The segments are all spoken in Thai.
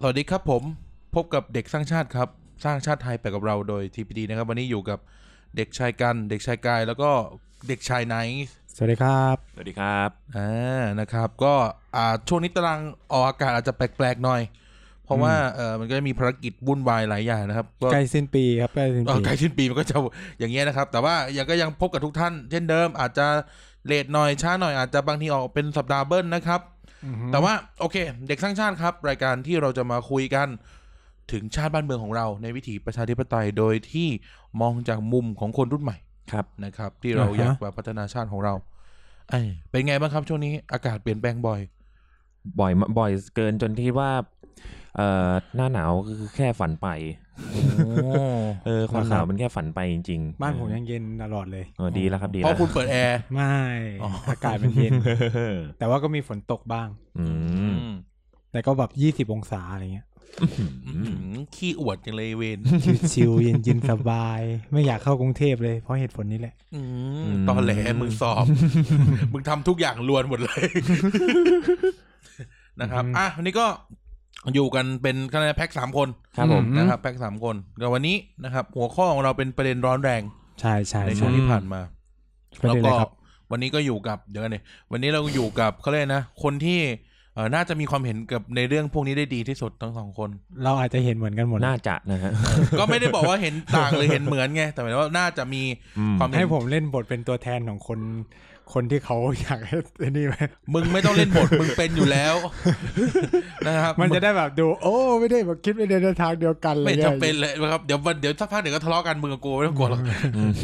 สวัสดีครับผมพบกับเด็กสร้างชาติครับ สร้างชาติไทยไปกับเราโดย TPD นะครับ วันนี้อยู่กับเด็กชายกัน เด็กชายกาย แล้วก็เด็กชายไนท์ สวัสดีครับ สวัสดีครับ อ่านะครับ ก็อ่าช่วงนี้ตารางออกอากาศอาจจะแปลกๆหน่อย เพราะว่าเออมันก็มีภารกิจวุ่นวายหลายอย่างนะครับก็ ใกล้สิ้นปีครับใกล้สิ้น เออ ปี ใกล้สิ้นปีมันก็จะอย่างเงี้ยนะครับ แต่ว่ายังก็ยังพบกับทุกท่านเช่นเดิม อาจจะเลทหน่อยช้าหน่อยอาจจะบางทีออกเป็นสัปดาห์เบิ้ลนะครับ แต่ว่าโอเค เด็กสร้างชาติครับ รายการที่เราจะมาคุยกัน ถึงชาติบ้านเมืองของเราในวิถีประชาธิปไตยโดยที่มองจากมุมของคนรุ่นใหม่ ครับ นะครับ ที่เรา อ่าฮะ อยากมาพัฒนาชาติของเราเอ้ยเป็นไงบ้างครับช่วงนี้อากาศเปลี่ยนแปลงบ่อย บ่อยมากบ่อยเกินจนที่ว่า เอ่อหน้าหนาวคือแค่ฝันไป เออความหนาวมันแค่ฝันไปจริงๆ บ้านผมยังเย็นตลอดเลย เออดีแล้วครับดี เพ แล้ว ราะคุณเปิดแอร์ ไม่ อ๋ออ อากาศมัน เย็น แต่ว่าก็มีฝนตกบ้าง อืม แต่ก็แบบยี่สิบ20 องศาอะไรเงี้ย อื้อหือขี้อวดจังเลยเวน ชิวๆเย็นเย็ นๆสบาย ไม่อยากเข้ากรุงเทพเลย เพราะเหตุผลนี้แหละ อืมตอนแหลมึงสอบ มึงทำทุกอย่างลวนหมดเลย นะครับ อืม อ่ะวันนี้ก็อยู่กันเป็นคะแนนแพ็กสามคน ครับผม นะครับ แพ็กสามคนแต่วันนี้นะครับ หัวข้อของเราเป็นประเด็นร้อนแรง ใช่ใช่ ในช่ ใช่ วงที่ผ่านมา ประ แล้ว เด็นอะไร ก็ ครับ วันนี้ก็อยู่กับเดี๋ยวกันเนี่ยวันนี้เราอยู่กับเขาเรียกนะ คนที่เอ่อน่าจะมีความเห็นกับในเรื่องพวกนี้ได้ดีที่สุดทั้งสองคน เราอาจจะเห็นเหมือนกันหมด น่าจะ นะฮะ ก็ไม่ได้บอกว่าเห็นต่างหรือเห็นเหมือนไง แต่หมายถึงว่าน่าจะมีความเห็ ให้ น ผมเล่นบทเป็นตัวแทนของคน คนที่เขาอยากให้ไอ้นี่ไหม มึงไม่ต้องเล่นบท มึงเป็นอยู่ แล้ว นะครับ มันจะได้แบบดู โอ้ไม่ได้แบบคิดไปในทางเดียวกันเลย ไม่จำเป็นเลยนะครับเดี๋ยววันเดี๋ยวสักพักเดี๋ยวก็ทะเลาะกันมึงกับกูไม่ต้องกลัวหรอก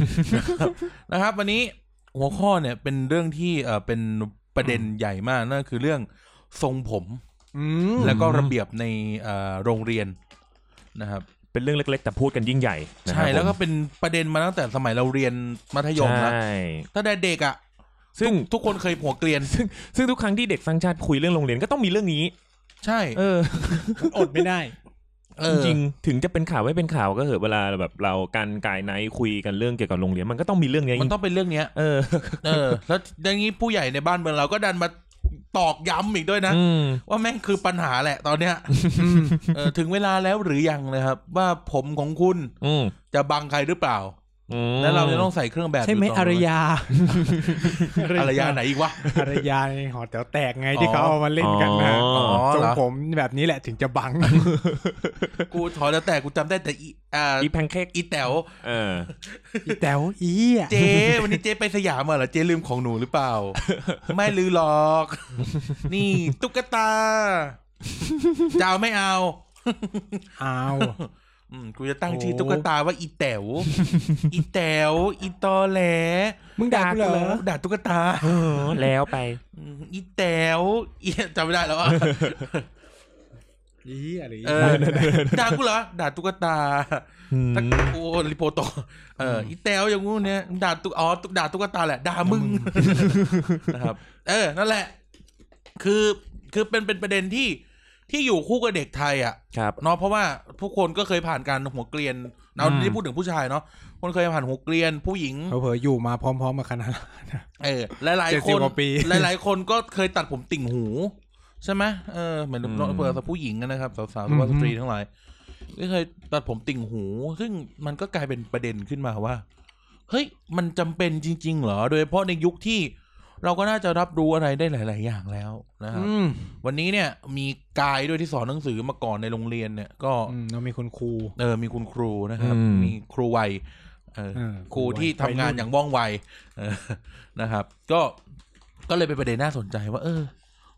นะครับ วันนี้หัวข้อเนี่ยเป็นเรื่องที่เออเป็นประเด็นใหญ่มากนั่นคือเรื่องทรงผม อืม แล้วก็ระเบียบในเอ่อโรงเรียนนะครับ เป็นเรื่องเล็ก ๆ แต่พูดกันยิ่งใหญ่นะค ใช่ รับ แล้วก็ ผม เป็นประเด็นมาตั้งแต่สมัยเราเรียนมัธยมแล้ว ใช่ ตั้งแต่เด็กอ่ะ ซึ่ง ทุกคนเคยหัวเกลียน ซึ่งทุกครั้งที่เด็กฟังชาติคุยเรื่องโรงเรียนก็ต้องมีเรื่องนี้ ใช่ เออ อดไม่ได้ เอ จ อ ริงๆถึงจะเป็นข่าวไม่เป็นข่าวก็เหอะเวลาแบบเราการกายไนท์คุยกันเรื่องเกี่ยวกับโรงเรียนมันก็ต้องมีเรื่องเนี้ย มันต้องเป็นเรื่องเนี้ย เออ เออ แล้วอย่างนี้ผู้ใหญ่ในบ้านเมืองเราก็ดันมาตอกย้ำอีกด้วยนะ อืม ว่าแม่งคือปัญหาแหละตอนเนี้ยเออถึงเวลาแล้วหรือยังนะครับ ว่าผมของคุณ อืม จะบังใครหรือเปล่า อืม และเราจะต้องใส่เครื่องแบบ ใช่ไหม ยู่ตลด อาร ยา อารยาไหนอีกวะ ภรรยาในหอแต๋วแตกไง อ๋อ ที่เขาเอามาเล่นกันนะ อ๋อ ทเหรง รอ ผมแบบนี้แหละถึงจะ บัง กูถอแล้วแต่กูจำได้แต่อีอ่า อีแพนเค้ก อีแต๋ว เออ อีแต๋วอีอะ เจ วันนี้เจไปสยามมาเหรอเจลืมของหนูหรือเปล่า ไม่ลืมหรอก นี่ตุ๊กตาจะเอาไม่เอา เอา อืมกูจะตั้งชื่อตุ๊กตาว่าอีแต๋ ว อีแต๋ว อีตอแหล มึงด่ากูเหรอ ด่าตุ๊กต า เออ แล้วไป อืมอีแต๋ว อีจำไม่ได้แล้วอ่ะ อีอะไร เออ ด่ากูเหรอ ด่าตุ๊กตาถ้าโอ้ลิโปโต เออ อีแต๋วอย่างงู้นเนี่ย ด่าตุ๊กอ๋อตุ๊กด่าตุ๊กตาแหละ ด่ามึง นะครับ เออ นั่นแหละ คือ คือเป็น เป็นประเด็นที่ ที่อยู่คู่กับเด็กไทยอ่ะ ครับ เนาะเพราะว่าทุกคนก็เคยผ่านการหัวเกรียนเรา อืม ที่พูดถึงผู้ชายเนาะคนเคยผ่านหัวเกรียนผู้หญิง เผลอๆอยู่มาพร้อมๆมาขนาด เออหลายๆค 70 น กว่าปี หลายๆคนก็เคยตัดผมติ่งหู ใช่ไหมเออเหมือนเราเปิดกับผู้หญิงนะครับสาวๆสาวสตรีทั้งหลายก็เคยตัดผมติ่งหู ซึ่งมันก็กลายเป็นประเด็นขึ้นมาว่า เฮ้ย มันจำเป็นจริง ๆ เหรอ โดยเฉพาะในยุคที่ เราก็น่าจะรับรู้อะไรได้หลาย ๆ อย่างแล้วนะครับ อืม วันนี้เนี่ย มีกายด้วยที่สอนหนังสือมาก่อนในโรงเรียนเนี่ยก็ อืมเรามีคุณครู เออ มีคุณครูนะครับ อืม มีครูวัยเออ เออ ครูที่ ครู ทำ วัย งาน รุ่น อย่างว่องไวเออ นะครับ ก็ก็เลยเป็นประเด็นน่าสนใจว่า เออ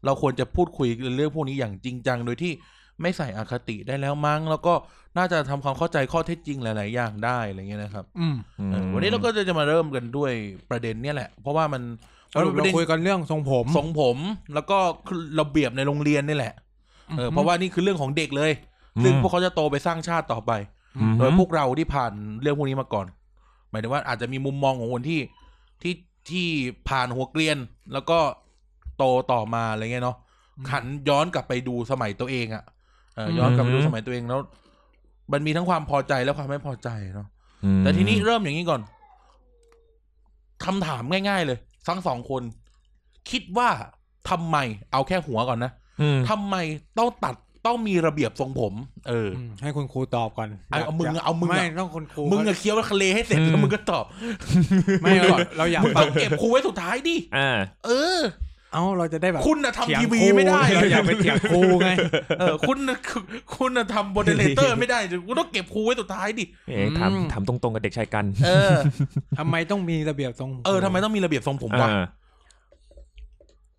เราควรจะพูดคุยเรื่องพวกนี้อย่างจริงจังโดยที่ไม่ใส่อคติได้แล้วมั้ง แล้วก็น่าจะทำความเข้าใจข้อเท็จจริงหลาย ๆ อย่างได้อะไรเงี้ยนะครับ อืม อืม เออวันนี้เราก็จะมาเริ่มกันด้วยประเด็นเนี่ยแหละ เพราะว่ามัน เรา มันเป็นประเด็น คุยกันเรื่องทรงผม ทรงผมแล้วก็ระเบียบในโรงเรียนนี่แหละ เออเพราะว่านี่คือเรื่องของเด็กเลย ซึ่งพวกเขาจะโตไปสร้างชาติต่อไป อืม โดยพวกเราที่ผ่านเรื่องพวกนี้มาก่อน หมายถึงว่าอาจจะมีมุมมองของคนที่ที่ที่ผ่านหัวเกรียน แล้วก็โตต่อมาอะไรเงี้ยเนาะขันย้อนกลับไปดูสมัยตัวเองอะ่ะเออย้อนกลับไปดูสมัยตัวเองแล้ว มันมีทั้งความพอใจและความไม่พอใจเนาะแต่ทีนี้เริ่มอย่างนี้ก่อนคำถามง่าย ๆ เลยทั้งสองคน คิดว่าทำไม เอาแค่หัวก่อนนะ อืม ทำไมต้องตัด ต้องมีระเบียบทรงผม เออ อืมให้คุณครูตอบก่อน เอา ยก เอามึง ยก เอามึงอะ ไม่ต้องคุณครู มึงอะเคี้ยวทะเลให้เสร็จแล้วมึงก็ตอบ ไม่เราเราอยาก มึง ฟั ต้ ง องเก็บครูไว้สุดท้ายดิ อ่า เออ เอ้าเราจะได้แบบ คุณน่ะ เถีย ทำ ง ทีวี ครู ไม่ได้เหร เราอยาก อ ไปเถียงครู ไง เออคุณน่ะคุณน่ะทำโมเดเลเตอร์ไม่ได้คุณต้องเก็บครูไว้สุดท้ายดิ เอ๊ะถาม อืม ถามตรงๆกับเด็กชายกัน เออ ทำไมต้องมีระเบียบทรง เออทำไมต้องมีระเบียบทรงผมวะ อ่า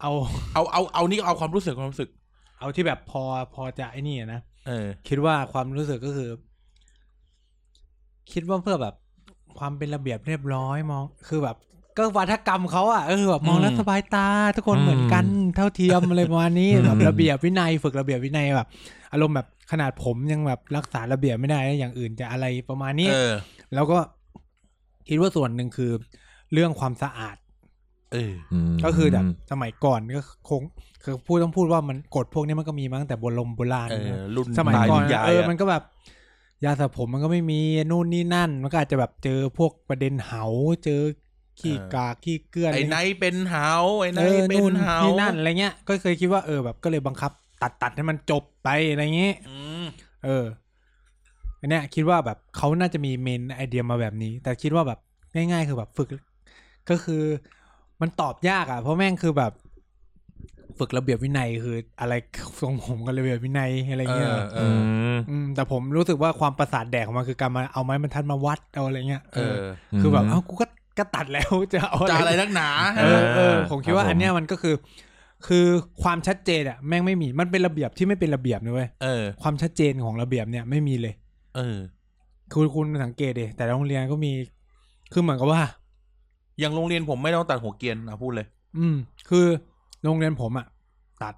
เอา เอาเอาเอานี่เอาความรู้สึกความรู้สึก เอาที่แบบพอพอจะไอ้นี่อะนะ เออ คิดว่าความรู้สึกก็คือ คิดว่าเพื่อแบบความเป็นระเบียบเรียบร้อยมอง คือแบบ ก็วัฒกรรมเขาอ่ะเออแบบมองแล้ว อืม สบายตา ทุกคนเหมือนกันเท่าเทียมอะไรประมาณนี้แบบระเบียบวินัยฝึกระเบียบวินัยแบบอารมณ์แบบขนาดผมยังแบบรักษาระเบียบไม่ได้แล้วอย่างอื่นจะอะไรประมาณนี้ เออ แล้วก็คิดว่าส่วนหนึ่งคือ เรื่องความสะอาด เออ ม ก็คือแบบสมัยก่อนก็คงคือพูดต้องพูดว่ามันกฎพวกนี้มันก็มีมาตั้งแต่โบราณโบราณ เอ นะ อ รุ่น สมัยก่อน ตา เออ ะ มันก็แบบ ยาสระผมมันก็ไม่มีนู่นนี่นั่น มันก็อาจจะแบบเจอพวกประเด็นเหาเจอขี้กากขี้เกลื่อน ไอ้ไนท์เป็นเหาไอ้ไน เอ ท์ อ เป็น นู่น เหา นี่นั่นอะไรเงี้ย ก็เคยคิดว่าเออแบบก็เลยบังคับ ตัดตัดให้มันจบไปอะไรเงี้ย อืม เอออันเนี้ยคิดว่าแบบเขาน่าจะมีเมนไอเดียมาแบบนี้ แต่คิดว่าแบบง่าย ๆ คือแบบฝึก ก็คือ มันตอบยากอ่ะ เพราะแม่งคือแบบ ฝึกระเบียบวินัยคืออะไร ทรงผมกับระเบียบวินัยอะไร เอ เงี้ย อเอ อื อ ม อืมแต่ผมรู้สึกว่าความประสาทแดกของมันคือการมาเอาไม้บรรทัดมาวัดเอาอะไรเงี้ย เออ คือแบบ อืม เอ้ากูก็ก็ตัดแล้ว จะเอา จะ อะ อะไร ไรนักหนา เออเออผมคิดว่า คอัรับผมนเนี้ยมันก็คือ คือความชัดเจนอะแม่งไม่มีมันเป็นระเบียบที่ไม่เป็นระเบียบนะเว้ย เออ ความชัดเจนของระเบียบเนี่ยไม่มีเลย เออ คือคุณสังเกตเดแต่ละโรงเรียนก็มี คือเหมือนกับว่า อย่างโรงเรียนผมไม่ต้องตัดหัวเกรียนอ่ะพูดเลย อืม คือโรงเรียนผมอะตัด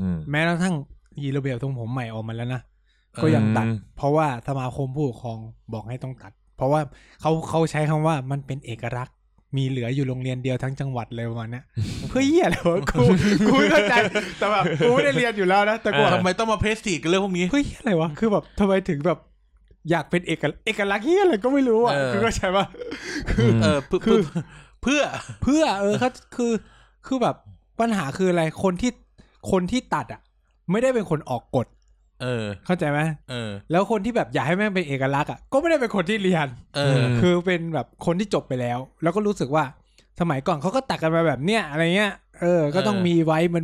อืม แม้กระทั่งยีระเบียบตรงผมใหม่ออกมาแล้วนะ ก็ยังตัด อืม เพราะว่าสมาคมผู้ปกครองบอกให้ต้องตัด เพราะว่าเขาเขาใช้คำว่ามันเป็นเอกลักษณ์ มีเหลืออยู่โรงเรียนเดียวทั้งจังหวัดเลยประมาณเนี้ย เพื่อเหี้ยเลยวะกูกูไม่เข้าใจแต่แบบกูไม่ได้เรียนอยู่แล้วนะแต่กู เออ ทำไมต้องมาเพรสตีกันเรื่องพวกนี้ เพื่อเหี้ยอะไรวะคือแบบทำไมถึงแบบอยากเป็นเอกลักษณ์เอกลักษณ์เหี้ยอะไรก็ไม่รู้อ่ะ เออ คือเข้าใจปะ เออเพื่อ คือ เพื่อ เพื่อเออเขาคือคือแบบปัญหาคืออะไรคนที่คนที่ตัดอ่ะ ไม่ได้เป็นคนออกกฎ เออ เข้าใจไหม เออ แล้วคนที่แบบอยากให้แม่งเป็นเอกลักษณ์อ่ะก็ไม่ได้เป็นคนที่เรียน เออ คือเป็นแบบคนที่จบไปแล้ว แล้วก็รู้สึกว่าสมัยก่อนเขาก็ตักกันมาแบบเนี้ยอะไรเงี้ยเออ ก็ต้องมีไว้มัน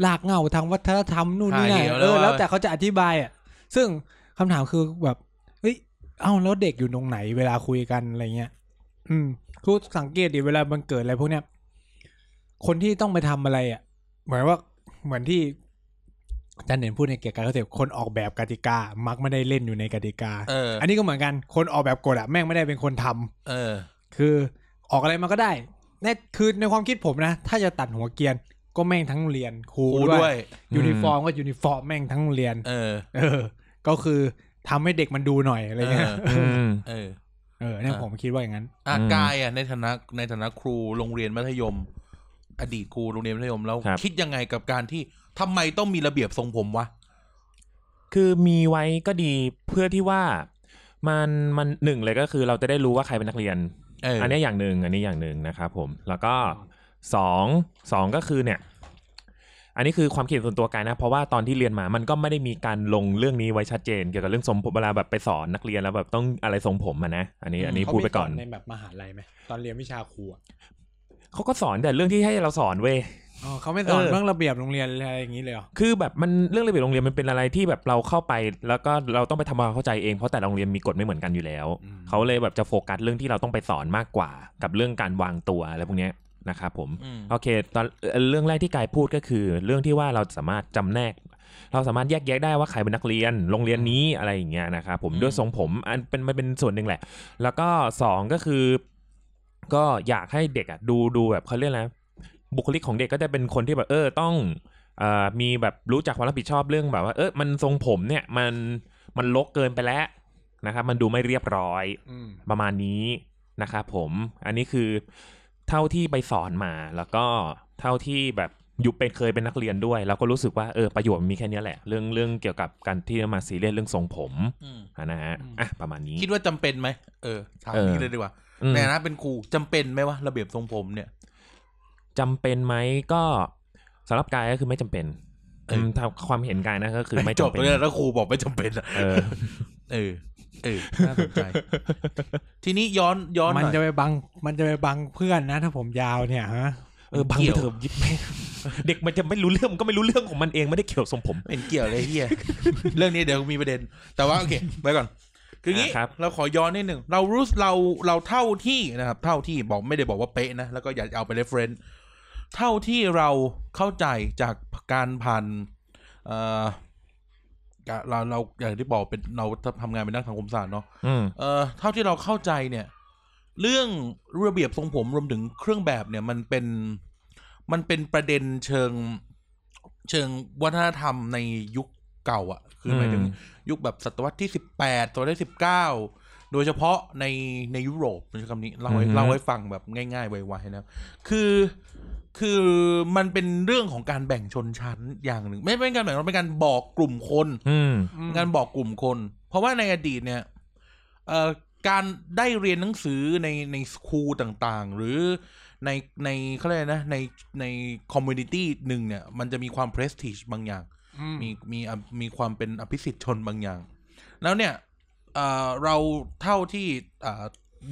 หลากเหงาทางวัฒนธรรมนู่นนี่นั่น หาเหวแล้ เอ ว อ ว่า แล้วแต่เขาจะอธิบายอ่ะซึ่งคำถามคือแบบเฮ้ยเอ้าแล้วเด็กอยู่ตรงไหนเวลาคุยกันอะไรเงี้ยอืมคือสังเกตดิเวลามันเกิดอะไรพวกเนี้ยคนที่ต้องไปทำอะไรอ่ะ เหมือนว่าเหมือนที่อาจารย์เหนพูดในเกี่ยวกับการเกษตรคนออกแบบกติกา มักไม่ได้เล่นอยู่ในกติกา เออ อันนี้ก็เหมือนกัน คนออกแบบกฎอะแม่งไม่ได้เป็นคนทำ เออ คือออกอะไรมาก็ได้ในคือในความคิดผมนะ ถ้าจะตัดหัวเกรียน ก็แม่งทั้งโรงเรียนครู ครู ด้ ด้ ว วย ย ยูนิฟอร์มก็ยูนิฟอร์มแม่งทั้งโรงเรียน เออ เออ ก็คือทำให้เด็กมันดูหน่อยอะไรเงี้ย เอ อืม เออ เออเนี่ย เออ ผมคิดว่าอย่างนั้น อ่ะ อืม กายอ่ะในฐานะในฐานะครูโรงเรียนมัธยม อดีตครูโรงเรียนมัธยมแล้ว ครับ คิดยังไงกับการที่ทำไมต้องมีระเบียบทรงผมวะ คือมีไว้ก็ดีเพื่อที่ว่ามันมันหนึ่งเลยก็คือเราจะได้รู้ว่าใครเป็นนักเรียน เอออั อันนี้อย่างหนึ่งอันนี้อย่างหนึ่งนะครับผมแล้วก็สองสองก็คือเนี่ย อันนี้คือความคิดส่วนตัวกายนะ เพราะว่าตอนที่เรียนมามันก็ไม่ได้มีการลงเรื่องนี้ไว้ชัดเจน เกี่ยวกับเรื่องทรงผมเวลาแบบไปสอนนักเรียนแล้วแบบต้องอะไรทรงผมอะนะอันนี้อันนี้ เขา พูด มี ไปก่อน สในแบบมหาลัยไหมตอนเรียนวิชาครูอะ เขาก็สอนแต่เรื่องที่ให้เราสอนเว้ย อ๋อเขาไม่สอน เออ เรื่องระเบียบโรงเรียนอะไรอย่างนี้เลยเหรอ คือแบบมันเรื่องระเบียบโรงเรียนมันเป็นอะไรที่แบบเราเข้าไป แล้วก็เราต้องไปทำความเข้าใจเองเพราะแต่ละโรงเรียนมีกฎไม่เหมือนกันอยู่แล้ว เขาเลยแบบจะโฟกัสเรื่องที่เราต้องไปสอนมากกว่า กับเรื่องการวางตัวอะไรพวกเนี้ยนะครับผม อืม โอเคตอนเอ่อเรื่องแรกที่กายพูดก็คือ เรื่องที่ว่าเราสามารถจำแนก เราสามารถแยกแยะได้ว่าใครเป็นนักเรียนโรงเรียนนี้อะไรอย่างเงี้ยนะครับผม อืม ด้วยทรงผมอันเป็นมันเป็นส่วนหนึ่งแหละ แล้วก็สองก็คือ ก็อยากให้เด็กอ่ะดูดูแบบเขาเรียกอะไรนะบุคลิกของเด็กก็จะเป็นคนที่แบบเออต้องเอ่อมีแบบรู้จักความรับผิดชอบเรื่องแบบว่าเออมันทรงผมเนี่ยมันมันลกเกินไปแล้วนะครับมันดูไม่เรียบร้อย อืม ประมาณนี้นะครับผมอันนี้คือเท่าที่ไปสอนมาแล้วก็เท่าที่แบบอยู่เป็นเคยเป็นนักเรียนด้วย แล้วก็รู้สึกว่าเออประโยชน์มันมีแค่เนี้ยแหละ เรื่องเรื่องเกี่ยวกับการที่มาซีเรียสเรื่องทรงผม อืม อะนะฮะ อืม อ่ะประมาณนี้ คิดว่าจำเป็นไหมเออถาม เออ นี่เลยดีกว่า อืม ในฐานะเป็นครูจำเป็นไหมวะระเบียบทรงผมเนี่ย จำเป็นไหมก็สำหรับกายก็คือไม่จำเป็น เ เออ มถ้าความเห็นกันนะก็คือไม่ ไม่จบ ำเป็น เลยแล้วครูบอกไม่จำเป็นอะ เออ เออ เออน่าสนใจ ทีนี้ย้อนย้อนห มัน น่อย จะไปบังมันจะไปบังเพื่อนนะ ถ้าผมยาวเนี่ยฮะ เออบัง เกี่ ไป ยว เถอะยิบแม่งเด็กมันจะไม่รู้เรื่องมันก็ไม่รู้เรื่องของมันเองไม่ได้เกี่ยวกับทรงผม ไม่เห็นเกี่ยวเลยเฮีย เรื่องนี้เดี๋ยวมีประเด็น แต่ว่าโอเคไปก่อน คืองี้ อ่ะครับ เราขอย้อนนิดหนึ่งเรารู้เราเราเท่าที่นะครับ เท่าที่บอกไม่ได้บอกว่าเป๊ะนะ แล้วก็อย่าเอาไปเรฟเฟรนเท่าที่เราเข้าใจจากการผ่านเอ่อเราเราอย่างที่บอกเป็นเราทำงานเป็นนักสังคมศาสตร์เนาะ อืม เอ่อเท่าที่เราเข้าใจเนี่ย เรื่องระเบียบทรงผมรวมถึงเครื่องแบบเนี่ยมันเป็นมันเป็นประเด็นเชิงเชิงวัฒนธรรมในยุคเก่าอะ่ะ คือหมายถึง อืม ยุคแบบศตวรรษที่สิบแปดศตวรรษที่สิบเก้าโดยเฉพาะในในยุโรปใช้คำนี้เล่าให้เล่าให้ฟังแบบง่ายๆไวๆนะครับ คือคือมันเป็นเรื่องของการแบ่งชนชั้นอย่างหนึ่ง ไม่ไม่เป็นการแบ่งชนเป็นการบอกกลุ่มคน อืม การบอกกลุ่มคน เพราะว่าในอดีตเนี่ยเอ่อการได้เรียนหนังสือในในสคูลต่างๆ หรือในในเขาเรียกอะไรนะในในคอมมูนิตี้หนึ่งเนี่ย มันจะมีความ prestige บางอย่าง มีมีอ่ะมีความเป็นอภิสิทธิชนบางอย่าง แล้วเนี่ยเอ่อเราเท่าที่อ่า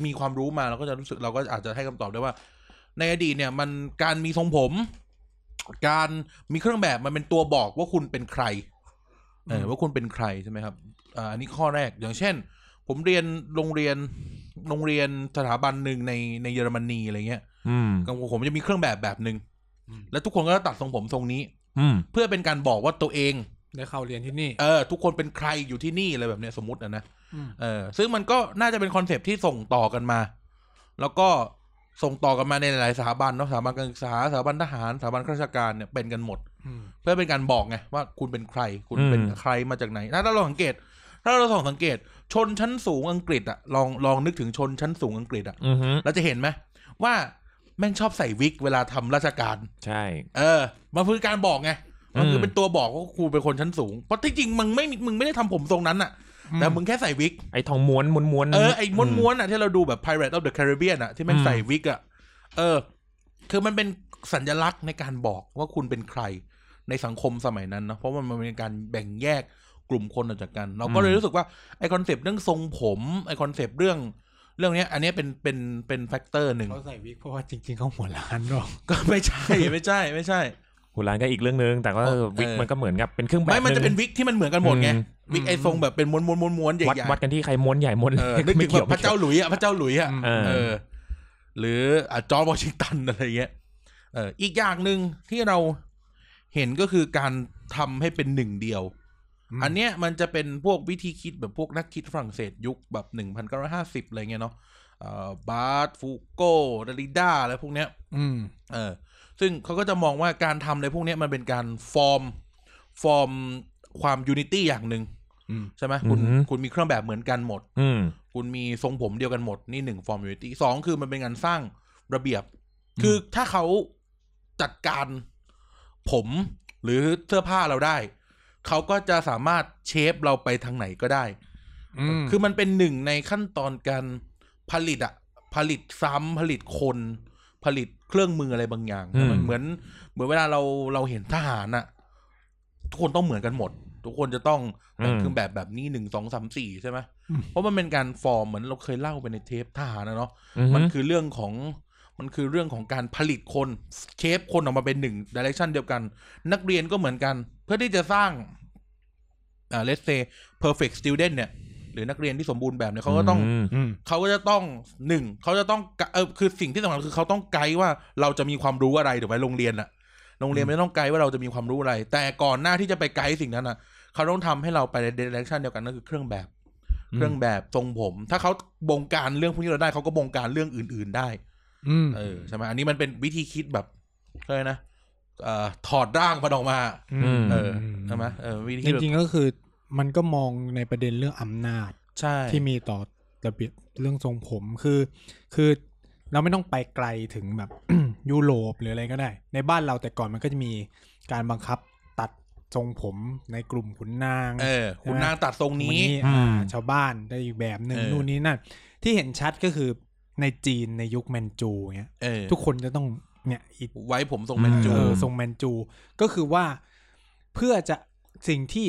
มีความรู้มาเราก็จะรู้สึกเราก็อาจจะให้คำตอบได้ว่า ในอดีตเนี่ยมันการมีทรงผม การมีเครื่องแบบมันเป็นตัวบอกว่าคุณเป็นใครเออ อืม ว่าคุณเป็นใครใช่ไหมครับอ่าอันนี้ข้อแรกอย่างเช่น ผมเรียนโรงเรียนโรงเรียนสถาบันหนึ่งในในเยอรมนีอะไรเงี้ย อืม ของผมจะมีเครื่องแบบแบบหนึ่ง อืม แล้วทุกคนก็จะตัดทรงผมทรงนี้ อืม เพื่อเป็นการบอกว่าตัวเอง ได้เข้าเรียนที่นี่ เออทุกคนเป็นใครอยู่ที่นี่อะไรแบบเนี้ยสมมตินะนะ ม เออซึ่งมันก็น่าจะเป็นคอนเซปต์ที่ส่งต่อกันมา แล้วก็ส่งต่อกันมาในหลายสถาบันเนาะสถาบันการศึกษาสถาบันทหารสถาบันข้าราชการเนี่ยเป็นกันหมด อืม เพื่อเป็นการบอกไงว่าคุณเป็นใคร คุณเป็น อืม ใครมาจากไหนถ้าถ้าเราสังเกต ถ้าเราส่องสังเกตชนชั้นสูงอังกฤษอะลองลองนึกถึงชนชั้นสูงอังกฤษอะ อือฮึ เราจะเห็นไหมว่าแม่งชอบใส่วิกเวลาทำราชการ ใช่ เออ มันคือการบอกไง มันคืออ ม เป็นตัวบอกว่าครูเป็นคนชั้นสูง เพราะที่จริงมึงไม่ มึงไม่ได้ทำผมทรงนั้นอะแต่มึงแค่ใส่วิก ไอ้ทองม้วนม้วนม้วน เออ ไอ้ม้วนม้วนๆอะที่เราดูแบบ Pirate of the Caribbean อะที่แม่งใส่วิกอะเออ คือมันเป็นสัญลักษณ์ในการบอกว่าคุณเป็นใครในสังคมสมัยนั้นเนอะเพราะมันมันเป็นการแบ่งแยกกลุ่มคนออกจากกัน เราก็เลยรู้สึกว่าไอคอนเซปต์เรื่องทรงผม ไอคอนเซปต์เรื่อง เรื่องเนี้ย อันเนี้ยเป็นเป็นเป็นแฟกเตอร์หนึ่ง เขาใส่วิกเพราะว่าจริง ๆเขาหัวล้านหรอก ก็ไม่ใช่ไม่ใช่ไม่ใช่ หุ่นร้านก็อีกเรื่องนึง แต่ก็ เออ วิกมันก็เหมือนกับเป็นเครื่องแบบ ไม่ มันจะเป็น หง วิกที่มันเหมือนกันหมดไง อืม วิกไอทรงแบบเป็นม้วนม้วนม้วนม้วนๆๆๆให วัด ญ่ วัดกันที่ใครม้วนใหญ่ม้วน ๆเอ เล็ อก นึก ไม่ ถึง เกี่ยว แบบพระเจ้าหลุยอะพระเจ้าหลุยอะ เออ เออ หรืออะจอร์จวอชิงตันอะไรเงี้ย เออ อีกอย่างหนึ่งที่เราเห็นก็คือการทำให้เป็นหนึ่งเดียว อั อันเนี้ยมันจะเป็นพวกวิธีคิดแบบพวกนักคิดฝรั่งเศสยุคแบบหนึ่งพันเก้าร้อยห้าสิบอะไรเงี้ยเนาะเอ่อบาร์ตฟูโก้ดาริด้าอะไรพวกเนี้ย อืม เออซึ่งเขาก็จะมองว่าการทำอะไรพวกเนี้ยมันเป็นการฟอร์ม ฟอร์มความยูนิตี้อย่างหนึ่ง อืม ใช่ไหมคุณคุณมีเครื่องแบบเหมือนกันหมด อืม คุณมีทรงผมเดียวกันหมด นี่หนึ่งฟอร์มยูนิตี้สองคือมันเป็นการสร้างระเบียบ คือถ้าเขาจัดการผมหรือเสื้อผ้าเราได้ เขาก็จะสามารถเชฟเราไปทางไหนก็ได้ คื คือ อมันเป็นหนึ่งในขั้นตอนการผลิตอะผลิตซ้ำผลิตคน ผลิตเครื่องมืออะไรบางอย่าง อืม เหมือนเหมือนเวลาเราเราเห็นทหารอะทุกคนต้องเหมือนกันหมด ทุกคนจะต้องแต่งเครื่องแบบแบบนี้หนึ่งสองสามสี่ใช่ไหมเพราะมันเป็นการฟอร์มเหมือนเราเคยเล่าไปในเทปทหารนะเนาะ อือฮึ มันคือเรื่องของมันคือเรื่องของการผลิตคนเชฟคนออกมาเป็นหนึ่งดิเรกชันเดียวกัน นักเรียนก็เหมือนกัน เพื่อที่จะสร้าง อ่า let's say perfect student เนี่ย หรือนักเรียนที่สมบูรณ์แบบเนี่ยเขาก็ต้อง ม อืม เขาก็จะต้องหนึ่งเขาจะต้องกะเออคือสิ่งที่สำคัญคือเขาต้องไกด์ว่าเราจะมีความรู้อะไรถูกไหมโรงเรียนอะโรงเรียนไม่ต้องไกด์ว่าเราจะมีความรู้อะไร แต่ก่อนหน้าที่จะไปไกด์สิ่งนั้นอะเขาต้องทำให้เราไปในเดเรคชันเดียวกันนั่นคือเครื่องแบบ เครื่องแบบทรงผม ถ้าเขาบงการเรื่องพวกนี้เราได้เขาก็บงการเรื่องอื่น ๆได้ อืม เออใช่ไหมอันนี้มันเป็นวิธีคิดแบบเขาเลยกนะเอ่อถอดร่างมันออกมา อืม เออใช่ไหมเออวิธี จ คิดแบบ ริงๆก็คือมันก็มองในประเด็นเรื่องอำนาจ ใช่ ที่มีต่อระเบียบเรื่องทรงผมคือ คือเราไม่ต้องไปไกลถึงแบบ ยุโรปหรืออะไรก็ได้ ในบ้านเราแต่ก่อนมันก็จะมีการบังคับตัดทรงผมในกลุ่มขุนนาง เออคุณนางตัดทรง วั นี้ อ่าชาวบ้านได้อีกแบบหนึ่ง เออ นู่นนี่นั่นที่เห็นชัดก็คือในจีนในยุคแมนจูเงี้ย เออ ทุกคนจะต้องเนี่ยอี ไว้ผมทรงแมนจู เออทรงแมนจู ก็คือว่า เพื่อจะสิ่งที่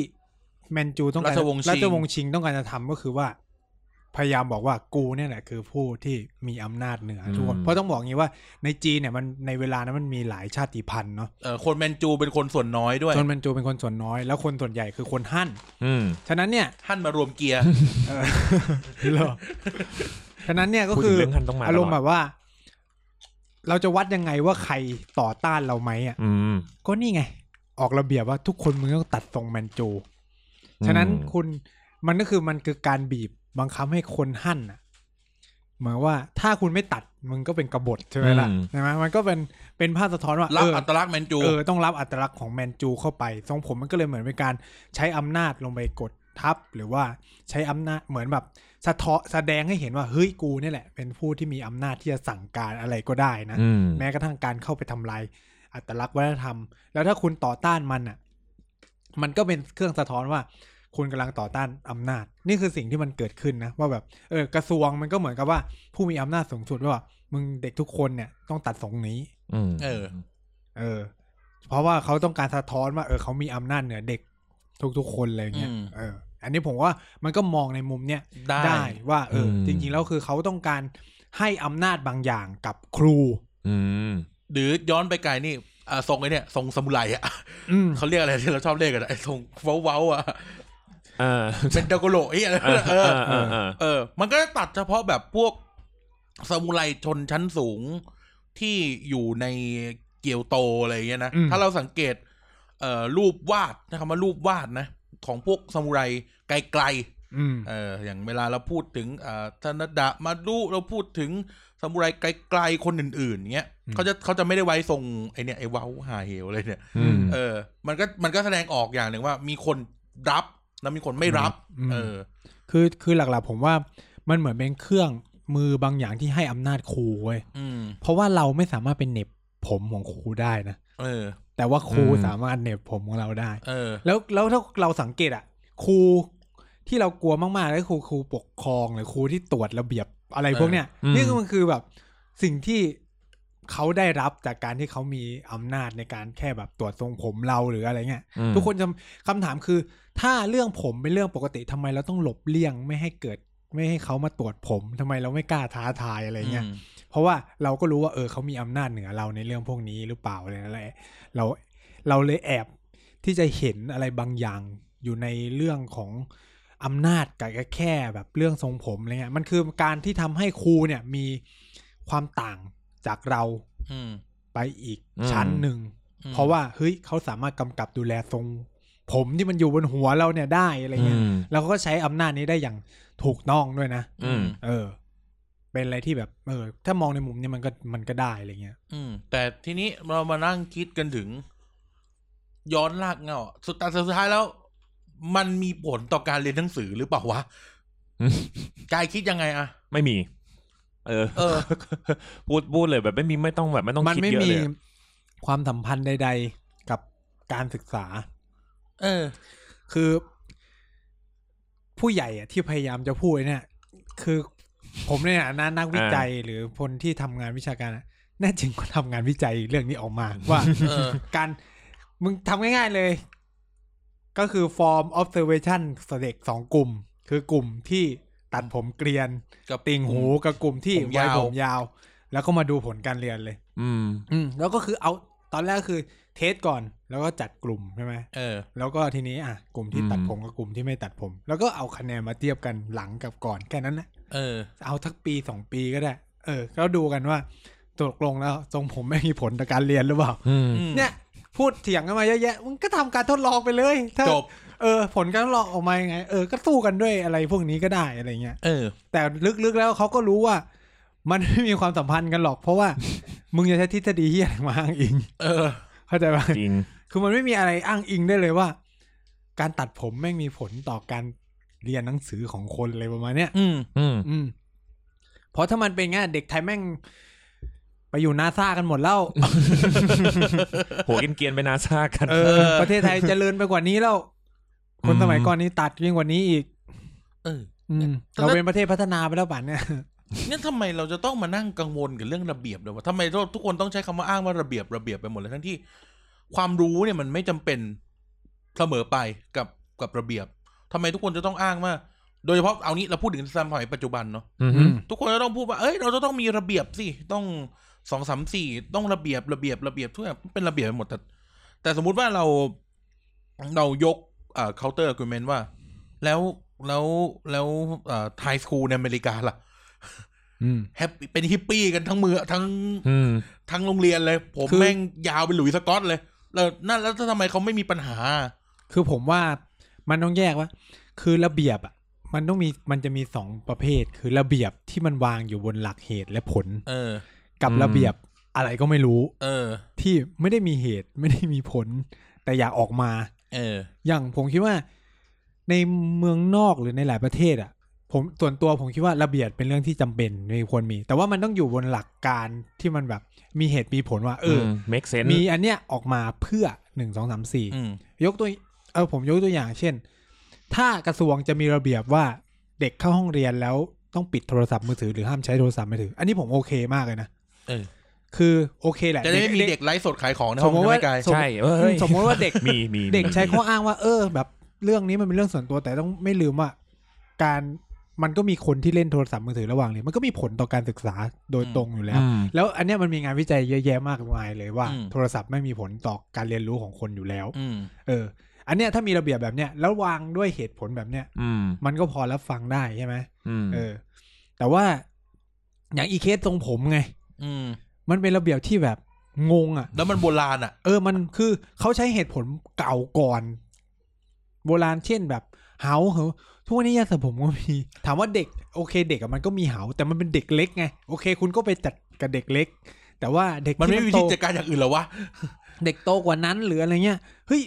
แมนจูต้องการ ราชวงศ์ชิง ราชวงศ์ชิงต้องการจะทำก็คือว่า พยายามบอกว่ากูเนี่ยแหละคือผู้ที่มีอำนาจเหนืออ ม ทุกคนเพราะต้องบอกงี้ว่าในจีนเนี่ยมันในเวลานั้นมันมีหลายชาติพันธุ์เนาะ เออคนแมนจูเป็นคนส่วนน้อยด้วย จนแมนจูเป็นคนส่วนน้อยแล้วคนส่วนใหญ่คือคนฮั่น อืม ฉะนั้นเนี่ย ท่านมารวมเกียร์ เออนี่เหรอฉะนั้นเนี่ยก็ พูด คืองถึเรื่องท่านต้องมา อารมณ์ ต แบ ลด บว่า เราจะวัดยังไงว่าใครต่อต้านเราไหมอ่ะ อืม ก็นี่ไง ออกระเบียบว่าทุกคนมึงต้องตัดทรงแมนจู ฉะนั้น อืม คุณมันก็คือมันคือการบีบบังคับให้คนหั่นอ่ะเหมือนว่าถ้าคุณไม่ตัดมึงก็เป็นกบฏใช่ไหมล่ะใช่ไหมมันก็เป็นเป็นภาพสะท้อนว่า รับ เออ อัตลักษณ์แมนจู เออต้องรับอัตลักษณ์ของแมนจูเข้าไปทรงผมมันก็เลยเหมือนเป็นการใช้อำนาจลงไปกดทับ หรือว่าใช้อำนาจเหมือนแบบสะเทาะแสดงให้เห็นว่าเฮ้ยกูเนี่ยแหละ เป็นผู้ที่มีอำนาจที่จะสั่งการอะไรก็ได้นะ อืม แม้กระทั่งการเข้าไปทำลายอัตลักษณ์วัฒนธรรม แล้วถ้าคุณต่อต้านมันอ่ะ มันก็เป็นเครื่องสะท้อนว่า คุณกำลังต่อต้านอำนาจ นี่คือสิ่งที่มันเกิดขึ้นนะ ว่าแบบเออกระทรวงมันก็เหมือนกับว่า ผู้มีอำนาจสูงสุดว่ามึงเด็กทุกคนเนี่ยต้องตัดทรงนี้ อืม เออ เออ เพราะว่าเขาต้องการสะท้อนว่า เออเขามีอำนาจเหนือเด็กทุกๆคนเลยเงี้ย อืม เออ อันนี้ผมว่ามันก็มองในมุมเนี้ย ได้ ได้ว่า เอออจริงๆแล้วคือเขาต้องการให้อำนาจบางอย่างกับครู อืม หรือย้อนไปไกลนี่อ่าทรงไอ้เนี่ยทรงซามูไรอ่ะ อืม เขาเรียกอะไรที่เราชอบเรียกกันอะไอ้ทรงเว้าเว้าๆอ่ะ เออ เป็นดากโลไอ้อะไร เออเอ เออ อเออเออ เออ มันก็จะตัดเฉพาะแบบพวกซามูไรชนชั้นสูงที่อยู่ในเกียวโตอะไรอย่างเงี้ยนะ อืม ถ้าเราสังเกต เอ่อรูปวาดนะครับว่ารูปวาดนะ ของพวกซามูไรไกลๆ อืม เอออย่างเวลาเราพูดถึงเอ่อธนดะมารุเราพูดถึงซามูไรไกลๆคนอื่นๆเงี้ย อืม เขาจะเขาจะไม่ได้ไว้ทรงไอเนี่ยไอเว้าหาเหวอะไรเนี่ย อืม เออมันก็มันก็แสดงออกอย่างหนึ่งว่ามีคนรับแล้วมีคนไม่รับ อืม เออ คือคือหลักๆ ผมว่ามันเหมือนเป็นเครื่องมือบางอย่างที่ให้อำนาจครูเว้ย อืม เพราะว่าเราไม่สามารถเป็นเหน็บผมของครูได้นะ เออ แต่ว่าครู อืม สามารถเหน็บผมของเราได้ เออ แล้วแล้วถ้าเราสังเกตอ่ะครูที่เรากลัวมากๆก็คือครูครูปกครองหรือครูที่ตรวจระเบียบอะไรพวกเนี้ย เออ นี่ก็ อืม มันคือแบบสิ่งที่เขาได้รับจากการที่เขามีอำนาจในการแค่แบบตรวจทรงผมเราหรืออะไรเงี้ย อืม ทุกคนจะคำถามคือ ถ้าเรื่องผมเป็นเรื่องปกติทำไมเราต้องหลบเลี่ยงไม่ให้เกิดไม่ให้เขามาตรวจผมทำไมเราไม่กล้าท้าทายอะไรเงี้ย เพราะว่าเราก็รู้ว่าเออเขามีอำนาจเหนือเราในเรื่องพวกนี้หรือเปล่าอะไรนั่นแหละเราเราเลยแอบที่จะเห็นอะไรบางอย่างอยู่ในเรื่องของอำนาจกับแค่แบบเรื่องทรงผมอะไรเงี้ยมันคือการที่ทำให้ครูเนี่ยมีความต่างจากเรา อืม ไปอีก อืม ชั้นหนึ่ง อืม เพราะว่าเฮ้ยเขาสามารถกำกับดูแลทรง ผมที่มันอยู่บนหัวเราเนี่ยได้อะไรเงี้ย ม แล้วเขาก็ใช้อำนาจนี้ได้อย่างถูกต้องด้วยนะ อืม เออ เป็นอะไรที่แบบ เออ ถ้ามองในมุมเนี้ยมันก็มันก็ได้อะไรเงี้ย อืมแต่ทีนี้เรามานั่งคิดกันถึง ย้อนลากเหงาอะสุดแต่สุดท้ายแล้ว มันมีผลต่อการเรียนหนังสือหรือเปล่าวะ อืม กายคิดยังไงอะ ไม่มี เออ เออ พูดพูดเลยแบบไม่มีไม่ต้องแบบไม่ต้อง มัน คิด ไม่ เยอะ มี เลยอะ ความสัมพันธ์ใด ๆ กับการศึกษา เออ คือ ผู้ใหญ่อะที่พยายามจะพูดเนี่ย คือผมในฐานะนักวิจัยหรือคนที่ทำงานวิชาการอะแน่จริงก็ทำงานวิจัยเรื่องนี้อ อกมา ว่า เออ การมึงทำง่ายๆเลย ก็คือ form observation เด็กสองกลุ่ม คือกลุ่มที่ตัดผมเกลียน กับ ติ่งหูกับกลุ่มที่ ผม ไว้ ยาว ผมยาว แล้วก็มาดูผลการเรียนเลย อืม อืมแล้วก็คือเอาตอนแรกคือเทสก่อนแล้วก็จัดกลุ่มใช่ไหม เออ แล้วก็ทีนี้อ่ะกลุ่มที่ตัด อืม ผมกับกลุ่มที่ไม่ตัดผม แล้วก็เอาคะแนนมาเทียบกันหลังกับก่อนแค่นั้นนะ เออ เอาทักปีสองปีก็ได้ เออก็ดูกันว่าตกลงแล้วทรงผมไม่มีผลต่อการเรียนหรือเปล่า อืม เนี่ย พูดเถียงกันมาเยอะแยะมึงก็ทำการทดลองไปเลยถ้า จบ เออ ผลการทดลองออกมายังไง เออก็สู้กันด้วยอะไรพวกนี้ก็ได้อะไรเงี้ย เออ แต่ลึกๆแล้วเขาก็รู้ว่า มันไม่มีความสัมพันธ์กันหรอก เพราะว่า มึงจะใช้ทฤษฎีเฮียอะไรมาอ้างอิง เออ เข้าใจป่ะ จริง คือมันไม่มีอะไรอ้างอิงได้เลยว่า การตัดผมแม่งมีผลต่อการเรียนหนังสือของคนอะไรประมาณเนี้ย อืม อืม อืมเพราะถ้ามันเป็นงั้นเด็กไทยแม่ง ไปอยู่นาซากันหมดแล้ว หัวกินเกรียนๆไปนาซากัน เออ ประเทศไทยเจริญไปกว่านี้แล้ว คนสมัยก่อนนี้ตัดยิ่งกว่านี้อีก เออ อืม แต่ เรา ว่า เป็นประเทศพัฒนาไปแล้วป่านเนี่ย เนี่ยทำไมเราจะต้องมานั่งกังวลกับเรื่องระเบียบด้วยวะทำไมทุกคนต้องใช้คำว่าอ้างว่าระเบียบระเบียบไปหมดเลยทั้งที่ ความรู้เนี่ยมันไม่จำเป็น เสมอไปกับกับระเบียบทำไมทุกคนจะต้องอ้างว่า โดยเฉพาะเอานี้เราพูดถึงสมัยปัจจุบันเนาะ อืม อืม ทุกคนก็ต้องพูดว่า เอ้ย เราจะต้องมีระเบียบสิ ต้องสองสามสี่ ต้องระเบียบ ระเบียบ ระเบียบทุกอย่างเป็นระเบียบไปหมด แต่ แต่สมมุติว่าเรา เรายกเอ่อ counter argument ว่า แล้ว แล้ว แล้วเอ่อ ไฮสคูลในอเมริกาล่ะ อืม แฮปปี้ เป็นฮิปปี้กันทั้งเมืองทั้ง อืม ทั้งโรงเรียนเลย ผม คือ แม่งยาวเป็นหลุยส์สกอตเลย แล้วนั่นแล้วทำไมเขาไม่มีปัญหา คือผมว่ามันต้องแยกว่า คือระเบียบอ่ะมันต้องมีมันจะมีสองประเภท คือระเบียบที่มันวางอยู่บนหลักเหตุและผล เออ กับระเบียบอะไรก็ไม่รู้ เออ ที่ไม่ได้มีเหตุไม่ได้มีผล แต่อยากออกมา เออ อย่างผมคิดว่า ในเมืองนอกหรือในหลายประเทศอ่ะ ผมส่วนตัวผมคิดว่าระเบียบเป็นเรื่องที่จำเป็นไม่ควรมี แต่ว่ามันต้องอยู่บนหลักการที่มันแบบมีเหตุมีผลว่า เออ เมคเซน มีอันเนี้ยออกมาเพื่อหนึ่งสองสามสี่ อืม ยกตัวเออผมยกตัวอย่างเช่น ถ้ากระทรวงจะมีระเบียบว่าเด็กเข้าห้องเรียนแล้วต้องปิดโทรศัพท์มือถือหรือห้ามใช้โทรศัพท์มือถือ อันนี้ผมโอเคมากเลยนะ เออ คือโอเคแหละ จะได้ไม่มีเด็กไลฟ์สดขายของในห้อง สมมติว่า ไม่ไกล สม ใช่เอ้ย สมมติว่าเด็ก มีมี เด็ก มี ใช้ข้ออ้างว่า เออ แบบเรื่องนี้มันเป็นเรื่องส่วนตัวแต่ต้องไม่ลืมว่าการมันก็มีคนที่เล่นโทรศัพท์มือถือระหว่างเรียนมันก็มีผลต่อการศึกษาโดยตรงอยู่แล้ว อืม แล้วอันเนี้ยมันมีงานวิจัยเยอะแยะมากมายเลยว่า อืม โทรศัพท์ไม่มีผลต่อการเรียนรู้ของคนอยู่แล้ว อืม เออ อันเนี้ยถ้ามีระเบียบแบบเนี้ยแล้ววางด้วยเหตุผลแบบเนี้ย อืม มันก็พอรับฟังได้ใช่ไหม อืม เออ แต่ว่าอย่างอีเคสทรงผมไง อืม มันเป็นระเบียบที่แบบงงอะ่ะ แล้วมันโบราณอ่ะ เออ มันคือเขาใช้เหตุผลเก่าก่อน โบราณเช่นแบบเหาเหอะทุกวันนี้ยาสระผมก็มี ถามว่าเด็ก โอเค เด็กอะมันก็มีเหาแต่มันเป็นเด็กเล็กไงโอเค คุณก็ไปจัดกับเด็กเล็ก แต่ว่าเด็ก มัน ที่ ไม่มีวิ โต ธีจัดการอย่างอื่นเหรอวะ เด็กโตกว่านั้นหรืออะไรเงี้ย เฮ้ย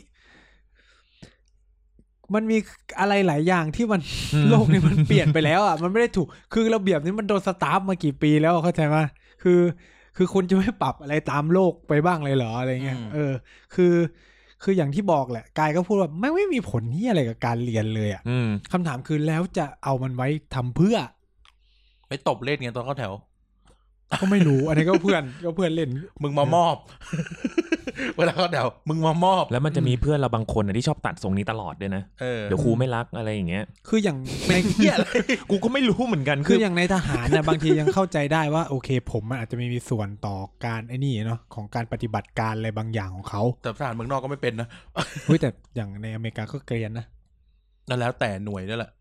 มันมีอะไรหลายอย่างที่มัน โลกนี้มันเปลี่ยนไปแล้วอ่ะ มันไม่ได้ถูก คือระเบียบนี้มันโดนสตาร์ฟมากี่ปีแล้วเข้าใจไหมคือ คือคุณจะไม่ปรับอะไรตามโลกไปบ้างเลยเหรออะไรเงี้ย อืม เออ คือ คืออย่างที่บอกแหละ กายก็พูดว่าไม่งไม่มีผลที่อะไรกับการเรียนเลยอ่ะ อืม คำถามคือแล้วจะเอามันไว้ทำเพื่อ ไปตบเล่นไงตอนเข้าแถว ก็ไม่รู้ อันนี้ก็เพื่อน ก็เพื่อนเล่น มึงมามอบ เวลาเข้าแถว มึงมามอบ แล้วมันจะมีเพื่อนเราบางคนน่ะที่ชอบตัดทรงนี้ตลอดด้วยนะ เออ เดี๋ยวครูไม่รักอะไรอย่างเงี้ย คืออย่างใน เหี้ยอะไร กูก็ไม่รู้เหมือนกัน คืออย่างในทหาร เนี่ยบางทียังเข้าใจได้ว่า โอเค ผมมันอาจจะมีมีส่วนต่อการไอ้นี่เนาะของการปฏิบัติการอะไรบางอย่างของ เขา แต่ทหารเมืองนอกก็ไม่เป็นนะ เฮ้ยแต่อย่างในอเมริกาก็เกรียนนะ นั่นแล้วแต่หน่วยด้วยแหละ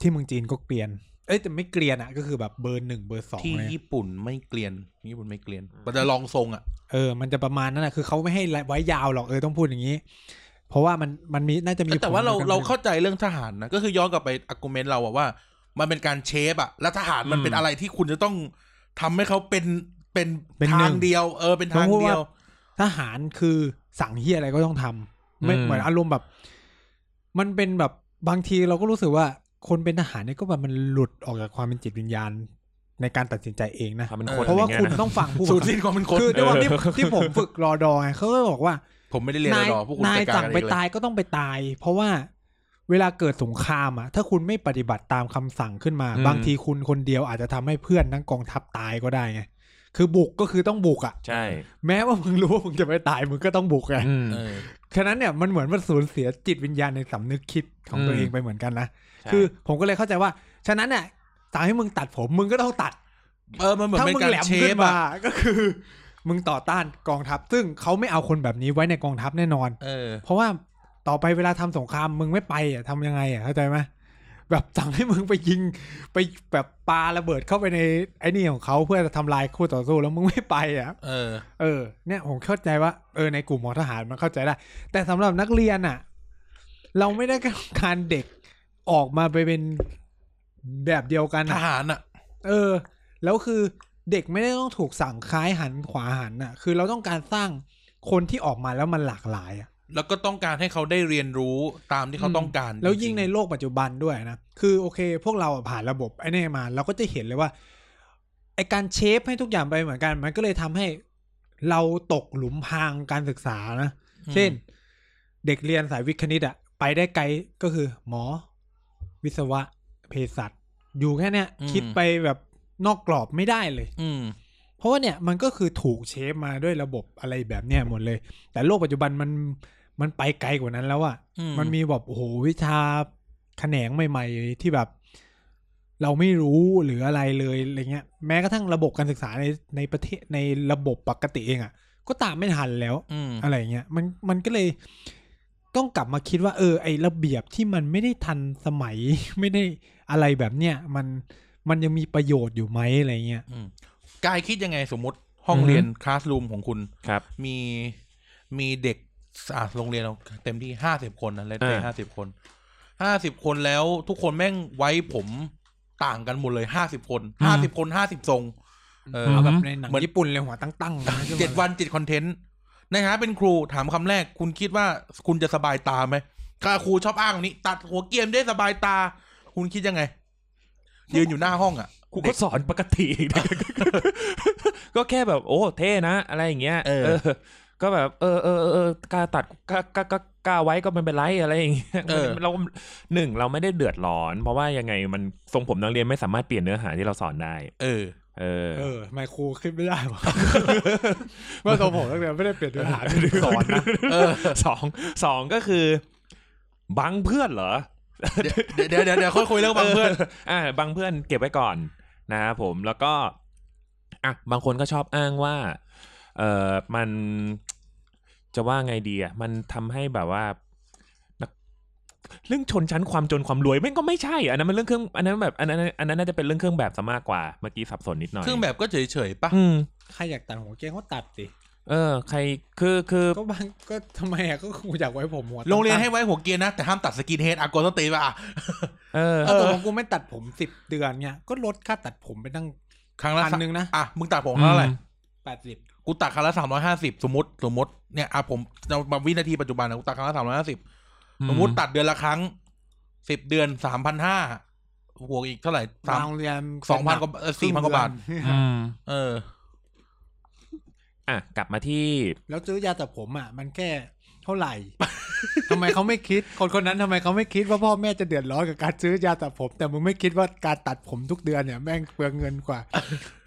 ที่เมืองจีนก็เกรียน เอ้ยแต่ไม่เกรียนอะก็คือแบบเบอร์หนึ่งเบอร์สอง ที่ เลย ญี่ปุ่นไม่เกลียน ญี่ปุ่นไม่เกลียนมันจะลองทรงอ่ะ เออมันจะประมาณนั้นแหละคือเขาไม่ให้ไว้ยาวหรอกเออต้องพูดอย่างนี้ เพราะว่ามันมันมีน่าจะมี แต่ว่าเรา ผลกับ เราเข้าใจเรื่องทหารนะ ก็คือย้อนกลับไปอากูเมนต์เราอะว่า มันเป็นการเชฟอะแล้วทหารมันเป็นอะไรที่คุณจะต้องทำให้เขาเป็นเป็นทางเดียว เออ เป็นทางเดียว ทหารคือสั่งเฮียอะไรก็ต้องทำไม่เหมือนอารมณ์แบบ มันเป็นแบบบางทีเราก็รู้สึกว่าคนเป็นทหารเนี่ยก็แบบมันหลุดออกจากความเป็นจิตวิญญาณ ในการตัดสินใจเองนะ ทำเป็นคน เพราะว่า อไงี้ย คุณ น ต้องฟังผู้บัง สู คั ตร บ สิ้นความเป็นคน คือด้วยความที่ที่ผมฝึกรอดอไงเขาก็บอกว่า ผมไม่ได้เรียน นาย รอพวกคุณ นาย จัดการสั่ง กัน ไป เองเลย ตายก็ต้องไปตาย เพราะว่าเวลาเกิดสงครามอ่ะ ถ้าคุณไม่ปฏิบัติตามคำสั่งขึ้นมา อืม บางทีคุณคนเดียวอาจจะทำให้เพื่อนทั้งกองทัพตายก็ได้ไงคือบุกก็คือต้องบุกอ่ะ ใช่ แม้ว่ามึงรู้ว่ามึงจะไม่ตายมึงก็ต้องบุกไง อืม เออ ฉะนั้นเนี่ยมันเหมือนมันสูญเสียจิตวิญญาณในสำนึกคิดของตัว อืม เองไปเหมือนกันนะ ใช่ คือผมก็เลยเข้าใจว่า ฉะนั้นเนี่ยต่างให้มึงตัดผมมึงก็ต้องตัด เออ มันเหมือน ถ้า เป็น มึง การ แหลม เช ขึ้ ฟ นมา อะ ก็คือ มึงต่อต้านกองทัพ ซึ่งเขาไม่เอาคนแบบนี้ไว้ในกองทัพแน่นอน เออ เพราะว่าต่อไปเวลาทำสงครามมึงไม่ไปอ่ะทำยังไงอ่ะเข้าใจไหมแบบ สั่งให้มึงไปยิง ไปแบบปาระเบิดเข้าไปในไอ้นี่ของเขาเพื่อจะทำลายคู่ต่อสู้แล้วมึงไม่ไปอ่ะ เออ เออเนี่ยผมเข้าใจว่าเออในกลุ่มของทหารมันเข้าใจได้ แต่สำหรับนักเรียนอ่ะ เราไม่ได้ต้องการเด็กออกมาไปเป็นแบบเดียวกัน ท อะ หารอ่ะ เออ แล้วคือเด็กไม่ได้ต้องถูกสั่งค้ายหันขวาหันน่ะ คือเราต้องการสร้างคนที่ออกมาแล้วมันหลากหลายอ่ะ แล้วก็ต้องการให้เขาได้เรียนรู้ตามที่เขา อืม ต้องการ แล้วยิ่งใน จริๆ โลกปัจจุบันด้วยนะ คือโอเค พวกเราอะผ่านระบบไอ้นี่มา เราก็จะเห็นเลยว่าไอการเชฟให้ทุกอย่างไปเหมือนกัน มันก็เลยทำให้เราตกหลุมพรางการศึกษานะ อืม เช่น เด็กเรียนสายวิทย์คณิตอะไปได้ไกลก็คือ หมอ วิศวะเภสัชอยู่แค่เนี้ยคิดไปแบบนอกกรอบไม่ได้เลย อืม เพราะว่าเนี่ยมันก็คือถูกเชฟมาด้วยระบบอะไรแบบเนี้ยหมดเลย แต่โลกปัจจุบันมัน มันไปไกลกว่านั้นแล้วอะ อืม มันมีแบบโอ้โหวิชาแขนงใหม่ ๆ ที่แบบ เราไม่รู้หรืออะไรเลยอะไรเงี้ย แม้กระทั่งระบบการศึกษาในในประเทศในระบบปกติเองอะก็ตามไม่ทันแล้ว อืม อะไรเงี้ยมันมันก็เลยต้องกลับมาคิดว่า เออ ไอระเบียบที่มันไม่ได้ทันสมัย ไม่ได้อะไรแบบเนี้ยมันมันยังมีประโยชน์อยู่ไหมอะไรเงี้ย อืมกายคิดยังไงสมมติห้อง อือฮึ เรียนคลาสรูมของคุณ ครับ มีมีเด็กอ่ะโรงเรียนเราเต็มที่ห้าสิบคนนะเลยเต อ่า ห้าสิบคนห้าสิบคนแล้วทุกคนแม่งไว้ผมต่างกันหมดเลยห้าสิบคนห้าสิบคนห้าสิบทรง เออ เอาแบบในหนัง เหมือน ญี่ปุ่นเลยหัวตั้ง ๆ เจ็ดวันเจ็ดคอนเทนต์ในฐานะเป็นครูถามคำแรกคุณคิดว่าคุณจะสบายตาไหมถ้าครูชอบอ้างแบบนี้ ตัดหัวเกรียมได้สบายตา คุณคิดยังไง ยืนอยู่หน้าห้องอ่ะ กูก็สอนปกติ ก็แค่แบบโอ้เท่นะ อะไรอย่างเงี้ย เออ ก็แบบเออเออเออเออกล้าตัดกล้ากล้ากล้ากล้าไว้ก็ไม่เป็นไรอะไรอย่างเงี้ย เออ เราหนึ่งเราไม่ได้เดือดร้อน เพราะว่ายังไงมันทรงผมนักเรียนไม่สามารถเปลี่ยนเนื้อหาที่เราสอนได้ เออ เออ เออไมโครขึ้นไม่ได้หรอ เมื่อสมผมตั้ง แต่ไม่ได้เปลี่ยนเนื้อหา ที่สอนนะ เออ สองสองก็คือ บังเพื่อนเหรอ เดี๋ยวเดี๋ยวเดี๋ยวเดี๋ยวค่อยคุยเรื่องบางเพื่อน อ่าบังเพื่อนเก็บไว้ก่อนนะครับผมแล้วก็อ่ะบางคนก็ชอบอ้างว่า เออมันจะว่าไงดีอ่ะมันทำให้แบบว่านักเรื่องชนชั้นความจนความรวยแม่งก็ไม่ใช่อ่ะอันนั้นมันเรื่องเครื่องอันนั้นแบบอันนั้นอันนั้นน่าจะเป็นเรื่องเครื่องแบบซะมากกว่าเมื่อกี้สับสนนิดหน่อย เครื่องแบบก็เฉยๆปะ อืม ใครอยากตัดหัวเกรงก็ตัดสิ เออ ใครคือคือ ก็บางก็ทำไมอะก็คงอยากไว้ผมหัวตั้ๆ โรงเรียนให้ไว้หัวเกียร์นะ แต่ห้ามตัดสกินเฮดอากรสตีป่ะอ่ะ เออ ถ้าตัวของกูไม่ตัดผมสิบเดือนเนี้ยก็ลดค่าตัดผมไปตั้ง ครั้งละ พันหนึ่งนะ อ่ะ มึงตัดผมครั้งละเท่าไหร่ แปดสิบ กูตัดครั้งละสามร้อยห้าสิบสมมติ สมมติเนี่ยอ่ะผมเรามาวินาทีปัจจุบันนะกูตัดครั้งละสามร้อยห้าสิบสมมติตัดเดือนละครั้งสิบเดือนสามพันห้าหัวอีกเท่าไหร่สาม โรงเรียน สองพันกว่าเออสี่พันกว่าบาท อืม เออ อ่ะกลับมาที่ แล้วซื้อยาตัดผมอ่ะ มันแค่เท่าไหร่ ทำไมเขาไม่คิด คนคนนั้นทำไมเขาไม่คิดว่าพ่อแม่จะเดือดร้อนกับการซื้อยาตัดผม แต่มึงไม่คิดว่าการตัดผมทุกเดือนเนี่ยแม่งเปลืองเงินกว่า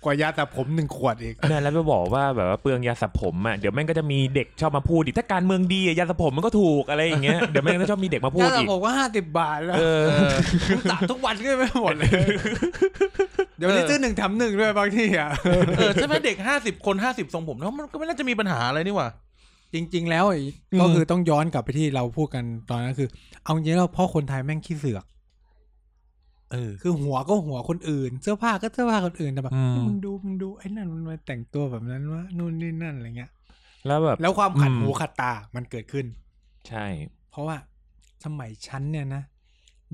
กว่ายาตัดผมหนึ่งขวดอีก เนี่ยแล้วไปบอกว่าแบบว่าเปลืองยาสระผมอ่ะเดี๋ยวแม่งก็จะมีเด็กชอบมาพูดอีกถ้าการเมืองดีอะยาสระผมมันก็ถูกอะไรอย่างเงี้ยเดี๋ยวแม่งก็ชอบมีเด็กมาพู ยา ด ตัดผอีกมก็ห้าสิบบาทแล้ว เออ มึงตัดทุกวันก็ไม่หมดเลย เดี๋ยวนี้ซื้อหนึ่งทำหนึ่งด้วยบางทีอ่ะ เออใช่ไหมเด็กห้าสิบคนห้าสิบทรงผมแล้วมันก็ไม่น่าจะมีปัญหาอะไรนี่หว่า จริง ๆ แล้วไอ้ก็คือต้องย้อนกลับไปที่เราพูดกันตอนนั้นคือ เอาจริงๆแล้วพ่อคนไทยแม่งขี้เสือก เออ คือหัวก็หัวคนอื่น เสื้อผ้าก็เสื้อผ้าคนอื่นแต่แบบ อืม มึงดูมึงดูไอ้นั่นมันมาแต่งตัวแบบนั้นวะนู่นนี่นั่นอะไรเงี้ย แล้วแบบ แล้วความขัด อืม หูขัดตามันเกิดขึ้น ใช่ เพราะว่าสมัยชั้นเนี่ยนะ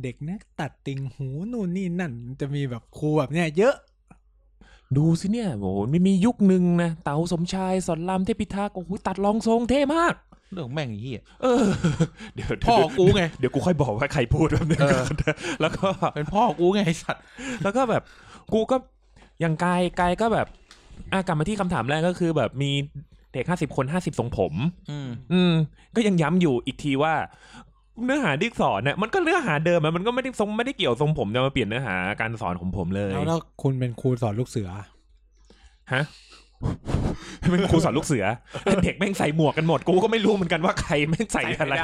เด็กนักตัดติ่งหูนู่นนี่นั่นมันจะมีแบบครูแบบเนี้ยเยอะ ดูสิเนี่ยโอ้โหมีมียุคหนึ่งนะเต๋าสมชายสอนรามเทพิทักษ์โอ้โหตัดรองทรงเท่มาก เรื่องแม่งไอ้เหี้ย เออ เดี๋ยว พ่อกูไง เดี๋ยวกูค่อยบอกว่าใครพูดแบบนี้ เออ แล้วก็ เป็นพ่อกูไงไอ้สัตว์ แล้วก็แบบกูก็อย่างกายกายก็แบบอ่ะกลับมาที่คำถามแรกก็คือ แบบมีเด็กห้าสิบคนห้าสิบทรงผม อืม อืม ก็ยังย้ำอยู่อีกทีว่า เนื้อหาที่สอนเนี่ยมันก็เนื้อหาเดิมอะมันก็ไม่ได้ทรงไม่ได้เกี่ยวทรงผมจะมาเปลี่ยนเนื้อหาการสอนของผมเลย แล้วถ้าคุณเป็นครูสอนลูกเสือ ฮะ เป็นครูสอนลูกเสือ เด็กแม่งใส่หมวกกันหมด กูก็ไม่รู้เหมือนกันว่าใครแม่งใส่อะไร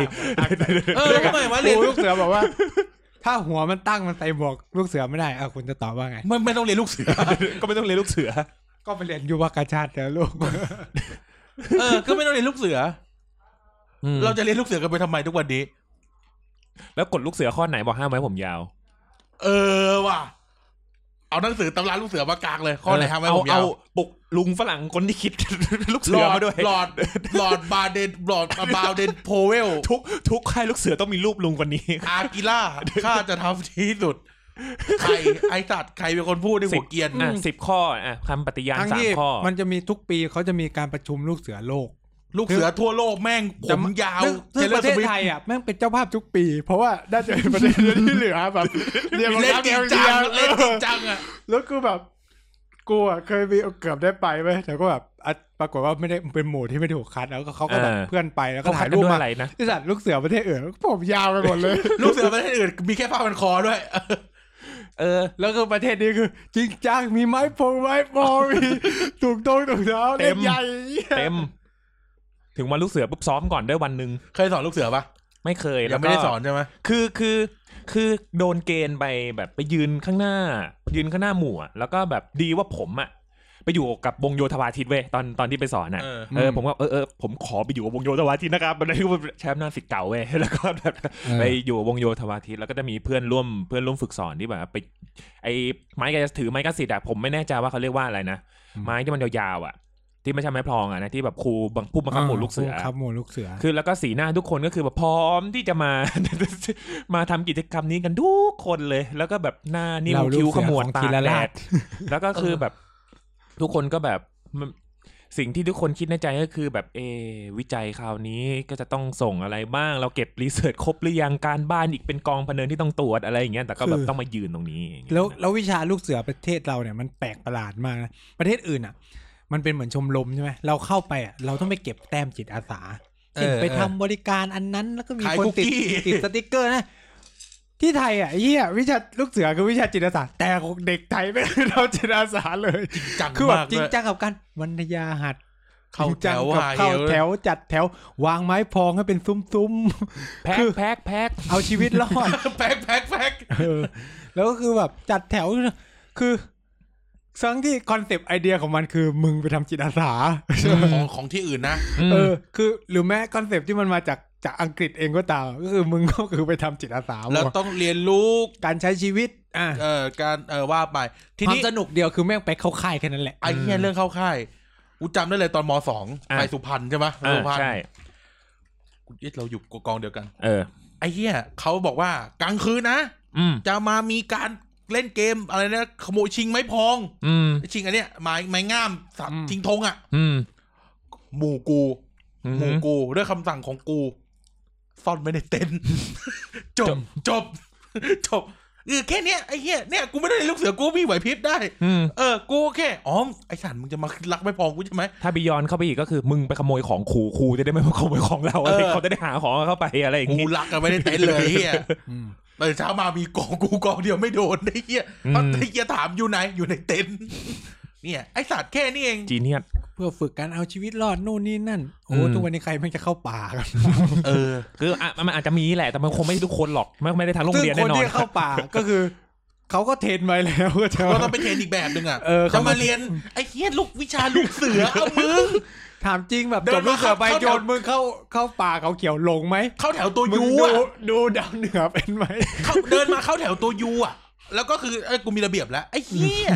เออแล้วทำไมวะ ค เรียน รูลูกเสือบอกว่า ถ้าหัวมันตั้งมันใส่หมวกลูกเสือไม่ได้อ่ะคุณจะตอบว่าไง ไม่ไม่ต้องเรียนลูกเสือ ก็ไม่ต้องเรียนลูกเสือ ก็ไปเรียนยุวกาชาติแล้วลูก เออ ก็ไม่ต้องเรียนลูกเสือ เราจะเรียนลูกเสือกันไปทำไมทุกวันนี้ แล้วกดลูกเสือข้อไหนบอกห้ามไว้ผมยาว เออว่ะ เอาหนังสือตำราลูกเสือมากางเลย ข้อไหนทำให้ผมยาว เอาปลุกลุงฝรั่งคนที่คิด ลูกเสือมาด้วย หลอดหลอดบาเดนหลอดบาเดนโพเวล ทุกทุกค่ายลูกเสือต้องมีรูปลุงคนนี้ อากิ ล่าข้าจะทำที่สุด ใคร ไอสัตว์ใครเป็นคนพูดใน สิ หั บ วเกรียน อ่ะสิบข้ออ่ะคำปฏิญาณ ทั้ง สาม ที่ ข้อ มันจะมีทุกปีเขาจะมีการประชุมลูกเสือโลก ลูกเสือทั่วโลกแม่งผ จะ ม มา ยาว ซึ่งซึ่ง ล ประเทศ วิฟต์ ไทยอ่ะแม่งเป็นเจ้าภาพทุกปี เพราะว่าได้จะเป็นประเทศเดียวที่เหลือแบบเรียน เล่นจริงจังเล่นจริงจัจังงอ่ะ แล้วกูแบบกูอ่ะเคยมีเกือบได้ไปไหมแต่ก็แบบอ่ะปรากฏว่าไม่ได้เป็นหมู่ที่ไม่ถูกคัดแล้วก็เขาก็แบบ เออ เพื่อนไปแล้วก็ เขา ถ่า ถ่าย ย รู รู ป ป มา มา อะไรนะ ไอสัตว์ลูกเสือประเทศอื่นผมยาวไปหมดเลย ลูกเสือประเทศอื่นมีแค่ผ้าพันคอด้วย เออ แล้วก็ประเทศนี้คือ จริงจังมีไม้พงไม้พอมีถูกต้องถูกเท้าเล่นใหญ่ เต็ม ถึงวันลูกเสือปุ๊บซ้อมก่อนด้วยวันหนึ่ง เคยสอนลูกเสือปะ ไม่เคย ยั แล้ว ง ก็ ไม่ได้สอนใช่ไหม คือคือคือโดนเกณฑ์ไปแบบไปยืนข้างหน้า ยืนข้างหน้าหมู่อะแล้วก็แบบดีว่าผมอะไปอยู่กับวงโยธวาทิตเว้ยตอนตอนที่ไปสอนอะ เออ ม เออผมก็เออเออผมขอไปอยู่กับวงโยธวาทิตนะครับมันได้ว่าแชมป์หน้าสิทธิ์เก่าเว้ยแล้วก็แบบไปอยู่กับวงโยธวาทิตแล้วก็จะมีเพื่อนร่วมเพื่อนร่วมฝึกสอนที่แบบ ไป ไอ้ไม้กระถือไม้กระสิทธิ์อะผมไม่แน่ใจว่าเขาเรียกว่าอะไรนะ อืม ไม้ที่มันยาวๆอะที่ไม่ใช่ไม้พลองอะนะที่แบบครูบังผู้บังคับหมู่ลูกเสือ ครับหมูลูกเสือ คือแล้วก็สีหน้าทุกคนก็คือแบบพร้อมที่จะมา มาทำกิจกรรมนี้กันทุกคนเลย แล้วก็แบบหน้านิ่ม เราลูก คิ้วขมวด เสือของ ตา ธีร แด ราช ด แล้วก็คือแบบ ทุกคนก็แบบมันสิ่งที่ทุกคนคิดในใจก็คือแบบเอะวิจัยคราวนี้ก็จะต้องส่งอะไรบ้าง เราเก็บรีเสิร์ชครบหรือยังการบ้านอีกเป็นกองพะเนินที่ต้องตรวจอะไรอย่างเงี้ยแต่ก็แบ คื บ อ ต้องมายืนตรงนี้อย่างเงี้ย แล้ว นะ แล้ววิชาลูกเสือประเทศเราเนี่ยมันแปลกประหลาดมากนะประเทศอื่นอ่ะ มันเป็นเหมือนชมรมใช่ไหมเราเข้าไปอ่ะเราต้องไปเก็บแต้มจิตอาสาเช่นไปทำบริการอันนั้นแล้วก็มี ขาย คน คุก ติด กี้ ติดสติกเกอร์นะ ที่ไทยอ่ะไอ้เฮียวิชาลูกเสือคือวิชาจิตอาสาแต่เด็กไทยไม่ได้ท ำจิตอาสาเลย จัง คือแบบ มาก จริ ด้ ง วย จังกับการวรรณยาหัด เข้าแถว กับ หาย เข้า เอว แถวจัดแถววางไม้พองให้เป็นซุ้ม แพ็ คื ค อ แพ็คแพ็ค ๆ เอาชีวิตรอด แพ็กแพ็กแพ็ก เออแล้วก็คือแบบจัดแถวคือทั้งที่คอนเซปต์ไอเดียของมันคือมึงไปทำจิตอาสา ของของที่อื่นนะ เอ เอ อ อ คือหรือแม้คอนเซปต์ที่มันมาจากจากอังกฤษเองก็ตามก็คือมึงก็คือไปทำจิตอาสา แล้ว บอก ต้องเรียนรู้ การใช้ชีวิตอ่ะ เอ่อการเอ่อว่าไปที ความ นี้ สนุกเดียวคือแม่งไปเข้าค่ายแค่นั้นแหละ ไอ้เนี้ยเรื่องเข้าค่ายกูจำได้เลยตอนมสองไปสุพรรณใช่ไหม เออ สุพรรณ ใช่ กูเอ๊ะเราอยู่กองเดียวกัน เออ ไอ้เหี้ยเขาบอกว่ากลางคืนนะ อืม จะมามีการเล่นเกมอะไรนะขโมยชิงไม้พอง อืม ชิงอันเนี้ยไม้ไม้งามสามชิงธงอ่ะ อืม หมู่กู อื หมู่ ม กูด้วยคำสั่งของกู ซ่อนไว้ในเต็นท์ จบจบ จบเออแค่เนี้ยไอ้เหี้ยเนี่ยกูไม่ได้เรียนลูกเสือกูมีไหวพริบได้ อืม เออ กูแค่อ๋อมไอ้สันมึงจะมารักไม้พองกูใช่ไหม ถ้าบียอนเข้าไปอีกก็คือมึงไปขโมยของครูครูจะได้ไม่มาขโมยของเราอะไร เออ เขาจะได้หาของเข้าไปอะไรอย่าง กู งี้ รักกันไว้ในเต็นท์เลยไอ้เหี้ย อืม ตื่นเช้ามามีกองกูกองเดียวไม่โดนไอ้เหี้ย อืม ไอ้เหี้ยถามอยู่ไหนอยู่ในเต็นท์เนี่ยไอ้สัตว์แค่นี้เอง จีเนียส เพื่อฝึกการเอาชีวิตรอดนู่นนี่นั่นโอ้ อืม ทุกวันนี้ใครแม่งจะเข้าป่ากัน เออ คืออ่ะมันมันอาจจะมีแหละแต่มันคงไม่ได้ทุกคนหรอกไม่ไม่ได้ทั้งโรง ซึ่ง เรียน ค แน่ น นอน ที่เข้าป่าก็คือเขาก็เทรนไว้แล้วก็จะ ก็ต้องไปเทรนอีกแบบหนึ่งอ่ะ เออ จะ เขา มา มา เรียนไอ้เฮียลูกวิชาลูกเสือเอามึง ถามจริงแบบ เดิ จ น บ มา ลูกเสือไป เข้าแถว โยนมึงเข้าเข้าป่าเขาเขียวหลงไหม เข้าแถวตัว มึง ยู ดู อ่ะ ดูดาวเหนือเป็นไหม เข้าเดินมาเข้าแถวตัวยูอ่ะ แล้วก็คือไอ้ยกูมีระเบียบแล้วไอ้เฮีย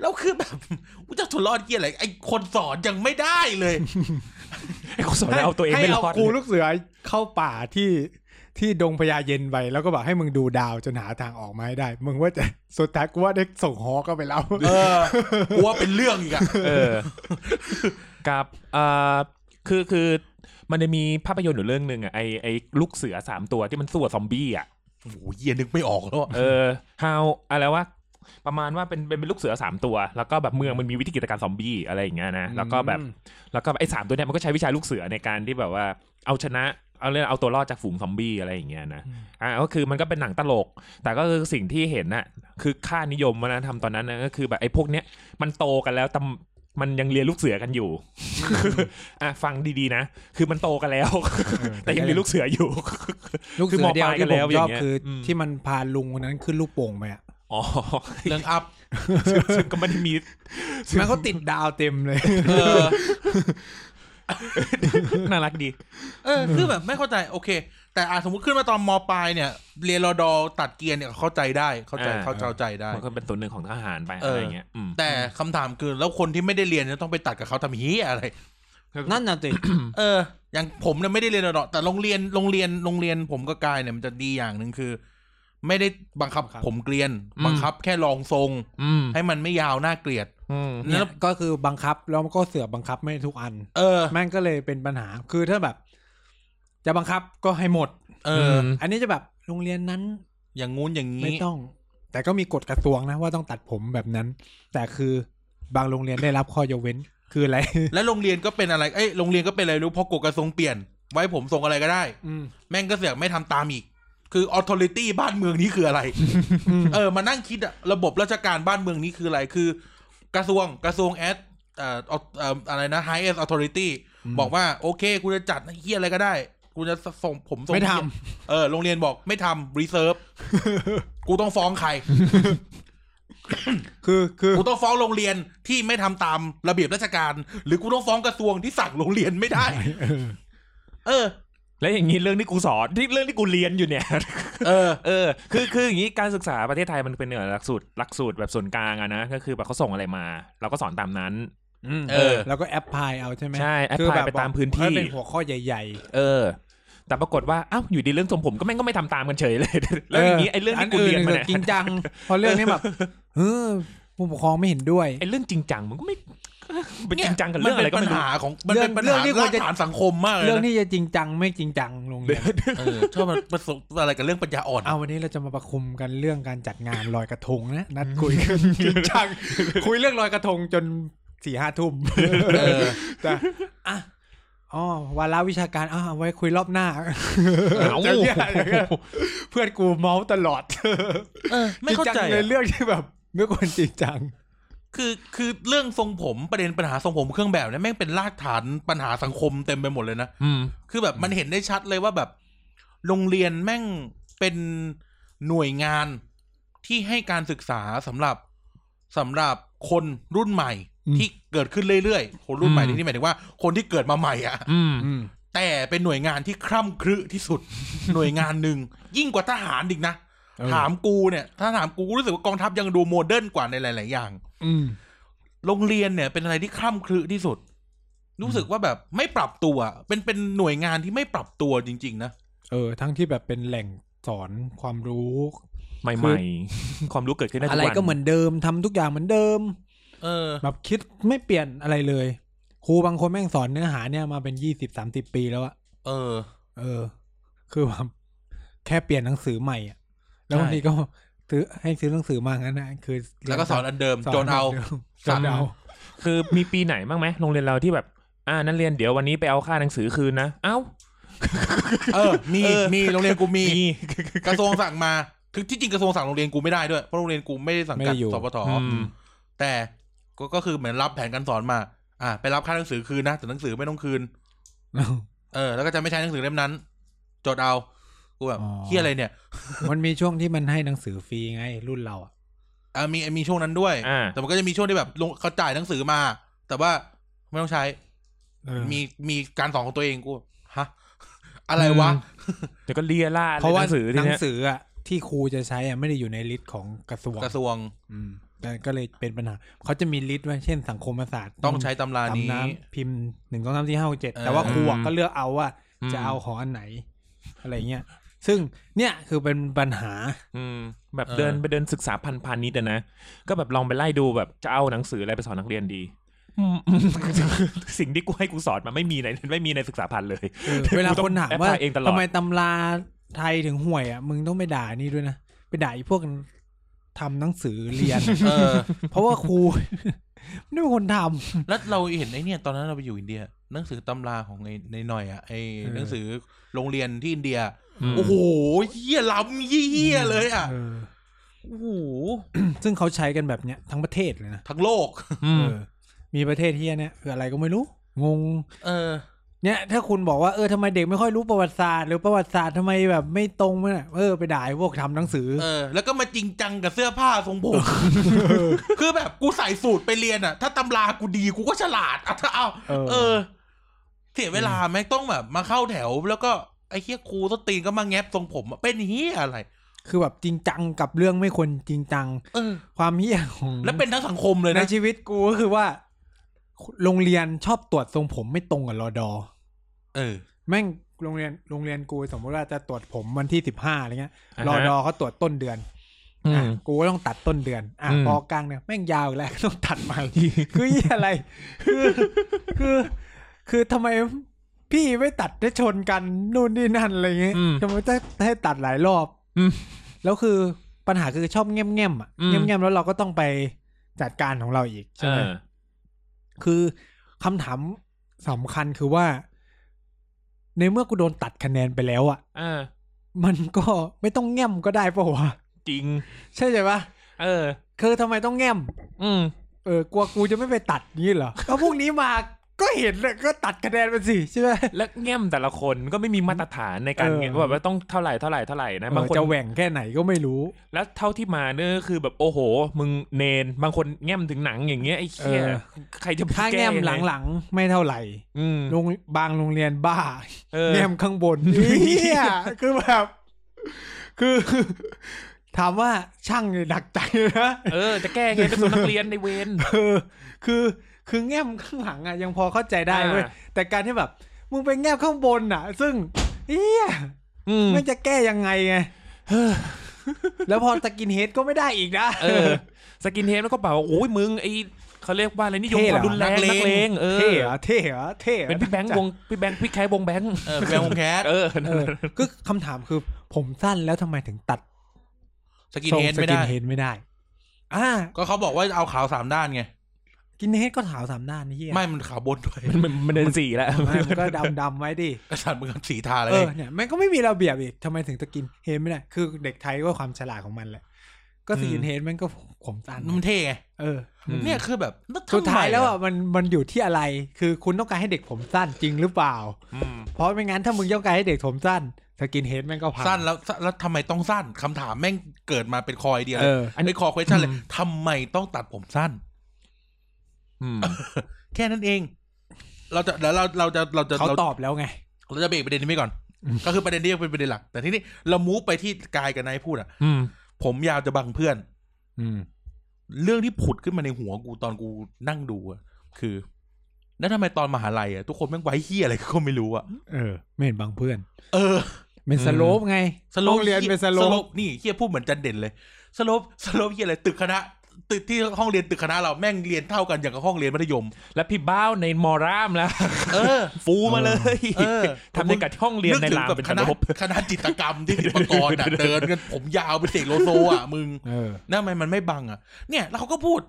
แล้วคือแบบกูจะทุรอดเฮียอะไรไอ้คนสอนยังไม่ได้เลย ไอ้คนสอนให้เอาตัวเอง ให้ ไม่ร เอา อด ครูลูกเสือเข้าป่าที่ที่ดงพญาเย็นไปแล้วก็บอกให้มึงดูดาวจนหาทางออกมาให้ได้ มึงว่าจะสุดท้ายกูว่าได้ส่งฮอก็ไปแล้ว เออกลัวเป็นเรื่องอีกอ่ะ เออ กับเอ่อคือคือมันจะมีภาพยนตร์อยู่เรื่องหนึ่งอ่ะไอไอลูกเสือสามตัวที่มันสู้กับซอมบี้อ่ะ โอ้โหเฮียนึกไม่ออกแล้วอะ เออ how อะไรวะประมาณว่าเป็นเป็นเป็นลูกเสือสามตัว แล้วก็แบบเมืองมันมีวิธีกิจการซอมบี้อะไรอย่างเงี้ยนะแล้วก็แบบ แล้วก็ไอ้สามตัวเนี่ยมันก็ใช้วิชาลูกเสือในการที่แบบว่าเอาชนะเอาเรื่องเอาตัวรอดจากฝูงซอมบี้อะไรอย่างเงี้ยนะอ่าก็คือมันก็เป็นหนังตลก แต่ก็คือสิ่งที่เห็นน่ะคือค่านิยมวัฒนธรรมตอนนั้นนะก็คือแบบไอ้พวกเนี้ยมันโตกันแล้วแต่มันยังเรียนลูกเสือกันอยู่ อ่ะฟังดีๆนะ คือมันโตกันแล้ว แต่ยังเรียนลูกเสืออยู่ ลูกเสือเดียวที่ผมชอบ คือมอปลายกันแล้วอย่างเงี้ย คืออ ม ที่มันพาลุงคนนั้นขึ้นลูกโป่งไปอ่ะ อ๋อ เรื่องอัพ ซึ่งซึ่งก็ไม่ได้มี มันเขาติดดาวเต็มเลย เออ น่ารักดี เออคือแบบไม่เข้าใจโอเค แต่อาสมมติขึ้นมาตอนมปลายเนี่ยเรียนรอดอตัดเกียร์เนี่ยเข้าใจได้เข้าใจ อ่า เข้าเข้าใจได้ มันก็เป็นส่วนหนึ่งของทหารไป เอออ อะไรอย่างเงี้ยอืม แต่คำถามคือแล้วคนที่ไม่ได้เรียนจะต้องไปตัดกับเขาทำเฮียอะไร นั่นน่ะติ เออ อย่างผมเนี่ยไม่ได้เรียนรอดอแต่โรงเรียนโรงเรียนโรงเรียนผมกับกายเนี่ยมันจะดีอย่างหนึ่งคือ ไม่ได้บังคับ ครับ ผมเกลียน บังคับแค่ลองทรง อืม ให้มันไม่ยาวน่าเกลียด อืม เนี่ยก็คือบังคับแล้วมันก็เสือกบังคับไม่ทุกอัน เออ แม่งก็เลยเป็นปัญหาคือถ้าแบบ จะบังคับก็ให้หมด เอออ อันนี้จะแบบโรงเรียนนั้น อย่างงู้นอย่าง ไม่ นี้ ต้อง แต่ก็มีกฎกระทรวงนะว่าต้องตัดผมแบบนั้น แต่คือบางโรงเรียนได้รับข้อยกเว้น คืออะไร และโรงเรียนก็เป็นอะไรเอ้ยโรงเรียนก็เป็นอะไรรู้เพราะกฎกระทรวงเปลี่ยน ไว้ผมทรงอะไรก็ได้ อืม แม่งก็เสือกไม่ทำตามอีก คือออโต r i ตี้บ้านเมืองนี้คือ อะไร เออ มานั่งคิดอะระบบราชการบ้านเมืองนี้คืออะไร คือ กระทรวงกระทรวงแอดเอ่อเอาเอ่ออะไรนะไฮเอสออโต r i ตี้ บอกว่าโอเคกูจะจัดเฮียอะไรก็ได้กูจะส่งผมส่ง ไม่ทำ เหี้ยเออโรงเรียนบอกไม่ทำรีเซิ ร์ฟ กูต้องฟ้องใคร คือคือ กูต้องฟ้องโรงเรียนที่ไม่ทำตามระเบียบราชการ หรือกูต้องฟ้องกระทรวงที่สั่งโรงเรียนไม่ได้ เออ แล้วอย่างนี้เรื่องที่กูสอนที่เรื่องที่กูเรียนอยู่ เนี่ย เออ เออ คือ คืออย่างนี้การศึกษาประเทศไทยมันเป็นเหนือหลักสูตร หลักสูตรแบบส่วนกลางอะนะ ก็คือแบบเขาส่งอะไรมา เราก็สอนตามนั้น เออ แล้วก็แอปพลายเอาใช่ไหม ใช่แอป คื พลาย บบ ไปตามพื้นที่ เออเป็นหัวข้อใหญ่ เออ แต่ปรากฏว่า อ้าว อยู่ดีเรื่องทรงผมก็แม่งก็ไม่ทำตามกันเฉยเลย แล้วอย่างนี้ไอ้เรื่องที่กูเรียนมา อั เนี่ย จริงจัง พอเรื่องนี้ แบบเออผู้ปกครองไม่เห็นด้วย ไอ้เรื่องจริงจังมันก็ไม่ ไปจริงจังกับ มั เรื่ น องอะ เป็ ไร น ก็ ปัญ ไม่รู้ หาของมันเป็นปัญหา เรื่องที่ควรจะ รากฐานสังคมมากเลย เรื่อง นะ ที่จะจริงจังไม่จริงจังลงเรียน เออชอบมันประสบอะไรกับเรื่องปัญญาอ่อน เอาวันนี้เราจะมาประคุมกันเรื่องการจัดงานลอยกระทงนะ นัดคุยกันจริงจังคุยเรื่องลอยกระทงจนสี่ห้าทุ่ม เออ แต่อ่ะอ๋อวาระวิชาการอ้าวเอาไว้คุยรอบหน้า เอ ้า เจอเนี่ยอย่างเงี้ยเพื่อนกูเมาส์ตลอด เออ ไม่เข้าใจ ริงงใน อะ เรื่องที่แบบไม่ควรจริงจัง คือคือเรื่องทรงผมประเด็นปัญหาทรงผมเครื่องแบบเนี่ยแม่งเป็นรากฐานปัญหาสังคมเต็มไปหมดเลยนะ อืม คือแบบมันเห็นได้ชัดเลยว่าแบบ โรงเรียนแม่งเป็นหน่วยงานที่ให้การศึกษาสำหรับสำหรับคนรุ่นใหม่ อืม ที่เกิดขึ้นเรื่อยๆ คนรุ่นใหม่ อืม ที่นี่หมายถึงว่าคนที่เกิดมาใหม่อ่ะ อืม แต่เป็นหน่วยงานที่คร่ำครึที่สุด หน่วยงานหนึ่งยิ่งกว่าทหารอีกนะ เออ ถามกูเนี่ย ถ้าถามกูกูรู้สึกว่ากองทัพยังดูโมเดิร์นกว่าในหลายๆอย่าง อืม โรงเรียนเนี่ยเป็นอะไรที่คร่ำครึที่สุด รู้สึกว่าแบบไม่ปรับตัว เป็นเป็นหน่วยงานที่ไม่ปรับตัวจริง ๆ นะ เออ ทั้งที่แบบเป็นแหล่งสอนความรู้ ใหม่ๆ ความรู้เกิดขึ้นได้ทุก อะไร วัน ก็เหมือนเดิมทำทุกอย่างเหมือนเดิม เออ แบบคิดไม่เปลี่ยนอะไรเลยครูบางคนแม่งสอนเนื้อหาเนี่ยมาเป็นยี่สิบสามสิบปีแล้วอะ เออ เออ คือแบบ แค่เปลี่ยนหนังสือใหม่อะแล้ว ใช่ บางทีก็ซื้อให้ซื้อหนังสือมางั้นนะคือ แล้วก็สอนอันเดิม ส จนเอา ดิมจนเอา คือมีปีไหนบ้างไหมโรงเรียนเราที่แบบ อ่า นักเรียนเดี๋ยววันนี้ไปเอาค่าหนังสือคืนนะ เอ้า เออ มี เออ มีโรงเรียนกูมี มี กระทรวงสั่งมา คือที่จริงกระทรวงสั่งโรงเรียนกูไม่ได้ด้วย เพราะโรงเรียนกูไม่ได้สังกัดสปท อืม แต่ก็ก็คือเหมือนรับแผนการสอนมา อ่าไปรับค่าหนังสือคืนนะแต่หนังสือไม่ต้องคืน เออ แล้วก็จะไม่ใช้หนังสือเล่มนั้น จดเอา กูแบบเฮียอะไรเนี่ย มันมีช่วงที่มันให้หนังสือฟรีไง รุ่นเราอะ อ่ามีมีช่วงนั้นด้วย อ่า แต่มันก็จะมีช่วงที่แบบลงเขาจ่ายหนังสือมา แต่ว่าไม่ต้องใช้ มีมีการสอนของตัวเองกู ฮะ อะไรวะ อืม เดี๋ยวก็เลียล่าด เพราะ ห ว่า นังสือ ห ที นัง เนี้ย สืออ่ะที่ครูจะใช้อ่ะไม่ได้อยู่ในลิสต์ของกระทรวง กระทรวง อืมแต่ก็เลยเป็นปัญหาเขาจะมีลิสต์ไว้เช่นสังคมศาสตร์ ต้องใช้ตำรา ตำ นี้ น้ำพิมพ์หนึ่งสองสามสี่ห้าหกเจ็ด เออ แต่ว่าครูอะ อืม ก็เลือกเอาว่า อืม จะเอาของอันไหน อะไรเงี้ยซึ่งเนี่ยคือเป็นปัญหา อืมแบบ เออ เดินไปเดินศึกษาพันพันนิดอะนะ ก็แบบลองไปไล่ดูแบบจะเอาหนังสืออะไรไปสอนนักเรียน ดีอืมอืมสิ่งที่กูให้กูสอนมาไม่มีในไม่มีในศึกษาพันเลย เออเวลาคนถามว่า แอปพลายเองตลอด ทำไมตำราไทยถึงห่วยอ่ะมึงต้องไปด่านี่ด้วยนะไปด่าไอ้พวกทำหนังสือเรียน เออ เพราะว่าครู ไม่ได้เป็นคนทำ แล้วเราเห็นไอ้เนี่ย ตอนนั้นเราไปอยู่อินเดีย หนังสือตำราของไอ้ในหน่อยอ่ะไอ้ เออ หนังสือโรงเรียนที่อินเดีย ม โอ้โหเหี้ยล้ำเหี้ยเลยอ่ะ เออ โอ้โห ซึ่งเขาใช้กันแบบเนี้ยทั้งประเทศเลยนะ ทั้งโลก อืเอมอ มีประเทศที่เนี่ยคืออะไรก็ไม่รู้ งง เออ เนี่ย ถ้าคุณบอกว่าเออทำไมเด็กไม่ค่อยรู้ประวัติศาสตร์ หรือประวัติศาสตร์ทำไมแบบไม่ตรงมันอ่ะเออไปด่ายพวกทำหนังสือ เออ แล้วก็มาจริงจังกับเสื้อผ้าทรงผม คือแบบกูใส่สูตรไปเรียนอ่ะ ถ้าตำรากูดีกูก็ฉลาดอ่ะถ้าเอา เออ เออ เสียเวลาไหมต้องแบบมาเข้าแถว แล้วก็ไอ้เฮียครูต้นตีนก็มาแงบทรงผมอะเป็นเฮียอะไร คือแบบจริงจังกับเรื่องไม่ควรจริงจัง เออ ความเหี้ยของ แล้วเป็นทั้งสังคมเลย ใน นะ ชีวิตกูก็คือว่า โรงเรียนชอบตรวจทรงผมไม่ตรงกับรอดอ เออ แม่งโรงเรียนโรงเรียนกูสมมติว่าจะตรวจผมวันที่สิบห้าอะไรเงี้ย าร อ ฮะ ดอเขาตรวจต้นเดือน อื อ่ะ ม กูก็ต้องตัดต้นเดือน อ่ะ อืม พอกลางเนี่ยแม่งยาวอีกแล้ว ต้องตัดใหม่ คือเหี้ยอะไร คือ คือ คือทำไมพี่ไม่ตัดได้ชนกันนู่นนี่นั่นอะไรเงี้ย อืม ทำไมต้องให้ตัดหลายรอบ อืม แล้วคือปัญหาคือชอบเง่มเง่มๆอ่ะ อืม เง่มเง่มๆแล้วเราก็ต้องไปจัดการของเราอีกใช่ เอ ไหม อ คือคำถามสำคัญคือว่า ในเมื่อกูโดนตัดคะแนนไปแล้วอ่ะ เออ มันก็ไม่ต้องแง่มก็ได้ปะวะ จริง ใช่ไหมปะ เออ คือทำไมต้องแง่ม อืม เออกลัวกูจะไม่ไปตัดนี่เหรอ ก็พรุ่งนี้มา ก็เห็นน่ะก็ตัดคะแนนไปสิใช่ไหม และแง่มแต่ละคนก็ไม่มีมาตรฐานในการ เออ เงี้ยว่าแบบว่าต้องเท่าไหร่เท่าไหร่เท่าไหร่นะบางคน จะแหว่งแค่ไหนก็ไม่รู้ แล้วเท่าที่มาเนี่ยก็คือแบบโอ้โห มึงเนน บางคนแง้มถึงหนังอย่างเงี้ยไอ้เคีย เออ ใครจะไป ค่า ก้ แง้ม ยัไ หลังๆ ไม่เท่าไหร่ อืม โรงบางโรงเรียนบ้า เออ แนมข้างบนเนี่ยคือแบบ คือ ถามว่าช่างเนี่ยหนักใจนะ เออ จะแก้ไงเป็นตัวนักเรียนในเวร เออคือคือแง้มข้างหลังอ่ะ ยังพอเข้าใจได้เว้ย อ่า แต่การที่แบบ มึงไปแง้มข้างบนอ่ะ ซึ่งเอี้ย อืม มันจะแก้ยังไงไงแล้วพอตะกินเฮดก็ไม่ได้อีกนะ เออ สกินเทปแล้วก็บอกว่าโอ้ยมึงไอ้เขาเรียกว่าอะไรนิยม เท่ ค เหรอ วามรุนแรง นั นั ก ก เล เล ง งเออ เท่เหรอเท่เหรอเท่หรอ เป็นพี่แบงค์วงพี่แบงค์พี่แคร์วงแบงค์ เออแบงค์วงแคส เออ เออก็คำถามคือผมสั้นแล้วทำไมถึงตัด สกินเฮด ทรง ไม่ สกิ ได้ นเฮดไม่ได้ อ่า ก็เขาบอกว่าเอาขาวสามด้านไง กินเฮดก็ขาวสามด้านนี่เฮีย ไม่มันขาวบนด้วย มันมันมันเดินสี่แล้ว ไม่มันก็ดำดำๆไว้ดิ กษัตริย์มึงกับ สีทาเล เอย อเนี่ยมันก็ไม่มีระเบียบอีกทำไมถึงตะกินเฮดไม่ได้ คือเด็กไทยก็ความฉลาดของมันแหละ ก็สกินเฮดมันก็ผมสั้น มันเท่ไง เออ อืม เนี่ยคือแบบแล้วทำไม สุดท้ายแล้วอ่ะมันมันอยู่ที่อะไร คือคุณต้องการให้เด็กผมสั้นจริงหรือเปล่า อืม เพราะไม่งั้นถ้ามึงต้องการให้เด็กผมสั้นสกินเฮดมันก็พัง สั้นแล้วสั้นแล้วทำไมต้องสั้นคำถามแม่งเกิดมาเป็นคอยเดียว เอ เลย อ อันนี้คอ question เลยทำไมต้องตัดผมสั้น อืม แค่นั้นเอง เราจะเดี๋ยวเราเราจะเราจะ เขา เรา ตอบแล้วไง เราจะเบรกประเด็นนี้ไปก่อน อืม ก็คือประเด็นนี้ยังเป็นประเด็นหลัก แต่ที่นี่เรามูฟไปที่กายกับนายพูดอ่ะ อืม ผมยาวจะบังเพื่อน อืม เรื่องที่ผุดขึ้นมาในหัวกูตอนกูนั่งดูอะคือ แล้วทำไมตอนมหาลัยอะทุกคนแม่งไว้เฮียอะไรก็ไม่รู้อะ เออ ไม่เห็นบางเพื่อน เออ เป็นสโลปไง สโล โร ป งเรียนเป็นสโลป นี่เฮียพูดเหมือนจันเด่นเลย สโลปสโลปเฮียอะไรตึกคณะ ตึกที่ห้องเรียนตึกคณะเราแม่งเรียนเท่ากันอย่างกับห้องเรียนมัธยม แล้วพี่บ้าวในมอรามแล้ว เออ ฟูมาเลย เออ ทำในกัดห้องเรียนในรามเป็น ค ค ณะ ณะ คณะจิตรกรรมที่ศิลปากรอะเดินกันผมยาวเป็นเสกโลโซอ่ะมึง เออ นั่นทำไมมันไม่บังอ่ะ เนี่ยแล้วเขาก็พูด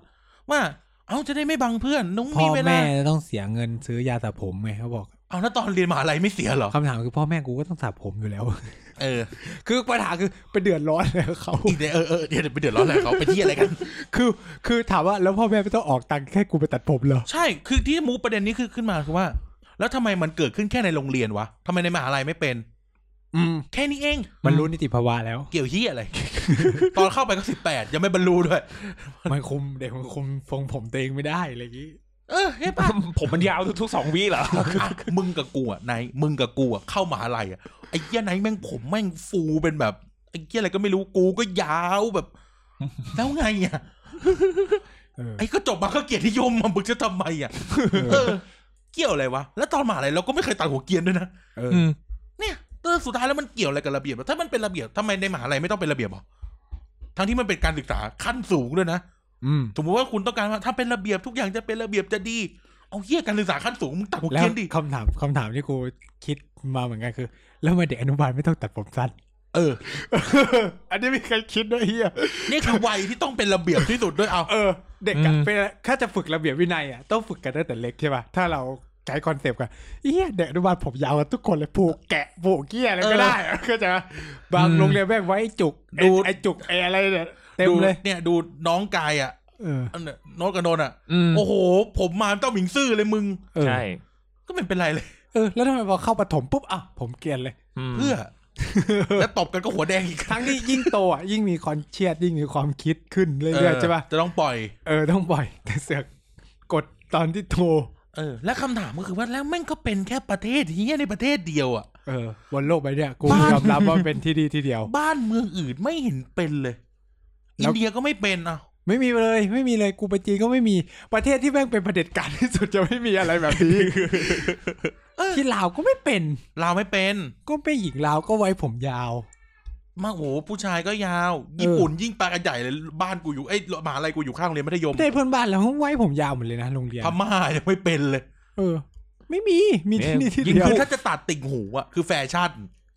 ว่า เอ้าจะได้ไม่บังเพื่อนน้อง พ่ มี อ เวลา แม่ต้องเสียเงินซื้อยาสระผมไงเขาบอก เอาแล้วตอนเรียนมหาลัยไม่เสียเหรอ คำถามคือพ่อแม่กูก็ต้องสระผมอยู่แล้ว เออ คือปัญหาคือไปเดือดร้อน เลยเขา อีกเลยเออเออเดี๋ยวไปเดือดร้อนอะไรเขาไปที่อะไรกัน คือคือถามว่าแล้วพ่อแม่ไม่ต้องออกตังค์แค่กูไปตัดผมเหรอ ใช่คือที่มูประเด็นนี้คือขึ้นมาคือว่า แล้วทำไมมันเกิดขึ้นแค่ในโรงเรียนวะทำไมในมหาลัยไม่เป็น อืม แค่นี้เอง มันรู้นิติภาวะแล้ว เกี่ยวเฮีย อะไร ตอนเข้าไปก็สิบแปดยังไม่บรรลุด้วย มันคุมเด็กมันคุมทรงผมตัวเองไม่ได้อะไรอย่างงี้ เออเฮ้ยป่ะ ผมมันยาวทุกๆสองวิเหรอ อ่ะมึงกับกูอ่ะนายมึงกับกูอ่ะเข้ามหาลัยอ่ะไอ้เหี้ยไหนแม่งผมแม่งฟูเป็นแบบไอ้เหี้ยอะไรก็ไม่รู้กูก็ยาว แบบ แล้วไงอ่ะ เออ ไอ้ก็จบมาก็เกียรตินิยมมามึงจะทำไมอ่ะเออ เกี่ยวอะไรวะแล้วตอนมหาลัยเราก็ไม่เคยตัดหัวเกรียนด้วยนะ เออ เนี่ยเออสุดท้ายแล้วมันเกี่ยวอะไรกับระเบียบวะถ้ามันเป็นระเบียบทำไมในมหาลัยไม่ต้องเป็นระเบียบหรอทั้งที่มันเป็นการศึกษาขั้นสูงด้วยนะ อืม สมมติว่าคุณต้องการว่าถ้าเป็นระเบียบทุกอย่างจะเป็นระเบียบจะดี เอาเหี้ยการศึกษาขั้นสูงมึงตัดหัว แล้ เก ว รียนดิ คำถามคำถามที่กูคิดมาเหมือนกันคือ แล้วทำไมเด็กอนุบาลไม่ต้องตัดผมสั้น เออ อันนี้ไม่เคยคิดด้วยเฮีย นี่คือวัยที่ต้องเป็นระเบียบที่สุดด้วยเอา เออเด็กอะ อืม เป็นแค่จะฝึกระเบียบวินัยอะต้องฝึกกันตั้งแต่เล็กใช่ป่ะถ้าเราใช้คอนเซปต์กันเอี้ยเด็กอนุบาลผมยาวกันทุกคนเลยผูกแกะผูกเกี้ยอะไรก็ได้ อะเข้าใจปะบางโรงเรียนแม่งไว้จุกไอ้ ดู ไอจุกไออะไรเนี่ยเต็มเลย ดูเนี่ยดูน้องกายอ่ะ เออ อันเนี่ยโน้ตกับโนนอ่ะ อืม โอ้โห ผมมาเต้าหมิงซื่อเลยมึง เออ ใช่ ก็ไม่เป็นไรเลย เออแล้วทำไมพอเข้าปฐมปุ๊บอ่ะผมเกลียนเลย ม เพื่อ แล้วตบกันก็หัวแดงอีก ทั้งที่ยิ่งโตอ่ะยิ่งมีคอนเชียดยิ่งมีความคิดขึ้นเรื่อยๆใช่ป่ะ จะต้องปล่อย เออต้องบ่อย แต่เสือกกดตอนที่โทร เออ และคำถามก็คือว่าแล้วแม่งก็เป็นแค่ประเทศเฮียในประเทศเดียวอ่ะ เออบนโลกใบเนี้ยกู บ้าย ยอมรับว่าเป็นที่ดีที่เดียว บ้านเมืองอื่นไม่เห็นเป็นเลย แล้ อิ ว นเดียก็ไม่เป็นอ่ะ ไม่มีเลยไม่มีเลยกูไปจีนก็ไม่มีประเทศที่แม่งเป็นประเผด็จการที่สุดจะไม่มีอะไรแบบ นี้ ที่ลาวก็ไม่เป็น ลาวไม่เป็น ก็ไม่หญิงลาวก็ไว้ผมยาว มาโอ้โหผู้ชายก็ยาว ญี่ปุ่นยิ่งปลากันใหญ่เลยบ้านกูอยู่เอ้ยมหาลัยกูอยู่ข้างโรงเรียนมัธยม ได้เพื่อนบ้านแล้วไว้ผมยาวหมดเลยนะโรงเรียน พม่ายังไม่เป็นเลย เออ ไม่มีมีที่นี่ที่เดียว คือถ้าจะตัดติ่งหูอะคือแฟชั่น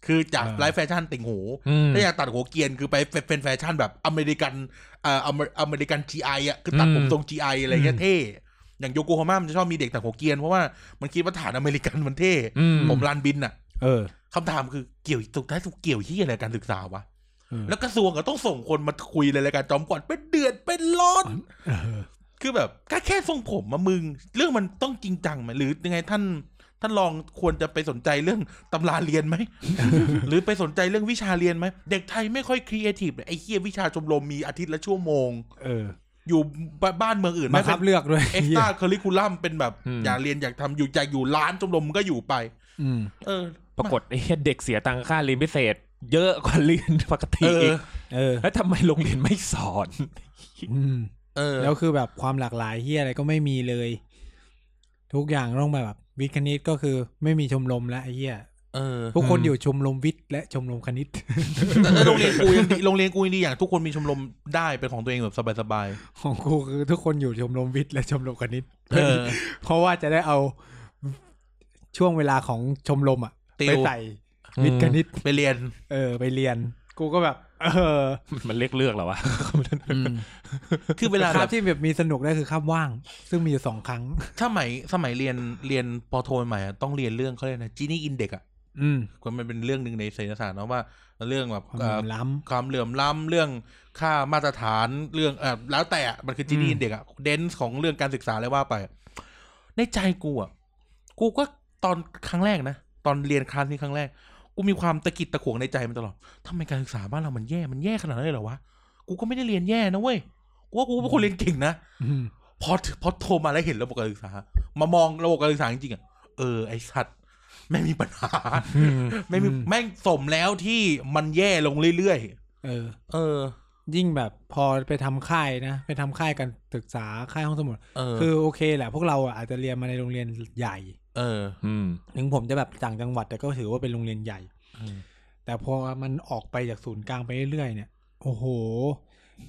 คือจากไลฟ์แฟชั่นติ่งหู อืม ถ้าอยากตัดหัวเกรียนคือไปเป็นแฟชั่นแบบอเมริกันเอ่ออเมริอเมริกัน GI อะคือตัดผม อืม ทรง GI อะไรเงี้ยเท่ อย่างโยโกฮาม่ามันจะชอบมีเด็กตัดหัวเกรียนเพราะว่ามันคิดว่าฐานอเมริกันมันเท่ อืม ผมลานบินอะ เออ คำถามคือเกี่ยวสุดท้ายสุดเกี่ยวที่อะไรกับการศึกษาวะ เออ แล้วกระทรวงก็ต้องส่งคนมาคุยเลยรายการจอมกวดเป็นเดือดเป็นร้อน เออ คือแบบก็แค่ทรงผมมามึง เรื่องมันต้องจริงจังไหมหรือยังไงท่าน ท่านลองควรจะไปสนใจเรื่องตำราเรียนไหม หรือไปสนใจเรื่องวิชาเรียนไหม เด็กไทยไม่ค่อยครีเอทีฟเลยไอ้เคียวิชาชมรมมีอาทิตย์ละชั่วโมง เออ อยู่บบ้านเมืองอื่น มา ไม่ คั เป็ บ น เลือกด้วย เอ็กซ์ตร้าคริคูลัมเป็นแบบ อืม อยากเรียนอยากทำอยู่อยากอยู่ร้านชมรมก็อยู่ไป อืม เออ ปรากฏไอ้เหี้ยเด็กเสียตังค่าเรียนพิเศษ เยอะกว่าเรียนปกติ เอ อี อก เออ แล้วทำไมโรงเรียนไม่สอน อืม เออ แล้วคือแบบความหลากหลายเฮียอะไรก็ไม่มีเลย ทุกอย่างต้องแบบวิทย์คณิตก็คือไม่มีชมรมและไอ้เฮีย เออ ทุกคนอยู่ชมรมวิทย์และชมรมคณิต แต่แต่โรงเรียนกูยังดีโรงเรียนกูยังดีอย่างทุกคนมีชมรมได้เป็นของตัวเองแบบสบาย ของกูคือทุกคนอยู่ชมรมวิทย์และชมรมคณิต ๆเออ เพราะว่าจะได้เอาช่วงเวลาของชมรมอ่ะ ติว ไปใส่วิทย์คณิต ไปเรียน เออ ไปเรียน กูก็แบบ เออ มันเลือกเลือกเหรอวะ อ คือเวลา ค แบ รับบ ที่แบบมีสนุกได้คือคาบว่าง ซึ่งมีอยู่สองครั้ง สมัยสมัยเรียนเรียนปอโทใหม่ๆอะต้องเรียนเรื่องเขาเรียกนะจีนี่อินเด็กอ่ะ อืม ก็มันเป็นเรื่องหนึ่งในเศรษฐศาสตร์เนาะว่าเรื่องแบบ ความเห เอ่ ลื่ อ อมล้ำ ความเหลื่อมล้ำเรื่องค่ามาตรฐานเรื่องเออแล้วแต่อะมันคือจีนี่ อืม อินเด็กอ่ะเดนส์ของเรื่องการศึกษาเลยว่าไป ในใจกูอ่ะกูก็ตอนครั้งแรกนะตอนเรียนคลาสนี้ครั้งแรก กูมีความตะกิดตะขวงในใจมันตลอดทำไมการศึกษาบ้านเรามันแย่มันแย่ขนาดนั้นเลยเหรอวะกูก็ไม่ได้เรียนแย่นะเว้ยกูว่ากูเป็นคนเรียนเก่งนะ อืม พอพอโทรมาแล้วเห็นระบบการศึกษา มามองระบบการศึกษาจริงๆอ่ะ เออ ไอสัตว์ไม่งมีปัญหา ไม่งมี อืม แม่งสมแล้วที่มันแย่ลงเรื่อย เออ ๆ เออ ยิ่งแบบพอไปทำค่ายนะ ไปทำค่ายกันศึกษาค่ายห้องสมุด เออ คือโอเคแหละ พวกเราอ่ะอาจจะเรียนมาในโรงเรียนใหญ่ เออ อืม ถึงผมจะแบบต่างจังหวัดแต่ก็ถือว่าเป็นโรงเรียนใหญ่ เออ แต่พอมันออกไปจากศูนย์กลางไปเรื่อยๆเนี่ย โอ้โห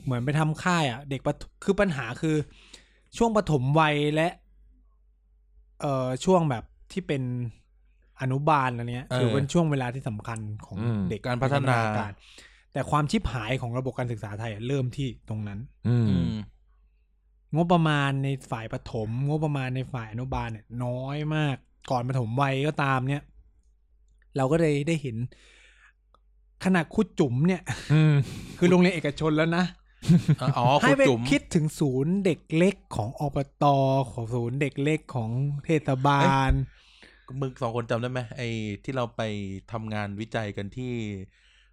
เหมือนไปทำค่ายอ่ะ เด็กปฐคือปัญหาคือ ช่วงปฐมวัยและ เอ่อช่วงแบบที่เป็นอนุบาลอะไรเนี้ย เออ ถือเป็นช่วงเวลาที่สำคัญของ อืม เด็ก การพัฒนา ใรแต่ความชิบหายของระบบการศึกษาไทยอะเริ่มที่ตรงนั้น อื อื ม ม งบประมาณในฝ่ายปฐมงบประมาณในฝ่ายอนุบาลเนี่ยน้อยมาก ก่อนปฐมวัยก็ตามเนี่ย เราก็เลยได้เห็น ขนาดครูจุ๋มเนี่ย อืม คือโรงเรียนเอกชนแล้วนะ อ๋อค ให้ รู ไป จุ๋ม คิดถึงศูนย์เด็กเล็กของอบตของศูนย์เด็กเล็กของเทศบาล มึงสองคนจำได้ไหมไอ้ที่เราไปทำงานวิจัยกันที่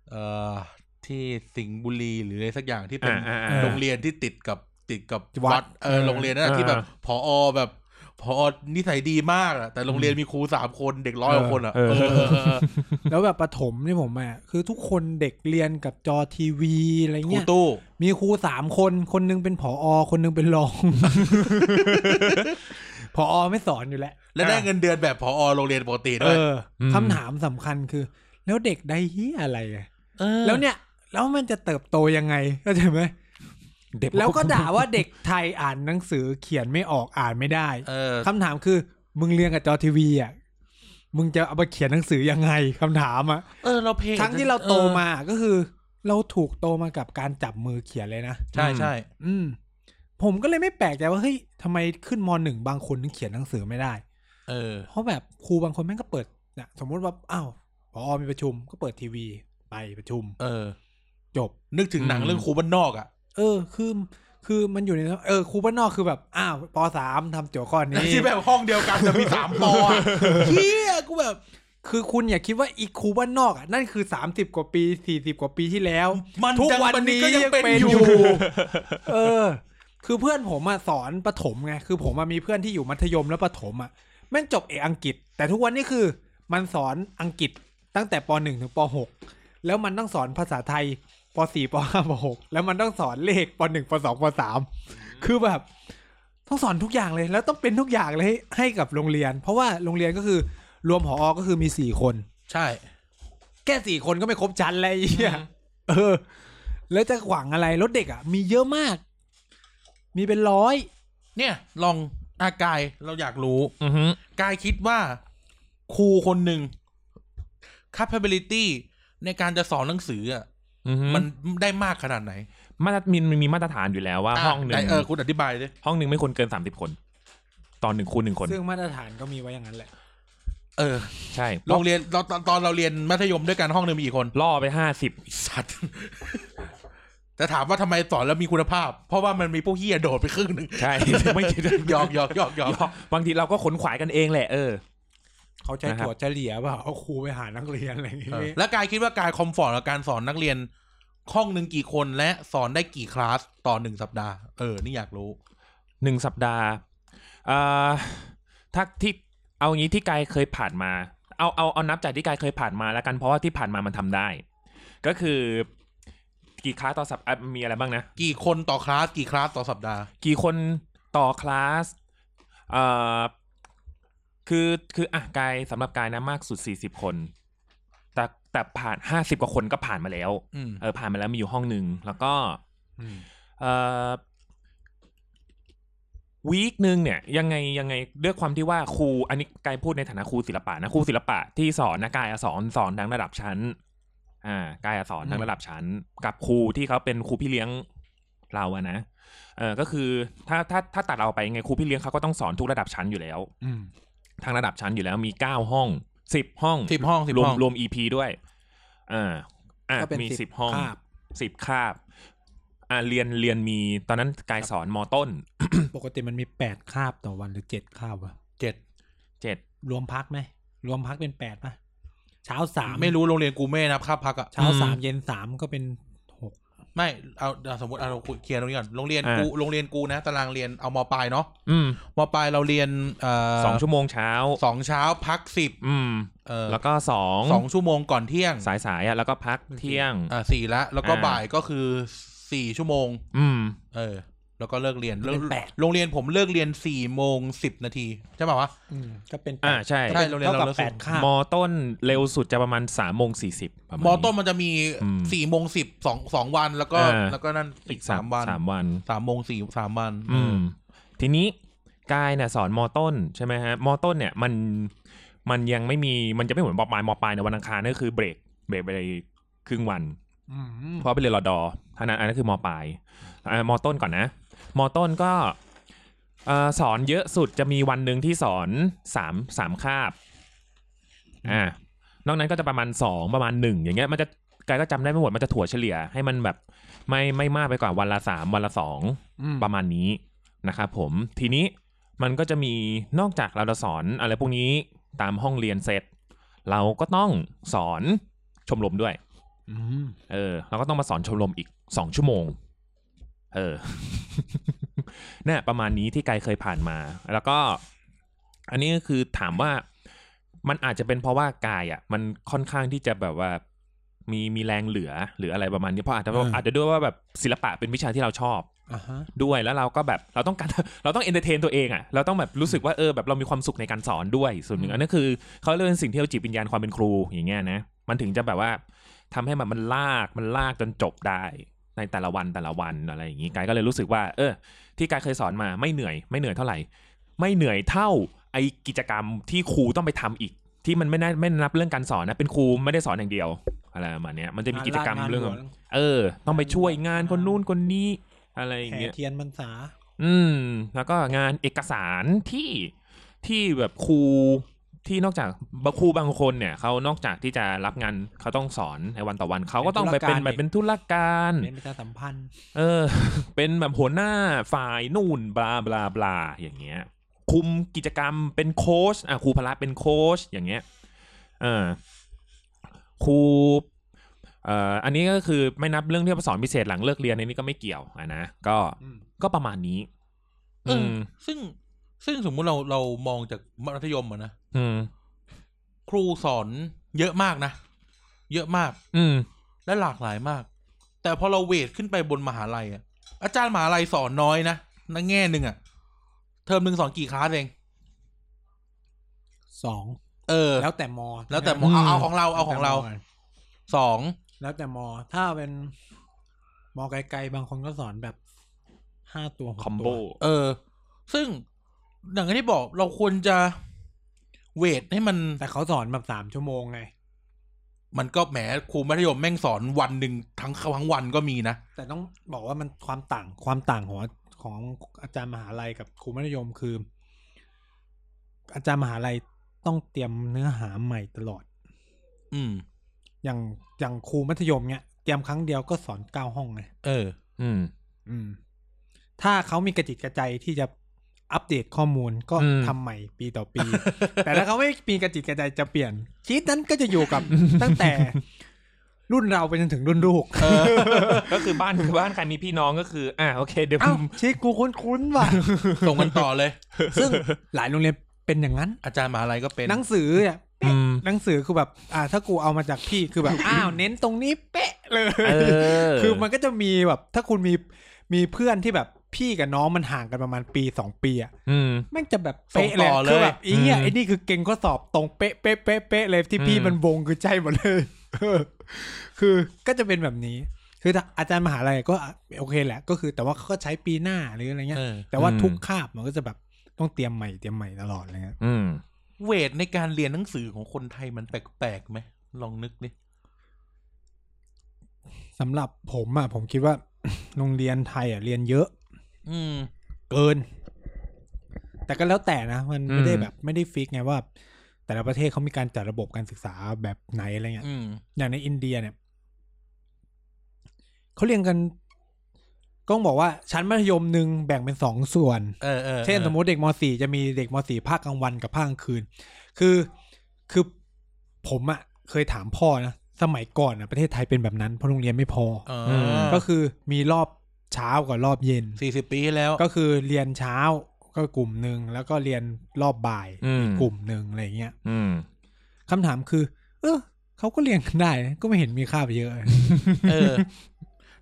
เอ่อ ที่สิงห์บุรีหรืออะไรสักอย่างที่เป็น อ่าๆๆ เออ โรงเรียนที่ติดกับติดกับ วัด วัด เออ เออ โรงเรียนนั่นนะที่แบบ อ่า พอแบบพอนิสัยดีมากอะแต่โรงเรียนมีครูสามคนเด็กร้อยกว่าคนอะ เออ เออเออเออ แล้วแบบปฐมที่ผมอ่ะคือทุกคนเด็กเรียนกับจอทีวีอะไร ครู เงี้ย ตู้ มีครูสามคน คนหนึงเป็นผอ คนหนึงเป็นร อง ผอ ไม่สอนอยู่แล้ว และได้เงินเดือนแบบพอโรงเรียนปกติ เอ ด้วย อ อืม คำถามสำคัญคือ แล้วเด็กได้เฮียอะไรอะ เออ แล้วเนี่ย แล้วมันจะเติบโตยังไงเข้าใจไหม เด็ก แล้วก็ด่าว่าเด็กไทยอ่านหนังสือเขียนไม่ออกอ่านไม่ได้ เออ คำถามคือ มึงเรียนกับจอทีวีอ่ะมึงจะเอาไปเขียนหนังสือยังไงคำถามอ่ะ เออเราเพลง ทั้งที่เราโตมาก็คือ เราถูกโตมากับการจับมือเขียนเลยนะ ใช่ใช่ อืม ผมก็เลยไม่แปลกใจว่าเฮ้ยทำไมขึ้นมหนึ่งบางคนถึงเขียนหนังสือไม่ได้ เออ เพราะแบบครูบางคนแม่งก็เปิดนะสมมติว่าอ้าวพอมีประชุมก็เปิดทีวีไปประชุม เออ จบ นึกถึงหนังเรื่องครูบ้านนอกอะ เออ คือ คือมันอยู่ในเออครูบ้านนอกคือแบบอ้าวปสามทำโจทย์ข้อนี้ ที่แบบห้องเดียวกันแต่มีสามปอ อะเฮียกูแบบ คือคุณอย่าคิดว่าอีครูบ้านนอกอ่ะนั่นคือสามสิบกว่าปีสี่สิบกว่าปีที่แล้ว มัน ทุก จัง วัน มันนี้ นี้ ก็ ก็ ยั ยัง ง เป็ เป็น น อ อยู่ ยู่ เออ คือเพื่อนผมอะสอนประถมไง คือผมอะมีเพื่อนที่อยู่มัธยมแล้วประถมอะแม่งจบเอกอังกฤษ แต่ทุกวันนี้คือ มันสอนอังกฤษตั้งแต่ปหนึ่งถึงปหกแล้วมันต้องสอนภาษาไทยปสี่ปห้าปหกแล้วมันต้องสอนเลขปหนึ่งปสองปสามคือแบบ ต้องสอนทุกอย่างเลย แล้วต้องเป็นทุกอย่างเลยให้ให้กับโรงเรียน เพราะว่าโรงเรียนก็คือรวมหออก็คือมีสี่คน ใช่ แค่สี่คนก็ไม่ครบชั้นเลยไอ้เหี้ยเออ แล้วจะหวังอะไรรถเด็กอ่ะ มีเยอะมาก มีเป็นร้อย เนี่ยลองอากายเราอยากรู้ อือฮึ กายคิดว่าครูคนหนึ่ง capability ในการจะสอนหนังสืออะ อือฮึ มันได้มากขนาดไหน มาตรมินมีมาตรฐานอยู่แล้วว่า ห้องหนึ่ ะ ง เออคุณอธิบายดิ ห้องหนึ่งไม่ควรเกินสามสิบคน ตอนหนึ่งคูณหนึ่งคน ซึ่งมาตรฐานก็มีไว้อย่างนั้นแหละ เออ ใช่ โรงเรียนเราตอนตอนเราเรียนมัธยมด้วยกันห้องหนึ่งมีกี่คน ล่อไปห้าสิบ ไอ้สัตว์ จ แต่ถามว่าทำไมสอนแล้วมีคุณภาพ เพราะว่ามันมีพวกเฮียโดดไปครึ่งหนึ่ง ใช่ ไม่คิด หยอกหยอกหยอกหยอก บางทีเราก็ขนขวายกันเองแหละเออ เขาใช้ นะครับ ถั่วเฉลี่ยเปล่าเอาครูไปหานักเรียนอะไรอย่างงี้ เออแล้วกายคิดว่าการคอมฟอร์ตกับการสอนนักเรียนห้องหนึ่งกี่คนและสอนได้กี่คลาสต่อหนึ่งสัปดาห์เออนี่อยากรู้ หนึ่งสัปดาห์เอ่อถ้าที่เอางี้ที่กายเคยผ่านมา เอาเอาเอานับจากที่กายเคยผ่านมาแล้วกันเพราะว่าที่ผ่านมามันทำได้ ก็คือกี่คลาสต่อสัปอ่ะมีอะไรบ้างนะ กี่คนต่อคลาสกี่คลาสต่อสัปดาห์ กี่คนต่อคลาสเอ่อคือคืออ่ะกายสำหรับกายนะมากสุดสี่สิบคน แต่แต่ผ่านห้าสิบกว่าคนก็ผ่านมาแล้ว อืม เออผ่านมาแล้วมีอยู่ห้องหนึ่งแล้วก็ อืม เอ่อวีคหนึ่งเนี่ยยังไงยังไงด้วยความที่ว่าครูอันนี้กายพูดในฐานะครูศิลปะนะครูศิลปะที่สอนนะกายอะสอนสอนทั้งระดับชั้น อ่ากายอะสอนทั้งระดับชั้น กับครูที่เขาเป็นครูพี่เลี้ยงเราอะนะเออก็คือถ้าถ้าถ้าตัดเราไปยังไงครูพี่เลี้ยงเขาก็ต้องสอนทุกระดับชั้นอยู่แล้ว อืม ทางระดับชั้นอยู่แล้วมีเก้าห้องสิบห้อง สิบห้องสิบ รวม ห้อง รวมอีพีด้วยอ่าอ่ะ ก็เป็น มี สิ สิ บบ ห้อง คาบ สิบคาบ อ่าเรียนเรียนมีตอนนั้นกายสอนมอต้น ปกติมันมีแปดคาบต่อวันหรือเจ็ดคาบวะ เจ็ด เจ็ด รวมพักไหมรวมพักเป็นแปดป่ะเช้าสาม ไม่รู้โรงเรียนกูไม่นับค่าพักอะ เช้าสามเย็นสามก็เป็นหก ไม่เอาเอาสมมติเอาเราคุยเคลียร์ตรงนี้ก่อนโรงเรียน อ่ากู กูโรงเรียนกูนะตารางเรียนเอามปลายเนาะ อืม มปลายเราเรียนเอ่อ สองชั่วโมงเช้า สองเช้าพักสิบ อืม เออ แล้วก็สอง สองชั่วโมงก่อนเที่ยง สายสายอ่ะแล้วก็พักเที่ยง อ่าสี่ละแล้วก็ อ่า บ่ายก็คือสี่ชั่วโมง อืม เออ แล้วก็เลิกเรียน เป็นแปด โรงเรียนผมเลิกเรียนสี่โมงสิบนาทีใช่ป่าวะ อืมก็เป็นแปด อ่าใช่ ใช่ โรงเรียน ท่กับ เรา แปดคาบ มอต้นเร็วสุดจะประมาณสามโมงสี่สิบประมามณนี้ ต้นมันจะมี อืม สี่โมงสิบสองสองวันแล้วก็ อ่า แล้วก็นั่นอี อี ก ก สา สาม ม วัน สามวัน สามโมงสี่สามวัน อืม ทีนี้กายเนี่ยสอนมอต้นใช่ไหมฮะมอต้นเนี่ยมันมันยังไม่มีมันจะไม่เหมือนมอปลายมอปลายในยวันอังคารนี่ก็คือเบรกเบรกไปเลยครึ่งวัน อืม เพราะไปเรียนรอดอเท่านั้นอันนั้นคือมปลายเอ่อมต้นก่อนนะมต้นก็เอ่อสอนเยอะสุดจะมีวันหนึ่งที่สอนสามสามคาบอ่านอกนั้นก็จะประมาณสองประมาณหนึ่งอย่างเงี้ยมันจะกายก็จำได้ไม่หมดมันจะถั่วเฉลี่ยให้มันแบบไม่ไม่มากไปกว่าวันละสามวันละสอง อืม ประมาณนี้นะครับผมทีนี้มันก็จะมีนอกจากเราจะสอนอะไรพวกนี้ตามห้องเรียนเสร็จ เราก็ต้องสอนชมรมด้วย อืม เออเราก็ต้องมาสอนชมรมอีกสองชั่วโมง เออ เนี่ยประมาณนี้ที่ไกลเคยผ่านมา แล้วก็ อันนี้ก็คือถามว่ามันอาจจะเป็นเพราะว่ากายอ่ะ มันค่อนข้างที่จะแบบว่า มีมีแรงเหลือหรืออะไรประมาณนี้เพราะอาจจะว่าอาจจะด้วยว่าแบบศิลปะเป็นวิชาที่เราชอบ อ่าฮะ ด้วยแล้วเราก็แบบเราต้องการ เราต้องเอนเตอร์เทนตัวเองอะ่ะเราต้องแบบรู้สึกว่าเออแบบเรามีความสุขในการสอนด้วยส่วนหนึ่งอันนั้นคือเขาเรียกเป็นสิ่งที่เราจิตวิญญาณความเป็นครูอย่างเงี้ยนะมันถึงจะแบบว่าทำให้แบบมันลากมันลากจนจบได้ในแต่ละวันแต่ละวันอะไรอย่างงี้กายก็เลยรู้สึกว่า เออ ที่กายเคยสอนมาไม่เหนื่อยไม่เหนื่อยเท่าไหร่ ไม่เหนื่อยเท่าไอกิจกรรมที่ครูต้องไปทำอีก ที่มันไม่น่าไม่นับเรื่องการสอนนะเป็นครูไม่ได้สอนอย่างเดียวอะไรประมาณเนี้ยมันจะมีกิจกรรมเรื่อง านหลว เออ ต้องไปช่วยงานคนนู้นคนนี้อะไรอย่าง แห่ เงี้ย เทียนพรรษา อืม แล้วก็งานเอกสารที่ที่แบบครูที่นอกจากบางครูบางคนเนี่ยเขานอกจากที่จะรับงานเขาต้องสอนในวันต่อวันเขาก็ต้องไปเป็น เป็นธุรการ แบบเป็นธุรการ เน้นประชาสัมพันธ์ เอ อ เป็นแบบหัวหน้าฝ่ายนู่นบลาบลาบลาอย่างเงี้ย คุมกิจกรรมเป็นโค้ชอ่ะครูพละเป็นโค้ชอย่างเงี้ยเออครูเอ่ออันนี้ก็คือไม่นับเรื่องที่สอนพิเศษหลังเลิกเรียนในนี้ก็ไม่เกี่ยวอ่ะนะก็ อืม ก็ประมาณนี้ เอออซึ่งซึ่งสมมุติเราเรามองจากมัธยมอะนะ อืม ครูสอนเยอะมากนะ เยอะมาก อืม และหลากหลายมาก แต่พอเราเวทขึ้นไปบนมหาลัยอะอาจารย์มหาลัยสอนน้อยนะในแง่หนึ่งอะเทอมหนึ่งสอนกี่คลาสเอง สอง เออ แล้วแต่มอ แล้วแต่หมอ นะ เอาเอาฮะของเราเอาของเรา แล้ สอง วแต่มอ ถ้าเป็นมอไกลๆบางคนก็สอนแบบห้าตัวหก คอมโบ ตัว เออ ซึ่งอย่างที่บอกเราควรจะเวทให้มัน แต่เขาสอนแบบสามชั่วโมงไง มันก็แหมครูมัธยมแม่งสอนวันหนึ่งทั้งทั้งวันก็มีนะ แต่ต้องบอกว่ามันความต่างความต่างของของอาจารย์มหาลัยกับครูมัธยมคือ อาจารย์มหาลัยต้องเตรียมเนื้อหาใหม่ตลอด อืม อย่างอย่างครูมัธยมเนี่ย เตรียมครั้งเดียวก็สอนเก้าห้องเลย เออ อืม อืม ถ้าเขามีกระจิตกระใจที่จะอัปเดตข้อมูลก็ อืม ทำใหม่ปีต่อปี แต่ถ้าเขาไม่มีกระจิตกระใจจะเปลี่ยน ชีตนั้นก็จะอยู่กับ ตั้งแต่ รุ่นเราไปจนถึงรุ่นลูก ก็คือบ้านคือบ้านใครมีพี่น้องก็คือ อ่าโอเคเดี๋ยว เอ้าชีตกูคุ้นๆว่ะ ส่งกันต่อเลย ซึ่งหลายโรงเรียนเป็นอย่างนั้น อาจารย์มหาลัยก็เป็น หนังสือเนี่ย เป๊ะ อืม หนังสือคือแบบ อ่า ถ้ากูเอามาจากพี่คือแบบ อ้าวเน้นตรงนี้เป๊ะเลย เออ คือมันก็จะมีแบบ ถ้าคุณมีมีเพื่อนที่แบบพี่กับน้องมันห่างกันประมาณปีสองปีอ่ะ อืม แมันจะแบบเป๊ะเลย ส่งต่อเลย คือแบบอีเนี่ย อืม ไอ้นี่คือเก่งข้อสอบตรงเป๊ะเป๊ะเป๊ะเป๊ะเลยที่พี่ อืม มันวงคือใจหมดเลย เออคือก็จะเป็นแบบนี้ คือถ้าอาจารย์มหาลัยก็อ่ะโอเคแหละ ก็คือแต่ว่าเขาก็ใช้ปีหน้าหรืออะไรเงี้ย เออ แต่ว่าทุกคาบมันก็จะแบบต้องเตรียมใหม่เตรียมใหม่ตลอดอะไรเงี้ย อืม เวทในการเรียนหนังสือของคนไทยมันแปลกๆไหมลองนึกดิ สำหรับผมอะผมคิดว่า โรงเรียนไทยอะเรียนเยอะ อืม เกิน แต่ก็แล้วแต่นะ มัน อืม ไม่ได้แบบไม่ได้ฟิกไงว่า แต่ละประเทศเขามีการจัดระบบการศึกษาแบบไหนอะไรเงี้ย อืม อย่างในอินเดียเนี่ยเขาเรียนกันก็ต้องบอกว่าชั้นมัธยมหนึ่งแบ่งเป็นสองส่วน เออเออออ เช่นสมมติเด็กม .4 จะมีเด็กม .4 ภาคกลางวันกับภาคกลางคืน คือคือผมอะเคยถามพ่อนะสมัยก่อนนะประเทศไทยเป็นแบบนั้นเพราะโรงเรียนไม่พอ เออ ม ก็คือมีรอบเช้ากับรอบเย็น สี่สิบปีที่แล้ว ก็คือเรียนเช้าก็กลุ่มหนึ่งแล้วก็เรียนรอบบ่าย อืม กลุ่มหนึ่งอะไรเงี้ย อืม คำถามคือ เออเขาก็เรียนกันได้นะก็ไม่เห็นมีค่าไปเยอะ เออ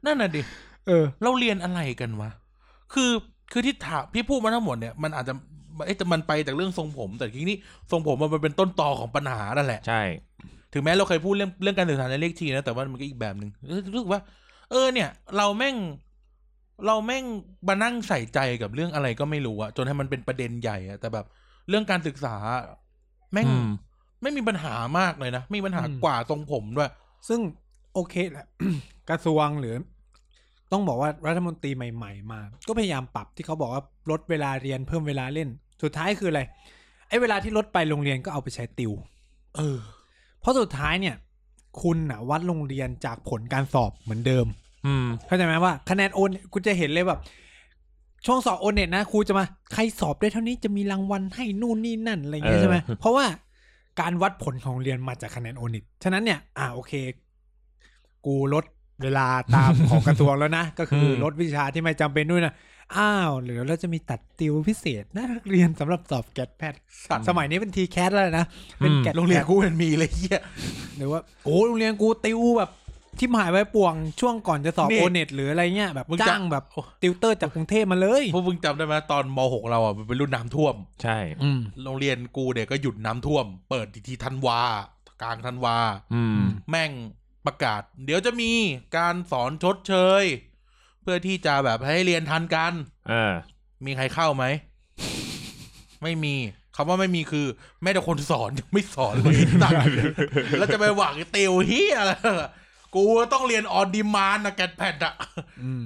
นั่นน่ะดิ เออ เราเรียนอะไรกันวะ คือ คือที่ถามที่พูดมาทั้งหมดเนี่ย มันอาจจะเอ๊ะแต่มันไปจากเรื่องทรงผม แต่ทีนี้ทรงผมมันเป็นต้นตอของปัญหานั่นแหละ ใช่ ถึงแม้เราเคยพูดเรื่องเรื่องการสื่อสารในเลขทีนะ แต่ว่ามันก็อีกแบบหนึ่งเออรู้สึกว่า เออเนี่ย เราแม่ง เราแม่งมานั่งใส่ใจกับเรื่องอะไรก็ไม่รู้อะจนให้มันเป็นประเด็นใหญ่อะแต่แบบ เรื่องการศึกษา แม่ง อืม ไม่มีปัญหามากเลยนะไม่มีปัญหา อืม กว่าทรงผมด้วย ซึ่งโอเคแหละ กระทรวงหรือ ต้องบอกว่ารัฐมนตรีใหม่ ๆ มา ก็พยายามปรับที่เขาบอกว่าลดเวลาเรียนเพิ่มเวลาเล่น สุดท้ายคืออะไรไอ้เวลาที่ลดไปโรงเรียนก็เอาไปใช้ติว เออ เพราะสุดท้ายเนี่ย คุณนะวัดโรงเรียนจากผลการสอบเหมือนเดิม อืม เข้าใจไหมว่าคะแนนโอนคุณจะเห็นเลยแบบ ช่วงสอบโอนเน็ตนะครูจะมา ใครสอบได้เท่านี้จะมีรางวัลให้นู่นนี่นั่นอะไรอย่างเงี้ย เออ ใช่ไหมเพราะว่าการวัดผลของเรียนมาจากคะแนนโอนเน็ตฉะนั้นเนี่ย อ่าโอเค กูลดเวลาตาม ของกระทรวงแล้วนะ ก็คือลดวิชาที่ไม่จำเป็นด้วยนะอ้าวหรือเราจะมีตัดติวพิเศษนะ นักเรียนสำหรับสอบแกดแพด สัตว์ สมัยนี้เป็นทีแคสแล้วนะเป็นแกด โรงเรียนกูมันมีเลยเฮีย หรือว่าโอ้โรงเรียนกูติวแบบที่มหายไว้ป่วงช่วงก่อนจะสอบ นี่ โอเน็ตหรืออะไรเงี้ยแบบ มึงจะ จ้างแบบติวเตอร์จากกรุงเทพมาเลย พวกมึงจำได้ไหมตอนมหกเราอ่ะมันเป็นรุ่นน้ำท่วม ใช่ อืม โรงเรียนกูเนี่ยก็หยุดน้ำท่วม เปิดทีทีธันวากลางธันวา อืม แม่งประกาศ เดี๋ยวจะมีการสอนชดเชย เพื่อที่จะแบบให้เรียนทันกัน เออ มีใครเข้าไหม ไม่มีคำว่าไม่มีคือ แม้แต่คนสอนยังไม่สอนเลยตัดแล้วจะไปหวังเตียวเฮียอะไรกูต้องเรียนออนดีมานนะแกดแพดอะ อืม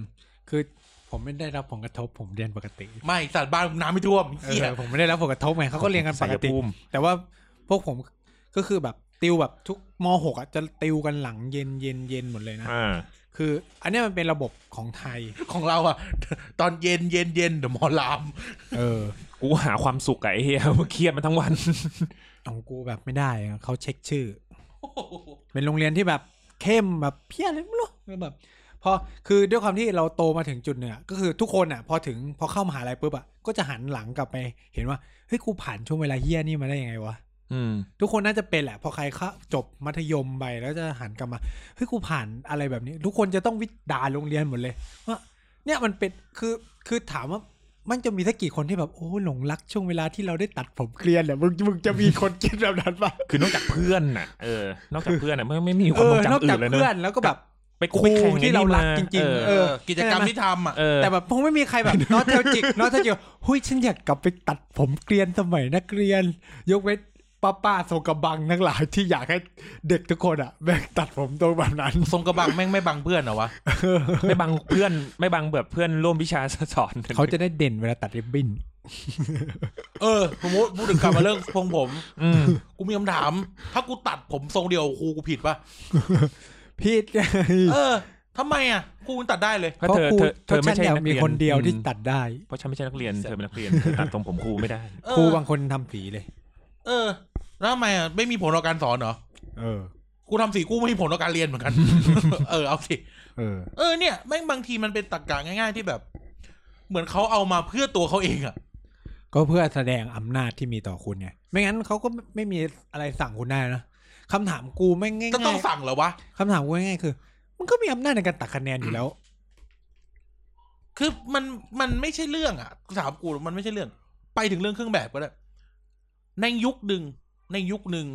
คือผมไม่ได้รับผลกระทบผมเรียนปกติ ไม่สัตว์บ้านน้ำไม่ท่วม เอ เฮีย อผมไม่ได้รับผลกระทบไงเขาก็เรียนกันปกติ สายภูมิ แต่ว่าพวกผมก็คือแบบติวแบบทุกมหกอ่ะจะติวกันหลังเย็นเย็นเย็นหมดเลยนะ อ่า คือ อันเนี้ยมันเป็นระบบของไทย ของเราอะ ตอนเย็นเย็นเย็นเดี๋ยวหมอลาม เออ กูหาความสุขอะไอ้เฮียเครียดมาทั้งวัน ของกูแบบไม่ได้อะเขาเช็คชื่อ เป็นโรงเรียนที่แบบเข้มแบบเพี้ยอะไรไม่รู้แบบพอคือด้วยความที่เราโตมาถึงจุดเนี่ยก็คือทุกคนอ่ะ พอถึงพอเข้ามหาลัยปุ๊บอ่ะก็จะหันหลังกลับไปเห็นว่าเฮ้ยกูผ่านช่วงเวลาเฮี้ยนี่มาได้ยังไงวะ อืม ทุกคนน่าจะเป็นแหละพอใครเข้าจบมัธยมไปแล้วจะหันกลับมาเฮ้ยกูผ่านอะไรแบบนี้ ทุกคนจะต้องวิจารณ์โรงเรียนหมดเลยว่าเนี่ยมันเป็นคือคือถามว่ามันจะมีสักกี่คนที่แบบโอ้หลงรักช่วงเวลาที่เราได้ตัดผมเกลียนเนี่ยมึงมึงจะมีคนคิดแบบนั้นปะ คือนอกจากเพื่อนน่ะ เออ นอกจากเพื่อนน่ะไม่ไม่มีค เอ วามทอรง นอก จำอื่ จาก นเลยเน เพื่อ อะ นแล้วก็แบบ ไปครู ครูที่เรารักจริงๆ เอ เอ อ อ กิจกรรมที่ทำอ่ะ เออ แต่แบบคงไม่มีใครแบบ นอตเทลจิกนอตเทลจิกหุ้ยฉันอยากกลับไปตัดผมเกรียนสมัยนักเรียน ยกเว้นป้าป้าๆทรงกระบังทั้งหลายที่อยากให้เด็กทุกคนอ่ะแบ่งตัดผมตรงแบบนั้น ทรงกระบังแม่งไม่บังเพื่อนเหรอวะ ไม่บังเพื่อนไม่บังแบบเพื่อนร่วมวิชา สอน เขาจะได้เด่นเวลาตัดริบบิ้น เออสมมติพูดถึงกลับ มาเรื่องทรงผม อืม กูมีคำถาม ถ้ากูตัดผมทรงเดียวครูกูผิดปะ ผิดไง เออทำไมอ่ะครูมันตัดได้ เลย เพเพราะราะ เธอ ครู เธอเธ เธอ อไม่ ไม่ ใช่ ใช่ นัก มี เรียน คนเดียวที่ อืม ตัดได้ เพราะฉันไม่ใช่นักเรียนเธอเป็นนักเรียนเธอตัดตรงผมครูไม่ได้ เออ ครูบางคนทำสีเลย เออ แล้วทำไมอ่ะไม่มีผลต่อการสอนเหรอ เออ ครูทำสีกูไม่มีผลต่อการเรียนเหมือนกัน เออเอาสิ เออ เออเนี่ยแม่งบางทีมันเป็นตรรกะง่ายๆที่แบบ เหมือนเขาเอามาเพื่อตัวเขาเองอะ ก็เพื่อแสดงอำนาจที่มีต่อคุณไงไม่งั้นเขาก็ไม่มีอะไรสั่งคุณได้นะคำถามกูไม่งง่าย จะต้อง ๆ สั่งเหรอวะ คำถามกูง่ายๆคือมันก็มีอำนาจในการตัดคะแนนอยู่แล้ว คือมันมันไม่ใช่เรื่องอะถามกูมันไม่ใช่เรื่อง ไปถึงเรื่องเครื่องแบบก็ได้ ในยุคหนึ่งในยุคหนึ่ง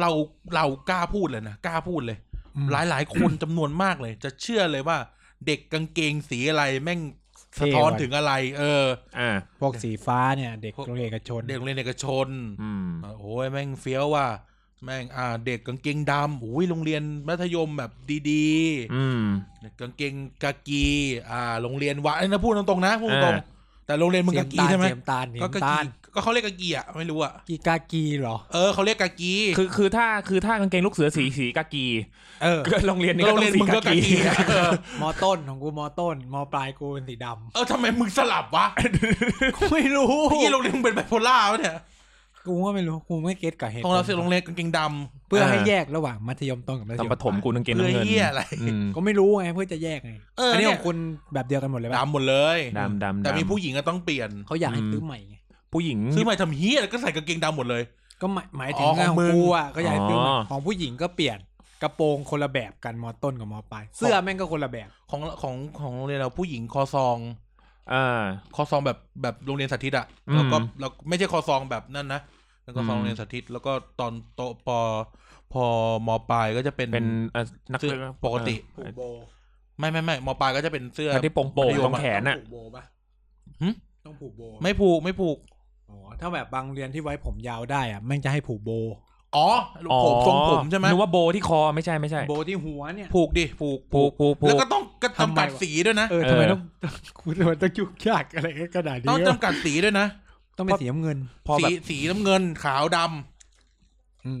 เราเรากล้าพูดเลยนะกล้าพูดเลย อืม หลายหลายๆคนจำนวนมากเลย จะเชื่อเลยว่า เด็กกางเกงสีอะไร แม่งสะท้อน เท่ว่ะ ถึงอะไร เออ อ่า พวกสีฟ้าเนี่ย เด็ก พวก โรงเรียนเอกชน เด็กโรงเรียนเอกชน อืม อ่ะโอ้ยแม่งเฟี้ยวว่ะแม่งอ่า เด็กกางเกงดำโอ้ยโรงเรียนมัธยมแบบดี อืม ๆกางเกงกากี อ่า โรงเรียนวัดเอ้ยนะพูดตรงๆนะพูดตรง อ่า ๆแต่โรงเรียนมึงกากี เสียตาล ใช่ไหม เสียมตาลเสีย ก็ ม กา ตา กี ล ก็เขาเรียกกากีอ่ะไม่รู้อ่ะ กีกากีเหรอ เออเขาเรียกกากี คือคือถ้าคือถ้ากางเกงลูกเสือสีสีกากี เออ ก็โรงเรียนนี้ โร ก็ ง ต้ เรี อย น งสี มึงกากก็า กี กีอ่ะเออ มอต้นของกูมอต้น มอปลายกูเป็นสีดำ เออทำไมมึงสลับ วะ กูไม่รู้ ที่โรงเรียนมึงเป็นไบโพล่าวะเนี่ย กูก็ไม่รู้กูไม่เก็ตกับเหตุ ของเราเสียโรงเรียนกางเกงด เพื่อให้แยกระหว่างมัธยมต้นกับมัธย ตอน ม ปฐมกูกาำงเกง เพื่อน้ำเงิน เหี้ยอะไร อืม ก็ไม่รู้ไงเพื่อจะแยกไง เออ อันนี้ เนี่ยของคุณแบบเดียวกันหมดเลยปะ ดำหมดเลย ดำดำ แต่มี ดำ ผู้หญิงก็ต้องเปลี่ยน เขาอยากให้ซื้อใหม่ไง ผู้หญิง ซื้อใหม่ทำเฮียแล้วก็ใส่กางเกงดำหมดเลย ก็หมายหมายถึ อ๋ ง อ หน้า ของ ข มึ อง ง กูอ่ะก็อยากให้ซื้อใหม่ อ๋อ ของผู้หญิงก็เปลี่ยนกระโปรงคนละแบบกันมอต้นกับมอปลายเสื้อแม่งก็คนละแบบ ของของของโรงเรียนเราผู้หญิงคอซอง เอ่า คอซองแบบแบบโรงเรียนสาธิตอะ อืม แล้วก็แล้วไม่ใช่คอซองแบบนั่นนะแล้วก็ซอง อืม โรงเรียนสาธิต แล้วก็ตอนโตปอพอมปลายก็จะเป็น เป็นเอ่อนัก เสื้อปกติ เอ่อ ไม่ไม่ไม่มปลายก็จะเป็นเสื้อ นักที่โป่งโป่ง มัธยมอะตรงแขนต้อ่ะองผูกโบปะ หึ ต้องผูกโบ ไม่ผูกไม่ผูก อ๋อถ้าแบบบางเรียนที่ไว้ผมยาวได้อ่ะแม่งจะให้ผูกโบ อ๋อ อ๋อ ผมทรงผมใช่ไหม นึกว่าโบที่คอไม่ใช่ไม่ใช่ โบที่หัวเนี่ย ผูกดิผูก ผูกผูกผู แล้ว ก ก็ต้องก็ ทำ จำ ไม กัด วะ สีด้วยนะ เออทำไมต้องกูทำไมต้องยุ่งยากอะไรกันขนาดนี้ ต้อง วะ จำกัดสีด้วยนะ ต้องเป็นสีน้ำเงิน พอ สี แบบ สีน้ำเงินขาวด อืม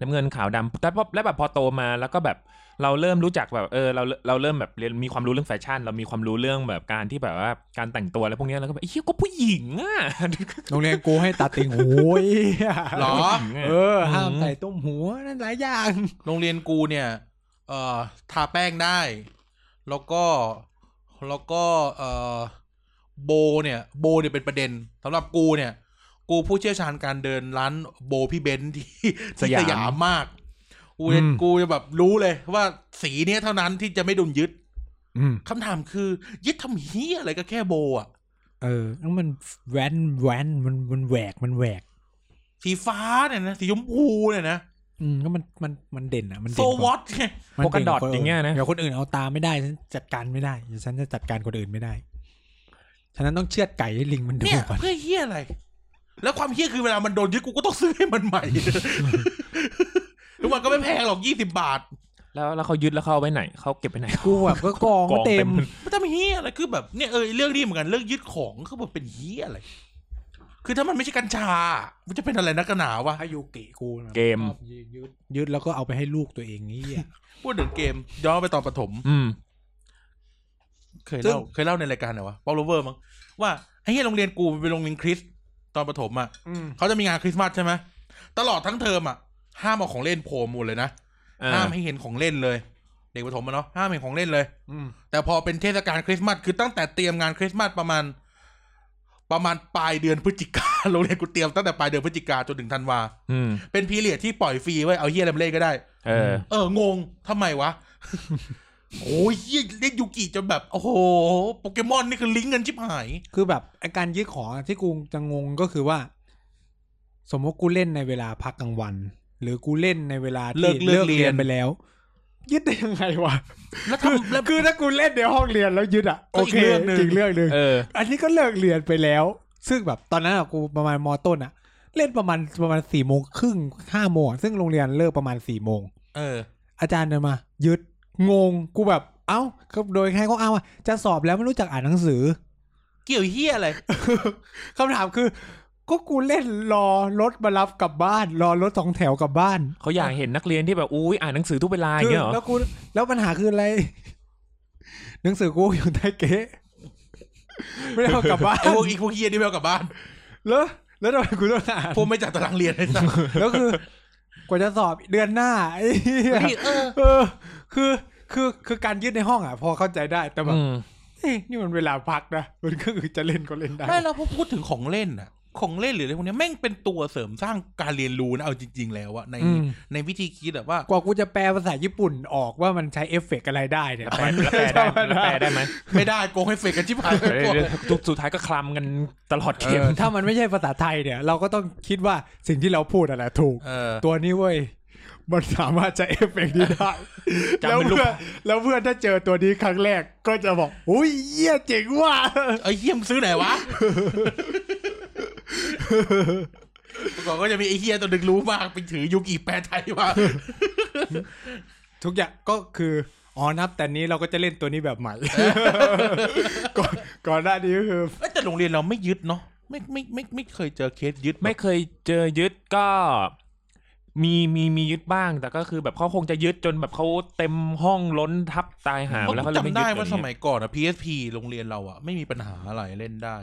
น้ำเงินขาวดำแต่พอแล้วแบบพอโตมาแล้วก็แบบเราเริ่มรู้จักแบบเออเราเราเริ่มแบบเรียนมีความรู้เรื่องแฟชั่น เรามีความรู้เรื่องแบบการที่แบบว่าการแต่งตัวอะไรพวกเนี้ยแล้วก็แบบไอ้เฮียก็ผู้หญิงอ่ะ โรงเรียนกูให้ตัดติ่งหูไอ้เหี้ย ำเหรอ เออห้ามใส่ตุ้มหัวนั่นหลายอย่าง โรงเรียนกูเนี่ย เอ่อทาแป้งได้ แล้วก็แล้วก็เอ่อโบเนี่ย โบเนี่ยเป็นประเด็นสำหรับกูเนี่ย กูผู้เชี่ยวชาญการเดินร้านโบพี่เบนซ์ที่ ส ที่ ยาม สยามมาก กูเนี่ยกูจะแบบรู้เลยว่าสีเนี้ยเท่านั้นที่จะไม่โดนยึด อืม คำถามคือ ยึดทำเฮียอะไรก็แค่โบอะ เออแล้วมันแว้นแว้นมันมันแหวกมันแหวก สีฟ้าเนี่ยนะสีชมพูเนี่ยนะ อืมก็มันมันมันเด่นอ่ะมัน โซ เด่น วอกว่า ตไง มันเด่น พวกกระดอทอย่างเงี้ยนะ เดี๋ยวคนอื่นเอาตาไม่ได้ฉันจัดการไม่ได้เดี๋ยวฉันจะจัดการคนอื่นไม่ได้ฉะนั้นต้องเชือดไก่ให้ลิงมันดู เนี่ย ก่อน เพื่อเฮียอะไร แล้วความเฮียคือเวลามันโดนยึดกูก็ต้องซื้อให้มันใหม่ ทุกวันก็ไม่แพงหรอกยี่สิบาท แล้วแล้วเขายึดแล้วเขาเอาไว้ไหนเขาเก็บไปไหน กูแบบก็กอง กองเต็ เต็ ม ม มันจะมีเฮียอะไรคือแบบเนี่ยเออเรื่องนี้เหมือนกันเรื่องยึดของคือแบบเป็นเฮียอะไร คือถ้ามันไม่ใช่กัญชา มันจะเป็นอะไรนักหนาวะ พายุเกะกูนะ เกม ชอบยึดยึดแล้วก็เอาไปให้ลูกตัวเองนี่อะ พูดถึงเกมย้อนไปตอนประถม อืม เคย ซึ่ เล่าง เคยเล่าในรายการไหนวะป๊อปโรเวอร์มั้งว่าไอ้เฮียโรงเรียนกูมันเป็นโรงเรียนคริสต์ตอนประถมอ่ะเขาจะมีงานคริสต์มาสใช่ไหมตลอดทั้งเทอมอ่ะห้ามเอาของเล่นโผล่หมดเลยนะ อ่า ห้ามให้เห็นของเล่นเลย เด็กประถมอะเนาะห้ามเห็นของเล่นเลย อืม แต่พอเป็นเทศกาลคริสต์มาสคือตั้งแต่เตรียมงานคริสต์มาสประมาณ ประมาณปลายเดือนพฤศจิกา โรงเรียนกูเตรียมตั้งแต่ปลายเดือนพฤศจิกาจนถึงธันวา อืม เป็นพีเรียดที่ปล่อยฟรีไว้ยเอาเฮียอะไรมาเล่นก็ได้ เออ เอองงทำไมวะ โอ้ยเฮียเล่นยูกิจนแบบ โอ้โห โปเกมอนนี่คือลิงก์กันชิบหาย คือแบบไอการยึดของอะที่กูจะงงก็คือว่า สมมติกูเล่นในเวลาพักกลางวัน หรือกูเล่นในเวลาที่ เลิกเลิกเรียน ไปแล้ว ยึดได้ยังไงวะ แล้ว คือ ทำแล้ว คือถ้ากูเล่นในห้องเรียนแล้วยึดอ่ะ ก็ โอ อี เค กเรื่องหนึ่ง อีกเรื่องหนึ่ง เออ อันนี้ก็เลิกเรียนไปแล้ว ซึ่งแบบตอนนั้นอะกูประมาณมอต้นอ่ะ เล่นประมาณประมาณสี่โมงครึ่งห้าโมงอะซึ่งโรงเรียนเลิกประมาณสี่โมง เออ อาจารย์เดินมา ยึดงงกูแบบ เอ้าก็โดยให้เขาเอาอ่ะจะสอบแล้วไม่รู้จักอ่านหนังสือ เกี่ยวเฮียอะไร คำถามคือ ก็กูเล่นรอรถมารับกลับบ้าน รอรถสองแถวกลับบ้าน เขาอยากเห็นนักเรียนที่แบบอุ้ยอ่านหนังสือทุกเวลาอ คื ย่างเงี้ยเหรอ แล้วกูแล้วปัญหาคืออะไร หนังสือกูอยู่ใต้เก๊ ะไม่ได้เอากลับบ้าน ไอ้พวกอีกพวกเฮียนี่ไม่เอากลับ บ้าน แล้วแล้วทำไมกูต้องอ่าน พวกไม่จัดตารางเรียนเลยนะ แล้วคือกว่าจะสอบเดือนหน้าไอ้ เหี้ยเออ คือคือคือการยืดในห้องอ่ะ พอเข้าใจได้แต่แบบ อืม เอ๊ะนี่มันเวลาพักนะมันก็คือจะเล่นก็เล่นได้ ไม่แล้วพอพูดถึงของเล่นอะของเล่นหรืออะไรพวกเนี้ยแม่งเป็นตัวเสริมสร้างการเรียนรู้นะเอาจริง ๆ แล้วอะใน อืม ในวิธีคิดอะว่า กว่ากูจะแปลภาษาญี่ปุ่นออกว่ามันใช้เอฟเฟกต์อะไรได้เนี่ย แปลแล้วแปลได้แล้วแปลได้ไหม ไม่ได้โกงให้เฟกกันชิบหายไปห มด เดี๋ยวสุดสุดท้ายก็คลำกันตลอดเกม เออ ถ้ามันไม่ใช่ภาษาไทยเนี่ย เราก็ต้องคิดว่าสิ่งที่เราพูดอะไรถูก เออ ตัวนี้เว้ย มันสามารถจะเอฟเฟกต์นี้ได้ จำ แล้ว เป็นรูป เพื่อนแล้วเพื่อนถ้าเจอตัวนี้ครั้งแรกก็จะบอกอุ้ยเยี่ยเจ๋งว่ะ ไอ้เฮียมงซื้อไหนวะ เมื่อก่อนก็จะมีไอ้เฮียตัวหนึ่งรู้มากไปถือยุกอีแปรไทย มา ทุกอย่างก็คืออ๋อนับแต่นี้เราก็จะเล่นตัวนี้แบบใหม่ ก่อนก่อนหน้านี้ก็คือ เอ้ยแต่โรงเรียนเราไม่ยึดเนาะไม่ไม่ไม่ไม่เคยเจอเคสยึด ไม่เคยเจอยึดก็ มีมีมียึดบ้าง แต่ก็คือแบบเขาคงจะยึดจนแบบเขาเต็มห้องล้นทับตายหา เพ แล้ว ราะกูเขาเลยจำไม่ยึ ได้ ด ว่าสมัยก่อนอะ PSP โรงเรียนเราอะไม่มีปัญหาอะไรเล่นได้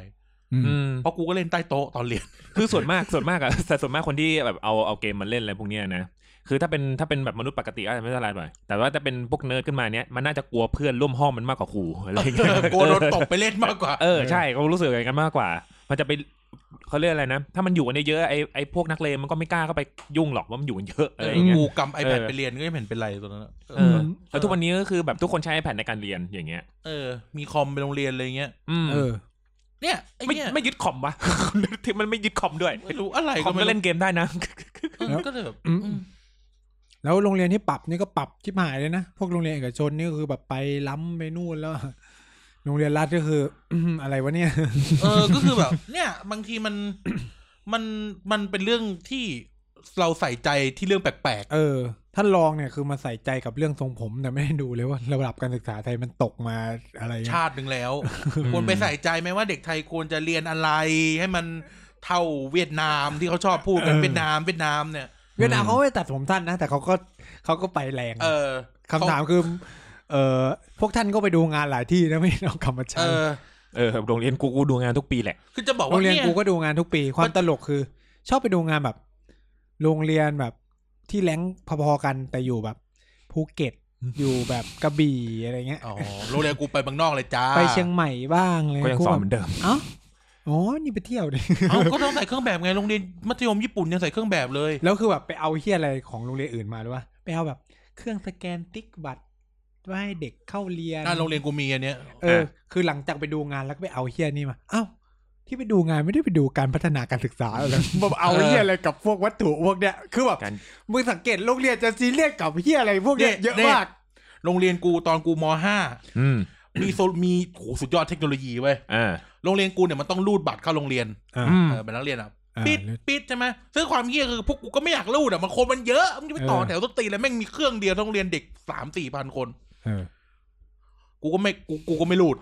อืม เพราะกูก็เล่นใต้โต๊ะตอนเรียน คือส่วนมากส่วนมากอะ แต่ส่วนมากคนที่แบบเอาเอาเกมมาเล่นอะไรพวกเนี้ยนะคือถ้าเป็นถ้าเป็นแบบมนุษย์ปกติอาจจะไม่เป็นไรหน่อยแต่ว่าถ้าเป็นพวกเนิร์ดขึ้นมาเนี้ยมันน่าจะกลัวเพื่อนร่วมห้องมันมากกว่าครูอะไรอย่างเงี้ย กลัวโดนตบไปเล่นมากกว่า เออใช่เขารู้สึกอย่างนั้นมากกว่า มันจะไปเขาเรียกอะไรนะ ถ้ามันอยู่กันเยอะๆไอไอพวกนักเลงมันก็ไม่กล้าเข้าไปยุ่งหรอกว่ามันอยู่กันเยอะอะไรอย่างเงี้ย กูกำไอแพด เออ ไปเรียนก็ยังเห็นเป็นไรตอนนั้นอะ เออแล้วทุกวันนี้ก็คือแบบทุกคนใช้ iPad ในการเรียนอย่างเงี้ย เออ มีคอมไปโรงเรียนอะไรเงี้ย อืม เออ เนี่ยไอ้ ไม่ เนี่ย ไม่ยึดคอมวะ ที่มันไม่ยึดคอมด้วย ไม่รู้อะไร คอม ไม่ ก็เล่นเกมได้นะรู้เอ อก็เลยแบบ อืม แล้วโรงเรียนที่ปรับนี่ก็ปรับชิบหายเลยนะ พวกโรงเรียนเอกชนนี่ก็คือแบบไปล้ำไปนู่นแล้ว โรงเรียนรัฐก็คือ อะไรวะเนี่ย เออก็คือแบบ เนี่ยบางทีมัน มันมันเป็นเรื่องที่เราใส่ใจที่เรื่องแปลก เออท่านรองเนี่ยคือมาใส่ใจกับเรื่องทรงผมแต่ไม่ได้ดูเลยว่าระดับการศึกษาไทยมันตกมาอะไร ๆ เงี้ย ชาติหนึ่งแล้ว ควรไปใส่ใจไหมว่าเด็กไทยควรจะเรียนอะไร ให้มันเท่าเวียดนามที่เขาชอบพูดกันเวียดนามเวียดนามเนี่ย เวียดนามเขาไม่ตัดผมท่านนะ แต่เขาก็เขาก็ไปแรง เออ คำถามคือ เออพวกท่านก็ไปดูงานหลายที่นะไม่เอากลับมา เอ ใช้ อ เออโรงเรียนกูกูดูงานทุกปีแหละ คือจะบอก โร ว่าง เรียน เนี่ย กูก็ดูงานทุกปี ความตลกคือ ชอบไปดูงานแบบ โรงเรียนแบบที่แรงค์พอๆกันแต่อยู่แบบภูเก็ต อยู่แบบกระบี่อะไรเงี้ย อ๋อโรงเรียนกูไปบางนอกเลยจ้า ไปเชียงใหม่บ้างเลย ก็ยังสอนเหมือนเดิม เอ้าอ๋อนี่ไปเที่ยวดิ เอาก็ต้องใส่เครื่องแบบไงโรงเรียนมัธยมญี่ปุ่นยังใส่เครื่องแบบเลย แล้วคือแบบไปเอาเฮียอะไรของโรงเรียนอื่นมาหรือวะไปเอาแบบเครื่องสแกนติ๊กบัตรไว้ให้เด็กเข้าเรียน หน้าโรงเรียนกูมีอันเนี้ย เออ คือหลังจากไปดูงานแล้วก็ไปเอาเฮียนี่มาเอ้าที่ไปดูงานไม่ได้ไปดูการพัฒนาการศึกษาอะไร แบบเอาเฮียอะไรกับพวกวัตถุพวกเนี้ยคือแบบ การ มึงสังเกตโรงเรียนจะซีเรียสกับเฮียอะไรพวกเนี้ย เนี่ย เยอะมาก โรงเรียนกูตอนกูมห้า อืม มีโซมีโหสุดยอดเทคโนโลยีเว้ย อ่า โรงเรียนกูเนี่ยมันต้องรูดบัตรเข้าโรงเรียน อ่า อืม เออเป็นนักเรียนอ่ะ อ่า ปิดปิดใช่ไหมซึ่งความเงี้ยคือพวกกูก็ไม่อยากรูดอ่ะมันคนมันเยอะมันจะไปต่อ เออ แถวต้นตีนแล้วแม่งมีเครื่องเดียวโรงเรียนเด็กสามสี่พันคน เออ กูก็ไม่กูกูก็ไม่รูด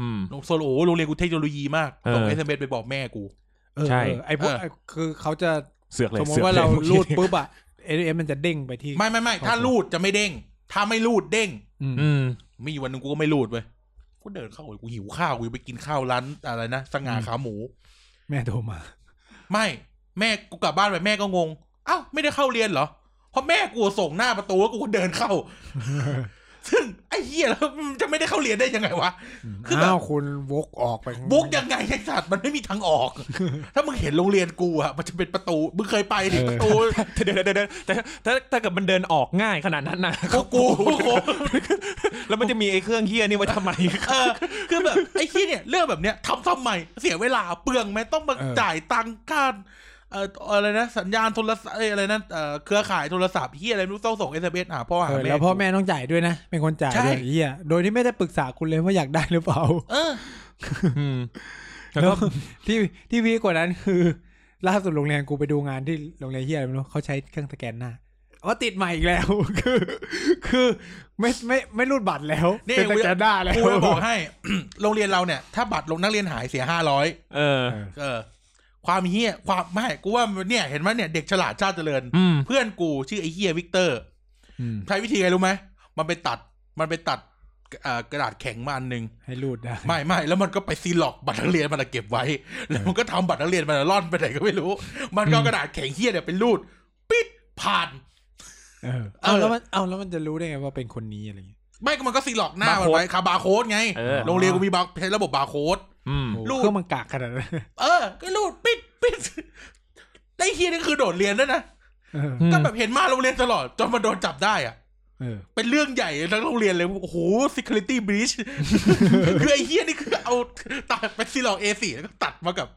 อืม โซโลโอ้โรงเรียนกูเทคโนโลยีมาก เออ ส่งเอสเอ็มเอสไปบอกแม่กู เออ ใช่ เออไอพวก เออ ไอ้คือเขาจะ เสือกเลย สมม สื ติ อก ว่า ลย เรา มื่อ รู กี้ ดปุ๊บอะเอเอมันจะเด้งไปที่ ไม่ไม่ไม่ถ้า โอเค รูดจะไม่เด้ง ถ้าไม่รูดเด้ง อืม อืม มีวันหนึงกูก็ไม่รูดเว้ยกูเดินเข้ากูหิวข้าวกูไปกินข้าวร้านอะไรนะสง่าขาหมู แม่โทรมา ไม่แม่กูกลับบ้านไปแม่ก็งงเอ้าไม่ได้เข้าเรียนเหรอเพราะแม่กูส่งหน้าประตูแล้วกูก็เดินเข้า ซึ่งไอ้เหี้ยแล้วมันจะไม่ได้เข้าเรียนได้ยังไงวะ คือแบบ อ้าวคุณวกออกไปข้างนอก บุกยังไงไอ้สัตว์มันไม่มีทางออก ถ้ามึงเห็นโรงเรียนกูอะมันจะเป็นประตูมึงเคยไปดิประตู เดี๋ยวเดี๋ยวเดี๋ยวแต่ถ้าถ้าเกิดมันเดินออกง่ายขนาดนั้นนะ พ วกกูโอ้โห แล้วมันจะมีไอ้เครื่องเฮียนี่ไว้ทำไม เออคือแบบไอ้เหี้ยเนี่ยเรื่องแบบเนี้ยทำทำไมเสียเวลาเปลืองไหมต้องมาจ่ายตังค่าเอ่ออะไรนะสัญญาณโทรศัพท์เอ้ยอะไรนะเอ่อเครือข่ายโทรศัพท์เฮียอะไรไม่รู้ต้องส่งเอสเอ็มเอสหาพ่อหา เออ แม่ แล้วพ่อแม่ต้องจ่ายด้วยนะ เป็นคนจ่าย ใช่ ด้วยไอ้เฮียโดยที่ไม่ได้ปรึกษาคุณเลยว่าอยากได้หรือเปล่า เออ อืมแล้ว แล้ ก็ วที่ที่พีคกว่านั้นคือ ล่าสุดโรงเรียนกูไปดูงานที่โรงเรียนเฮียอะไรไม่รู้เขาใช้เครื่องสแกนหน้าอ๋อติดใหม่อีกแล้ว คือ คือไม่ไม่ไม่รูดบัตรแล้ว นี่ เป็นสแกนหน้าแล้ว กูจะบอกให้ โรงเรียนเราเนี่ย ถ้าบัตรลงนักเรียนหายเสียห้าร้อย เออ เออ ความเฮี้ยความไม่กูว่าเนี่ยเห็นไหมเนี่ยเด็กฉลาดชาติเจริญ อืม เพื่อนกูชื่อไอ้เฮียวิกเตอร์ อืม ใช้วิธีไงรู้ไหม มันไปตัด มันไปตัดเอ่อกระดาษแข็งมาอันหนึ่ง ให้รูดได้ ไม่ไม่แล้วมันก็ไปซีล็อกบัตรนักเรียนมันอะเก็บไว้ แล้วมันก็ทำบัตรนักเรียนมันอะล่อนไปไหนก็ไม่รู้ มันก็เอากระดาษแข็งเฮี้ยเนี่ยไปรูด ปิดผ่าน เออ เออ เอาแล้วมันเอาแล้วมันจะรู้ได้ไงว่าเป็นคนนี้อะไรอย่างเงี้ย ไม่ก็มันก็ซีล็อกหน้ามันไว้คาบาร์โค้ดไง เออ โรงเรียนกูมีบาร์ใช้ระบบบาร์โค้ด อืม รู รู ด ดเครื่องมันกากขนาดนั้น เออ ก็รูดปิดปิดได้เฮียนี่คือโดดเรียนด้วยนะ เออ ม ก็แบบเห็นมาโรงเรียนตลอด จนมันโดนจับได้อะ เออ เป็นเรื่องใหญ่ทั้งโรงเรียนเลย โอ้โห security breach คือไอ้เฮี้ยนี่คือเอาตัดไปซีลอก A4 แล้วก็ตัดมากับ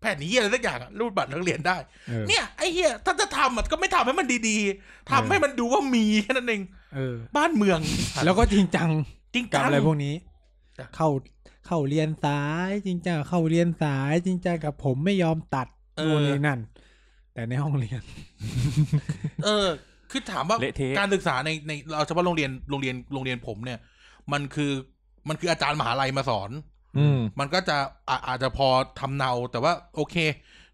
แผ่นเฮี้ยอะไรสักอย่างอะรูดบัตรนักเรียนได้ เออ เนี่ยไอ้เฮี้ยถ้าจะทำอะก็ไม่ทำให้มันดีๆทำให้มันดูว่ามีแค่นั้นเอง เออ บ้านเมือง แล้วก็จริงจัง จริง กับ จัง อะไรพวกนี้ จ้ะ เข้าเข้าเรียนสาย จริงจังกับเข้าเรียนสาย จริงจังกับผมไม่ยอมตัด เอ นู่น อ นี่นั่น แต่ในห้องเรียน เออ คือถามว่า เละเทะ การศึกษาในในเราเฉพาะโรงเรียนโรงเรียนโรงเรียนผมเนี่ย มันคือมันคืออาจารย์มหาลัยมาสอน อืม มันก็จะอาอาจจะพอทำเนาแต่ว่าโอเค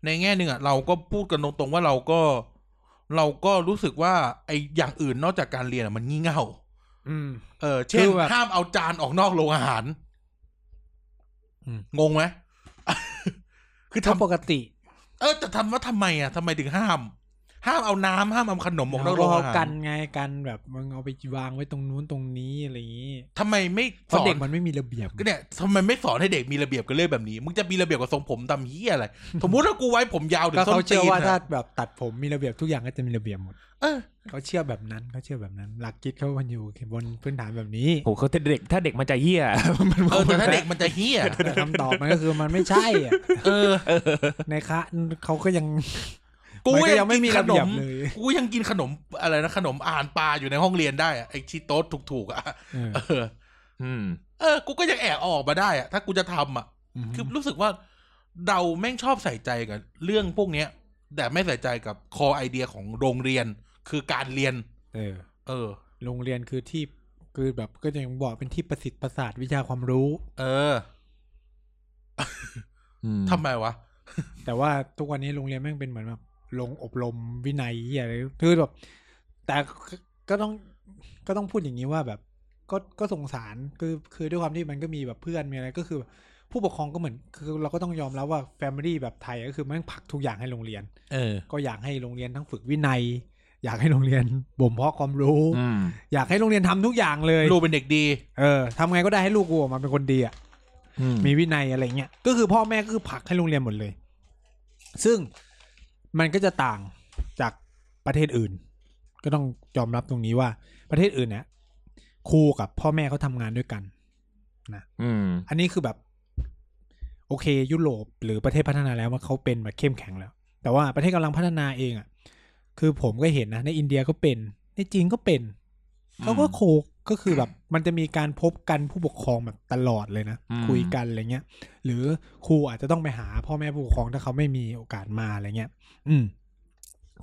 ในแง่หนึ่งอ่ะ เราก็พูดกันตรงๆว่าเราก็ เราก็รู้สึกว่าไออย่างอื่นนอกจากการเรียนอะมันงี่เง่า อืม เออเช่น คือแบบ ห้ามเอาจานออกนอกโรงอาหาร อืม งงไหม คือทำ ถ้าปกติ เออแต่ทำว่าทำไมอ่ะทำไมถึงห้าม ห้ามเอาน้ำห้ามเอาขนมออกนอกโรง เร อาหา กั ร นไงกันแบบมึงเอาไปวางไว้ตรงนู้นตรงนี้อะไรอย่างงี้ ทำไมไม่ เพ ส ราะ อ เด็ น กมันไม่มีระเบียบ ก็เนี่ยทำไมไม่สอนให้เด็กมีระเบียบกันเรื่องแบบนี้มึงจะมีระเบียบกับทรงผมดำเฮียอะไร สมมุติถ้ากูไว้ผมยาวถึ ก็ งส้น เขา ตี เชื่อน ว่าถ้า อะ แบบตัดผมมีระเบียบทุกอย่างก็จะมีระเบียบหมด เออ เขาเชื่อแบบนั้นเขาเชื่อแบบนั้น หลักคิดเขามันอยู่บนพื้นฐานแบบนี้ โหเขาถ้าเด็กถ้าเด็กมันจะเหี้ย มัน เออแต่ถ้าเด็กมันจะเฮี้ย แต่คำตอบมันก็คือมันไม่ใช่อะ เออ ในคะเขาก็ยัง กู มันก็ ยั ยัง งไม่ กิน มี ข ระ น เบียบ ม เลย กูยังกินขนมอะไรนะขนมอ่านปลาอยู่ในห้องเรียนได้อะไอ้ชีโต๊ดถูกๆอ่ะ เออ เออ อืม เออ กูก็ยังแอบเอาออกมาได้อะถ้ากูจะทำอ่ะ คือรู้สึกว่าเราแม่งชอบใส่ใจกับเรื่องพวกเนี้ย แต่ไม่ใส่ใจกับคอไอเดียของโรงเรียน คือการเรียน เออ เออ โรงเรียนคือที่คือแบบก็ยังบอกเป็นที่ประสิทธิ์ประสาทวิชาความรู้ เออ อืม ทำไมวะ แต่ว่าทุกวันนี้โรงเรียนแม่งเป็นเหมือนแบบโรงอบรมวินัยอะไรคือแบบแต่ก็ก็ต้องก็ต้องพูดอย่างนี้ว่าแบบ ก็ก็สงสารคือคือด้วยความที่มันก็มีแบบเพื่อนมีอะไรก็คือ ผู้ปกครองก็เหมือน คือเราก็ต้องยอมรับว่าแฟมิลี่แบบไทยก็คือแม่งผลักทุกอย่างให้โรงเรียน เออ ก็อยากให้โรงเรียนทั้งฝึกวินัย อยากให้โรงเรียนบ่มเพาะความรู้ อืม อยากให้โรงเรียนทำทุกอย่างเลย ลูกเป็นเด็กดี เออทำไงก็ได้ให้ลูกกูออกมาเป็นคนดีอ่ะ อืม มีวินัยอะไรเงี้ย ก็คือพ่อแม่ก็คือผลักให้โรงเรียนหมดเลย ซึ่งมันก็จะต่างจากประเทศอื่น ก็ต้องยอมรับตรงนี้ว่าประเทศอื่นเนี่ยครูกับพ่อแม่เขาทำงานด้วยกัน อืม อันนี้คือแบบ โอเค ยุโรปหรือประเทศพัฒนาแล้วว่าเขาเป็นแบบเข้มแข็งแล้ว แต่ว่าประเทศกำลังพัฒนาเองอะ่ะ คือผมก็เห็นนะในอินเดียก็เป็น ในจีนก็เป็น อืม เขาก็โคก็คือแบบมันจะมีการพบกันผู้ปกครองแบบตลอดเลยนะ อืม คุยกันอะไรเงี้ย หรือครูอาจจะต้องไปหาพ่อแม่ผู้ปกครองถ้าเขาไม่มีโอกาสมาอะไรเงี้ย อืม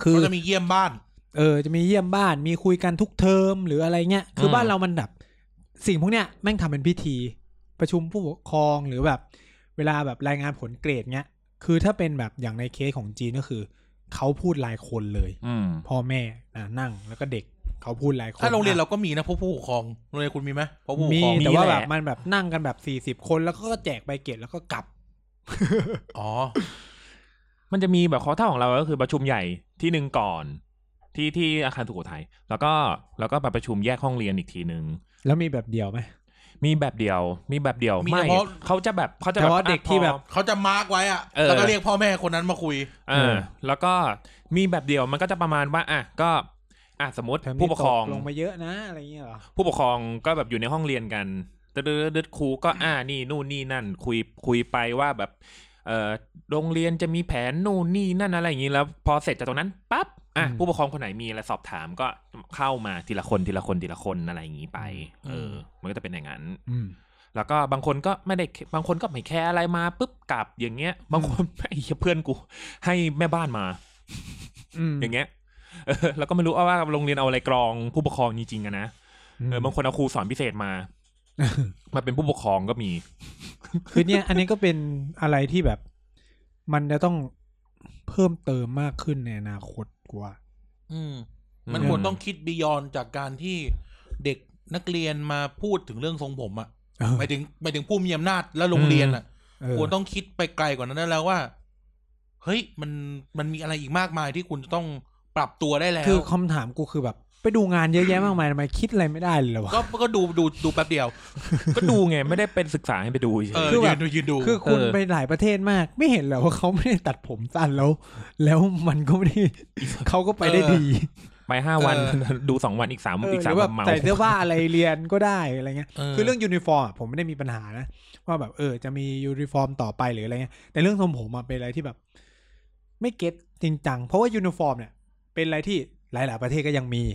คือ ก็จะมีเยี่ยมบ้าน เออจะมีเยี่ยมบ้านมีคุยกันทุกเทอมหรืออะไรเงี้ยคือ ม บ้านเรามันแบบสิ่งพวกเนี้ยแม่งทำเป็นพิธี ประชุมผู้ปกครองหรือแบบ เวลาแบบรายงานผลเกรดเงี้ย คือถ้าเป็นแบบอย่างในเคสของจีนก็คือเขาพูดรายคนเลย อืม พ่อแม่นะนั่งแล้วก็เด็กเขาพูดรายคน ถ้าโรงเรียนเราก็มีนะพวกผู้ปกครองโรงเรียนคุณมีไหมพวกผู้ปก มี ครอง แต่ว่า มีแห แบ ละ บมันแบบนั่งกันแบบสี่สิบ40 คนแล้วก็แจกใบเกรดแล้วก็กลับ อ๋อ มันจะมีแบบคอท่าของเราก็คือประชุมใหญ่ที่หนึ่งก่อน ที่ที่อาคารสุโขทัยแล้วก็แล้วก็ไปประชุมแยกห้องเรียนอีกทีหนึ่ง แล้วมีแบบเดียวไหม มีแบบเดียว มีแบบเดียว มี ไม่ เฉพาะ เขาจะแบบเขาจะ แต่ แบบ ว่า อ่ะ เด็กที่ พอ แบบ เขาจะมาร์กไว้อะ เออ แล้วก็เรียกพ่อแม่คนนั้นมาคุย เออ แล้วก็มีแบบเดียวมันก็จะประมาณว่าอ่ะก็อ่ะสมมติ เทอมนี้ ผู้ปกครอง ตลงมาเยอะนะอะไรเงี้ยเหรอ ผู้ปกครองก็แบบอยู่ในห้องเรียนกันเดือดๆๆครูก็อ่านี่นู่นนี่นั่น คุยคุยไปว่าแบบ เออโรงเรียนจะมีแผนนู่นนี่นั่นอะไรอย่างนี้แล้ว พอเสร็จจากตรงนั้นปั๊บอ่ะผู้ปกครองคนไหนมีอะไรสอบถามก็เข้ามาทีละคนทีละคนทีละคนอะไรอย่างนี้ไป เออ มันก็จะเป็นอย่างนั้น อืม แล้วก็บางคนก็ไม่ได้บางคนก็ไม่แคร์อะไรมาปุ๊บกลับอย่างเงี้ย บางคน ไอ้เหี้ยเพื่อนกู ให้แม่บ้านมา อืม อย่างเงี้ยเออแล้วก็ไม่รู้ว่าโรงเรียนเอาอะไรกรองผู้ปกครองจริงๆอะนะ เออบางคนเอาครูสอนพิเศษมา มาเป็นผู้ปกครองก็มี คือเนี่ยอันนี้ก็เป็นอะไรที่แบบ มันจะต้อง เพิ่มเติมมากขึ้นในอนาคตกว่า อืม มันควรต้องคิดบียอนจากการที่เด็กนักเรียนมาพูดถึงเรื่องทรงผมอะ เออ หมายถึงหมายถึงผู้มีอำนาจและโรงเรียนอะ เออ ควรต้องคิดไปไกลกว่านั้นได้แล้วว่า เฮ้ยมันมันมีอะไรอีกมากมายที่คุณจะต้องปรับตัวได้แล้ว คือคำถามกูคือแบบ ไปดูงานเยอะแยะมากมายทำไมคิดอะไรไม่ได้เลยเหรอวะ ก็ก็ดูดูดูแป๊บเดียว ก็ดูไงไม่ได้เป็นศึกษาให้ไปดูเฉย เออ คือแบ ยื บ นดูยืนดู คือคุณ เออ ไปหลายประเทศมาก ไม่เห็นเหรอว่าเขาไม่ได้ตัดผมสั้น แล้ว แล้วมันก็ไม่ได้ เขาก็ไปได้ เออ ดี ไปห้าวัน เออ ดูสองวันอีกสาม เออ อีก ห สา รื ม อแบ วั บ นเมา ใส่เสื้อผ้าอะไรเรียนก็ได้อะไรเงี้ย เออ คือเรื่องยูนิฟอร์มอะผมไม่ได้มีปัญหานะ ว่าแบบเออจะมียูนิฟอร์มต่อไปหรืออะไรเงี้ยแต่เรื่องทรงผมอะเป็นอะไรที่แบบ ไม่เก็ตจริงจังเพราะว่ายูนิฟอร์มเนี่ย เป็นอะไรที่หลาย ๆ ประเทศก็ยังมี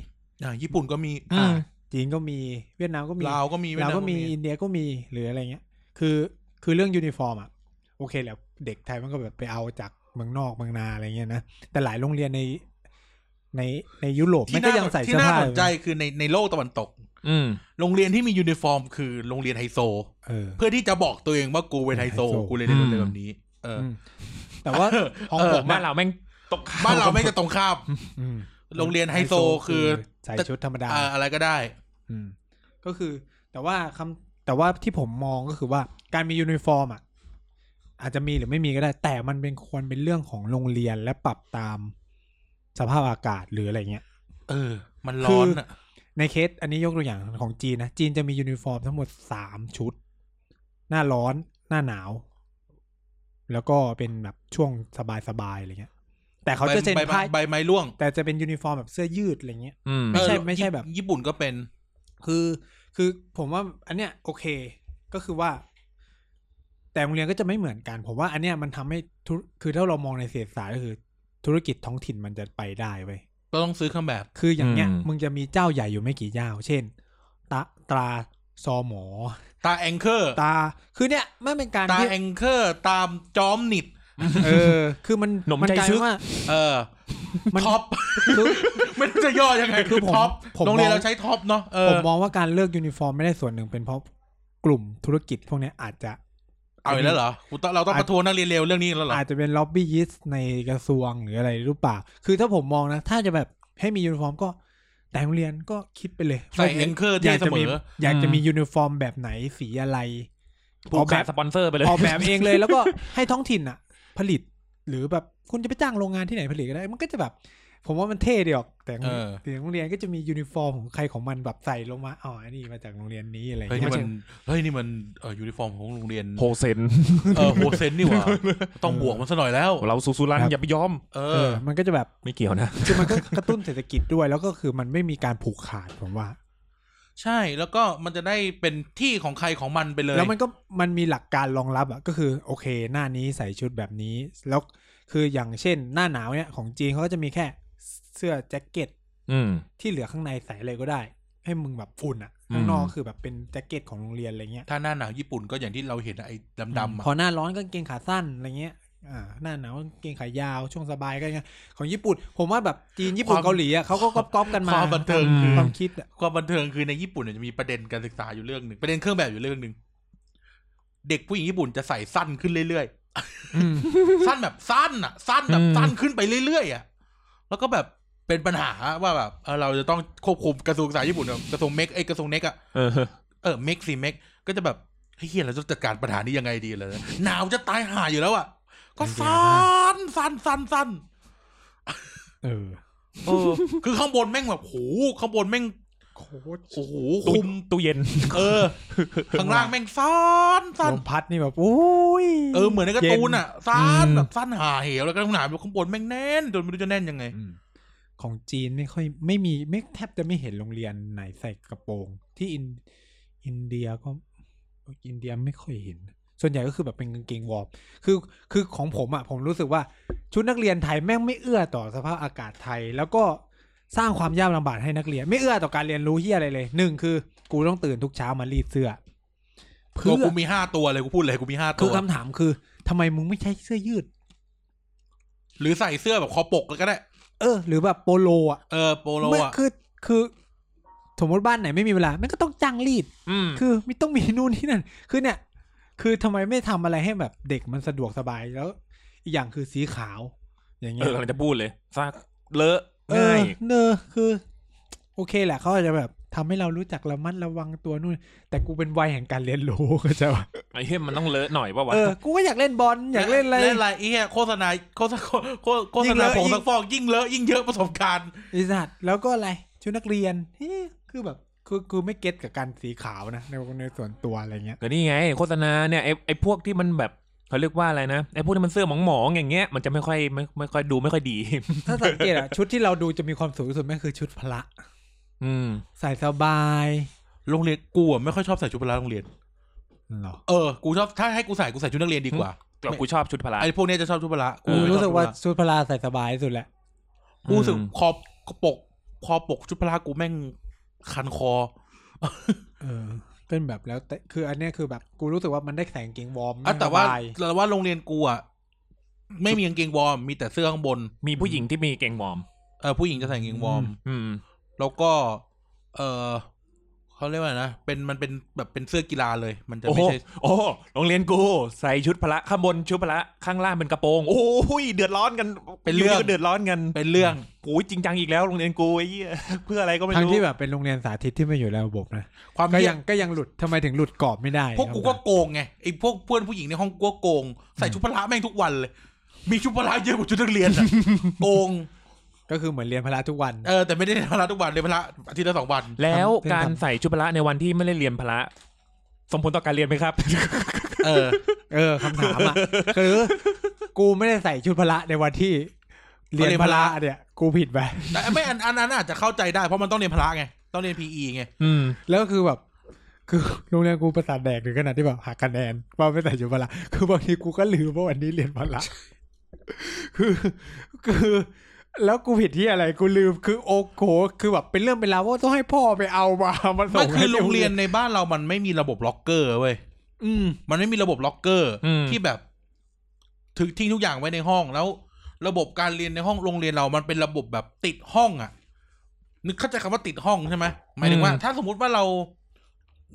อ่ะญี่ปุ่นก็มี อ่าจีนก็มีเวียดนามก็มี ลาวก็มีเวียลาวนดาม ก็มีอินเดียก็มีหรืออะไรเงี้ย คือคือเรื่องยูนิฟอร์มอะโอเคแหละเด็กไทยมันก็แบบไปเอาจากเมืองนอกเมืองนาอะไรเงี้ยนะแต่หลายโรงเรียนในในในยุโรป ที่ มันก็ น่า ยังใส่ ที่ เสื้อ น่า ผ้า สนใจคือในในโลกตะวันตก อืม โรงเรียนที่มียูนิฟอร์ม คือโรงเรียนไฮโซ เออ เพื่อที่จะบอกตัวเองว่ากูเป็นไฮโซ ไฮโซ กูเลยได้เรียน อืม แบบนี้ เออ มแต่ว่าของ เออ ผม บ้า อะ นเราแม่งตกข่ว บ้านเราไม่งจะตรงข้าม อืม โรงเรียนไฮโซคือ ใส่ชุดธรรมดา อ่าอะไรก็ได้ อืมก็คือ แต่ว่าคำแต่ว่าที่ผมมองก็คือว่าการมียูนิฟอร์มอ่ะ อาจจะมีหรือไม่มีก็ได้ แต่มันเป็นควรเป็นเรื่องของโรงเรียนและปรับตามสภาพอากาศหรืออะไรเงี้ย เออ มันร้อนอ่ะ ในเคสอันนี้ยกตัวอย่างของจีนนะ จีนจะมียูนิฟอร์มทั้งหมดสามชุด หน้าร้อนหน้าหนาว แล้วก็เป็นแบบช่วงสบายๆอะไรเงี้ย แต่เขาจะเซ็น ใบไม้ ผ้า ใบไม้ร่วง แต่จะเป็นยูนิฟอร์มแบบเสื้อยืดอะไรเงี้ย อืม ไม่ใช่ เออ ไม่ใช่แบบ ญี่ญี่ปุ่นก็เป็น คือคือผมว่าอันเนี้ยโอเคก็คือว่า แต่โรงเรียนก็จะไม่เหมือนกัน ผมว่าอันเนี้ยมันทำให้ธุรคือถ้าเรามองในเศรษฐศาสตร์ก็คือ ธุรกิจท้องถิ่นมันจะไปได้เว้ย ก็ต้องซื้อเครื่องแบบ คืออย่างเนี้ยมึงจะมีเจ้าใหญ่อยู่ไม่กี่เจ้า เช่น ตาตราซอหมอ ตาแองเกอร์ ตาคือเนี้ยไม่เป็นการ ตา ที่ แองเกอร์ ตามจอมหนิด เออ คือมัน หนม มั ใจ กลาย ซึ เป็ ก นว่า เออ มัน ท็อป คือ ไม่รู้จะย่อยังไง คือผม ท็อป ผม โรงเรียน มอง เราใช้ท็อปเนาะเออ ผมมองว่าการเลือกยูนิฟอร์มไม่ได้ส่วนหนึ่งเป็นเพราะกลุ่มธุรกิจพวกเนี้ยอาจจะ เอาอีกแล้วเหรอกูต้องเราต้อง อาจ ประท้วงนักเรียนเร็วเรื่องนี้แล้วเหรอ อาจจะเป็นล็อบบี้ยิสต์ในกระทรวงหรืออะไรหรือเปล่า คือถ้าผมมองนะ ถ้าจะแบบให้มียูนิฟอร์มก็ แต่โรงเรียนก็คิดไปเลย ใส่ anchor เท่ ยากจะมี เสมอ อยากจะมียูนิฟอร์มแบบไหนสีอะไร ผู ออก กแบ ขาด บ สปอนเซอร์ไปเลย ออกแบบเองเลย แล้วก็ให้ท้องถิ่นอ่ะ ผลิต หรือแบบคุณจะไปจ้างโรงงานที่ไหนผลิตก็ได้ มันก็จะแบบ ผมว่ามันเท่ดีออกแต่โรง เออ แต่โรงเรียนก็จะมียูนิฟอร์มของใครของมันแบบใส่ลงมาอ๋ออันนี้มาจากโรงเรียนนี้อะไรอย่าง เฮ้ย เงี้ย นี่มัน ไม่ใช่ เฮ้ยนี่มันเออยูนิฟอร์มของโรงเรียน โฮเซ น เออโฮเซนนี่หว่าต้องบวกมันซะหน่อยแล้ว เราสุสุรันอย่าไปยอม เอ เอ อ อมันก็จะแบบ ไม่เกี่ยวนะ คือมันก็กระตุ้นเศรษฐกิจด้วยแล้วก็คือมันไม่มีการผูกขาดผมว่า ใช่แล้วก็มันจะได้เป็นที่ของใครของมันไปเลย แล้วมันก็มันมีหลักการรองรับอ่ะก็คือโอเค หน้านี้ใส่ชุดแบบนี้ แล้วคืออย่างเช่น หน้าหนาวเนี่ยของจีนเขาก็จะมีแค่เสื้อแจ็คเก็ต อืม ที่เหลือข้างในใส่เลยก็ได้ ให้มึงแบบฝุ่นอ่ะข้างนอกคือแบบเป็นแจ็คเก็ตของโรงเรียนอะไรเงี้ย ถ้าหน้าหนาวญี่ปุ่นก็อย่างที่เราเห็นอะไอ้ดำๆ พอ อะ หน้าร้อนก็กางเกงขาสั้นอะไรเงี้ยอ่าหน้าหนาวกางเกงขายาวช่วงสบายก็อย่างเงี้ยของญี่ปุ่น ผมว่าแบบจีนญี่ปุ่นเกาหลีอ่ะเขาก็ก๊อปก๊อปกันมา ความบันเทิง อื คือ ความคิดอ่ะ ความบันเทิงคือในญี่ปุ่นเนี่ยจะมีประเด็นการศึกษาอยู่เรื่องหนึ่งประเด็นเครื่องแบบอยู่เรื่องหนึ่งเด็กผู้หญิงญี่ปุ่นจะใส่สั้นขึ้นเรื่อย อืม ๆ สั้นแบบสั้นอ่ะ สั้นแบบ อืม สั้นขึ้นไปเรื่อยๆอ่ะแล้วก็แบบเป็นปัญหาว่าแบบเออเราจะต้องควบคุมกระทรวงศึกษาญี่ปุ่นอะกระทรวงเมกไอยกระทรวงเน็กอ่ะ เออ เออเมกซีเมกก็จะแบบเฮ้ยเฮียเราจะจัดการปัญหานี้ยังไงดีเลยหนาวจะตายห่าอยู่แล้วอ่ะ ก็ มันเดือด สั มา ้นสั้นสั้นสั้น เออ เออ คือข้างบนแม่งแบบโหข้างบนแม่ง โคตร โอ้โห ตู้ คุม ตู้เย็น เออข้างล่างแม่งสั้นสั้น ลมพัดนี่แบบโอ้ย เออเหมือนในการ์ตูนอ่ะสั้น อืม แบบสั้นห่าเหวแล้วก็ข้างหนามข้างบนแม่งแน่นจนไม่รู้จะแน่นยังไง ของจีนไม่ค่อยไม่มีไม่แทบจะไม่เห็นโรงเรียนไหนใส่กระโปรง ที่อินอินเดียก็อินเดียไม่ค่อยเห็น ส่วนใหญ่ก็คือแบบเป็นกางเกงวอร์มคือคือของผมอะ่ะผมรู้สึกว่าชุดนักเรียนไทยแม่งไม่เอื้อต่อสภาพอากาศไทย แล้วก็สร้างความยากลำบากให้นักเรียน ไม่เอื้อต่อการเรียนรู้ที่อะไรเลยหนึ่งคือ กูต้องตื่นทุกเช้ามารีดเสื้อเพื่ ตัว อ กูมีห้าตัวเลยกูพูดเลยกูมีห้า คื ตั อ ว คำถามคือทำไมมึงไม่ใช้เสื้อยืด หรือใส่เสื้อแบบคอปกเลยก็ได้ เออ หรือแบบโปโลอ่ะ เออโปโล ไม่ อ่ะ คือคือ สมมติบ้านไหนไม่มีเวลามันก็ต้องจ้างรีด อืม คือไม่ต้องมีนู่นนี่นั่น คือเนี่ย คือทำไมไม่ทำอะไรให้แบบเด็กมันสะดวกสบายแล้ว อีกอย่างคือสีขาว อย่าง เอ เงี้ย อกำลังจะพูดเลยซากเลอะ เอ ง่า อย เนอคือ โอเคแหละเขาอาจจะแบบทำให้เรารู้จักระมัดระวังตัวนู่น แต่กูเป็นวัยแห่งการเรียนรู้ เข้าใจปะ ไอ้เหี้ยมันต้องเลอะหน่อยป่าวะ เออกูก็อยากเล่นบอลอยากเล่นอะไร เล่นอะไรไอ้เหี้ยโฆษณาโฆษณาโฆษโฆ ยิ่ ษณางเลอะ ผง ยิ่ง ซักฟอกยิ่งเลอะยิ่งเยอะประสบการณ์ ไอสัตว์แล้วก็อะไรชุดนักเรียนเฮ้ยคือแบบคือคือไม่เก็ตกับการสีขาวนะในในส่วนตัวอะไรเงี้ย ก็นี่ไง โฆษณาเนี่ยไอ้ไอ้พวกที่มันแบบเขาเรียกว่าอะไรนะไอ้พวกที่มันเสื้อหมองๆอย่างเงี้ยมันจะไม่ค่อยไม่ไม่ค่อยดูไม่ค่อยดี ถ้าสังเกตอะ ชุดที่เราดูจะมีความสูงที่สุดแม่งคือชุดพละ อืม ใส่สบาย โรงเรียนกูอะไม่ค่อยชอบใส่ชุดพละโรงเรียน หรอ เออกูชอบถ้าให้กูใส่กูใส่ชุดนักเรียนดีกว่า แต่กูชอบชุดพละ ไอ้พวกเนี้ยจะชอบชุดพละ กู ไม่ชอบ รู้สึกว่า ชุดพละ ชุดพละใส่สบายที่สุดแหละ กูรู้สึก อืม คอปกคอปกชุดพละกูแม่งคันคอ เออเป็นแบบแล้วแต่คืออันเนี้ยคือแบบกูรู้สึกว่ามันได้ใส่กางเกงวอร์ม อะแต่ว่า สบย แต่ว่าโรงเรียนกูอะไม่มีกางเกงวอร์มมีแต่เสื้อข้างบน มีผู้หญิงที่มีเกงวอร์ม เออผู้หญิงจะใส่กางเกงวอร์ม อืม อืม แล้วก็ เออเขาเรียกว่าไงนะเป็นมันเป็นแบบเป็นเสื้อกีฬาเลย มันจะ โอ้โห ไม่ใช่ โอ้โหโรงเรียนกู ใส่ชุดพละข้างบนชุดพละข้างล่างเป็นกระโปรง โอ้โหยเดือดร้อนกัน เป็นเรื่อง ยู่ดีก็เดือดร้อนกัน เป็นเรื่อง โอ้ยจริงจังอีกแล้วโรงเรียนกูไอ้เหี้ย เพื่ออะไรก็ไม่ ทั้ง รู้ ที่แบบเป็นโรงเรียนสาธิตที่ไม่อยู่ในระบบนะ ความ ก็ เหี้ยยังก็ยังหลุดทำไมถึงหลุดกรอบไม่ได้ พวกกูก็โกงไงไอ้พวกเพื่อนผู้หญิงในห้องกูก็โกง ใส่ชุดพละแม่งทุกวันเลย มีชุดพละเยอะกว่าชุดนักเรี ยนอะ โกง ก็คือเหมือนเรียนพละทุกวัน เออแต่ไม่ได้เรียนพละทุกวันเลยนพละอาทิตย์ละสองวัน แล้ว ทำ การ ทำ ใส่ชุดพละในวันที่ไม่ได้เรียนพละสมผลต่อการเรียนไหมครับ เออ เออคำถามอ่ะ คือกูไม่ได้ใส่ชุดพละในวันที่ เรียนพละเนี่ย กูผิดไป แต่ไม่อันอันนั้นอาจจะเข้าใจได้เพราะมันต้องเรียนพละไงต้องเรียน PE ไง อืม แล้วก็คือแบบ คือโรงเรียนกูประสาทแดกถึงขนาดที่แบบหักคะแนนว่าไม่ใส่ชุดพละ คือบางทีกูก็ลืมว่าวันนี้เรียนพละ คือคือ แล้วกูผิดที่อะไรกูลืมคือโอ้โหคือแบบเป็นเรื่องเป็นราวว่าต้องให้พ่อไปเอามา มันส่ ไม่ ง คือ ให้ โรงเรียนในบ้านเรามันไม่มีระบบล็อกเกอร์เว้ย อืม มันไม่มีระบบล็อกเกอร์ อืม ที่แบบถึงทิ้งทุกอย่างไว้ในห้องแล้ว ระบบการเรียนในห้องโรงเรียนเรามันเป็นระบบแบบติดห้องอะนึกเข้าใจคำว่าติดห้องใช่ไหมหมายถึงว่า ถ้าสมมติว่าเรา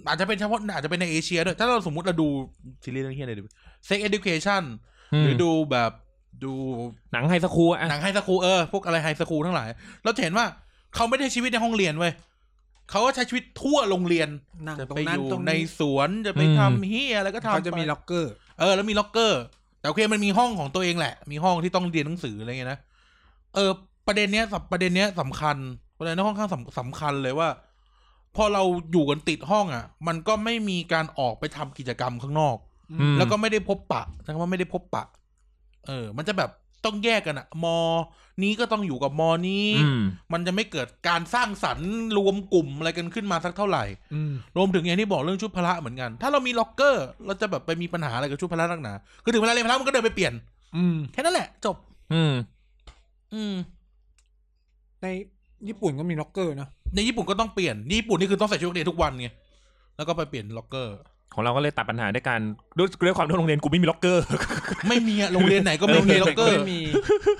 อาจจะเป็นเฉพาะอาจจะเป็นในเอเชียด้วยถ้าเราสมมติเราดูซีรีส์เรื่องเฮียอะไรดีเซ็กเอดูเคชันหรือดูแบบดู หนังไฮสคูลอะ หนังไฮสคูลเออพวกอะไรไฮสคูลทั้งหลาย เราจะเห็นว่าเขาไม่ได้ใช้ชีวิตในห้องเรียนเว้ยเขาก็ใช้ชีวิตทั่วโรงเรียน นั่ง จะ ตร ไป ง อ นั้น ยู่ ตรง ใน นี้ สวนจะไปทำเฮียอะไรก็ทำ เขาจะมี ไป ล็อกเกอร์ เออแล้วมีล็อกเกอร์ แต่โอเคมันมีห้องของตัวเองแหละ มีห้องที่ต้องเรียนหนังสืออะไรเงี้ยนะเออ ประเด็นเนี้ยสำประเด็นเนี้ยสำคัญประเด็นเนี้ยค่อนข้างสำสำคัญเลยว่า พอเราอยู่กันติดห้องอ่ะ มันก็ไม่มีการออกไปทำกิจกรรมข้างนอก อืม แล้วก็ไม่ได้พบปะใช้คำว่าไม่ได้พบปะ เออ มันจะแบบต้องแยกกันอะมอ นี้ก็ต้องอยู่กับมอนี้ อืม มันจะไม่เกิดการสร้างสรรค์รวมกลุ่มอะไรกันขึ้นมาสักเท่าไหร่ อืม รวมถึงอย่างที่บอกเรื่องชุดพละเหมือนกัน ถ้าเรามีล็อกเกอร์ เราจะแบบไปมีปัญหาอะไรกับชุดพละนักหนา คือถึงเวลาเรียนพละมันก็เดินไปเปลี่ยน อืม แค่นั้นแหละ จบ อืม อืม ในญี่ปุ่นก็มีล็อกเกอร์เนาะ ในญี่ปุ่นก็ต้องเปลี่ยน ญี่ปุ่นนี่คือต้องใส่ชุดนักเรียนทุกวันไง แล้วก็ไปเปลี่ยนล็อกเกอร์ ของเราก็เลยตัดปัญหาด้วยการด้วยด้วยความที่โรงเรียนกูไม่มีล็อกเกอร์ ไม่มีอะโรงเรียนไหนก็ ไม่มีล็อกเกอร์ ไม่มี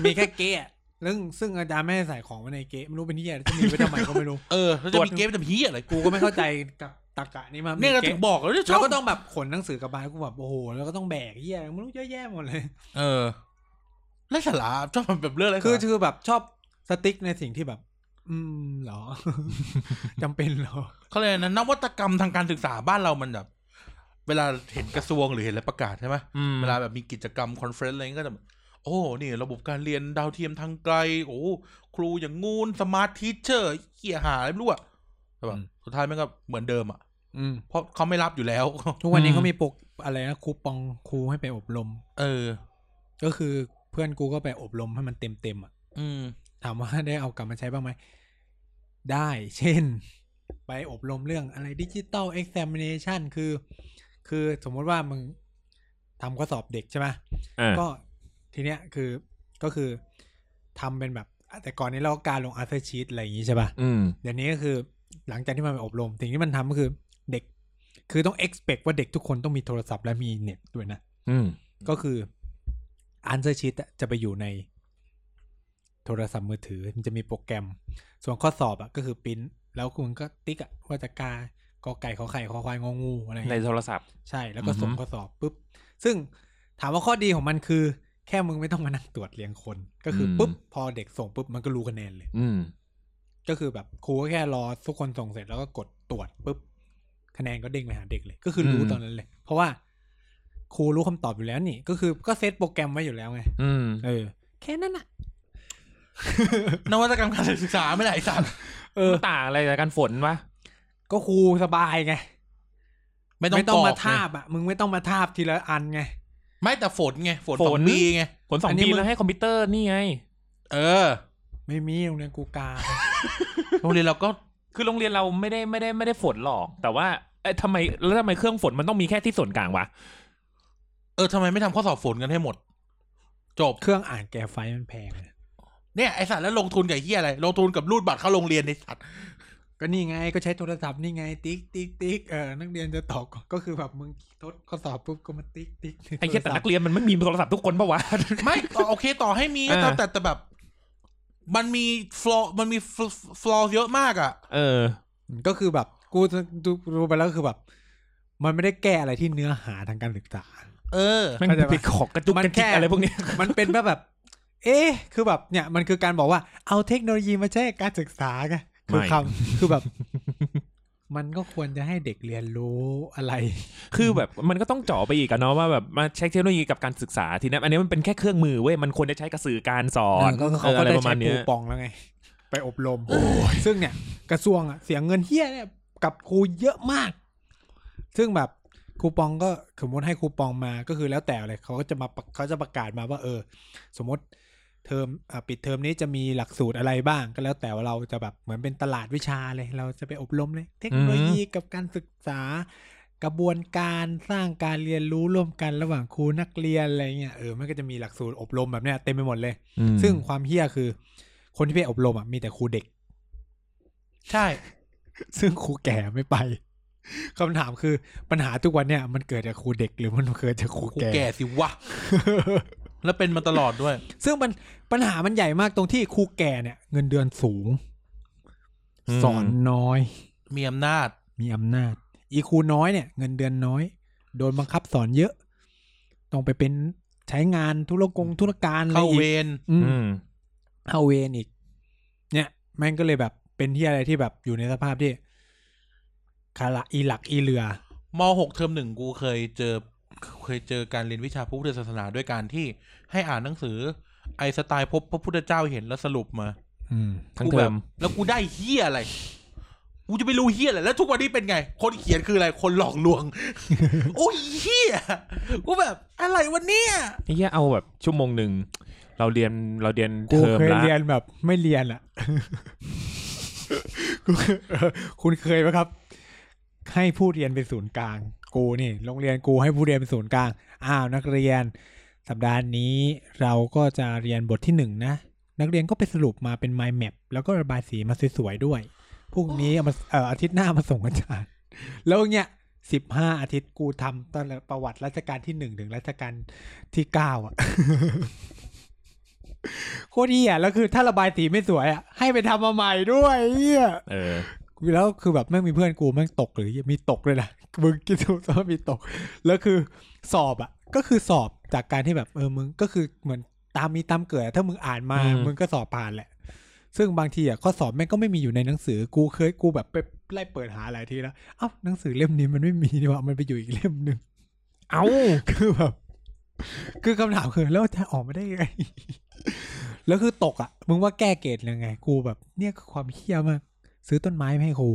มีแค่เก๊ะซึ่งซึ่งอาจารย์ไม่ให้ใส่ของไว้ในเก๊ะไม่รู้เป็นที่อะไรจะมีไว้ทำไมก็ไม่รู้ เออแล้วจะมีเกมจะมีเฮียอะไร กูก็ไม่เข้าใจตักตักกะนี้มากมี เนี่ยเรา เก๊ะ ถึงบอกแล้วเนี่ยช แล้ อ ว บ ก็ต้องแบบขนหนังสือกลับบ้านกูแบบโอ้โหแล้วก็ต้องแบกเหี้ยไม่รู้เยอะแยะหมดเลย เออไร้สาระชอบแบบเรื่องอะไร คือ สาระ คือแบบชอบสติ๊กในสิ่งที่แบบ อืมเหรอ จำเป็นเหรอ เขาเลยกอะไรนะนวัตกรรมทางการศึกษาบ้านเรามันแบบ เวลาเห็นกระทรวงหรือเห็นอะไรประกาศใช่ไหม อืม เวลาแบบมีกิจกรรมคอนเฟรนซ์อะไรเงี้ยก็จะแบบโอ้นี่ระบบการเรียนดาวเทียมทางไกล โอ้ครูอย่างงูนสมาร์ททีเชอร์เขี่ยหาอะไรไม่รู้อะแต่แบบสุดท้ายมันก็เหมือนเดิมอะ อืม เพราะเขาไม่รับอยู่แล้ว ทุกวันนี้เขามีปกอะไรนะคูปองครูให้ไปอบรม เออ ก็คือเพื่อนกูก็ไปอบรมให้มันเต็มเต็มๆอ่ะ อืม ถามว่าได้เอากลับมาใช้บ้างไหม ได้ เช่น ไปอบรมเรื่องอะไรดิจิตอลเอ็กซ m i n a t i o n คือ คือสมมติว่ามึงทำข้อสอบเด็กใช่ไหม อ่า ก็ทีเนี้ยคือก็คือทำเป็นแบบ แต่ก่อนนี้เราก็การลง after sheet อะไรอย่างงี้ใช่ป่ะ อืม เดี๋ยวนี้ก็คือหลังจากที่มันไปอบรม สิ่งที่มันทำก็คือเด็ก คือต้อง expect ว่าเด็กทุกคนต้องมีโทรศัพท์และมีเน็ตด้วยนะ อืม ก็คือ answer sheet อะจะไปอยู่ในโทรศัพท์มือถือ มันจะมีโปรแกรม ส่วนข้อสอบอะก็คือปริ้น แล้วคุณก็ติ๊กอะว่าจะกากอไก่ขอไข่ขอควายงองูอะไรอย่าง ใน เงี้ย โทรศัพท์ ใช่แล้วก็ส่ง อือฮึ ข้อสอบปุ๊บ ซึ่งถามว่าข้อดีของมันคือ แค่มึงไม่ต้องมานั่งตรวจเรียงคน ก็คืออ ม ปุ๊บพอเด็กส่งปุ๊บมันก็รู้คะแนนเลย อืม ก็คือแบบครูก็แค่รอทุกคนส่งเสร็จแล้วก็กดตรวจปุ๊บคะแนนก็เด้งไปหาเด็กเลย ก็คือรู้ อืม ตอนนั้นเลย เพราะว่าครูรู้คำตอบอยู่แล้วนี่ ก็คือก็เซตโปรแกรมไว้อยู่แล้วไง อืม เออ แค่นั้นอ่ะ นวัตกรรมการศึกษาไม่ไหลสัตว์ เออ ต่างอะไรจากการฝนวะ ก็ครูสบายไง ไม่ต้อง ต้อง กร มา อกไ ทาบอ่ะ มึงไม่ต้องมาทาบทีละอันไง ไม่แต่ฝนไงฝน ฝน สองปีไง ฝนสอ อั ง นนี้ ปี มึง แล้วให้คอมพิวเตอร์นี่ไง เออ ไม่มีโรงเรียนกูกา โรงเรียนเราก็ คือโรงเรียนเราไม่ได้ไม่ได้ไม่ได้ฝนหรอก แต่ว่าเอ๊ะทำไมแล้วทำไมเครื่องฝนมันต้องมีแค่ที่ส่วนกลางวะ เออทำไมไม่ทำข้อสอบฝนกันให้หมด จบ เครื่องอ่านแก้ไฟมันแพงนะ เนี่ยไอสัตว์แล้วลงทุนกับไอ้เฮียอะไร ลงทุนกับรูดบัตรเข้าโรงเรียนไอสัตว์ ก็นี่ไงก็ใช้โทรศัพท์นี่ไง ติ๊กติ๊กติ๊กเออนักเรียนจะตอบ ก็คือแบบมึงทดข้อสอบปุ๊บก็มาติ๊กติ๊กใน ไอ้เหี้ยแต่ โทรศั นั พ ก ท์ เรียนมันไม่มีโทรศัพท์ทุกคนปะวะ ไม่ต่อโอเคต่อให้มีก็ตามแต่แต่แบบ มันมีฟลอมันมีฟลอเยอะมากอ่ะ เออ ก็คือแบบกูดูดูไปแล้วก็คือแบบ มันไม่ได้แก้อะไรที่เนื้อหาทางการศึกษา เออ แมัน เข้าใจปะ ไปขอกกระจุก มัน กระ แค่ จิกอะไรพวกเนี้ย มันเป็นแบบ แบบ เอ๊ะคือแบบเนี่ยมันคือการบอกว่าเอาเทคโนโลยีมาใช้กับการศึกษาไงคือ ไม่ คำคือแบบ มันก็ควรจะให้เด็กเรียนรู้อะไร คือแบบมันก็ต้องเจ่อไปอีกอะเนาะว่าแบบมาใช้เทคโนโลยีกับการศึกษาทีเนี้ยอันนี้มันเป็นแค่เครื่องมือเว้ยมันควรจะใช้กับสื่อการสอเอนอก็เขาก็ อะไร ได้ ประมา ใช้ ณ ปู เนี้ย ปองแล้วไง ไปอบรมซึ่งเนี่ย กระทรวงอะเสียเงินเฮี้ยเนี่ยกับครูเยอะมาก ซึ่งแบบคูปองก็สมมติให้คูปองมาก็คือแล้วแต่เลยเขาก็จะมาประเขาจะประกาศมาว่า เออ สมมติเทอมอ่ะปิดเทอมนี้จะมีหลักสูตรอะไรบ้างก็แล้วแต่ว่าเราจะแบบเหมือนเป็นตลาดวิชาเลย เราจะไปอบรมเลย เทคโนโลยีกับการศึกษา กระบวนการสร้างการเรียนรู้ร่วมกันระหว่างครูนักเรียนอะไรเงี้ยเออมันก็จะมีหลักสูตรอบรมแบบเนี้ยเต็มไปหมดเลย อืม ซึ่งความเฮี้ยคือ คนที่ไปอบรมอ่ะมีแต่ครูเด็ก ใช่ ซึ่งครูแก่ไม่ไป คำถามคือปัญหาทุกวันเนี่ยมันเกิดจากครูเด็กหรือมันเกิดจากครู กู แก่ แก่สิวะ แล้วเป็นมาตลอดด้วย ซึ่งมันปัญหามันใหญ่มากตรงที่ครูแก่เนี่ย เงินเดือนสูง สอนน้อย มีอำนาจ มีอำนาจ อีครูน้อยเนี่ย เงินเดือนน้อย โดนบังคับสอนเยอะ ต้องไปเป็นใช้งานธุรกงธุรการอะไร เข้า อี เว ก ร อืม อืม เอาเวนอีก เนี่ยแม่งก็เลยแบบเป็นที่อะไรที่แบบอยู่ในสภาพที่คาระอีหลักอีเหลือ มหกเทอมหนึ่งกูเคยเจอ เคยเจอการเรียนวิชาพระพุทธศาสนาด้วยการที่ให้อ่านหนังสือ ไอสไตล์พบพระพุทธเจ้าเห็นแล้วสรุปมา อืม ทั้ง กู เท แบ อบ ม แล้วกูได้เฮียอะไร กูจะไปรู้เฮียอะไร แล้วทุกวันนี้เป็นไง คนเขียนคืออะไร คนหลอกลวง โอ้ยเฮียกูแบบอะไรวันเนี้ย ไอ้เหี้ยเอาแบบชั่วโมงหนึ่งเราเรียนเราเรียน กู เทอม เคย ละ เรียนแบบไม่เรียน อ่ะ กูเคยเออคุณเคยไหมครับ ให้ผู้เรียนเป็นศูนย์กลาง กูนี่ โรงเรียนกูให้ผู้เรียนเป็นศูนย์กลาง อ้าวนักเรียน สัปดาห์นี้เราก็จะเรียนบทที่หนึ่งนะ นักเรียนก็ไปสรุปมาเป็น mind map แล้วก็ระบายสีมาสวยๆด้วย พรุ่งนี้เอามาเอ่ออาทิตย์หน้ามาส่งอาจารย์ แล้วเนี้ยสิบห้าอาทิตย์กูทำตอนประวัติรัชกาลที่หนึ่งถึงรัชกาลที่เก้าอ่ะ โคตรเหี้ยแล้วคือถ้าระบายสีไม่สวยอ่ะให้ไปทำมาใหม่ด้วยเหี้ย เออ แล้วคือแบบแม่งมีเพื่อนกูแม่งตกหรือมีตกเลยนะมึงคิดดูซะว่ามีตก แล้วคือสอบอ่ะ ก็คือสอบจากการที่แบบเออมึงก็คือเหมือนตามมีตามเกิดอะถ้ามึงอ่านมา อืม มึงก็สอบผ่านแหละ ซึ่งบางทีอ่ะข้อสอบแม่งก็ไม่มีอยู่ในหนังสือกูเคยกูแบบไปไล่เปิดหาหลายทีแล้วเอ้าหนังสือเล่มนี้มันไม่มีนี่หว่ามันไปอยู่อีกเล่มหนึ่ง เอา คือแบบคือคำถามคือแล้วจะออกมาได้ยัง ไง แล้วคือตกอ่ะ มึงว่าแก้เกรดยังไง กูแบบ เนี่ยคือความเฮี้ยมาก ซื้อต้นไม้ไม่ให้ครู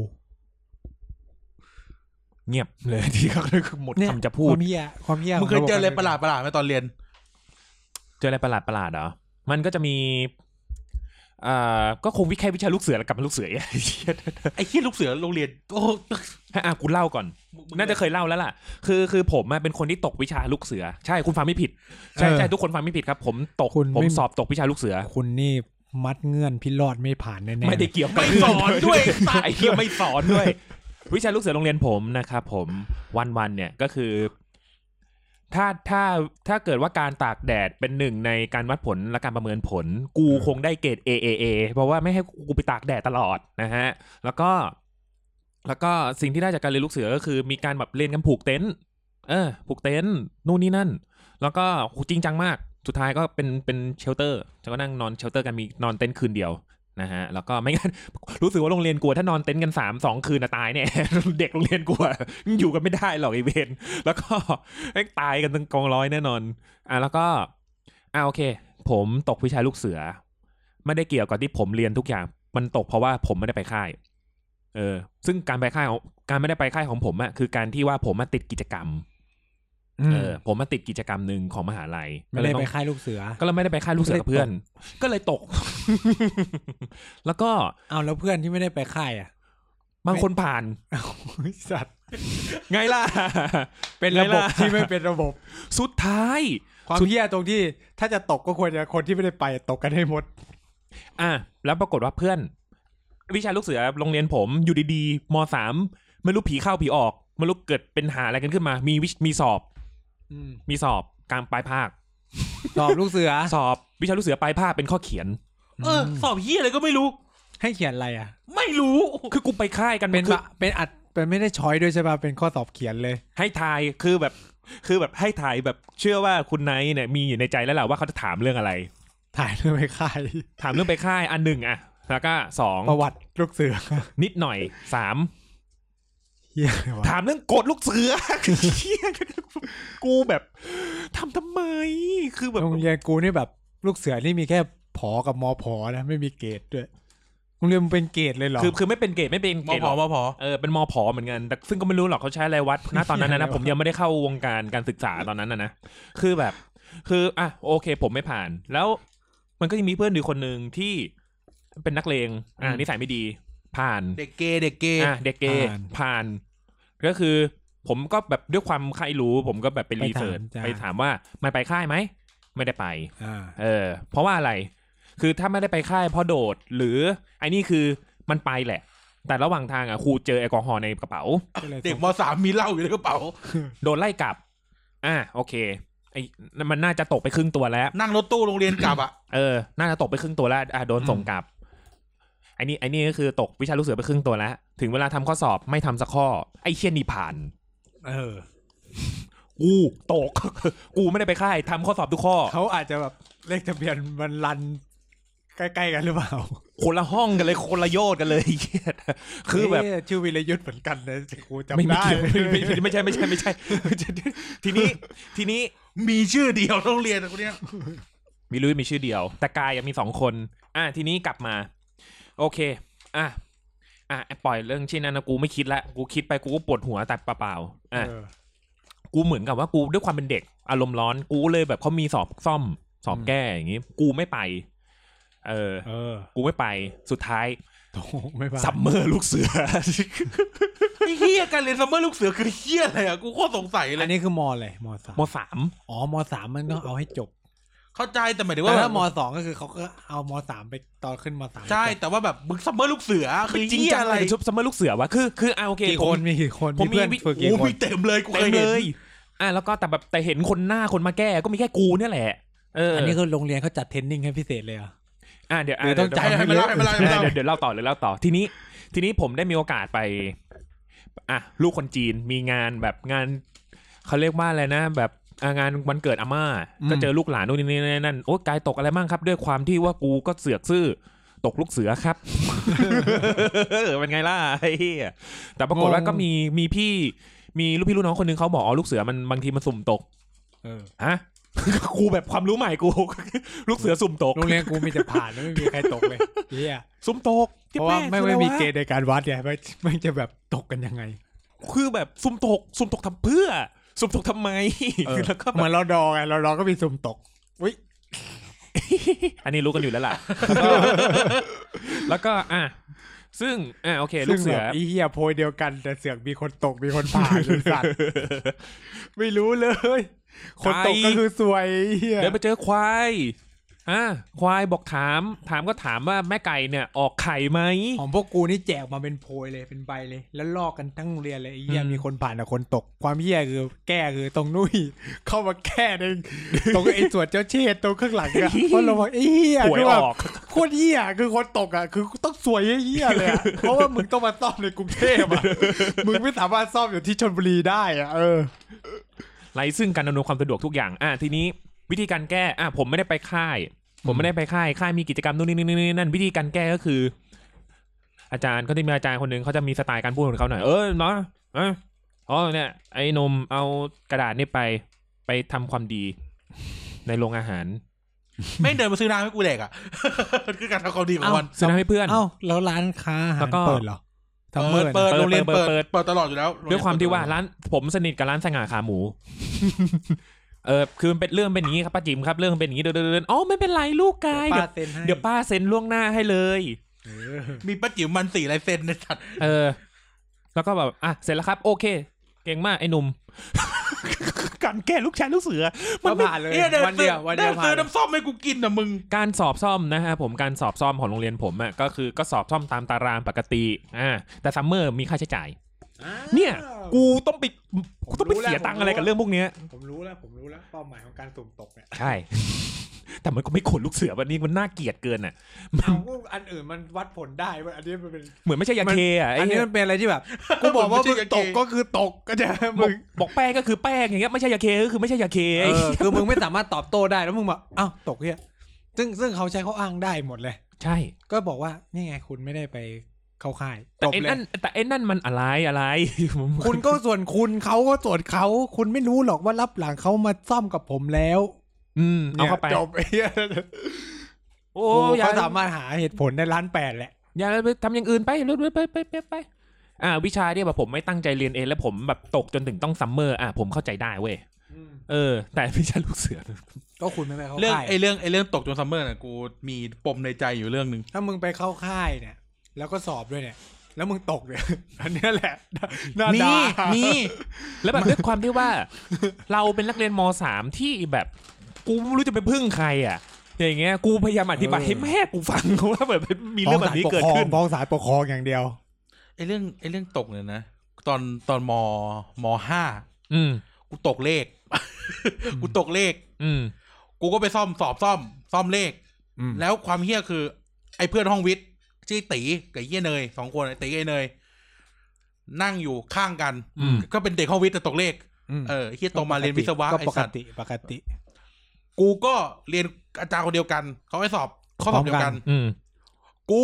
เงียบเลยทีเขาเลยคือหมด เนี่ย คำจะพูด ความเฮี้ยความเฮี้ย มึงเคยเจออะไรประหลาด ขง ประหลาดไหมตอนเรียน เจออะไรประหลาดประหลาดๆเหรอ มันก็จะมีเอ่อก็คงวิแค่วิชาลูกเสือแล้วกลับมาลูก เสือไอ้เหี้ย ไอ้เฮียลูกเสือโรงเรียน โอ้ ให้อ่ะกูเล่าก่อน มึง น่าจะเคยเล่าแล้วล่ะ คือคือผมอะเป็นคนที่ตกวิชาลูกเสือ ใช่คุณฟังไม่ผิด ใช่ใช่ทุกคนฟังไม่ผิดครับ ผมตก ผมสอบตกวิชาลูกเสือ คุณนี่มัดเงื่อนพิรอดไม่ผ่านแน่ๆ ไม่ได้เกี่ยวกับ ไม่สอนด้วยไอ้สัตว์ ไอ้เหี้ยไม่สอนด้วย วิชาลูกเสือโรงเรียนผมนะครับผมวันวันๆเนี่ยก็คือ ถ้าถ้าถ้าเกิดว่าการตากแดดเป็นหนึ่งในการวัดผลและการประเมินผล กูคงได้เกรด A A A เพราะว่าไม่ให้กูไปตากแดดตลอดนะฮะ แล้วก็ แล้วก็สิ่งที่ได้จากการเรียนลูกเสือก็คือมีการแบบเรียนกันผูกเต็นท์เออ ผูกเต็นท์นู่นนี่นั่น แล้วก็จริงจังมาก สุดท้ายก็เป็นเป็นเชลเตอร์จะก็นั่งนอนเชลเตอร์กันมีนอนเต็นท์คืนเดียวนะฮะแล้วก็ไม่งั้น รู้สึกว่าโรงเรียนกลัวถ้านอนเต็นท์กันสามสองคืนนะตายเนี่ย เด็กโรงเรียนกลัวอยู่กันไม่ได้หรอก ไอเวนแล้วก็แม่งตายกันตั้งกองร้อยแน่นอน อ่ะแล้วก็อ่ะโอเค ผมตกวิชาลูกเสือ ไม่ได้เกี่ยวกับที่ผมเรียนทุกอย่าง มันตกเพราะว่าผมไม่ได้ไปค่าย เออ ซึ่งการไปค่ายของการไม่ได้ไปค่ายของผมอะคือการที่ว่าผมมาติดกิจกรรม อืม เออผมมาติดกิจกรรมหนึ่งของมหาลัย ไม่ได้ ก็เลยต้ ไป อง ค่ายลูกเสือ ก็เลยไม่ได้ไปค่ายลูกเสือกับเพื่อน ก็เลยตก แล้วก็ เอาแล้วเพื่อนที่ไม่ได้ไปค่ายอ่ะ บางคนผ่าน สัตว์ ไงล่ะ เป็นระบบ ไงล่ะ ที่ไม่เป็นระบบ สุดท้าย ความเหี้ยตรงที่ถ้าจะตกก็ควรจะคนที่ไม่ได้ไปตกกันให้หมด อ่ะแล้วปรากฏว่าเพื่อน วิชาลูกเสือโรงเรียนผมอยู่ดีๆมสามไม่รู้ผีเข้าผีออกไม่รู้เกิดเป็นหาอะไรกันขึ้นมา มีวิชมีสอบมีสอบกลางปลายภาค สอบลูกเสือ สอบวิชาลูกเสือปลายภาคเป็นข้อเขียน เออสอบเฮียอะไรก็ไม่รู้ ให้เขียนอะไรอ่ะ ไม่รู้ คือกูไปค่ายกัน เป็น คือ ปะเป็นอัดเป็นไม่ได้ช้อยด้วยใช่ป่ะ เป็นข้อสอบเขียนเลย ให้ทายคือแบบคือแบบให้ทายแบบเชื่อว่าคุณไนท์เนี่ยมีอยู่ในใจแล้วแหละว่าเขาจะถามเรื่องอะไร ถ่ายเรื่องไปค่าย ถามเรื่องไปค่ายอันหนึ่งอะแล้วก็สอง ประวัติลูกเสือ นิดหน่อยสาม เหี้ยอะไรวะ ถามเรื่องโกดลูกเสือ เหี้ยกูแบบทำทำไม คือแบบ โรงเรียนกูนี่แบบลูกเสือนี่มีแค่ผอกับมอผอนะไม่มีเกรดด้วยโรงเรียนมึงเป็นเกรดเลยเหรอ คือคือไม่เป็นเกรดไม่เป็น ม เกรด พ หร อ อก มพอ เออเป็นมอผอเหมือนกันแต่ซึ่งก็ไม่รู้หรอกเขาใช้อะไรวัดนะตอนนั้นนะผมยังไม่ได้เข้าวงการการศึกษาตอนนั้นนะนะคือแบบ คืออ่ะโอเคผมไม่ผ่าน แล้วมันก็ยังมีเพื่อนอยู่คนหนึ่งที่เป็นนักเลงอ่ะ อืม นิสัยไม่ดีผ่าน เด็กเกย์เด็กเกย์ อ่ะเด็กเกย์ ผ่าน ผ่าน ก็คือ ผมก็แบบด้วยความใครรู้ ผมก็แบบไป ไป รีเสิร์ช ถามจ้ะ ไปถามว่ามันไปค่ายไหมไม่ได้ไป อ่า เออ เพราะว่าอะไร คือถ้าไม่ได้ไปค่ายเพราะโดด หรือไอ้นี่คือมันไปแหละ แต่ระหว่างทางอ่ะครูเจอแอลกอฮอล์ในกระเป๋า ก็เลย เด็กมสามมีเหล้าอยู่ในกระเป๋า โดนไล่กลับ อ่ะโอเคไอ้มันน่าจะตกไปครึ่งตัวแล้ว นั่งรถตู้โรงเรียนกลับอ่ะ เออ น่าจะตกไปครึ่งตัวแล้ว อ่ะโดนส่งกลับ ไอ้นี่ไอ้นี่ก็คือตกวิชาลูกเสือไปครึ่งตัวแล้ว ถึงเวลาทำข้อสอบไม่ทำสักข้อ ไอ้เชี่ยนี่ผ่าน เออ กูตก กูไม่ได้ไปค่ายทำข้อสอบทุกข้อ เขาอาจจะแบบเลขทะเบียนมันรันใกล้ๆกันหรือเปล่า คนละห้องกันเลยคนละโยดกันเลยไอ้ เหี้ยคือแบบ เะชื่อวิรยุทธ์เหมือนกันนะกู ไม่ จำได้ เกี่ยว ไม่ไม่ไม่ไม่ใช่ไม่ใช่ไม่ใช่ไม่ใช่ ทีนี้ทีนี้ มีชื่อเดียวโรงเรียนอะคนเนี้ย มีลุยมีชื่อเดียว แต่กายยังมีสองคน อ่ะทีนี้กลับมา โอเค อ่ะอ่ะปล่อยเรื่องชิ้นนั้นนะกูไม่คิดละกูคิดไปกูก็ปวดหัวแต่เปล่าๆอ่ะ เออ กูเหมือนกับว่ากูด้วยความเป็นเด็ก อารมณ์ร้อนกูเลยแบบเขามีสอบซ่อม สอบ อืม แก้อย่างงี้ กูไม่ไป เออ เออ กูไม่ไปสุดท้าย โถไม่บ้า ซัมเมอร์ลูกเสือ ไอ้เฮียการเรียนซัมเมอร์ลูกเสือคือเฮียอะไรอ่ะกูโคตรสงสัยเล อั ย นนี้คือมอเลยมสาม มสาม อ๋อมสามมันต้องเอาให้จบ เข้าใจแต่หมายถึง แต่ ว่า ถ้ามสองก็คือเขาก็เอามสามไปตอนขึ้นมสาม ใช่แต่ว่าแบบมึงซัมเมอร์ลูกเสือคือ จริง เฮีย จัง อะ เล ไร ยชุบซัมเมอร์ลูกเสือวะคือคืออ่าโอเค กี่ ผ คน ม มีกี่คน ผม เพื่อน มี ฝึกกี่ โอ้ คน มีเต็มเลยกูเค เต็ม ย เล เห็น ย อ่าแล้วก็แต่แบบแต่เห็นคนหน้าคนมาแก้ก็มีแค่กูเนี่ยแหละเออ อั อั นนี้คือโรงเรียนเขาจัดเทรนนิ่งให้พิเศษเลยเหรอ่ะ อ่าเดี๋ยว หรือต้อง เดี๋ยว จ่าย ให้มันเล่าให้มันเล่าให้มัน เดี๋ยเล่าวเดี๋ยวเดี๋ยวเล่าต่อเลยเล่าต่อทีนี้ ทีนี้ผมได้มีโอกาสไป อ่ะลูกคนจีนมีงานแบบงานเขาเรียกว่าอะไรนะ แบบอ่ะงานวันเกิดอาม่า อืม ก็เจอลูกหลานนู่นนี่นั่นนั่นโอ้กายตกอะไรบ้างครับ ด้วยความที่ว่ากูก็เสือกซื่อตกลูกเสือครับ เป็นไงล่ะไอ้เหี้ยแต่ปรากฏว่าก็มีมีพี่ มีลูกพี่ลูกน้องคนนึงเขาบอกอ๋อลูกเสือมันบางทีมันสุ่มตก เออ ฮะ กูแบบความรู้ใหม่กู ลูกเสือสุ่มตก โรงเรียนกูมีแต่ผ่านไม่มีใครตกเลยเฮีย สุ่มตก เพราะว่าไม่ไม่มีเกณณฑ์ในการวัดไงไม่ไม่จะแบบตกกันยังไง คือแบบสุ่มตก สุ่มตกทำเพื่อ สุ่มตกทำไมแล้วก็ เห แบ มือบนเราดองไงเราดองก็มีสุ่มตกอุ้ย อันนี้รู้กันอยู่แล้วล่ะ แล้วก็ แล้วก็อ่ะซึ่งอ่ะโอเค ลูกเสือ ซึ่งแบบไเหี้ยโพยเดียวกัน แต่เสือกมีคนตกมีคนผ่านไอ้สัตว์ ไม่รู้เลย คนตก ไอ้ ก็คือสวยไอ้เหี้ย เดินไปเจอควายอ่ะควายบอกถาม ถามก็ถามว่าแม่ไก่เนี่ย ออกไข่ไหม ของพวกกูนี่แจกมาเป็นโพยเลยเป็นใบเลย แล้วลอกกันทั้งโรงเรียนเลยไอ้เหี้ย อืม มีคนผ่านกับคนตก ความเหี้ยคือแก้ คือตรงนุ้ย เข้ามาแก้ในตรง ไอ้สวนเจ้าเชษฐ์ตรงข้างหลัง อะเพราะเราบอกไอ้เหี้ย หวย คือ อ แบบ อก โคตรเหี้ยคือคนตกอะคือต้องสวยไอ้เหี้ยเลย อะเพราะว่ามึงต้องมาซ่อมในกรุงเทพ อะมึงไม่สามารถซ่อมอยู่ที่ชลบุรีได้อะเออ ไรซึ่งการอำนวยความสะดวกทุกอย่าง อ่ะทีนี้ วิธีการแก้อ่ะผมไม่ได้ไปค่าย ผมไม่ได้ไปค่ายค่ายมีกิจกรรมนู่นนี่นี่นั่นวิธีการแก้ก็คือ อาจารย์ก็จะมีอาจารย์คนหนึ่งเขาจะมีสไตล์การพูดของเขาหน่อยเออเนาะเอยอ๋อเนี่ยไอ้หนมเอากระดาษนี่ไปไปทำความดี ในโรงอาหาร ไม่เดินมาซื้อน้ำให้กูแดกอ่ะ มันคือการทำความดีของวัน ซื้อน้ำให้เพื่อน เอ้าแล้วร้านค้าอาหารแล้วก็ เปิดเหรอทำ เปิ เปิ ดเปิดดเหรอ โรงเรียน เปิ เปิด ดเปิด เปิดตลอดอยู่แล้ว ด้วยความที่ว่าร้านผมสนิทกับร้านสง่าขาหมู เออคือมันเป็นเรื่องเป็นอย่างนี้ครับป้าจิมครับเรื่องเป็นอย่างนี้เดินเดินเดินอ๋อไม่เป็นไรลูกกายเดี๋ยว ป้าเซ็นให้ เดี๋ยวป้าเซ็นล่วงหน้าให้เลย เออ มีป้าจิ๋วมันสี่ลายเซ็นในสัตว์ เออ แล้วก็แบบอ่ะเสร็จแล้วครับ โอเค เก่งมากไอ้หนุ่ม การแก้ลูกชายลูกเสือ มันไม่ ผ่านเลย เนี่ยเดิน วัน ซื้ เดี อ ยววัน เดิ เดียวน ผ่า ซื้อน น้ำส้มให้กูกินนะมึง การสอบซ่อมนะฮะผมการสอบซ่อมของโรงเรียนผมอ่ะก็คือก็สอบซ่อมตามตารางปกติอ่าแต่ซัมเมอร์มีค่าใช้จ่าย เนี่ย กูต้องไปกูต้องไปเสียตังค์อะไรกับเรื่องพวกเนี้ย ผมรู้แล้วผมรู้แล้วเป้าหมายของการสุ่มตกเนี่ย ใช่ แต่มันก็ไม่ขนลูกเสือวันนี้มันน่าเกลียดเกินอ่ะ เอาพวกอันอื่นมันวัดผลได้เว้ยอันนี้มันเป็น เหมือนไม่ใช่ยาเคอ่ะ อั ไอ้ นนี้ เหี้ย มันเป็นอะไรที่ แบบ กูบอกว่า มันไม่ มึ ใช่กางงเกง ตกก็คือตกก็จะ บ มึ อก ง บอกแป้งก็คือแป้งอย่างเงี้ยไม่ใช่ยาเคก็คือไม่ใช่ยาเค เอ ไอ้ อ เหี้ย คือมึงไม่สามารถตอบโต้ได้แล้วมึงแบบอ้าวตกเฮียซึ่งซึ่งเขาใช้ข้ออ้างได้หมดเลย ใช่ ก็บอกว่านี่ไงคุณไม่ได้ไปเข้าค่าย แต่ จบ ไอ้ เล นั่ ย นแต่ไอ้นั่นมันอะไรอะไร ผม คุณก็ส่วนคุณเขาก็ส่วนเขาคุณไม่รู้หรอกว่ารับหลังเขามาซ่อมกับผมแล้ว อืมเอาเข้าไป นี่ยจบไอ้เฮีย โอ้ โอ้ ยา เขาสามารถหาเหตุผลในร้านแปดแหละ อย่าไปทำอย่างอื่นไปรุดไปไปไปไปอ่า วิชาที่แบบผมไม่ตั้งใจเรียนเองแล้วผมแบบตกจนถึงต้องซัมเมอร์อ่ะผมเข้าใจได้เว้ยเออ แต่ วิชาลูกเสือ ก็คุณไม่ไปเข้า เรื่อง ค่าย ไอเรื่องไอเรื่องตกจนซัมเมอร์น่ะกูมีปมในใจอยู่เรื่องหนึ่ง ถ้ามึงไปเข้าค่ายเนี่ย แล้วก็สอบด้วยเนี่ย แล้วมึงตกเนี่ย อันเนี้ยแหละน่า มี ด่า มี แล้วแบบด้วยความที่ว่า เราเป็นนักเรียนมสามที่แบบ กูไม่รู้จะไปพึ่งใครอ่ะ อย่างเงี้ยกูพยายามอธิบาย เออ ให้แม่กูฟังว่าแบบมีเรื่องแบบนี้เกิดขึ้น ฟ้องศาลปกครองอย่างเดียว ไอเรื่องไอเรื่องตกเนี่ยนะตอนตอนมมห้า อืม กูตกเลข กูตกเลข อืม กูก็ไปซ่อมสอบซ่อม ซ่อมเลข อืม แล้วความเฮี้ยคือ ไอ้เพื่อนห้องวิทย์ชื่อตีกับไอ้เฮี้ยเนยสองคนไอ้ตีกับไอ้เนย นั่งอยู่ข้างกัน อืม ก็เป็นเด็กห้องวิทย์แต่ตกเลขเออไอ้เฮี้ยโตมาเรียนวิศวะ ก็ ไอ้ ปก สัตว์ ติปกติ กูก็เรียนอาจารย์คนเดียวกันเขาให้สอบข้อสอบเดียวกัน อืม กู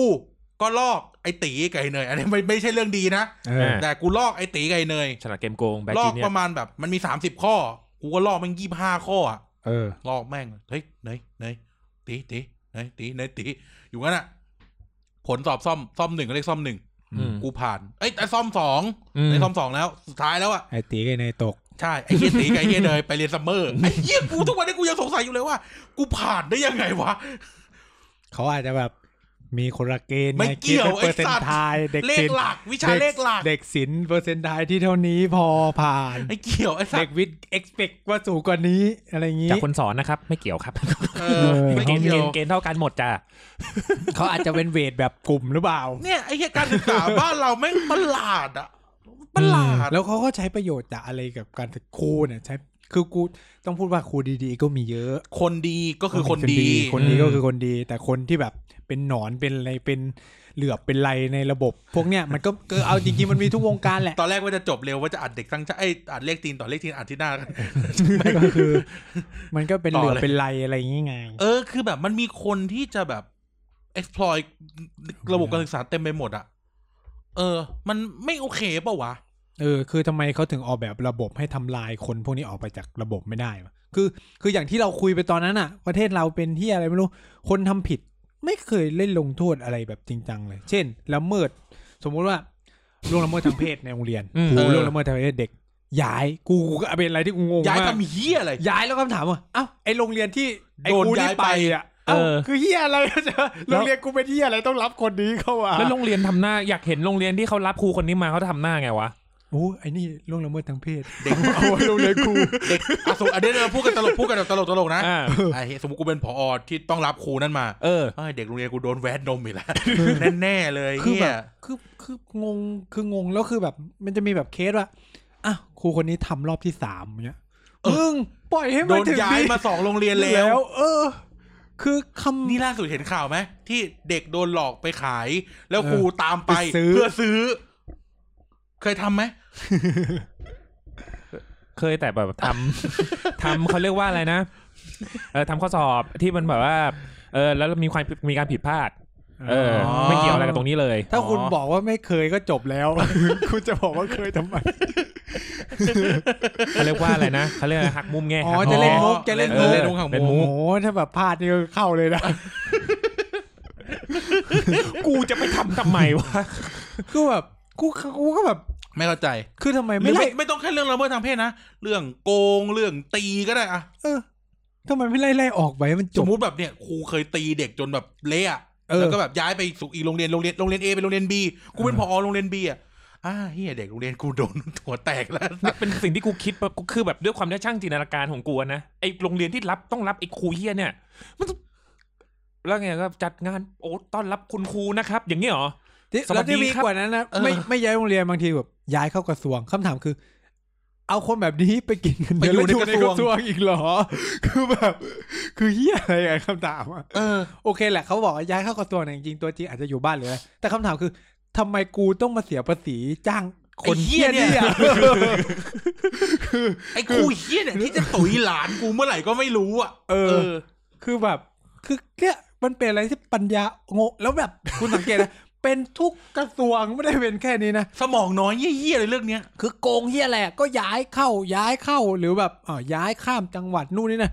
ก็ลอกไอ้ตีกับไอ้เนยอันนี้ไม่ไม่ใช่เรื่องดีนะ เออ ะ แต่กูลอกไอ้ตีกับไอ้เนย ฉลาดเกมโกงแบท ลอ จี ก เนี่ ป ย ระมาณแบบมันมีสามสิบข้อ กูก็ลอกแมันยี่ห้าข้ออะ เออ ลอกแม่งเลยเฮ้ยเนยเนยตีตีเนยตีเนยตีอยู่งั้นอะผลสอบซ่อมซ่อมหนึ่งก็เลขซ่อมหนึ่ง อืม กูผ่าน เอ้ยแต่ซ่อมสอง อืม ในซ่อมสองแล้ว สุดท้ายแล้วอะ ไอตีกันในตก ใช่ไอ้เฮียตีกับไอ้เฮียเนยไปเรียนซัมเมอร์ไอ้เฮียกูทุกวันนี้กูยังสงสัยอยู่เลยว่า กูผ่านได้ยังไงวะ เขาอาจจะแบบมีคนละเกณฑ์ ไม่ ง เกี่ยว คิดป็นเปอร์เซ็น ไอ้สัตว์ ต์ไทายเด็ก เลข ศิลป์ หลักวิชาเลขหลัก เด็กศิลป์เปอร์เซ็นต์ไทายที่เท่านี้พอผ่าน ไอ้เกี่ยวไอ้สั เด็ ต ก ว์ วิทย์เอ็กซ์เพคว่าสูงกว่านี้อะไรอย่างงี้ จากคนสอนนะครับ ไม่เกี่ยวครับ เอ เอ อ อ ไม่ เกณฑ์ เกี่ยเกณ ว ฑ์เกณฑ์เท่ากันหมดจ้ะ เขาอาจจะเป็นเวทแบบกลุ่มหรือเปล่า เนี่ยไอ้เฮียการศึกษาบ้านเราแม่งประหลาดอะประหลาด แล้วเขาก็ใช้ประโยชน์จากอะไรกับการครูเนี่ยใช้คือกูต้องพูดว่าครูดีๆ ก็มีเยอะ คนดีก็คือคนดี คนดีก็คือคนดี แต่คนที่แบบเป็นหนอนเป็นอะไรเป็นเหลือบเป็นไรในระบบ พวกเนี้ยมันก็ก็เอาจริงๆมันมีทุกวงการ แหละ ตอนแรกว่าจะจบเร็วว่าจะอัดเด็กตั้งชาติไอยอัดเลขตีนต่อเลขตีนอัดที่หน้ากัน ไม่ก็คือ มันก็เป็นเหลืต่อบ อเลย เป็นไรอะไรอย่างงี้ไง เออคือแบบมันมีคนที่จะแบบ exploit ระบบการศึกษาเต็มไปหมดอะเออ มันไม่โอเคเปล่าวะ เออคือทำไมเขาถึงออกแบบระบบให้ทำลายคนพวกนี้ออกไปจากระบบไม่ได้วะคือ คืออย่างที่เราคุยไปตอนนั้นอ่ะ ประเทศเราเป็นที่อะไรไม่รู้ คนทำผิด ไม่เคยเล่นลงโทษอะไรแบบจริงจังเลย เช่นละเมิด สมมุติว่าล่วงละเมิดทางเพศในโรงเรียน เอ กู อ ล่วงละเมิดทางเพศเด็ก ย้ายกูกูก็เป็นอะไรที่กูงง ย้าย มาก ทำเฮียอะไร ย้ายแล้วคำถามว่าเอ้าไอโรงเรียนที่ไอ้ โดน กู ย้า ที่ ยไป ไปอ่ะเอ้าคือเฮียอะไร เจอโรงเรียนกูเป็นเฮียอะไรต้องรับคนนี้เข้ามา แล้วโรงเรียนทำหน้าอยากเห็นโรงเรียนที่เขารับครูคนนี้มาเขาทำหน้าไงวะ โอ้ไอ้นี่ล่วงละเมิดทางเพศ เด็ก เอาไว้โรงเรียนกู เด็กอะสมมติอันนี้เราพูดกันตลกพูดกันแบบตลกตลกนะ อ่า ไอเหี้ยสมมติกูเป็นผอที่ต้องรับครูนั่นมา เออ เอ้ยเด็กโรงเรียนกูโดนแวดนมอีกแล้วแน่ๆเลย คือ เฮี แบ ย บคือคืองงคืองงแล้วคือแบบ มันจะมีแบบเคสว่าอ่ะครูคนนี้ทำรอบที่สามเนี้ยมึงปล่อยให้ โด มัน น ถึง ย้ายมาสองโรงเรียน ปี แล้ว เออ คือคำ นี่ล่าสุดเห็นข่าวไหมที่เด็กโดนหลอกไปขาย แล้ว เออ ครูตามไป ไปซื้อ เพื่อซื้อ เคยทำไหม เคยแต่แบบทำ ทำเขาเรียกว่าอะไรนะ เออทำข้อสอบที่มันแบบว่าเออแล้วมีความมีการผิดพลาด เอออ อ ไม่เกี่ยวอะไรกับตรงนี้เลย ถ้าคุณบอกว่าไม่เคยก็จบแล้ว คุณจะบอกว่าเคยทำไม เขาเรียกว่าอะไรนะเขาเรียกอะไรหักมุมแง่ อ๋อ หัก จะเล่น แง่ มุกจะเล่นมุก เล่นมุกหัก เล่นมุ มุ ก ก โอ้โหถ้าแบบพลาดนี่ก็เข้าเลยนะ กูจะไปทำทำไมวะ คือแบบกูกูก็แบบ ไม่เข้าใจ คือทำไม ไม่ ไม่ไล่ ไม่ไม่ต้องแค่เรื่องละเมิดทางเพศนะ เรื่องโกงเรื่องตีก็ได้อะ เออทำไมไม่ไล่ไล่ออกไปให้มันจ ส บ มมุติแบบเนี่ยครูเคยตีเด็กจนแบบเละอะ เออ แล้วก็แบบย้ายไปสุกอีกโรงเรียนโรงเรียนโรงเรียนเอเป็นโรงเรียนบีกูเป็นพอโรงเรียนบีอะอ่าเฮียเด็กโรงเรียนกูโดนหัวแตกแล้ว เป็นสิ่งที่กูคิดแบบกูคือแบบด้วยความได้ช่างจินตนาการของกูอะนะไอโรงเรียนที่รับต้องรับไอครูเฮียเนี่ย มันต้องแล้วไงก็จัดงานโอ้ต้อนรับคุณครูนะครับ อย่างนี้เหรอ ที่ สวั แล้ ส ว ดี ที่มี ครับ กว่านั้นนะ เออ ไม่ไม่ย้ายโรงเรียนบางทีแบบย้ายเข้ากระทรวงคำถามคือ เอาคนแบบนี้ไปกินเงินเดือนแล้วอยู่ในกระทรวงอีกเหรอ คือแบบ คือเฮียอะไรอะคำถามอะ เออ โอเคแหละเขาบอกว่าย้ายเข้ากระทรวงเนี่ยจริงๆตัวจริงอาจจะอยู่บ้านหรืออะไรแต่คำถามคือทำไมกูต้องมาเสียภาษีจ้างคน ไอ้เหี้ เฮีย ยเนี่ เนี่ย ย ไอ้ครูเฮียเนี่ยที่จะตุยหลานกูเมื่อไหร่ก็ไม่รู้อะ เออ คือแบบ คือเนี่ยมันเป็นอะไรที่ปัญญาโง่แล้วแบบคุณสังเกตนะ เป็นทุกกระทรวงไม่ได้เป็นแค่นี้นะ สมองน้อยเฮี้ยๆเลยเรื่องเนี้ย คือโกงเฮียแหละไรก็ย้ายเข้าย้ายเข้าหรือแบบอ่าย้ายข้ามจังหวัดนู่นนี่นะ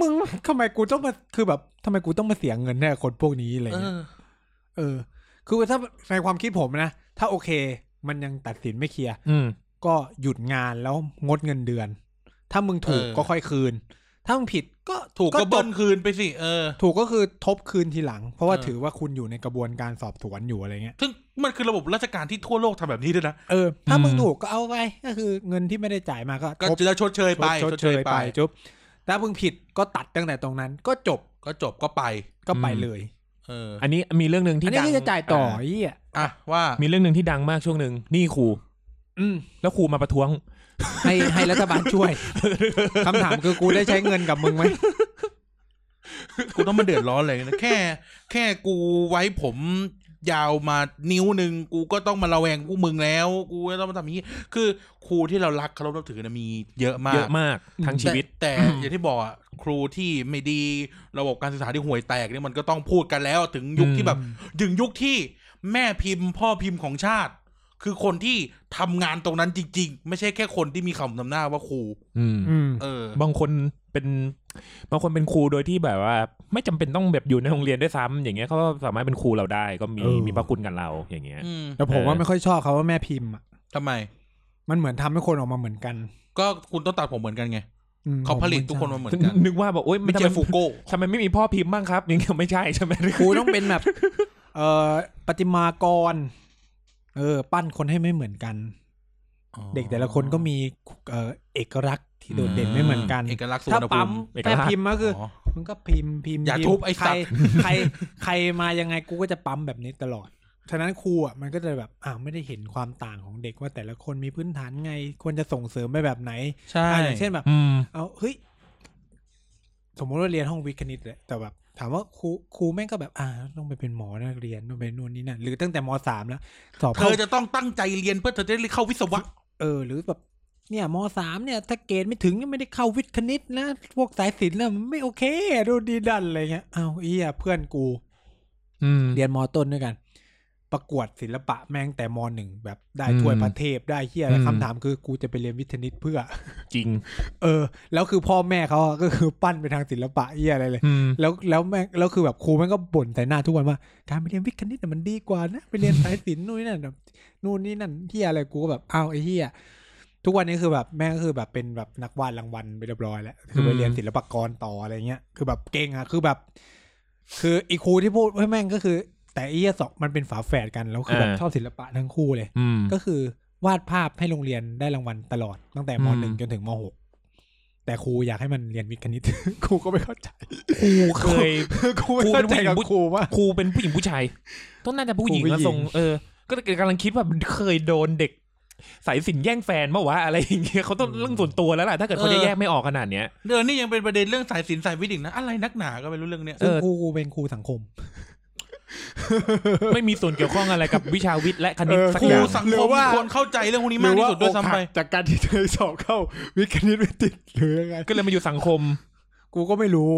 มึงทำไมกูต้องมาคือแบบทำไมกูต้องมาเสียเงินให้กับคนพวกนี้อะไร เอ เงี้ย อ เออ คือถ้าในความคิดผมนะ ถ้าโอเค มันยังตัดสินไม่เคลียร์ อืม ก็หยุดงานแล้วงดเงินเดือน ถ้ามึงถูก เออ ก็ค่อยคืน ถ้ามึงผิดก็ ถูกก็ จ เบิ้ บ ลคืนไปสิเออ ถูกก็คือทบคืนทีหลัง เพราะว่า เออ ถือว่าคุณอยู่ในกระบวนการสอบสวนอยู่อะไรเงี้ย ซึ่งมันคือระบบราชการที่ทั่วโลกทำแบบนี้ด้วยนะ เออถ้ามึง อืม ถูกก็เอาไปก็คือเงินที่ไม่ได้จ่ายมาก็ ก็ ทบ จะชดเชยไป ชดเชยไปจบถ้ามึงผิดก็ตัดตั้งแต่ตรงนั้น ก็จบ ก็จบก็ไป ก็ไป อืม เลย เออ อันนี้มีเรื่องหนึ่ง อั ที่ นนี้ ดัง ก็จะจ่ายต่อ เ ไอ้เหี้ย อ่ะว่า มีเรื่องหนึ่งที่ดังมากช่วงหนึ่งหนี่ครู อืม แล้วครูมาประท้วง ให้ให้รัฐบาลช่วย คำถามคือกูได้ใช้เงินกับมึงไหม กูต้องมาเดือดร้อนเลยนะแค่ แค่กูไว้ผมยาวมานิ้วหนึ่งกูก็ต้องมาระแวงกูมึงแล้ว กูก็ต้องมาทำอย่างนี้ คือครูที่เรารักเคารพนับถือนะมีเยอะมาก เยอะมากทั้งชีวิต แต่แต่อย่างที่บอกอะครูที่ไม่ดีระบบการศึกษาที่ห่วยแตกเนี่ยมันก็ต้องพูดกันแล้ว ถึงยุคที่แบบ ถึงยุคที่แม่พิมพ์พ่อพิมพ์ของชาติ คือคนที่ทำงานตรงนั้นจริง ๆ ไม่ใช่แค่คนที่มีคำนำหน้าว่าครู อืม อืม เออ บางคนเป็นบางคนเป็นครูโดยที่แบบว่า ไม่จำเป็นต้องแบบอยู่ในโรงเรียนด้วยซ้ำอย่างเงี้ยเขาก็สามารถเป็นครูเราได้ก็มีมีพระคุณกับเราอย่างเงี้ย อืม แต่ผมว่า เออ ไม่ค่อยชอบเขาว่าแม่พิมพ์อะ ทำไม มันเหมือนทำให้คนออกมาเหมือนกัน ก็คุณต้องตัดผมเหมือนกันไง อืม เขาผลิต ผม ทุกคนมาเหมือนกัน นึกว่าแบบโอ๊ย ไม่ ทำ เจ ไม อฟูโก้ ทำไมไม่มีพ่อพิมพ์บ้างครับอย่างเงี้ยไม่ใช่ใช่ไหม กูต้องเป็นแบบ เอ่อปฏิมากร เออ ปั้นคนให้ไม่เหมือนกัน เด็กแต่ละคนก็มีเอ่อเอกลักษณ์ที่โดดเด่นไม่เหมือนกัน เอกลักษณ์สุว ถ้าร รณภู ปั๊ม มิ เอก แม่ ลักษณ์ พิมพ์ก็คือ อ๋อ อมันก็พิมพ์พิมพ์ อย่า พิมพ์ ทุบไอ้สั ใคร ตว์ ใคร ใครมายังไงกูก็จะปั๊มแบบนี้ตลอด ฉะนั้นครูอ่ะมันก็จะแบบอ้าวไม่ได้เห็นความต่างของเด็กว่าแต่ละคนมีพื้นฐานไง ควรจะส่งเสริมไปแบบไหน ใช่ อ่ะอย่างเช่นแบบ อืม เอาเฮ้ยสมมติว่าเรียนห้องวิทย์คณิตเลยแต่แบบ ถามว่าครูครูแม่งก็แบบ อ่า ต้องไปเป็นหมอนะเรียนต้องไปนู่นนี่นั่นหรือตั้งแต่มสามแล้วสอบ เธ เข้า อจะต้องตั้งใจเรียนเพื่อเธอจะได้เข้าวิศวะ เออหรือแบบเนี่ยมสามเนี่ย ถ้าเกรดไม่ถึงยังไม่ได้เข้าวิทย์คณิตนะพวกสายศิลป์นะมันไม่โอเคดูดีดันอะไรเงี้ยเอาเอียเพื่อนกู อืม เรียนมต้นด้วยกัน ประกวดศิลปะแม่งแต่มหนึ่งแบบได้ถ้วย อืม ประเทศได้เฮียอะไร อืม คำถามคือกูจะไปเรียนวิทย์คณิตเพื่อ จริง เออ แล้วคือพ่อแม่เขาอะก็คือปั้นไปทางศิลปะเฮียอะไรเลย อืม แล้วแล้วแม่งแล้วคือแบบครูแม่งก็บ่นใส่หน้าทุกวันว่า การไปเรียนวิทย์คณิตน่ะมันดีกว่านะไปเรียนสายศิลป์นู่นนี่นั่นแบบนู่นนี่นั่นเฮียอะไรกูก็แบบอ้าวไอ้เฮียทุกวันนี้คือแบบแม่งก็คือแบบเป็นแบบนักวาดรางวัลไปเรียบร้อยแล้วคือไปเรียนศิลปากรต่ออะไรเงี้ยคือแบบเก่งอะคือแบบ คืออีครูที่พูดว่าแม่งก็คือ แต่ไอ้เฮียสองมันเป็นฝาแฝดกันแล้วคือแบบ อ่า ชอบศิลปะทั้งคู่เลย อืม ก็คือวาดภาพให้โรงเรียนได้รางวัลตลอดตั้งแต่ม อืม หนึ่งจนถึงมหกแต่ครูอยากให้มันเรียนวิทย์คณิต ครูก็ไม่เข้าใจ ครูเคย ครูเป็นผู้หญิงกับครูว่า ครูเป็นผู้หญิงผู้ชายต้องน่าจะผู้หญิง ครูผู้ นะ หญิง ทรงเออ ก็เลยกำลังคิดว่าเคยโดนเด็ก สายสินแย่งแฟนเมื่อวะอะไรอย่างเงี้ยเขาต้องเรื่องส่วนตัวแล้วล่ะถ้าเกิดเขาจะ เออ แยกไม่ออกขนาดเนี้ย เดือนนี้ยังเป็นประเด็นเรื่องสายสินสายวิทย์อีกนะ อะไรนักหนาก็ไม่รู้เรื่องเนี้ย อ ซึ่ง อ ครูเป็นครูสังคม ไม่มีส่วนเกี่ยวข้องอะไรกับวิชาวิทย์และคณิต เออ สัก ครู อย่าง สัง หรื ค อ ม ว่า ควรเข้าใจเรื่องพวกนี้มากที่สุดด้วยซ้ำไป จากการที่เธอสอบเข้า วิทย์คณิตไม่ติดหรือยังไง ก็เลยมาอยู่สังคม กูก็ไม่รู้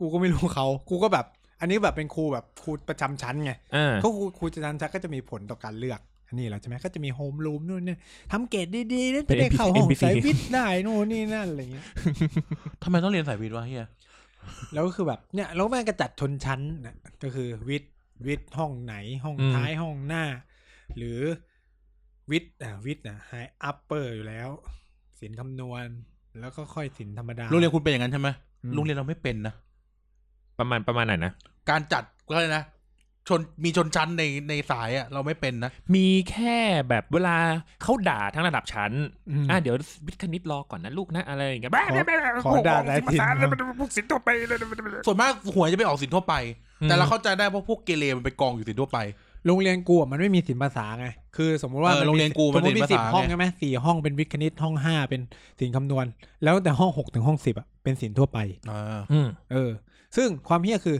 กูก็ไม่รู้เขา กูก็แบบ อันนี้แบบเป็นครูแบบครูประจำชั้นไง อ่า ก็ครูครูประจำชั้นก็จะมีผลต่อการเลือก อันนี้แล้วใช่ไหมก็จะมีโฮมรูมนู่นนี่ทำเกรดดีๆนั่นจะได้เข้าห้องส ายวิทย์ได้นู่นนี่นั่นอะไรอย่างเงี้ย ทำไมต้องเรียนสายวิทย์วะเฮีย แล้วก็คือแบบเนี่ยแล้วแม่งก็จัดชนชั้นนะก็คือวิทย์วิทย์ห้องไหนห้องท้ายห้องหน้า หรือวิทย์อ่ะวิทย์นะไฮอัปเปอร์อยู่แล้วสินคำนวณ แล้วก็ค่อยสินธรรมดา โรงเรียนคุณเป็นอย่างนั้นใช่ไหม อืม โรงเรียนเราไม่เป็นนะ ประมาณประมาณไหนนะ การจัดก็เลยกนะ ชนมีชนชั้นในในสายอะเราไม่เป็นนะ มีแค่แบบเวลาเขาด่าทั้งระดับชั้น อืม อ่ะเดี๋ยววิทย์คณิตรอก่อนนะลูกนะอะไรอย่างเงี้ยบ้า ขอ บ้าบ้า ขอด่าหลาย ภ าษา ทีนะ พวกสินตัวไปเลย ส่วนมากหวยจะไปออกสินทั่วไป อืม แต่เราเข้าใจได้เพราะพวกเกเรมันไปกองอยู่สินทั่วไป โรงเรียนกูอ่ะมันไม่มีศิลปภาษาไง คือสมมุติว่า เออ มั โรงเรียนกู สมมมัตินเรีมียน สิบ ภาษา ห้อง ไง ใช่ไหมสี่ห้องเป็นวิทย์คณิตห้องห้าเป็นสินคำนวณ แล้วแต่ห้องหกถึงห้องสิบอ่ะเป็นสินทั่วไป อ่า อืม เออ ซึ่งความเฮี้ยคือ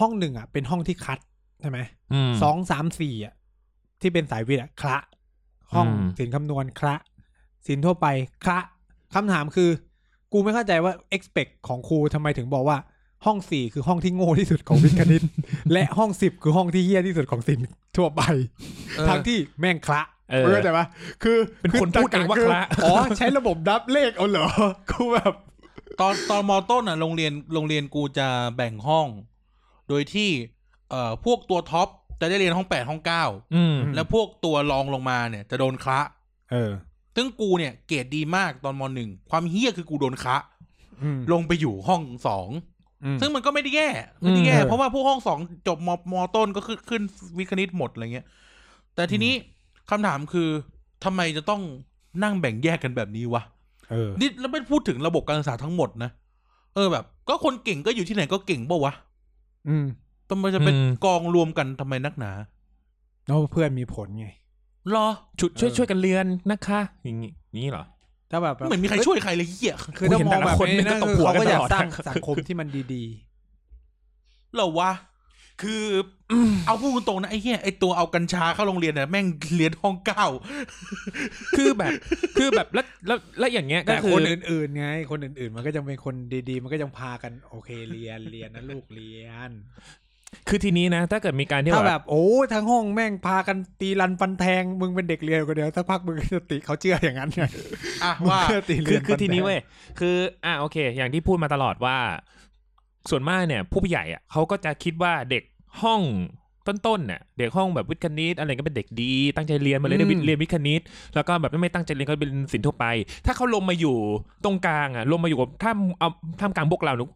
ห้องหนึ่งอ่ะ เป็นห้องที่คัดใช่ไหม อืม สองสามสี่อ่ะที่เป็นสายวิทย์อ่ะคละ ห้อง อืม สินคำนวณคละสินทั่วไปคละคำถามคือ กูไม่เข้าใจว่า expect ของครูทำไมถึงบอกว่า ห้องสี่คือห้องที่โง่ที่สุดของวิทย์คณิต และห้องสิบคือห้องที่เฮี้ยที่สุดของสินทั่วไป เออ ทั้งที่แม่งคละ เออ มึงเข้าใจปะคือ เป็นคนพูดเองว่าคละ ออ๋อ ใช้ระบบนับเลขเอาเหรอ กูแบบ ตอนตอนมอต้นอะโรงเรียนโรงเรียนกูจะแบ่งห้อง โดยที่เอ่อพวกตัวท็อปจะได้เรียนห้องแปดห้องเก้า อืม แล้วพวกตัวรองลงมาเนี่ย จะโดนคละ เออ ซึ่งกูเนี่ยเกรดดีมากตอนมหนึ่งความเฮี้ยคือกูโดนคะ อืม ลงไปอยู่ห้องสอง อืม ซึ่งมันก็ไม่ได้แย่ไม่ได้แย่ อืม เพราะว่าพวกห้องสองจบมมต้นก็ขึ้นขึ้นวิทย์คณิตหมดอะไรเงี้ย แต่ทีนี้คำถามคือทำไมจะต้องนั่งแบ่งแยกกันแบบนี้วะ เออ นี่แล้วไม่พูดถึงระบบการศึกษาทั้งหมดนะเออแบบ ก็คนเก่งก็อยู่ที่ไหนก็เก่งปะวะ อืม ทำไมจะเป็นกองรวมกันทำไมนักหนา แล้วเพื่อนมีผลไง รอ ชุดช่วยช่วยกันเรียนนะคะ อย่างงี้อย่างงี้เหรอ ถ้าแบบ ไม่เหมือนมีใครช่วยใครเลยเหี้ย คือถ้ามองแบบ คุยกันแต่ละคน นี้นะ ไม่ต้อง คือ หัว เขา กัน ก็อยาก ตลอด สร้างสังคมที่มันดี เหรอวะ คือ เอาพูดตรงๆนะไอ้เหี้ยไอ้ตัวเอากัญชาเข้าโรงเรียนเนี่ยแม่งเรียนห้องเก้า คือแบบ คือแบบแล้วแล้วแล้วอย่างเงี้ย ๆ ก็ แต่ คือ คนอื่นๆไง คนอื่นๆ มันก็ยังเป็นคนดีๆ มันก็ยังพากันโอเคเรียนเรียนนะลูกเรียน คือทีนี้นะ ถ้าเกิดมีการที่ ถ้า แบ แบบบโอ้ทั้งห้องแม่งพากันตีรันฟันแทง มึงเป็นเด็กเรียนคนเดียวสักพักมึงก็จะติเขาเชื่ออย่างนั้นไง อ่ะ มึง ว่า ก็ตีเรี คื ย อน คือทีนี้ ฟัแทง เว้ยคืออ่ะโอเค อย่างที่พูดมาตลอดว่า ส่วนมากเนี่ย ผู้ใหญ่อ่ะเขาก็จะคิดว่าเด็กห้องต้นๆเนี่ยเด็กห้องแบบวิทย์คณิตอะไรก็เป็นเด็กดี ตั้งใจเรียนมาเลยได้วิทย์เรียนวิทย์คณิต แล้วก็แบบไม่ตั้งใจเรียนก็เป็นศิลป์ทั่วไป ถ้าเขาลงมาอยู่ตรงกลางอ่ะลงมาอยู่กับท่ามเอาท่ามกลางพวกเราหนู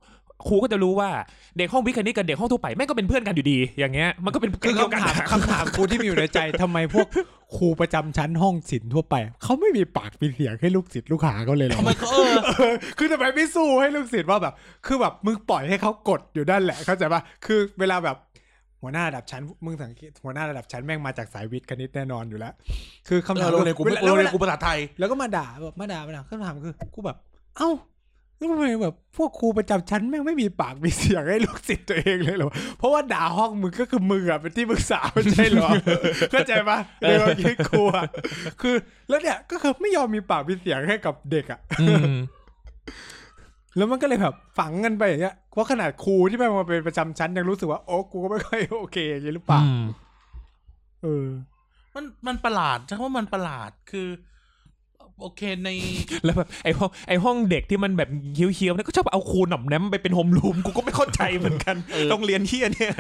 ครูก็จะรู้ว่าเด็กห้องวิทย์คณิตกับเด็กห้องทั่วไปแม่งก็เป็นเพื่อนกันอยู่ดี อย่างเงี้ยมันก็เป็น คือ เดียวกัน คำถาม นะ คำถามกูที่มีอยู่ในใจทำไมพวกครูประจำชั้นห้องศิลป์ทั่วไป เขาไม่มีปากมีเสียงให้ลูกศิษย์ลูกหาเขาเลยเหรอ ทำไมเขาเออ เออ คือทำไมไม่สู้ให้ลูกศิษย์ว่าแบบ คือแบบมึงปล่อยให้เขากดอยู่ด้านแหละ เข้าใจปะคือเวลาแบบหัวหน้าระดับชั้น มึงสังเกตหัวหน้าระดับชั้นแม่งมาจากสายวิทย์คณิตแน่นอนอยู่แล้ว คือคำ เอ ถา อ ม โรงเรียนกูไม่ วลา โรงเรียนแล้วว กู ลา ภาษาไทย แล้วก็มาด่าแบบมาด่ามาด่าคำถามคือกูแบบ เอ้าแล้วทำไมแบบพวกครูประจำชั้นแม่งไม่มีปากมีเสียงให้ลูกศิษย์ตัวเองเลยเหรอ เพราะว่าด่าห้องมึงก็คือมึงอะเป็นที่ปรึกษาไม่ใช่เหร อ เข้าใจปะในความคิดกูอะคือ แล้วเนี่ยก็คือไม่ยอมมีปากมีเสียงให้กับเด็กอะ แล้วมันก็เลยแบบฝังกันไปอย่างเงี้ยเพราะขนาดครูที่ไปมาเป็นประจำชั้นยังรู้สึกว่าโอ้กูก็ไม่ค่อยโอเคอย่างนี้หรือเปล่าเออ มันมันประหลาดใช่ว่ามันประหลาดคือ โอเคใน แล้วแบบไอ้ห้องไอ้ห้องเด็กที่มันแบบเคี้ยวๆเนี่ยก็ชอบเอาครูหน่อมแนมไปเป็นโฮมรูมกูก็ไม่เข้าใจเหมือนกัน เออ ต้องเรียนเฮียเนี่ย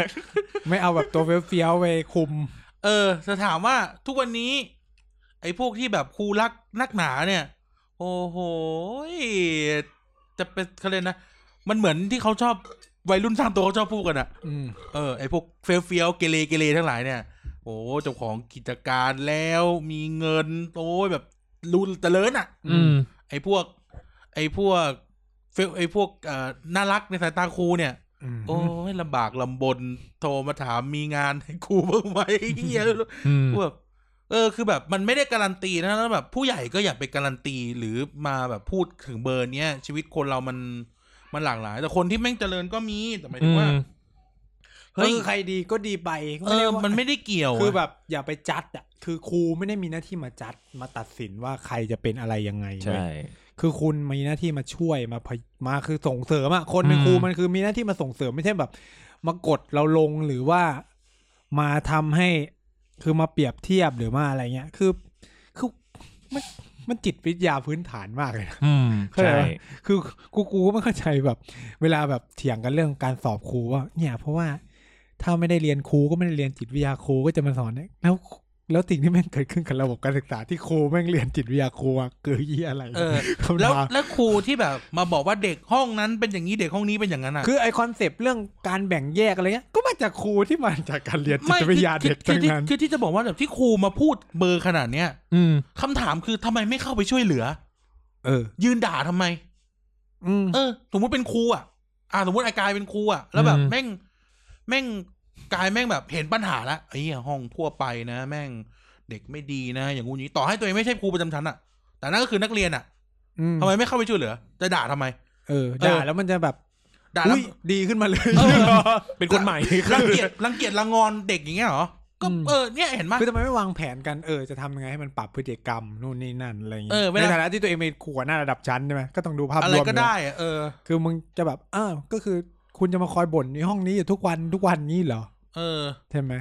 ไม่เอาแบบตัวเฟี้ยวๆไปคุม เออจะถามว่าทุกวันนี้ ไอ้พวกที่แบบครูรักนักหนาเนี่ย โอ้โหยจะเป็นเขาเรียนนะ มันเหมือนที่เขาชอบวัยรุ่นสร้างตัวเขาชอบพูดกันอะ อืม เออไอ้พวกเฟี้ยวเฟี้ยวๆเกเรเกเรทั้งหลายเนี่ยโอ้เจ้าของกิจการแล้วมีเงินโอ้ยแบบรุนเจริญอะ ไอ้พวก ไอ้พวก fail ไอ้พวกเอ่อน่ารักในสายตาครูเนี่ย อืม โอ้ยลำบากลำบนโทรมาถามมีงาน ให้ครูบ้างไหมเฮียแบบเออคือแบบมันไม่ได้การันตีนะแล้วแบบผู้ใหญ่ก็อย่าไปการันตีหรือมาแบบพูดถึงเบอร์เนี้ยชีวิตคนเรามันมันหลากหลาย แต่คนที่แม่งเจริญก็มีแต่หมายถึงว่า เฮ้ เฮ้ ย ย ใครดีก็ดีไปก็ เอ ด้ อ ว่า มันไม่ได้เกี่ยวะ คือแบบอย่าไปจัดอ่ะคือครูไม่ได้มีหน้าที่มาจัดมาตัดสินว่าใครจะเป็นอะไรยังไงเว้ย ใช่ คือคุณมีหน้าที่มาช่วยมาพยมาคือส่งเสริมอะคนเป็น อืม ครูมันคือมีหน้าที่มาส่งเสริมไม่ใช่แบบ มากดเราลงหรือว่ามาทำให้คือมาเปรียบเทียบหรือมาอะไรเงี้ย คือคือมันมันจิตวิทยาพื้นฐานมากเลยนะ อืม เข้าใจ ใช่ ไหม คือกูกูก็ไม่เข้าใจแบบ เวลาแบบเถียงกันเรื่องการสอบครูว่าเนี่ย เพราะว่าถ้าไม่ได้เรียนครูก็ไม่ได้เรียนจิตวิทยาครูก็จะมาสอนเนี่ยแล้วแล้วสิ่งที่แม่งเกิดขึ้นกับระบบการศึกษาที่ครูแม่งเรียนจิตวิทยาครูอะคือยี่อะไร เออ คำ แล้ว ถาม แล้วครูที่แบบมาบอกว่าเด็กห้องนั้นเป็นอย่างนี้เด็กห้องนี้เป็นอย่างนั้นอ่ะ คือไอคอนเซปต์เรื่องการแบ่งแยกอะไรเงี้ยก็มาจากครูที่มาจากการเรียนจิ ไม่ ตวิทยาเด็ก คื ทั้ อง ที่ นั้น คือที่จะบอกว่าแบบที่ครูมาพูดเบอร์ขนาดเนี้ย อืม คำถามคือทำไมไม่เข้าไปช่วยเหลือ เออ ยืนด่าทำไม อืม เออสมมติเป็นครูอ่ะ อ่าสมมติอากายเป็นครูอ่ะ แล้วแบบ อืม แม่งแม่งกายแม่งแบบเห็นปัญหาละไอ้เหี้ยห้องทั่วไปนะ แม่งเด็กไม่ดีนะ อย่างงูอย่างนี้ต่อให้ตัวเองไม่ใช่ครูประจำชั้นอ่ะ แต่นั่นก็คือนักเรียนอ่ะ อืม ทำไมไม่เข้าไปช่วยเหลือ จะด่าทำไม เออ เออ ด่าแล้วมันจะแบบ ด่า อุ แล้ว ยดีขึ้นมาเลย เป็นคนใหม่ รังเกียจรังเกียจรังงอนเด็กอย่างเงี้ยเหรอ ก็ อืม เออเนี่ยเห็นไหม คือทำไมไม่วางแผนกันเออจะทำยังไงให้มันปรับพฤติกรรมนู่นนี่นั่นอะไรอย่าง เอ เงี้ อย เวลา ในฐานะที่ตัวเองเป็นขวหน้าระดับชั้นใช่ไหมก็ต้องดูภาพรวม อะไรก็ ยู่แล้ว ได้อะเออ คือมึงจะแบบอ้าวก็คือคุณจะมาคอยบ่นในห้องนี้อยู่ทุกวันทุกวันนี้เหรอ เออ ใช่ไหม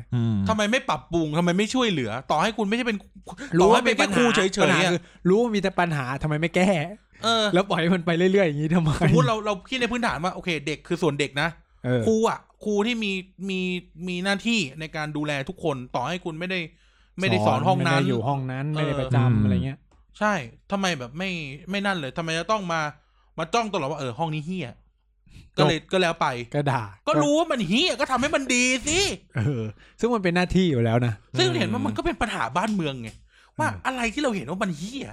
ทำไมไม่ปรับปรุงทำไมไม่ช่วยเหลือ ต่อให้คุณไม่ใช่เป็นต่ รู้ อให้ ว่า เป็ เป็น น แค่ ปัญ ครู หา เฉย ปัญ ๆ หา อะ คือรู้ว่ามีแต่ปัญหาทำไมไม่แก้ เออ แล้วปล่อยให้มันไปเรื่อยๆอย่างนี้ทำไม สมมติเราเราคิดในพื้นฐานว่าโอเค เด็กคือส่วนเด็กนะ เออ ครูอ่ะครูที่มีมีมีหน้าที่ในการดูแลทุกคนต่อให้คุณไม่ได้ไม่ได้สอนห้องนั้น ไม่ได้อยู่ห้องนั้นไม่ได้ประ เออ จำ อ อะไรเงี้ย ใช่ทำไมแบบไม่ไม่นั่นเลยทำไมจะต้องมามาจ้องตลอดว่าเออห้องนี้เฮียก็เลยก็แล้วไป ก็ ด่า ก็รู้ว่ามันเฮียก็ทำให้มันดีสิ เออ ซึ่งมันเป็นหน้าที่อยู่แล้วนะ ซึ่งเห็นว่ามันก็เป็นปัญหาบ้านเมืองไงว่าอะไรที่เราเห็นว่ามันเฮีย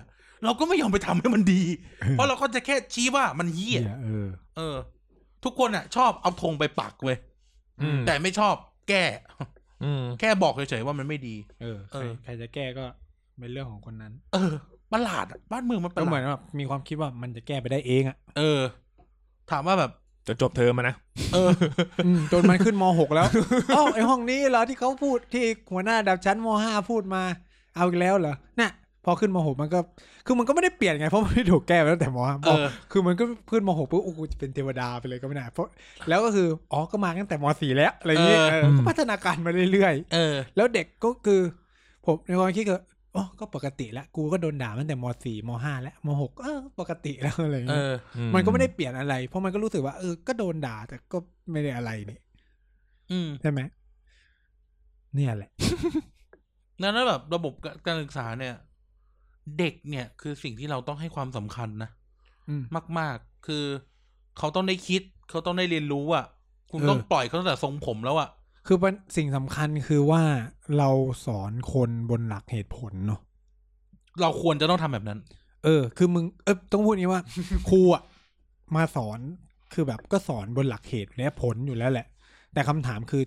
เราก็ไม่ยอมไปทำให้มันดี เพราะเราก็จะแค่ชี้ว่ามันเฮีย เออ เออ ทุกคนอ่ะ ชอบเอาธงไปปักเว้ย อืม แต่ไม่ชอบแก้ อืม แค่บอกเฉยๆว่ามันไม่ดี เออใคร เออ ใครจะแก้ก็เป็นเรื่องของคนนั้น เออประหลาดอะบ้านเมืองมันประ ก็ ห เหมื ลา อ ด นแบบมีความคิดว่ามันจะแก้ไปได้เองอะ เออ ถามว่าแบบ จะจบเทอมมานะ เออ จนมันขึ้นมหกแล้ว อ้าวไอห้องนี้เหรอที่เขาพูดที่หัวหน้าดับชั้นมห้าพูดมา เอาอีกแล้วเหรอเนี่ยพอขึ้นมหกมันก็ คือมันก็ไม่ได้เปลี่ยนไงเพราะมันไม่ถูกแก้ไปตั้งแต่มห้า เออ คือมันก็ขึ้นมหกปุ๊บโอ้โหจะเป็นเทวดาไปเลยก็ไม่ได้เพราะแล้วก็คืออ๋อก็มาตั้งแต่มสี่แล้วอะไรอย่างเงี้ย เออ เออก็พัฒนาการมาเรื่อย เออ ๆแล้วเด็กก็คือ ผมในความคิดก็อ๋อก็ปกติแล้วกูก็โดนด่าตั้งแต่มสี่มห้าแล้วมหกเออปกติแล้วอะไรอย่าง เอ เงี้ย อ มันก็ไม่ได้เปลี่ยนอะไร เพราะมันก็รู้สึกว่าเออ ก็โดนด่าแต่ก็ไม่ได้อะไรนี่ อืม ใช่ไหมเนี่ยแหละ แล้วแล้วแบบระบบการศึกษาเนี่ย เด็กเนี่ยคือสิ่งที่เราต้องให้ความสำคัญนะ อืม มาก ๆ คือเขาต้องได้คิด เขาต้องได้เรียนรู้อ่ะ คุณ เออ ต้องปล่อยเขาตั้งแต่ทรงผมแล้วอ่ะ คือมันสิ่งสำคัญคือว่าเราสอนคนบนหลักเหตุผลเนาะ เราควรจะต้องทำแบบนั้น เออ คือมึงเออต้องพูดอย่างนี้ ว่า ครูอะมาสอนคือแบบก็สอนบนหลักเหตุและผลอยู่แล้วแหละ แต่คำถามคือ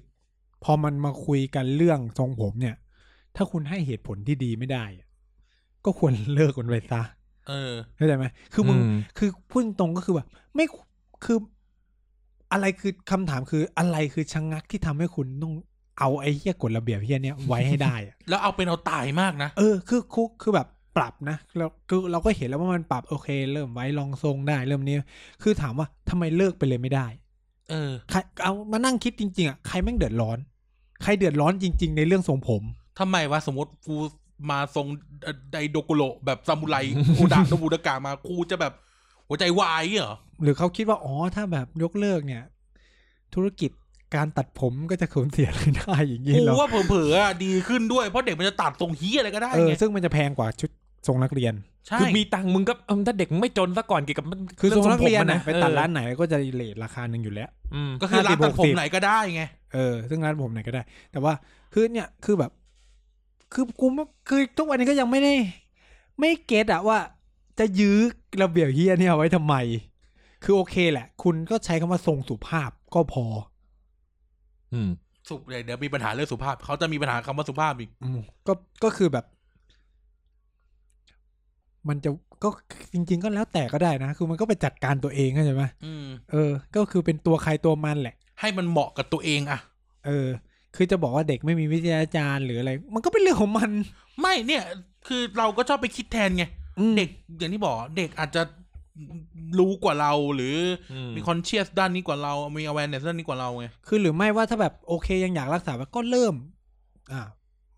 พอมันมาคุยกันเรื่องทรงผมเนี่ย ถ้าคุณให้เหตุผลที่ดีไม่ได้อะก็ควรเลิกกันไปซะ เออ เข้าใจไหมคือมึง อืม คือพูดตรงก็คือแบบ ไม่ คือ อะไรคือคำถามคืออะไรคือชะงักที่ทำให้คุณต้องเอาไอ้เหี้ยกฎระเบียบเหี้ยเนี้ยไว้ให้ได้อะ แล้วเอาเป็นเอาตายมากนะ เออ คือคุกคือแบบปรับนะแล้วคือเราก็เห็นแล้วว่ามันปรับโอเค เริ่มไว้ลองทรงได้ เริ่มนี้ คือถามว่าทำไมเลิกไปเลยไม่ได้ เออ ใครเอามานั่งคิดจริง ๆอ่ะ ใครแม่งเดือดร้อน ใครเดือดร้อนจริง ๆ ในเรื่องทรงผม ทำไมวะสมมติกูมาทรงเอ่อไดโดกุโรแบบซามูไรโอดะโนบุดากะมากูจะแบบหัวใจวายเหรอ หรือเขาคิดว่า อ๋อ ถ้าแบบยกเลิกเนี่ย ธุรกิจการตัดผมก็จะสูญเสียรายได้อย่างนี้ กู เหรอ ว่าเผลอๆอ่ะดีขึ้นด้วยเพราะเด็กมันจะตัดทรงเฮียอะไรก็ได้ เออ ไง ซึ่งมันจะแพงกว่าชุดทรงนักเรียน ใช่ คือมีตังค์มึงก็เออถ้าเด็กมึงไม่จนซะก่อนเกี่ยวกับมัน คือทรงนักเรียน องทงผมอะ นะไปตัด เออ ร้านไหนก็จะเลทราคาหนึ่งอยู่แล้ว อืม ก็คือร้านตัดผม 50-60 ไหนก็ได้ไง เออซึ่งร้านผมไหนก็ได้ แต่ว่าคือเนี่ยคือแบบ คือกูไม่คือทุกวันนี้ก็ยังไม่ได้ ไม่เก็ตอะว่า จะยื้อระเบียบเฮียเนี่ยเอาไว้ทำไม คือโอเคแหละ คุณก็ใช้คำว่าทรงสุภาพก็พอ อืม สุเดี๋ยวเดี๋ยวมีปัญหาเรื่องสุภาพ เขาจะมีปัญหาคำว่าสุภาพอีก อมก็ก็คือแบบ มันจะก็จริง ๆ ก็แล้วแต่ก็ได้นะ คือมันก็ไปจัดการตัวเองเข้าใช่ไหม อืม เออ ก็คือเป็นตัวใครตัวมันแหละ ให้มันเหมาะกับตัวเองอะ เออ คือจะบอกว่าเด็กไม่มีวิทยาจารย์หรืออะไร มันก็เป็นเรื่องของมัน ไม่เนี่ย คือเราก็ชอบไปคิดแทนไง อืม เด็กอย่างที่บอกเด็กอาจจะ รู้กว่าเราหรือ อืม มีคอนเชียสด้านนี้กว่าเรา มี awareness ด้านนี้กว่าเราไง คือหรือไม่ว่าถ้าแบบโอเคยังอยากรักษาไว้ก็เริ่ม อ่า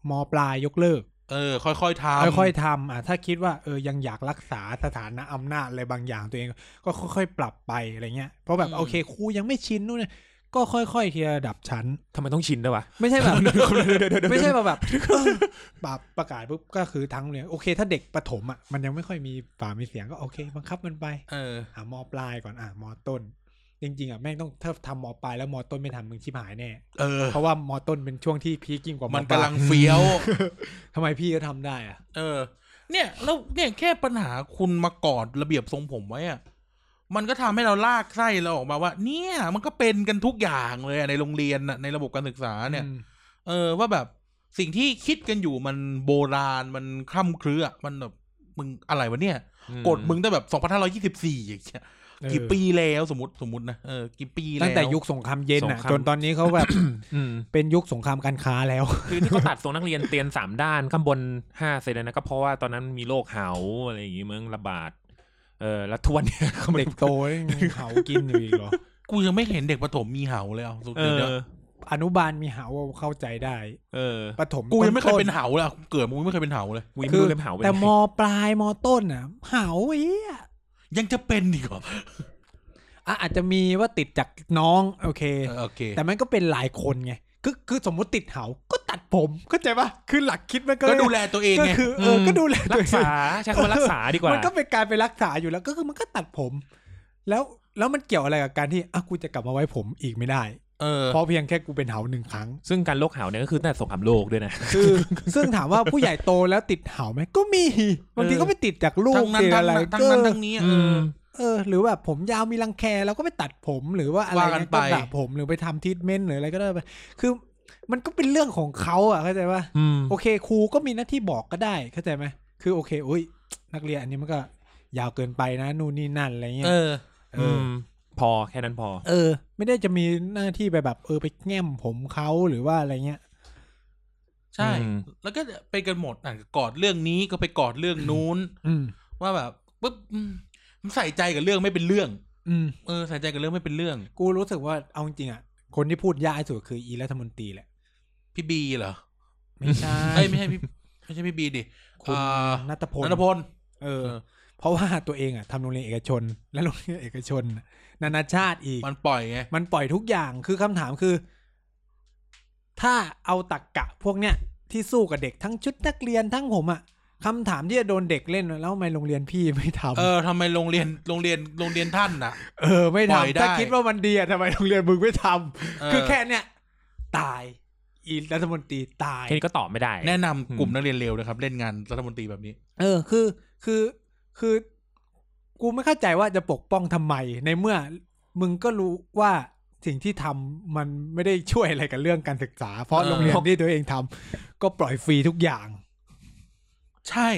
มปลายยกเลิก เออ ค่อยๆทำ ค่อยๆทำอ่ะถ้าคิดว่าเออยังอยากรักษาสถานะอำนาจอะไรบางอย่างตัวเอง ก็ค่อยๆ ปรับไปอะไรเงี้ยเพราะแบบโอเคครูยังไม่ชินนู่นนะก็ค่อยๆทีละระดับชั้น ทำไมต้องชินด้วยวะ ไม่ใช่แบบ เดี๋ยวเดี๋ยวเดี๋ยว ไม่ใช่แบบแบบเออปรับประกาศปุ๊บก็คือทั้งเนี่ยโอเค ถ้าเด็กประถมอ่ะมันยังไม่ค่อยมีปากมีเสียงก็โอเค บังคับมันไป เออ อ่ะมปลายก่อนอ่ะมต้น จริงๆอ่ะแม่งต้องถ้าทำมปลายแล้วมต้นไม่ทำมึงชิบหายแน่ เออ เพราะว่ามต้นเป็นช่วงที่พีคยิ่งกว่าม มัน ป กำ ลาย ลังเฟี้ยว ทำไมพี่ก็ทำได้อ่ะ เออ เนี่ยแล้วเนี่ยแค่ปัญหาคุณมากอดระเบียบทรงผมไว้อะมันก็ทำให้เราลากไส้เราออกมาว่า เนี่ย มันก็เป็นกันทุกอย่างเลยอะในโรงเรียนน่ะในระบบการศึกษาเนี่ย อืม เออว่าแบบสิ่งที่คิดกันอยู่มันโบราณมันคล่ำเครืออะมันแบบมึงอะไรวะเนี่ย กดมึงได้แบบ 2524อย่างเงี้ยกี่ปีแล้วสมมติสมมตินะเออกี่ปีแล้ว ตั้งแต่ยุคสงครามเย็นอ่ะ สงคราม จนตอนนี้เขาแบบ อืม เป็นยุคสงครามการค้าแล้ว คือที่เขาตัดทรงนักเรียนเตียนสามด้านข้างบนห้าเซนนะก็เพราะว่าตอนนั้นมีโรคเหาอะไรอย่างงี้มึงระบาด เออแล้วทุกวันเนี้ยก็ไม่ เด็กโตยังเขากินอยู่อีก เหรอ กูยังไม่เห็นเด็กประถมมีเห่าเลยเอาสุด เอ เดี๋ยว อ เดี๋ยว อนุบาลมีหาว่าเข้าใจได้ เออ ประถม กูยังไม่เคยเป็น ต้ เห่าเลยอะกูเกิดมึงไม่เคยเป็นเห่าเลย วิม คื ดู อ เล่มเหาไป แต่ ไหน มปลายมต้นอ่ะหาอีอะ ยังจะเป็นอีกเหรอ อ่ะอาจจะมีว่าติดจากน้อง โอเค เออโอเค แต่มันก็เป็นหลายคนไงคือคือสมมติติดเหาก็ตัดผมเข้าใจปะคือหลักคิดมันก็ ก็ดูแลตัวเอง ก็ ไง คือเออก็ดูแล รั ตัว ก เอง ษาใช้คำว่ารักษาดีกว่า นก็เป็นการไปรักษาอยู่แล้วก็คือมันก็ตัดผม แล้วแล้วมันเกี่ยวอะไรกับการที่อ่ะกูจะกลับมาไว้ผมอีกไม่ได้ เออ เพราะเพียงแค่กูเป็นเหาหนึ่งครั้ง ซึ่งการโรคเหาเนี่ยก็คือตั้งแต่สงครามโลกด้วยนะ คือ ซึ่งถามว่าผู้ใหญ่โตแล้วติดเหาไหมก็มีบางที เออ ก็ไปติดจากลูก ทั้งนั้น ติด ทั้ง อะนั้นทั้งไรก็ นั้นทั้งนี้อะเออ เออ หรือแบบผมยาวมีรังแคเราก็ไปตัดผมหรือว่าอะไร ว่ากัน เงี้ย ไป ก็ตัดผมหรือไปทำทรีทเมนต์หรืออะไรก็ได้ไปคือมันก็เป็นเรื่องของเขาอ่ะเข้าใจปะ อืม โอเคครูก็มีหน้าที่บอกก็ได้เข้าใจไหมคือโอเคโอ้ยนักเรียนอันนี้มันก็ยาวเกินไปนะนู่นนี่นั่นอะไรเงี้ย เออ เอ อื อ ม พอแค่นั้นพอ เออ ไม่ได้จะมีหน้าที่ไปแบบ เออไปแง้มผมเขาหรือว่าอะไรเงี้ย ใช่ อืม แล้วก็ไปกันหมดอ่ะกอดเรื่องนี้ก็ไปกอดเรื่องนู้น อืม ว่าแบบปุ๊บอืมมันใส่ใจกับเรื่องไม่เป็นเรื่อง อืม เออ ใส่ใจกับเรื่องไม่เป็นเรื่อง กูรู้สึกว่าเอาจริงๆอ่ะคนที่พูดยากที่สุดคืออีรัฐมนตรีแหละ พี่บีเหรอ ไม่ใช่ เอ้ยไม่ใช่พี่ไม่ใช่พี่บีดิ คุณ อ่า นัตพล นันทพล เออ เพราะว่าตัวเองอ่ะทำโรงเรียนเอกชน และโรงเรียนเอกชน นานาชาติอีก มันปล่อยไง มันปล่อยทุกอย่าง คือคำถามคือ ถ้าเอาตักกะพวกเนี้ยที่สู้กับเด็กทั้งชุดนักเรียนทั้งผมอะคำถามที่จะโดนเด็กเล่นแล้วทำไมโรงเรียนพี่ไม่ทำ เออทำไมโรงเรียนโรงเรียนโรงเรียนท่านน่ะ เออไม่ ปล่อยได้ ทำถ้าคิดว่ามันดีอะทำไมโรงเรียนมึงไม่ทำ เ คือแค่เนี้ยตาย อีรัฐมนตรีตาย แค่นี้ก็ตอบไม่ได้ แนะนำกลุ่มนักเรียนเลวนะครับ เล่นงานรัฐมนตรีแบบนี้ เออ คือ คือ คือ กูไม่เข้าใจว่าจะปกป้องทำไม ในเมื่อ มึงก็รู้ว่าสิ่งที่ทำมันไม่ได้ช่วยอะไรกับเรื่องการศึกษา เพราะ เออ โรงเรียนที่ตัวเองทำก็ปล่อยฟรีทุกอย่าง ใช่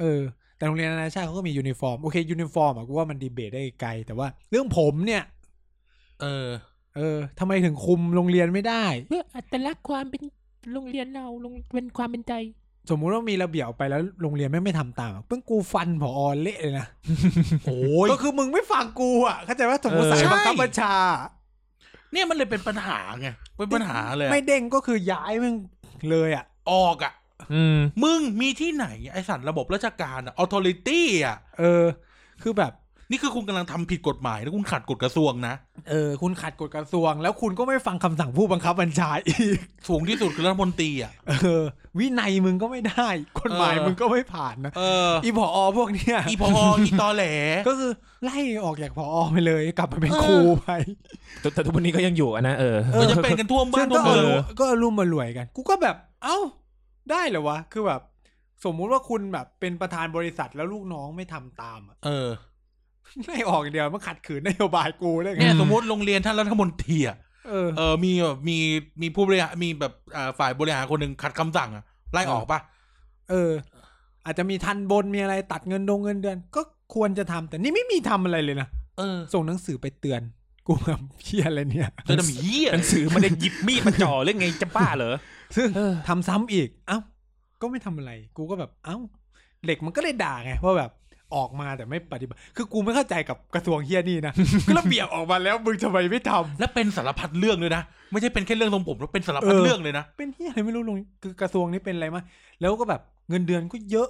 เออ แต่โรงเรียนนานาชาติเขาก็มียูนิฟอร์ม โอเค ยูนิฟอร์มอะกูว่ามันดีเบตได้ไกล แต่ว่าเรื่องผมเนี่ย เออ เออทำไมถึงคุมโรงเรียนไม่ได้ เพื่ออัตลักษณ์ความเป็นโรงเรียนเราโรงเป็นความเป็นใจ สมมุติว่ามีระเบียบออกไปแล้วโรงเรียนไม่งไม่ทำตามอะเพิ่งกูฟันผอเละเลยนะ โอ้ย ก็คือมึงไม่ฟังกูอะเข้าใจว่าสมมติ เออ สายบังคับบัญชา เนี่ยมันเลยเป็นปัญหาไงเป็นปัญหาเลยอะ ไม่เด้งก็คือย้ายมึงเลยอ่ะ ออกอ่ะ อืม มึงมีที่ไหนไอสัตว์ระบบราชการอ่ะออโตริตี้อ่ะ เออ คือแบบ นี่คือคุณกำลังทำผิดกฎหมายนะคุณขัดกฎกระทรวงนะ เออ คุณขัดกฎกระทรวง แล้วคุณก็ไม่ฟังคำสั่งผู้บังคับบัญชาอีก สูงที่สุดคือรัฐมนตรีอ่ะ เออ วินัยมึงก็ไม่ได้กฎหมาย เออ มึงก็ไม่ผ่านนะ เออ อีพออพวก เนี้ย อีพออีตอแหล ก็คือไล่ออกจากพออไปเลยกลับมาเป็น เออ ครูไป แต่แต่ทุกวันนี้ก็ยังอยู่อะนะเออ มันจะเป็นกันทั่วบ้า ซึ่ น ง ทั่วก็เอา เมือง รู้ก็เอารุ่มมารวยกัน กูก็แบบ เอ้า ได้เหรอวะ คือแบบ สมมุติว่าคุณแบบเป็นประธานบริษัทแล้วลูกน้องไม่ทำตามอะ เออ ไล่ออกอย่างเดียวมันขัดขืนนโยบายกูได้ไง เนี่ยสมมติโรงเรียนท่านรัฐมนตรีอ่ะ เออ เออ มีแบบมี มีผู้บริหาร มีแบบอ่าฝ่ายบริหารคนหนึ่งขัดคำสั่งอะไล่ออกปะ เออ อาจจะมีทันบนมีอะไรตัดเงินดงเงินเดือน ก็ควรจะทำแต่นี่ไม่มีทำอะไรเลยนะ เออ ส่งหนังสือไปเตือน กูแบบ เพี้ยอะไรเนี่ย จะทำเหี้ย หนังสือมันได้หยิบมีดมาจ่อเรื่องไงจะบ้าเหรอ ซึ่ง เออ ทำซ้ำอีก เอ้า ก็ไม่ทำอะไร กูก็แบบเอ้า เด็กมันก็เลยด่าไงว่าแบบ ออกมาแต่ไม่ปฏิบัติ คือกูไม่เข้าใจกับกระทรวงเฮียนี่ นะ ก็ระเบียบออกมาแล้วมึงทำไมไม่ทำ และเป็นสารพัดเรื่องเลยนะ ไม่ใช่เป็นแค่เรื่องทรงผมแล้วเป็นสารพัด เออ เรื่องเลยนะ เป็นเฮียอะไรไม่รู้ลงคือกระทรวงนี้เป็นอะไรมาแล้วก็แบบเงินเดือนก็เยอะ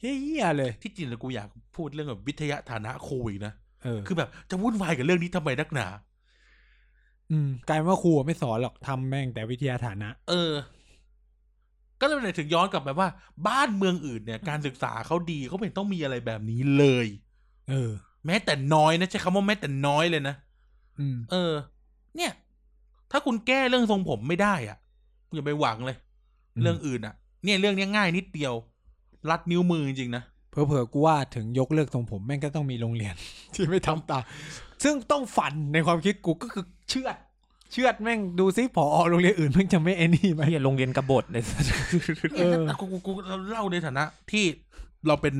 เฮียๆเลย ที่จริงแล้วกูอยากพูดเรื่องแบบวิทยาฐานะครูอีกนะ เออ คือแบบจะวุ่นวายกับเรื่องนี้ทำไมนักหนา อืมกลายเป็นว่าครูอะไม่สอนหรอกทำแม่งแต่วิทยาฐานะ เออ ก็เลยถึงย้อนกลับไปว่า บ้านเมืองอื่นเนี่ย การศึกษาเขาดีเขาไม่ต้องมีอะไรแบบนี้เลย เออ แม้แต่น้อยนะใช้คำว่าแม้แต่น้อยเลยนะ อืม เออ เนี่ย ถ้าคุณแก้เรื่องทรงผมไม่ได้อะคุณอย่าไปหวังเลย อืม เรื่องอื่นอะเนี่ยเรื่องเนี้ยง่ายนิดเดียว รัดนิ้วมือจริงๆนะ เผลอๆกูว่าถึงยกเลิกทรงผมแม่งก็ต้องมีโรงเรียน ที่ไม่ทำตามซึ่งต้องฝันในความคิดกูก็คือเชื่อด เชื่อดแม่งดูซิผอโรงเรียนอื่นแม่งจะไม่แอนนี่ไหม เฮียโรงเรียนกบฏในเ นี่ย เออ แต่กูกูกูเราเล่าในฐานะที่เราเป็น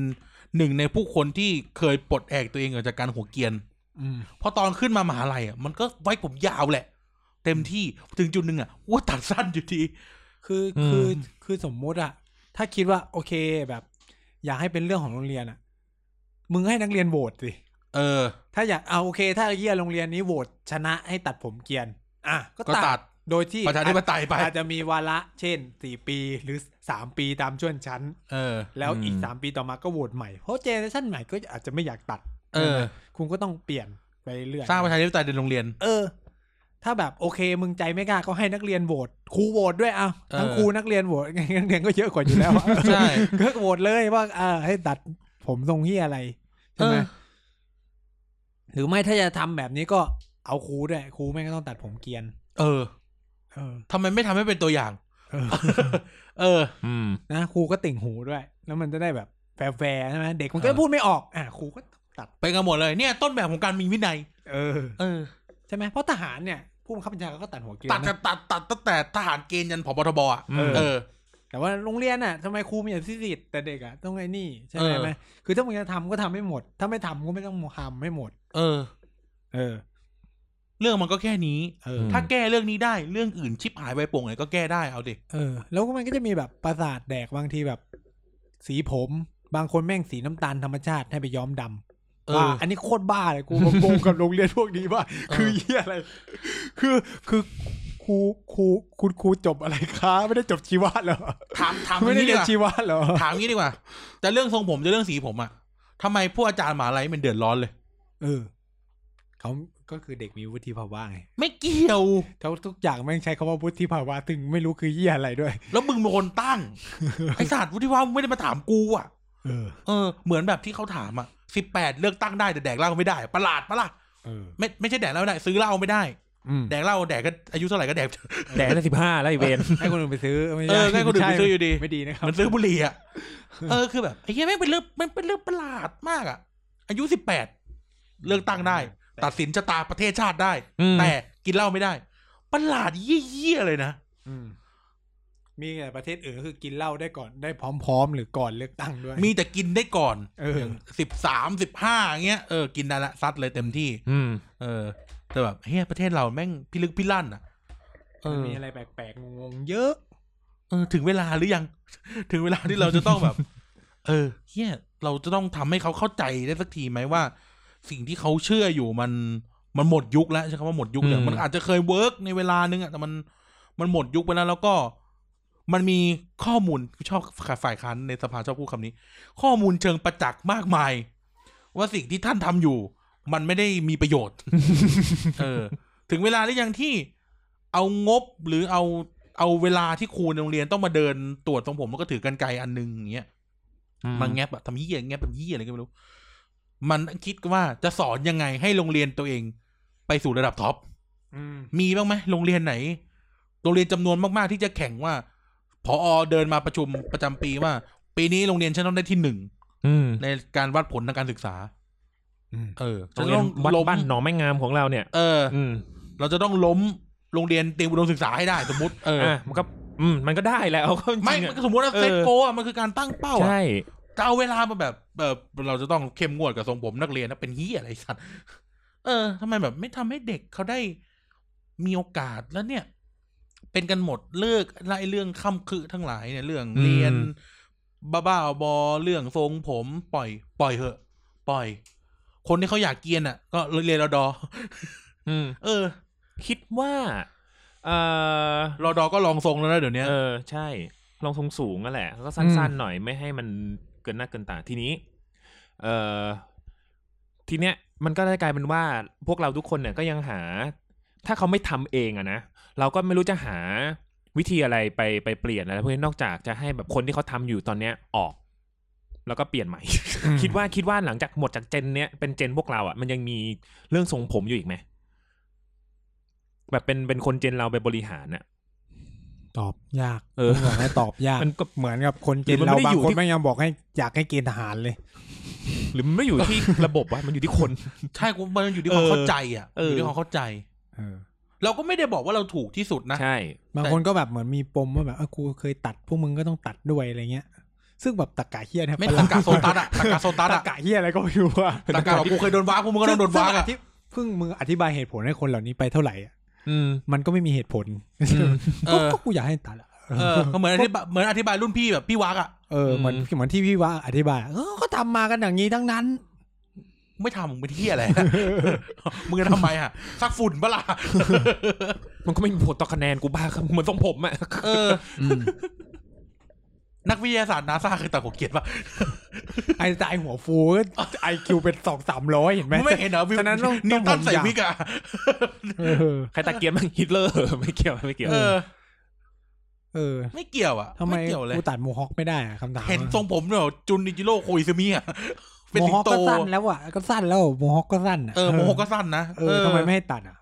หนึ่งในผู้คนที่เคยปลดแอกตัวเองออกจากการหัวเกรียน อืม พอตอนขึ้นมามหาลัยอ่ะมันก็ไว้ผมยาวแหละ เต็มที่ถึงจุดหนึ่งอ่ะว่าตัดสั้นอยู่ดี คือ อืม คือคือสมมุติอะถ้าคิดว่าโอเคแบบ อยากให้เป็นเรื่องของโรงเรียนอะมึงให้นักเรียนโหวตสิ เออ ถ้าอยากเอาโอเค ถ้าเยี่ยโรงเรียนนี้โหวตชนะให้ตัดผมเกรียน อ่ะก็ ก็ตั ตัด ด โดยที่ ประชาธิปไตยไป อาจจะมีวาระเช่นสี่ปีหรือสามปีตามช่วงชั้น เออ แล้ว อืม อีกสามปีต่อมาก็โหวตใหม่เพราะเจเนอเรชันใหม่ก็อาจจะไม่อยากตัด เออ คุณก็ต้องเปลี่ยนไปเรื่อย สร้างประชาธิปไตยในโรงเรี ยน เออ ถ้าแบบโอเค มึงใจไม่กล้าก็ให้นักเรียนโหวตครูโหวตด้วยเอาทั้ง เออ ครูนักเรียนโหวต ไงนักเรียนก็เยอะกว่าอยู่แล้วอะ ใช่ ก็โหวตเลยว่าเออให้ตัดผมทรงที่อะไรใช่ไหม เออ หรือไม่ถ้าจะทำแบบนี้ก็เอาครูด้วยครูแม่งก็ต้องตัดผมเกรียน เออ เออ ทำไมไม่ทำให้เป็นตัวอย่าง เออ เออ อืม นะครูก็ติ่งหูด้วย แล้วมันจะได้แบบแฟร์ๆใช่ไหมเด็กมันก็ เออ พูดไม่ออก อ่ะครูก็ตัด ไปกันหมดเลยเนี่ย ต้นแบบของการมีวินัย เออ เออ ใช่ไหมเพราะทหารเนี่ยผู้บังคับบัญชาก็ตัดหัวเกรียน ตัด นะ กันตัดตัดตั้งแต่ทหารเกณฑ์ยันผบทบอ่ะ เออ เออ แต่ว่าโรงเรียนน่ะทำไมครูมีแต่สิทธิ์แต่เด็กอ่ะต้องไอ้นี่ใช่ไหม เออ ไหมคือถ้ามึงจะทำก็ทำให้หมด ถ้าไม่ทำก็ไม่ต้องทำให้หมด เออ เออ เรื่องมันก็แค่นี้ เออ ถ้าแก้เรื่องนี้ได้เรื่องอื่นชิบหายไปโป่งไหนก็แก้ได้เอาดิ เออ แล้วก็มันก็จะมีแบบประสาทแดกบางทีแบบ สีผม บางคนแม่งสีน้ำตาลธรรมชาติให้ไปย้อมดำ เอ ว่า อ อันนี้โคตรบ้าเลยกูงงกับโรงเรียนพวกนี้ว่า คือเหี้ยอะไร คือคือครูครูคุณครูจบอะไรคะไม่ได้จบชีวะเหรอ ถามถาม ไม่ ไม่ ได้ ได้ดีเรียกนว่า ชีวะเหรอ ถามงี้ดีกว่า แต่เรื่องทรงผมจะเรื่องสีผมอะทำไมผู้อาจารย์มหาลัยมันเดือดร้อนเลย เออเขาก็คือเด็กมีวุฒิภาวะไง ไม่เกี่ยว เขาทุกอย่างแม่งใช้คำว่าวุฒิภาวะถึงไม่รู้คือเยี่ยอะไรด้วย แล้วมึงเป็นคน ตั้ง ไอศาสตร์วุฒิภาวะมึงไม่ได้มาถามกูอะ เออ เออเหมือนแบบที่เขาถามอะสิบแปดเลือกตั้งได้แต่แดกเหล้าไม่ได้ ประหลาดปะล่ะ เออ ไม่ไม่ใช่แดกเหล้าไม่ได้ ซื้อเหล้าไม่ได้ อืม แดกเหล้าแดกก็อายุเท่าไหร่ก็แดก แดดได้สิบห้าแล้วไอเวน ให้คนอื่นไปซื้อไม่ เออให้คนอื่นไป ม่ใช่ ซื้ออยู่ดี ไม่ดีนะครับ มันซื้อบุหรี่อะเออคือแบบไอ้เหี้ยแม่งเป็นเรื่องมันเป็นเรื่องประหลาดมากอะอายุสิบแปดเลือกตั้งได้ ตัดสินชะตาประเทศชาติได้ อืม แต่กินเหล้าไม่ได้ ประหลาดเยี่ยๆเลยนะ อืมมีแต่ประเทศอื่นก็คือกินเหล้าได้ก่อนได้พร้อมๆ หรือก่อนเลือกตั้งด้วย มีแต่กินได้ก่อน เออ สิบสามสิบห้าเงี้ยเออกินได้ละซัดเลยเต็มที่ อืม เออ แต่แบบเฮียประเทศเราแม่งพิลึกพิลั่นอ่ะเอ มัน อ มีอะไรแปลกๆงงๆเยอะ เออ ถึงเวลาหรือยัง ถึงเวลาที่เราจะต้องแบบ เออเฮียเราจะต้องทำให้เขาเข้าใจได้สักทีไหมว่า สิ่งที่เขาเชื่ออยู่มันมันหมดยุคแล้วใช่คำว่าหมดยุคเลย อืม มันอาจจะเคยเวิร์กในเวลานึงอ่ะแต่มันมันหมดยุคไปแล้ว แล้วก็มันมีข้อมูลชอบฝ่ายค้านในสภาชอบพูดคำนี้ ข้อมูลเชิงประจักษ์มากมาย ว่าสิ่งที่ท่านทำอยู่ มันไม่ได้มีประโยชน์ เออ ถึงเวลาหรือยังที่เอางบหรือเอาเอาเวลาที่ครูในโรงเรียนต้องมาเดินตรวจตรงผมแล้วก็ถือกันไกรอันหนึงอย่างเงี้ย มันแงบอะทำเหี้ยแงบทำเหี้ยอะไรก็ไม่รู้ มันคิดว่าจะสอนยังไงให้โรงเรียนตัวเอง ไปสู่ระดับท็อป อืม มีบ้างไหมโรงเรียนไหน โรงเรียนจำนวนมากๆที่จะแข่งว่าพออเดินมาประชุมประจำปีว่า ปีนี้โรงเรียนฉันต้องได้ที่หนึ่ง อืม ในการวัดผลทางการศึกษา เออ โร จะ งเรีย ต้อนง วัด ล้ม บ้านหนองแม่งามของเราเนี่ย เออ อืม เราจะต้องล้มโรงเรียนเตรียมอุดมศึกษาให้ได้สมมติเอออ อ่ะมันก็อืมมันก็ได้แหละเอาเข้าจริง ไม่ อะ มันก็สมมติว่าเซต เออ โกอะมันคือการตั้งเป้าอะ ใช่ จะเอาเวลามาแบบแบบเราจะต้องเข้มงวดกับทรงผมนักเรียนนะเป็นเฮียอะไรสัตว์เออทำไมแบบไม่ทำให้เด็กเขาได้มีโอกาสแล้วเนี่ย เป็นกันหมดเลิกไล่เรื่องค่ำคือทั้งหลายเนี่ยเรื่อง อืม เรียน บ้าๆบอๆเรื่องทรงผมปล่อย ปล่อยเหอะ ปล่อย คนที่เขาอยากเกรียนอ่ะ ก็เรียนรอดอ อืม เออ คิดว่าเออ รอดอก็ลองทรงแล้วนะเดี๋ยวนี้ เออ ใช่ ลองทรงสูงนั่นแหละแล้วก็สั้น ๆ หน่อยไม่ให้มันเกินหน้าเกินตาทีนี้ เออทีเนี้ย มันก็ได้กลายเป็นว่าพวกเราทุกคนเนี่ยก็ยังหา ถ้าเขาไม่ทำเองอะนะเราก็ไม่รู้จะหาวิธีอะไรไปไปเปลี่ยนอะไรพวกนี้นอกจากจะให้แบบคนที่เขาทำอยู่ตอนเนี้ยออก แล้วก็เปลี่ยนใหม่ คิดว่าคิดว่าหลังจากหมดจากเจนเนี้ยเป็นเจนพวกเราอ่ะมันยังมีเรื่องทรงผมอยู่อีกไหมแบบเป็นเป็นคนเจนเราไปบริหารน่ะ ตอบยาก เออ ผมบอกให้ตอบยาก มันก็ เหมือนกับคนเจน หรือมัน เรา ไม่ได้ บา องยู่ค ที่ นไม่ยังบอกให้อยากให้เกณฑ์ทหารเลย หรือมันไม่อยู่ที่ ระบบวะมันอยู่ที่คน ใช่กูมันอยู่ที่ความ เออ เข้าใจอ่ะ เออออ ยู่ที่ความเข้าใจ เออ เราก็ไม่ได้บอกว่าเราถูกที่สุดนะ ใช่ บางคนก็แบบเหมือนมีปมว่าแบบเออกูเคยตัดพวกมึงก็ต้องตัดด้วยอะไรเงี้ย ซึ่งแบบตะกะเฮียเนี่ย ไม่ตะกะโซตัส อ่ะตะกะโซตัส ตะ อ่ะ กะเฮียอะไรก็ไม่รู้อะ ตะกะบอกกูเคยโดนว้าพวกมึงก็ต้องโดนว้าอ่ะ ซึ่งซึ่งเพิ่งมึงอธิบายเหตุผลให้คนเหล่านี้ไปเท่าไหร่อะ อืม มันก็ไม่มีเหตุผล เอ ก็ อ ก็กูอยากให้ตัดอะ เออก็เหมือนอธิบายเหมือนอธิบายรุ่นพี่แบบพี่วักอ่ะ เออเหมือน อืม เหมือนที่พี่ว่าอธิบายเออก็ทำมากันอย่างนี้ทั้งนั้น ไม่ทำมึงไปเที่ยอะไรอะ มึงจะทำไมอ่ะซักฝุ่นปะล่ะ มันก็ไม่มีผลต่อคะแนนกูบ้าครับเหมือนทรงผมอ่ะ เออ นักวิทยาศาสตร์นาซาเคยตัดหัวเกรียรป่ะ ไอ้ตายหัวฟูไอคิวเป็นสองสามร้อยเห็นไหม มึงไม่เห็นเหรอวิว ฉะนั้นต้อง นิวตั ต้อน งผม ใส่ ยาว วิกอ่ะ เออ ใครตะเกียบมันฮิตเลอร์ ไม่เกี่ยวไม่เกี่ยว เออ เออ ไม่เกี่ยวอ่ะ ทำไม เกี่ยวเลย กูตัดโมฮอคไม่ได้อะคำถาม เห็นทรงผมเนี่ยเหรอจุนนิจิโร่โคอิซึมิอ่ะเป็น โม สิงฮอค โต ก็สั้นแล้วอะก็สั้นแล้วโมฮอคก็สั้นอะ เออโมโหก็สั้นนะ เออทำไมไม่ให้ตัด อ่ะ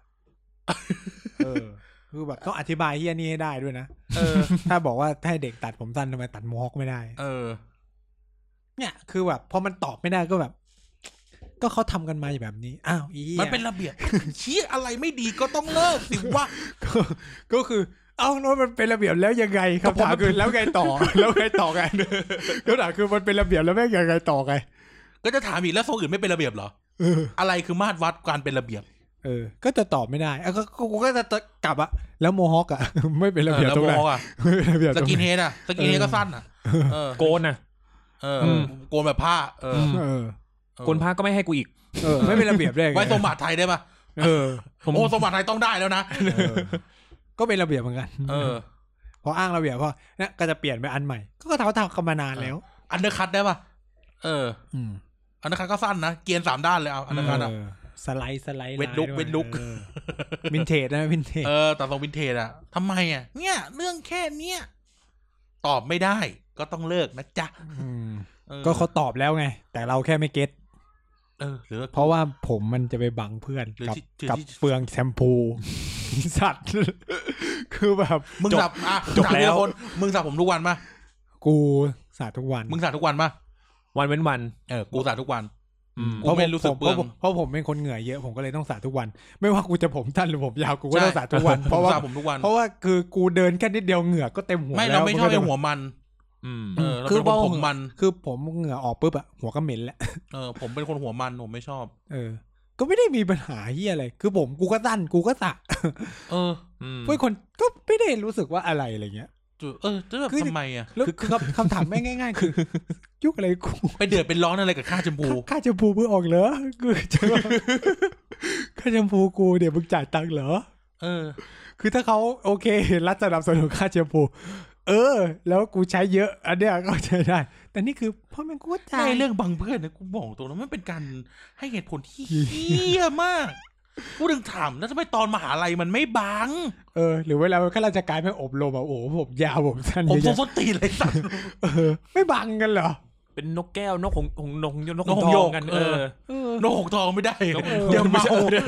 เออ คือแบบต้องอธิบายเฮียนี่ให้ได้ด้วยนะ เออ ถ้าบอกว่าให้เด็กตัดผมสั้นทำไมตัดโมฮอคไม่ได้ เออ เนี่ยคือแบบพอมันตอบไม่ได้ก็แบบ ก็เขาทำกันมาอยู่แบบนี้ อ้าวอีหี้ย มันเป็นระเบียบ ชี้อะไรไม่ดีก็ต้องเลิกสิวะ ก็ ก็คือ เอ้าแล้วมันเป็นระเบียบแล้วยังไงคำถามคือแล้วไง ต่อ แล้วไงต่อไงคำถามคือมันเป็นระเบียบแล้วแม่งยังไงต่อไง ก็จะถามอีกแล้วทรงอื่นไม่เป็นระเบียบเหรอ เออ อะไรคือมาตรวัดการเป็นระเบียบ เออ ก็จะตอบไม่ได้อ่ะก็ก็กูก็จะกลับอะแล้วโมฮอคอะ ไม่เป็นระเบียบ แล้ว ตรงไหน บอกอ่ะ ไม่เป็นระเบียบ ส ตรง กิน ไหน เฮดอ่ะสกินเฮดก็สั้นอ่ะ เออ โกนอ่ะ เออ อืม โกนแบบผ้า เออ เออ เออ โกนผ้าก็ไม่ให้กูอีก เออ ไม่เป็นระเบียบได้ไง ไว้ทรงบาทไทยได้ปะ เออ ผม โอ้ทรงบาทไทยต้องได้แล้วนะ เออ ก็เป็นระเบียบเหมือนกัน เออ พออ้างระเบียบพอเนี่ยก็จะเปลี่ยนไปอันใหม่ ก็เท้าทำกันมานานแล้ว อันเดอร์คัตได้ปะเออ อืม อันเดอร์คัตก็สั้นนะ เกียนสามด้านเลยเอา อันเดอร์คัตอ่ะ เออสไลด์สไลด์ เวทลุก ลาย เวทลุก ออวินเทจนะวินเทจ เออแต่ทรงวินเทจอ่ะทำไมอ่ะ เนี่ย เรื่องแค่เนี้ยตอบไม่ได้ ก็ต้องเลิกนะจ๊ะ ม ออ ก็เขาตอบแล้วไง แต่เราแค่ไม่เก็ต เออหรือ เพราะว่าผมมันจะไปบังเพื่อน หรือ กับ ที่หรือ กับ ที่ เปลืองแชม พูสัตว์ คือแบบ มึงสับอ่ะ จบ ถามทีะ แล้ว คนมึงสับผมทุกวันปะ กูสาดทุกวัน มึงสับทุกวันปะ วันเว้นวัน เออ กูสับทุกวัน อืม กูไม่รู้สึก ผม เปลือง พราะผมเพราะผมเป็นคนเหงื่อเยอะผมก็เลยต้องสาดทุกวัน ไม่ว่ากูจะผมสั้นหรือผมยาวกูก็ต้อง ใช่ สาดทุกวัน เพราะ ผม ว่า สับผมทุกวัน เพราะว่าคือกูเดินแค่นิดเดียวเหงื่อก็เต็มหัว ไม่ แล้ว เราไม่ชอบไอ้หั นก็ วมัน อืม เออเรา คื เป็นคพอน ผมมัน คือผมเหงื่อออกปุ๊บอะหัวก็เหม็นแล้ว เออ ผมเป็นคนหัวมันผมไม่ชอบ เออ ก็ไม่ได้มีปัญหาเฮียอะไรคือผมกูก็สั้นกูก็สระ เออ อืม เพื่อนคนก็ไม่ได้รู้สึกว่าอะไรอะไรเงี้ย จุเออจะแบบ คือ ทำไมอ่ะ แล้วคือคำคำถามแม่งง่าย ๆ คือ ยุคอะไรกู ไปเดือดเป็นร้อนอะไรกับค่าชมพู ค่าค่าแชมพูมึงออกเหรอคือจะค่าแชมพูกูเดี๋ยวมึงจ่ายตังค์เหรอ เออ คือถ้าเขาโอเครัฐสนับสนุนค่าแชมพูเออ แล้วกูใช้เยอะอันเนี้ยก็ใช้ได้ แต่นี่คือพ่อแม่งกูก็จ่าย ไม่เรื่องบังเพื่อนนะกูบอกตรงนะมันเป็นการให้เหตุผลที่เฮี้ยมากกูถึงถามแล้วทำไมตอนมหาลัยมันไม่บัง เออหรือเวลาข้าราชการไม่อบรมอ่ะโอ้โหผมยาวผมสั้น ผมทรงเยอะแยะ ส้นตีนเลยสัตว์ เออไม่บังกันเหรอ เป็นนกแก้วนกหงหงนกหงนนกก ห ห ง ง โย โย ง ก กัน เอ เอ อ อ เออ โนหกทองไม่ได้ นกหง เดี๋ยวเมา ไม่ใช่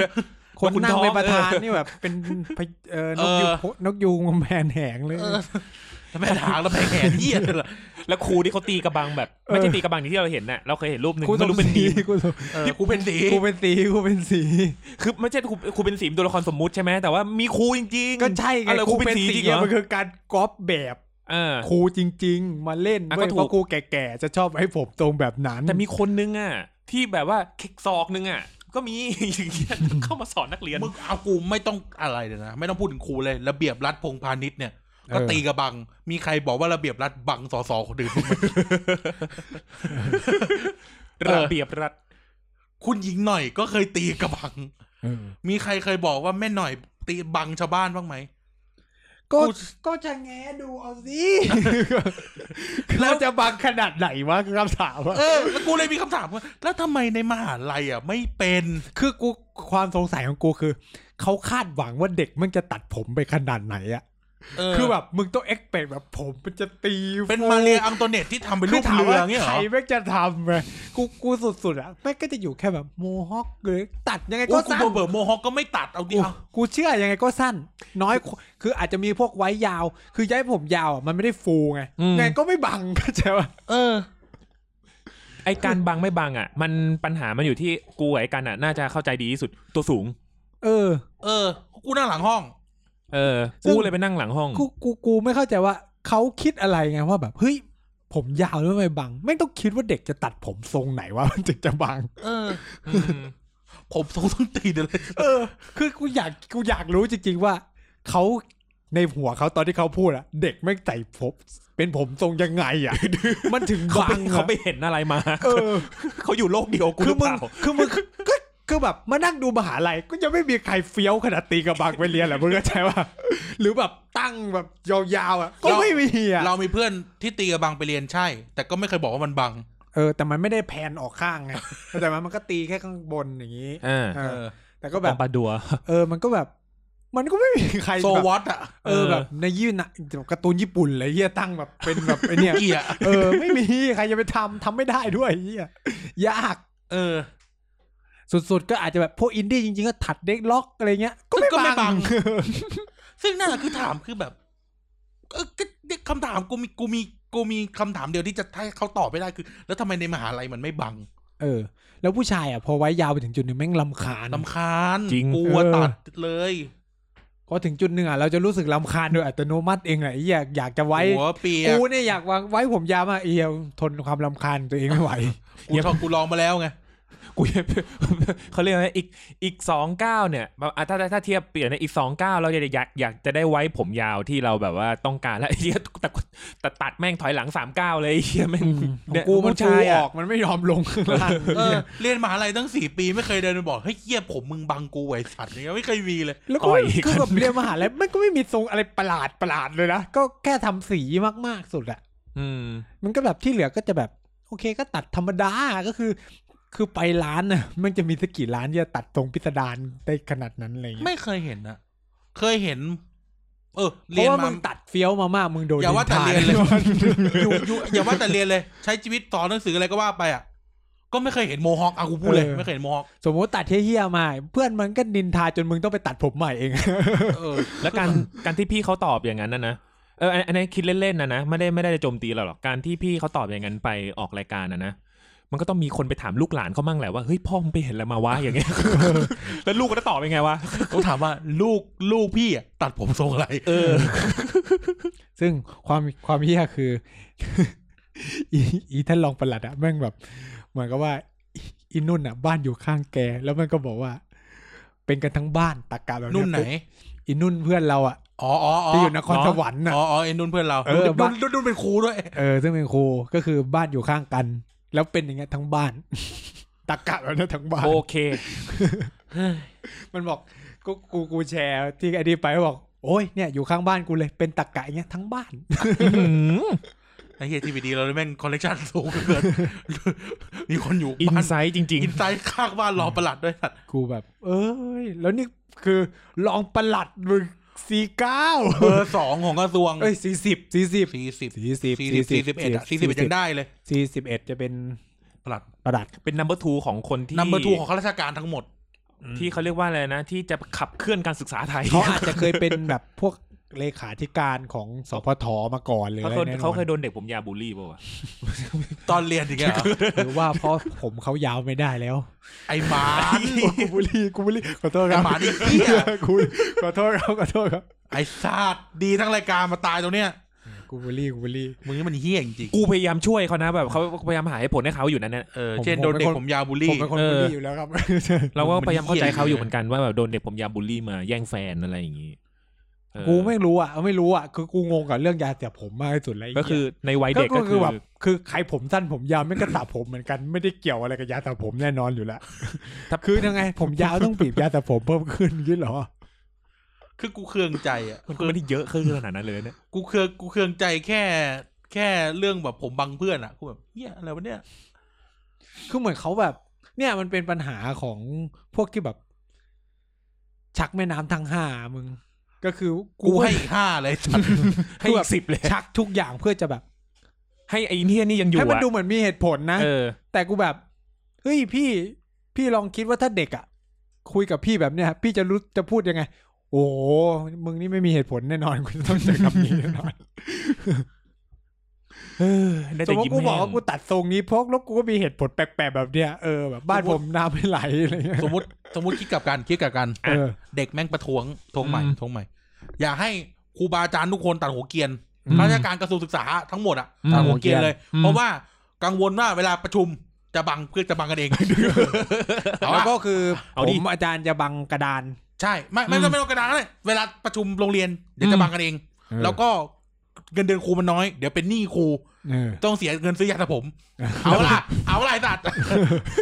คนนั่งเป็น คุณทอม ประธาน เออ นี่แบบเป็นพะเออ เอน ก อ ยูงนกยูงแมนแหงเลย เออทำไมถางแล้วไปแหนเหี้ยเลยล่ะ แล้วครูที่เขาตีกระบังแบบ เออ ไม่ใช่ตีกระบังอย่างที่เราเห็นน่ะเราเคยเห็นรูปหนึ่ง กูต้ ไม่ อง รู้เป็น สี มีม กูต้อง เออกูเป็นสี กูเป็นสีกูเป็นสี คือไม่ใช่ครูครูเป็นสีมตัวละครสมมุติใช่ไหมแต่ว่ามีครูจริงๆ ก็ใช่ไง อะไรครูเป็นสีจริงเหร อะ อ มันคือการก๊อปแบบ เออ ครูจริง ๆ มาเล่น อ่ะ เว้ย ก็ถูก เพราะครูแก่ๆจะชอบให้ผมตรงแบบนั้น แต่มีคนนึงอ่ะ ที่แบบว่าเค็กซอกนึงอ่ะ ก็มี อย่างเงี้ยเข้ามาสอนนักเรียน มึงเอากูไม่ต้องอะไรเลยนะ ไม่ต้องพูดถึงครูเลย ระเบียบรัฐพงพาณิชย์เนี่ย ก็ตีกับบัง มีใครบอกว่าระเบียบรัฐบังสอสอคนอื่นบ้างไหม เออ ระเบียบรัฐ คุณหญิงหน่อยก็เคยตีกับบัง เออ มีใครเคยบอกว่าแม่หน่อยตีบังชาวบ้านบ้างไหม ก็ กู ก็จะแงดูเอา สิแล้วจะบังขนาดไหนวะคือคำถามอะ เออแล้วกูเลยมีคำถามว่าแล้วทำไมในมหาลัยอ่ะ ไม่เป็น คือกูความสงสัยของกูคือ เขาคาดหวังว่าเด็กมันจะตัดผมไปขนาดไหนอะ เอ คือแบบมึงต้องเอ็กเปกแบบผมมันจะตี เป็น ฟู มาเรียอังโตเนตที่ทำเป็นรูปเรือเงี้ยเหร ใคร อ แม่งจะทำไงกูกูสุดๆอ่ะแม่งก็จะอยู่แค่แบบโมฮอคหรือตัดยังไง ก็ ก็ กู สั้น เบอร์เบอร์โมฮอคก็ไม่ตัดเอาดิ กู เอา กูเชื่อยังไงก็สั้น น้อยคืออาจจะมีพวกไว้ยาว คือย้ายผมยาวอ่ะมันไม่ได้ฟูไงไงก็ไม่บัง เข้าใจป่ะ เออ ไอการบังไม่บังอ่ะ มันปัญหามันอยู่ที่กูกับไอกันอ่ะ น่าจะเข้าใจดีที่สุดตัวสูง เออ เออ กูนั่งหลังห้อง เออ ซึ่ง กูเลยไปนั่งหลังห้อง กูกูกูไม่เข้าใจว่าเขาคิดอะไรไงว่าแบบเฮ้ยผมยาวแล้วทำไมบังไม่งต้องคิดว่าเด็กจะตัดผมทรงไหนวะมันถึงจะบัง เออ อืม ผมทรงต้องตีนเลย เออ คือกูอยากกูอยากรู้จริงๆว่าเขาในหัวเขาตอนที่เขาพูดอะเด็กไม่งใส่ผมเป็นผมทรงยังไง อะมันถึง เขา บั ไป ง เขา อะ ไปเห็นอะไรมา เออ เขาอยู่โลกเดียวกูห คื รือ อ มึ เป ง ล่า คือมึงก็คือแบบมานั่งดูมหาลัยก็ยังไม่มีใครเฟี้ยวขนาดตีกระบังไปเรียนแหละมึงเข้าใจว่าหรือแบบตั้งแบบยาวๆอะก็ไม่มีอะ เรามีเพื่อนที่ตีกับบังไปเรียนใช่ แต่ก็ไม่เคยบอกว่ามันบัง เออแต่มันไม่ได้แผนออกข้างไงแต่มันมันก็ตีแค่ข้างบนอย่างนี้ อ่า เอ เอ อ อ แต่ก็แบบ ปาดัว เออมันก็แบบ มันก็ไม่มีใคร โซ แบบ วอตอ่ะ เออ เออ แบบในยื่นอะแบบการ์ตูนญี่ปุ่นเลยเฮียตั้งแบบเป็นแบบไอ เนี่ย เกียร์ เออ ไม่มีใครจะไปทำทำไม่ได้ด้วยเฮียยาก เออ สุดๆ ก็อาจจะแบบพวกอินดี้จริงๆ ก็ถัดเด็กล็อกอะไรเงี้ย ก็ไม่ ก็ไม่บั บัง ง ซึ่งนั่นแหละคือถามคือแบบ เออก็คำถามกูมีกูมีกูมีคำถามเดียวที่จะให้เขาตอบไม่ได้คือ แล้วทำไมในมหาลัยมันไม่บัง เออ แล้วผู้ชายอ่ะ พอไว้ยาวไปถึงจุดหนึ่งแม่งลำคาญ ลำคาญ จริง กลัว เออ ตัดเลย พอถึงจุดหนึ่งอ่ะ เราจะรู้สึกลำคาญโดยอัตโนมัติเองแหละไอ้เหี้ยอยากจะไว้ หัวเปีย กู ก เนี่ยอยากวางไว้ผมยาวมากเอียทนความลำคาญตัวเองไม่ไหว กูชอบกูลองมาแล้วไง กูยัง เขาเรียกว่าอีกอีกสองเก้าวเนี่ยแบบอ่ะถ้าถ้าถ้าเทียบเปลี่ยนนะอีกสองเก้าวเราอยากอยากอยากจะได้ไว้ผมยาวที่เราแบบว่าต้องการ แล้วไอ้เหี้ยแต่แต่ตัดแม่งถอยหลังสามเก้าวเลยไอ้เหี้ยแม่งเนี่ย กูมัน ผู้ ชู ชาย อ อ่ะ อกมันไม่ยอมลงข้างล่าง เออเรียนมหาลัยตั้งสี่ปีไม่เคยเดินไปบอกเฮ้ยเหี้ยผมมึงบังกูไว้สัตว์เนี่ยไม่เคยมีเลย แล้วก็ไม่คือแบบเรียนมหาลัยมันก็ไม่มีทรงอะไรประหลาดประหลาดเลยนะ ก็แค่ทำสีมากๆสุดอะ อืม มันก็แบบที่เหลือก็จะแบบ โอเคก็ตัดธรรมดาก็คือ คือไปร้านน่ะมันจะมีสักกี่ร้านที่จะตัดทรงพิสดารได้ขนาดนั้นอะไรเงี้ย ไม่เคยเห็นนะเคยเห็น เออ เพ เรียน ราะว่า มา มึงตัดเฟี้ยวมามากมึงโดน อย่าว่าแต่เรียนเลย ดิทาง อยู่อยู่อย่าว่าแต่เรียนเลย ใช้ชีวิตสอนหนังสืออะไรก็ว่าไปอ่ะ ก็ไม่เคยเห็นโมฮอคอ่ะกูพูดเลยไม่เคยเห็นโมฮอค สมมติตัดเฮี้ยๆมา เพื่อนมันก็นินทาจนมึงต้องไปตัดผมใหม่เอง เออ แล้วการการที่พี่เขาตอบอย่างนั้นนะนะเอออันอันนี้คิดเล่นๆนะนะไม่ได้ไม่ได้จะโจมตีเราหรอกการที่พี่เขาตอบอย่างนั้นไปออกรายการนะนะมันก็ต้องมีคนไปถามลูกหลานเขามั่งแหละว่าเฮ้ยพ่อมึงไปเห็นอะไรมาวะอย่างเงี้ย แล้วลูกก็จะตอบยังไงวะ ผมถามว่าลูกลูกพี่อะตัดผมทรงอะไร เออ ซึ่งความความเฮี้ยคือ อีอีท่านรองปลัดอะแม่งแบบ เหมือนกับว่าอีอีนุ่นอะบ้านอยู่ข้างแก แล้วมันก็บอกว่า เป็นกันทั้งบ้านตากาแบบเย นุ่นไหน อีนุ่นเพื่อนเราอะ อ๋ออ๋ออ๋อ ที่อยู่นครสวรรค์อะ อ๋ออ๋อเอ็นนุ่นเพื่อนเรา เออ นุ่น บ้า นุ่นนุ่นเป็นครูด้วย เออซึ่งเป็นครูก็คือบ้านอยู่ข้างกัน แล้วเป็นอย่างเงี้ยทั้งบ้าน ตากาแบบเนี้ยทั้งบ้าน โอเค มันบอกก็กูกูแชร์ที่ไอดีไปบอกโอ้ยเนี่ยอยู่ข้างบ้านกูเลยเป็นตากะอย่างเงี้ยทั้งบ้าน ไอ้เฮียทีวีดีเราเลยแม่งคอลเลกชันสูงเกิน มีคนอยู่ อิน บ้าน ไซต์จริง อินไซด์ข้างบ้านรอประหลัดด้วยสัตว์ กูแบบ เอ้ย แล้วนี่คือรองปลัดมึงสี่เก้า เบอร์สองของกระทรวง เอ้ยสี่สิบสี่สิบ สี่สิบ สี่สิบ สี่สิบสี่สิบเอ็ดอะสี่สิบเอ็ดยังได้เลย สี่สิบเอ็ดจะเป็น ประหลัด ประดัด ๆ เป็น number two ของคนที่ นัมเบอร์ทูของข้าราชการทั้งหมด ที่เขาเรียกว่าอะไรนะ ที่จะขับเคลื่อนการศึกษาไทย เขาอาจจะเคยเป็นแบบพวกเลขาธิการของสพทมาก่อนเลย เขา แน่ เคย นอน เขาเคยโดนเด็กผมยาวบูลลี่ป่าวะ ตอนเรียนอย่างเงี้ยเหรอ หรือว่าเพราะผมเขายาวไม่ได้แล้ว ไอ้หมาน กูบุรีกูบุรีขอโทษค ไอ้ รับ หมานไอ้เหี้ย กูขอโทษครับขอโทษครับ ไอ้ซาดดีทั้งรายการมาตายตรงเนี้ย กูบุรีกูบุรี มึงนี่มันเฮี้ยจริง กูพยายามช่วยเขานะแบบเขาพยายามหาเหตุผลให้เขาอยู่นั้นนะ ๆเออเช่นโดนเด็ก ผมเป็นคน ผมยาวบูล ผม ลี่ เป็นคน เออ บุรีอยู่แล้วครับ เราก็พยายามเข้าใจเขา มันเหี้ย อยู่เหมือนกันว่าแบบโดนเด็กผมยาวบูลลี่มาแย่งแฟนอะไรอย่างงี้ เออ กูไม่รู้อ่ะไม่รู้อ่ะคือกูงงกับเรื่องยาเสียผมมากที่สุดเลย ก็คือในวัย ไอ้เหี้ เด็ ย ก ก็ ก็ คื คือ อ แบบคือใครผมสั้นผมยาวไม่งกระสระผมเหมือนกันไม่ได้เกี่ยวอะไรกับยาสระผมแน่นอนอยู่แล้ว ถ้า คือยังไง ผมยาวต้องบีบยาสระผมเพิ่มขึ้นยี่หรอ คือกูเคืองใจอ่ะ มันก็ไม่ได้เยอะขึ้นขนาดนั้นเลยนะเนี่ย กูเคืองกูเคืองใจแค่ แค่เรื่องแบบผมบังเพื่อนอ่ะกูแบบเฮียอะไรวะเนี่ย คือเหมือนเขาแบบ เนี่ยมันเป็นปัญหาของพวกที่แบบ ชักแม่น้ำทั้งห้ามึง ก็คือ กูให้อีกห้าเลยสัตว์ ให้ คือ อี แบบ กสิบเลย ชักทุกอย่างเพื่อจะแบบ ให้ไอ้เนี่ยนี่ยังอยู่ ให้มัน อะ ดูเหมือนมีเหตุผลนะ เออ แต่กูแบบ เฮ้ยพี่ พี่ลองคิดว่าถ้าเด็กอะคุยกับพี่แบบเนี้ย พี่จะรู้จะพูดยังไง โอ้โหมึงนี่ไม่มีเหตุผลแน่นอนกูจะต้องเจอคำนี้แน่นอน เออได้ สม แต่ มติยิ้ม กูบอก แห้ ว่าง กูตัดทรงนี้เพราะแล้วกูก็มีเหตุผลแปลกๆแบบเนี้ยเออแบบบ้าน สมมุ ผ ติ มน้ำไม่ไหลอะไรเงี้ย สมมติสมมติคิดกลับกันคิดกลับกัน เออ เด็กแม่งประท้วงทวงใหม่ อืม ทวงใหม่ อยากให้ครูบาอาจารย์ทุกคนตัดหัวเกรียน อืม ข้าราชการกระทรวงศึกษาทั้งหมดอ่ะ อืม ตัดหัวเกรียนเลย อืม เพราะว่ากังวลว่าเวลาประชุมจะบังเพื่อจะบังกันเอง เอา แล้ว ก็ ก็คือ เอา ผ ดิ มอาจารย์จะบังกระดาน ใช่ไม่ไม่ อืม ไม่ต้องกระดานก็ได้เวลาประชุมโรงเรียนเดี๋ยว อื จะ ม บังกันเอง แล้วก็เงินเดือนครูมันน้อย เดี๋ยวเป็นหนี้ครู เออ ต้องเสียเงินซื้อยาสระผม เอาล่ะ เอาล่ะไอ้สัตว์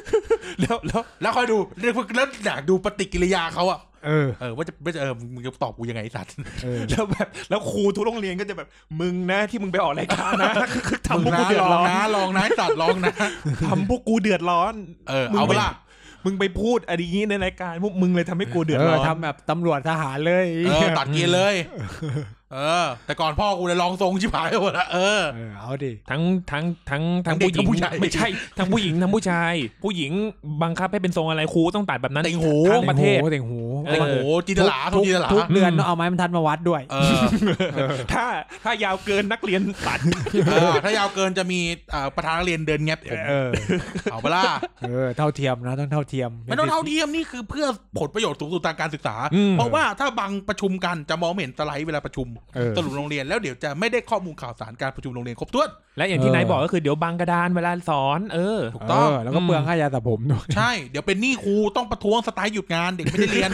แล้วแล้วแล้วคอยดูแล้วแล้วอยากดูปฏิกิริยาเขาอะ เออ เออว่าจะว่าจะเออมึงจะตอบกูยังไงไอ้สัตว์ เออ แล้วแบบแล้วครูทุกโรงเรียนก็จะแบบ มึงนะที่มึงไปออกรายการนะ คือ มึ ทำ ง พวก นะ กูเดื ล อด อง ร้อน นะลองนะไอ้สัตว์ลองนะ ทำพวกกูเดือดร้อน เออ มึง เอา ไป เวลา มึงไปพูดอะไรอย่างนี้ในรายการพวกมึงเลยทำให้กูเดือด เอ ร้ อ อน ทำแบบตำรวจทหารเลย เออตัดเกียร์เลย เออ แต่ก่อนพ่อกูเลยลองทรงชิบหายหมดละเออ เออเอาดิ ทั้งทั้งทั้งทั้ง ทั้งเด็ ผู้ ก ห ทั้งผู้ญิงชาย ไม่ใช่ทั้งผู้หญิงทั้งผู้ชาย ผู้หญิงบังคับให้เป็นทรงอะไรครูต้องตัดแบบนั้น ติงหู ทั้งประเทศ แต่งหู เอ ติง อ หูจินตลาทรงจินตลา ทุกเดือนต้องเอาไม้บรรทัดมาวัดด้วย เออ ถ้าถ้ายาวเกินนักเรียนตัด เออ ถ้ายาวเกินจะมีเอ่อประธานนักเรียนเดินแงบผม เออ เอาเวลา เออ เท่าเทียมนะต้องเท่าเทียม ไม่ต้องเท่าเทียมนี่คือเพื่อผลประโยชน์สูงสุดทางการศึกษา อืม เพราะว่าถ้าบังประชุมกันจะมองไม่เห็นสไลด์เวลาประชุม เออ สรุปโรงเรียนแล้วเดี๋ยวจะไม่ได้ข้อมูลข่าวสารการประชุมโรงเรียนครบถ้วน และอย่างที่ เออ นายบอกก็คือเดี๋ยวบังกระดานเวลาสอน เออ ถูกต้อง เแล้วก็เปลืองค่ายาสระผมด้วย ใช่ เดี๋ยวเป็นหนี้ครูต้องประท้วงสไตล์หยุดงานเด็กไม่ได้เรีย น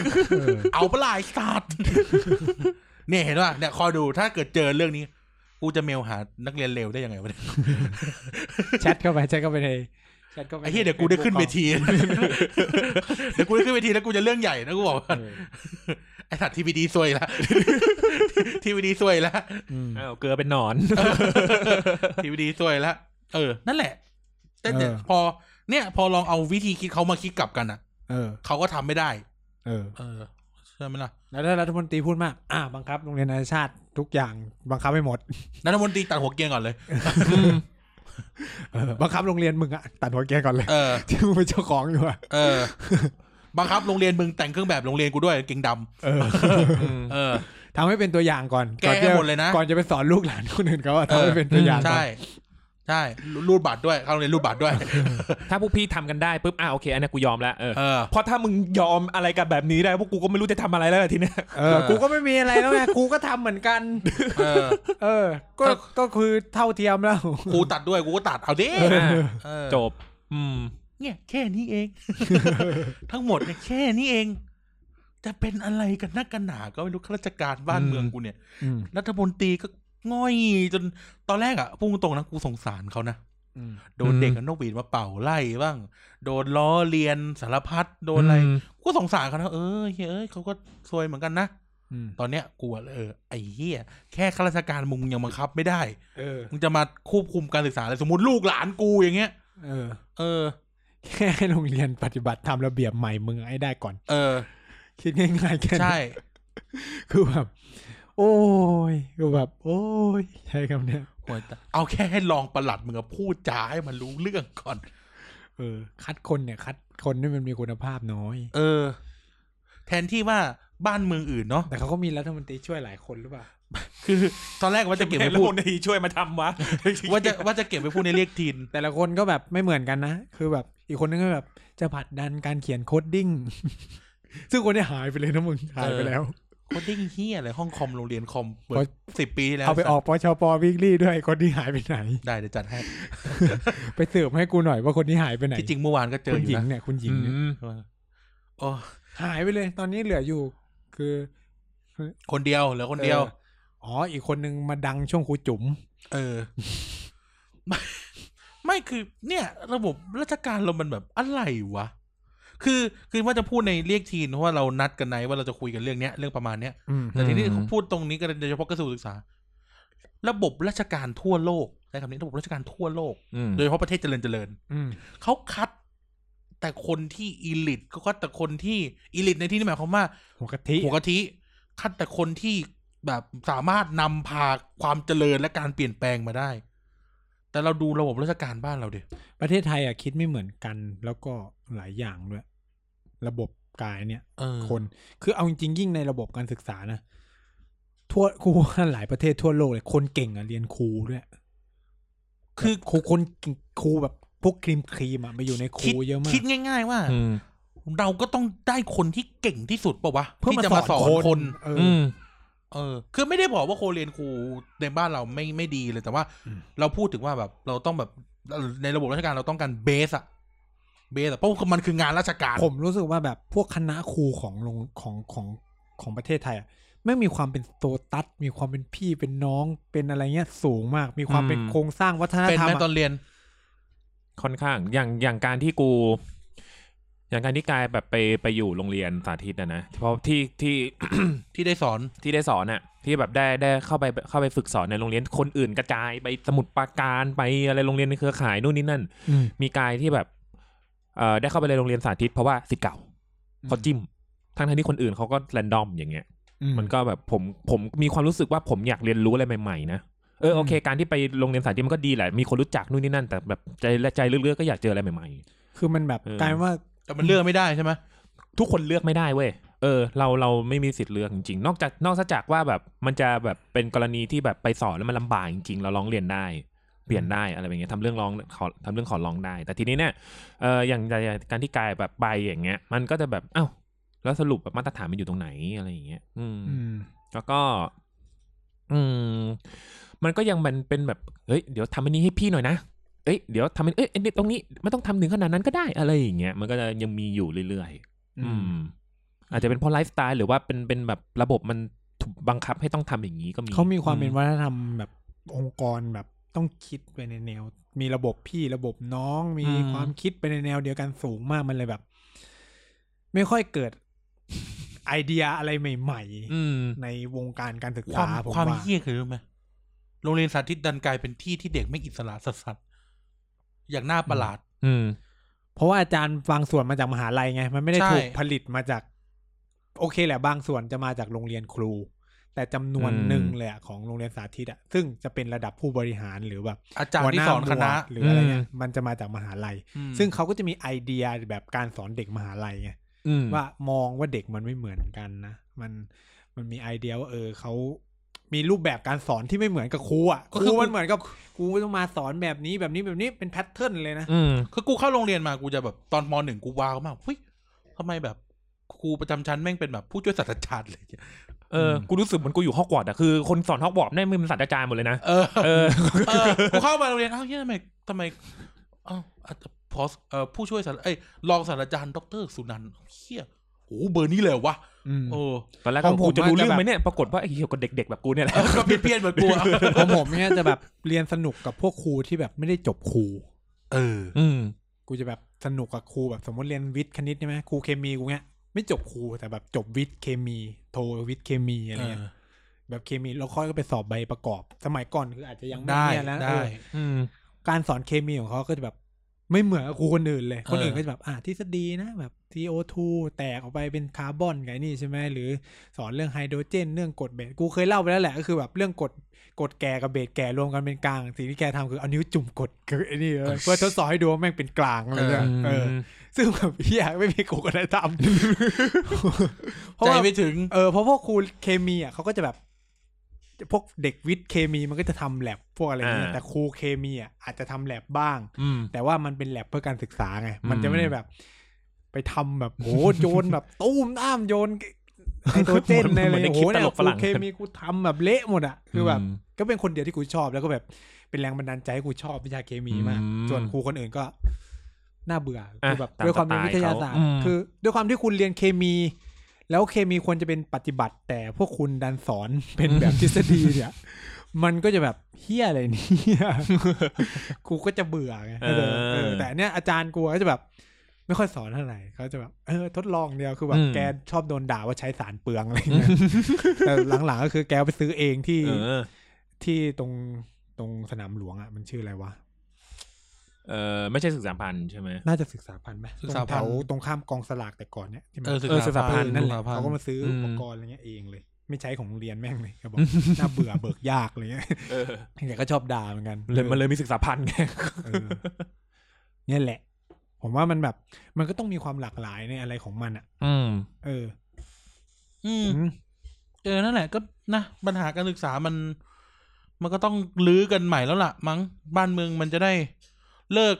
เอาเปะล่าไอ้สัตว์ เนี่ยเห็นว่าเนี่ยคอยดูถ้าเกิดเจอเรื่องนี้ กูจะเมลหานักเรียนเลวได้ยังไงวะเนี่ย แชทเข้าไปแชทเข้าไปในแชทเข้าไป ไอ้เหี้ยเดี๋ยวกูได้ขึ้นเวที เดี๋ยวกูได้ ขึ้นเวทีแล้วกูจะเรื่องใหญ่นะกูบอกว่า เออ ไอ้สัตว์ทีวีดีซวยละ ทีวีดีซวยละ อืม อ้าวเกลือเป็นหนอน ทีวีดีสวยแล้วเออ นั่นแหละแต่เนี่ย เออ พอเนี่ย พอลองเอาวิธีคิดเขามาคิดกลับกันอ่ะ เออ เขาก็ทำไม่ได้ เออ เออใช่ไหมล่ะ แล้วถ้ารัฐมนตรีพูดมาก อ่าบังคับโรงเรียนนานาชาติทุกอย่างบังคับไม่หมด นัฐมนตรีตัดหัวเกรียนก่อนเลย เออ บังคับโรงเรียนมึงอะตัดหัวแกก่อนเลย เออ ที่มึงเป็นเจ้าของอยู่อะ เออ บังคับโรงเรียนมึงแต่งเครื่องแบบโรงเรียนกูด้วยกางเกงดำ เออ เออ ทำให้เป็นตัวอย่างก่อน แก้ อน ให้หมดเลยนะ ก่อนจะไปสอนลูกหลานคนอื่นเขาอะ เอ ทำ อ ให้เป็นตัวอย่างก่อน ใช่ ใช่รูรูดบัตรด้วยเข้าโรงเรียนรูดบัตรด้วย ถ้าพวกพี่ทำกันได้ปุ๊บอ่าโอเค อันนี้กูยอมแล้วเออ เออ เพราะถ้ามึงยอมอะไรกับแบบนี้ได้พวกกูก็ไม่รู้จะทำอะไรแล้วล่ะทีเนี้ย เออ กูก็ไม่มีอะไรแล้วไง กูก็ทำเหมือนกัน เออ เออ ก็ ก็ ก็คือเท่าเทียมแล้ว กูตัดด้วยกูก็ตัดเอาดิเออ จบ อืม เนี่ย แค่นี้เอง ทั้งหมดเนี่ยแค่นี้เอง จะเป็นอะไรกันนักกันหนาก็ไม่รู้ข้าราชการบ้านเมืองกูเนี่ย อืม รัฐมนตรีก็ง่อยจนตอนแรกอะพูดตรงๆนะกูสงสารเขานะ อืม โดน อืม เด็กกับนกหวีดมาเป่าไล่บ้าง โดนล้อเลียนสารพัดโดนอะไร ม กูก็สงสารเขานะเออเฮ้ยเอ้ยเขาก็ซวยเหมือนกันนะ อืม ตอนเนี้ยกูอะเออไอ้เหี้ยแค่ข้าราชการมึงยังบังคับไม่ได้ เออ มึงจะมาควบคุมการศึกษาอะไรสมมติลูกหลานกูอย่างเงี้ย เออ เออ แค่ให้โรงเรียนปฏิบัติทำระเบียบใหม่มึงให้ได้ก่อน เออ คิดง่ายๆแค่นั้น ใช่ คือแบบ โอ้ยคือแบบ โอ้ยใช้คำเนี้ย หัวใจเอาแค่ให้ลองประหลัดมึงอะพูดจาให้มันรู้เรื่องก่อน เออ คัดคนเนี่ยคัดคนที่มันมีคุณภาพน้อย เออ แทนที่ว่าบ้านเมืองอื่นเนาะ แต่เขาก็มีรัฐมนตรีช่วยหลายคนหรือเปล่า คือตอนแรกว่าจะเก็บไป แล้ว พูด พวกนี้ช่วยมาทำวะ ว่าจะว่าจะเก็บไปพูดในเรียกทีน แต่ละคนก็แบบไม่เหมือนกันนะ คือแบบอีกคนนึงก็แบบจะผลัดดันการเขียนโคดดิ้ง ซึ่งคนเนี้หายไปเลยนะมึง หายไปแล้ว โคดดิ้งเฮียอะไรห้องคอมโรงเรียนคอมเปิ โอ๊ ด ย สิบปีที่แล้ว เอาไปออกปชปวิกลี่ด้วยคนที่หายไปไหน ได้เดี๋ยวจัดให้ ไปสืบให้กูหน่อยว่าคนที่หายไปไหน ที่จริงเมื่อวานก็เจอ คุณ อ หญิ ยู่ ง นะ เนี่ยคุณหญิงเนี่ย โอ้ หายไปเลย ตอนนี้เหลืออยู่ คือ คนเดียวเหลือคนเดียว อออ๋อ อีกคนนึงมาดังช่วงครูจุ๋ม เออ ไม่ ไม่คือ เนี่ย ระบบราชการเรามันแบบอะไรวะ คือคือว่าจะพูดในเรียกทีนเพราะว่าเรานัดกันไนว่าเราจะคุยกันเรื่องเนี้ยเรื่องประมาณเนี้ยแต่ทีนี้ อืม พูดตรงนี้กันโดยเฉพาะกระทรวงศึกษา ระบบราชการทั่วโลกใช้คำนี้ระบบราชการทั่วโลก อืม โดยเฉพาะประเทศเจริญเจริญ อืม ๆเขาคัด แต่คนที่อีลิตเขาคัดแต่คนที่อีลิตในที่นี้หมายความว่า หัวกะทิ หัวกะทิคัดแต่คนที่แบบสามารถนำพาความเจริญและการเปลี่ยนแปลงมาได้ แต่เราดูระบบราชการบ้านเราดิ ประเทศไทยอ่ะคิดไม่เหมือนกัน แล้วก็หลายอย่างด้วย ระบบกายเนี่ย เออ คน คือเอาจริงๆยิ่งในระบบการศึกษานะ ทั่วครูว่าหลายประเทศทั่วโลกเลย คนเก่งอ่ะเรียนครูด้วย คือ ครูคนเก่งครูแบบพวกครีมครีมๆอ่ะมาอยู่ในครู คิด เยอะมาก คิดง่าย ๆ ว่า อืม เราก็ต้องได้คนที่เก่งที่สุดปะวะ เพื่อ ที่ มา จะ ส มา อน สอน คน คน เอออ อืม เออ คือไม่ได้บอกว่าโคเรียนครูในบ้านเราไม่ไม่ดีเลยแต่ว่า อืม เราพูดถึงว่าแบบเราต้องแบบในระบบราชการเราต้องการเบสอะเบสอะเพราะมันคืองานราชการ ผมรู้สึกว่าแบบพวกคณะครูของโรงของของของประเทศไทยอ่ะไม่งมีความเป็นโซตัส มีความเป็นพี่เป็นน้องเป็นอะไรเงี้ยสูงมาก มีความเป็น อืม โครงสร้างวัฒน เป็น ธรร ไห ม มตอ อะ นเรียน ค่อนข้างอย่างอย่างการที่กู อย่างการที่กายแบบไปไปอยู่โรงเรียนสาธิตนะนะเพราะที่ที่ ที่ได้สอน ที่ได้สอนอะที่แบบได้ได้เข้าไปเข้าไปฝึกสอนในโรงเรียนคนอื่นกระจายไปสมุดปราการไปอะไรโรงเรียนในเครือข่ายนู่นนี่นั่น อืม มีกายที่แบบเอ่อได้เข้าไปในโรงเรียนสาธิต เพราะว่าสิทธิ์เก่า อืม เขาจิ้มทั้งทที่คนอื่นเขาก็แรนดอมอย่างเงี้ย อื มันก็แบบผมผมมีความรู้สึกว่าผมอยากเรียนรู้อะไรใหม่ๆนะเออโอเค การที่ไปโรงเรียนสาธิตมันก็ดีแหละมีคนรู้จักนู่นนี่นั่น แต่แบบใจใจลึกๆก็อยากเจออะไรใหม่ คือมันแบบ เออ กลายเป็นว่า แต่มันเลือกไม่ได้ใช่ไหม ๆ ทุกคนเลือกไม่ได้เว้ยเออ เราเราไม่มีสิทธิ์เลือกจริงๆนอกจากนอกจากว่าแบบมันจะแบบเป็นกรณีที่แบบไปสอนแล้วมันลำบากจริงๆเราร้องเรียนได้ เปลี่ยนได้อะไรแบบเงี้ยทำเรื่องร้องขอทำเรื่องขอร้องได้ แต่ทีนี้เนี่ยเอออย่างอย่างอย่างการที่กายแบบไปอย่างเงี้ย มันก็จะแบบอ้าวแล้วสรุปแบบมาตรฐานมันอยู่ตรงไหนอะไรอย่างเงี้ยอืม อืม แล้วก็ อืม มันก็ยังมันเป็นแบบ เฮ้ย เดี๋ยวทำอันนี้ให้พี่หน่อยนะ เอ้ย เดี๋ยวทำอันเอ้ยอันนี้ตรงนี้ไม่ต้องทำถึงขนาดนั้นก็ได้อะไรอย่างเงี้ย มันก็จะยังมีอยู่เรื่อยๆ อืม อาจจะเป็นเพราะไลฟ์สไตล์หรือว่าเป็นเป็นแบบระบบมันถูกบังคับให้ต้องทำอย่างนี้ก็มี เขามีความเป็น อื วัฒนธรรมแบบองค์กรแบบต้องคิดไปในแนว มีระบบพี่ระบบน้อง มี อืม ความคิดไปในแนวเดียวกันสูงมากมันเลยแบบ ไม่ค่อยเกิด ไอเดียอะไรใหม่ อืม ๆ ในวงการการศึก ควา ษาม ผม ความ ว่า เฮี้ยคือรู้ไหมโรงเรียนสาธิตดันกลายเป็นที่ที่เด็กไม่อิสระสัสสัสๆอย่างน่าประหลาด อืม เพราะว่าอาจารย์บางส่วนมาจากมหาลัยไง มันไม่ได้ ใช่ ถูกผลิตมาจาก โอเคแหละบางส่วนจะมาจากโรงเรียนครู แต่จำนวน อืม หนึ่งเลยอะของโรงเรียนสาธิตอะซึ่งจะเป็นระดับผู้บริหารหรือแบบ อาจารย์ที่สอนคณะ หัวหาหมู่หรืออะไรเงี้ยมันจะมาจากมหาลัย อืม ซึ่งเขาก็จะมีไอเดียแบบการสอนเด็กมหาลัยไง อืม ว่ามองว่าเด็กมันไม่เหมือนกันนะมันมันมีไอเดียว่าเออเขามีรูปแบบการสอนที่ไม่เหมือนกับครูอ่ะครูมันเหมือนกับครูต้องมาสอนแบบนี้แบบนี้แบบนี้เป็นแพทเทิร์นเลยนะ อืม คือกูเข้าโรงเรียนมากูจะแบบตอนมหนึ่งกูว้าวมากเฮ้ยทำไมแบบครูประจำชั้นแม่งเป็นแบบผู้ช่วยศาสตราจารย์เลย เออ กูรู้สึกเหมือนกูอยู่ฮอกวอตส์อะคือคนสอนฮอกวอตส์เนี่ยมันศาสตราจารย์หมดเลยนะ เออ เออ เออกูเข้ามาโรงเรียนอ้าวเฮี้ยทำไมทำไมอ้าวอาจจะพอสเอ่อผู้ช่วยศาสตราเอ้ยรองศาสตราจารย์ดอกเตอรสุนันท์เฮี้ยโอ้โหเบอร์นี้เลยเหรอวะ อืม เออ ตอนแรก ของ กู ผม จะรู้ อาจจะ เรื่องไหมเนี่ยปรากฏว่าไอ้เหี้ยกับเด็กๆแบบกูเนี่ยแหละ ก็เพี้ยนๆเหมือนกูอะ ของผมเนี่ยจะแบบเรียนสนุกกับพวกครูที่แบบไม่ได้จบครู เออ อืม กูจะแบบสนุกกับครูแบบสมมติเรียนวิทย์คณิตใช่ไหมครูเคมีกูเนี่ยไม่จบครูแต่แบบจบวิทย์เคมี โทวิทย์เคมีอะไรเงี้ย แบบเคมีแล้วค่อยก็ไปสอบใบประกอบ สมัยก่อนคืออาจจะยังม่ ได้ เนี่ยนะ ได้ เออ อืม การสอนเคมีของเขาก็จะแบบ ไม่เหมือนกับครูคนอื่นเลย คนอื่น เออ ก็จะแบบอ่ะทฤษฎีนะแบบ CO2 แตกออกไปเป็นคาร์บอนไงนี่ใช่ไหมหรือสอนเรื่องไฮโดรเจน เรื่องกฎเบสกูเคยเล่าไปแล้วแหละก็คือแบบเรื่องกฎกฎแก่กับเบสแก่รวมกันเป็นกลางสิ่งที่แกทำคือเอานิ้วจุ่มกดคือไอ้นี่เลยเพื่อทดสอบให้ดูว่าแม่งเป็นกลางอะไรเงี้ยเออ ซึ่งแบบเฮียไม่มีกูก็ได้ทำ เพราะ ใจ ว่า ไม่ถึง เออเพราะพวกครูเคมีอ่ะเขาก็จะแบบ พวกเด็กวิทย์เคมีมันก็จะทำแลบพวกอะไรเงี้ย อ่า แต่ครูเคมีอ่ะอาจจะทำแลบบ้าง อืม แต่ว่ามันเป็นแลบเพื่อการศึกษาไง มัน อืม จะไม่ได้แบบ ไปทำแบบโห โยนแบบ ตู้มอ้ามโยนไฮโดรเจนในอะไร หมือ โอ้โหใคลิป เนี่ย ตลก ค ฝ รู รั่ง เคมีกูทำแบบเละหมดอ่ะคือแบบ ม ก็เป็นคนเดียวที่กูชอบแล้วก็แบบเป็นแรงบันดาลใจให้กูชอบวิชาเคมีมาก อืม ส่วนครูคนอื่นก็น่าเบื่อ อ่ะ คือแบบ ตาม ด้วยความเป็น สไตล์ วิทยาศาสตร์ เขาอืม คือ ด้วยความที่คุณเรียนเคมี แล้วเคมีควรจะเป็นปฏิบัติ แต่พวกคุณดันสอนเป็นแบบทฤษฎี เนี่ย มันก็จะแบบเฮี้ยอะไรเนี่ย ครูก็จะเบื่อไง เออ เออแต่เนี้ยอาจารย์กลัวก็จะแบบ ไม่ค่อยสอนเท่าไหร่เขาจะแบบเออทดลองเดียวคือแบ อื บ ม แกชอบโดนด่าว่าใช้สารเปลืองอะไร เงี้ยแต่หลังๆก็คือแกไปซื้อเองที่ เออ ที่ตรงตรงสนามหลวงอ่ะมันชื่ออะไรวะ เออไม่ใช่ศึกษาพันธ์ใช่ไหม น่าจะศึกษาพันธ์ไหม ศึกษาพั ต น ร ธุ์ งแถวตรงข้ามกองสลากแต่ก่อนเนี่ยที่มัน เออศึก เออศึกษา ษา พั พั น น ธุ์ ธ์ นั่นแหละ ศึกษพัน เขา ธุ์ ก็มาซื้ออุปกรณ์อะไรเงี้ยเองเลย ไม่ใช้ของโรงเรียนแม่ง เลยเขาบอก น่าเบื่อเบิกยากเลย เออ แต่ก็ชอบด่าเหมือนกัน เลยมันเลยมีศึกษาพันธ์ไง เออเนี่ยแหละ ผมว่ามันแบบ มันก็ต้องมีความหลากหลายในอะไรของมันอ่ะ อืม เออ อื อ ม อืม เออนั่นแหละก็นะปัญหาการศึกษามัน มันก็ต้องรื้อกันใหม่แล้วล่ะ มั้งบ้านเมืองมันจะได้เลิก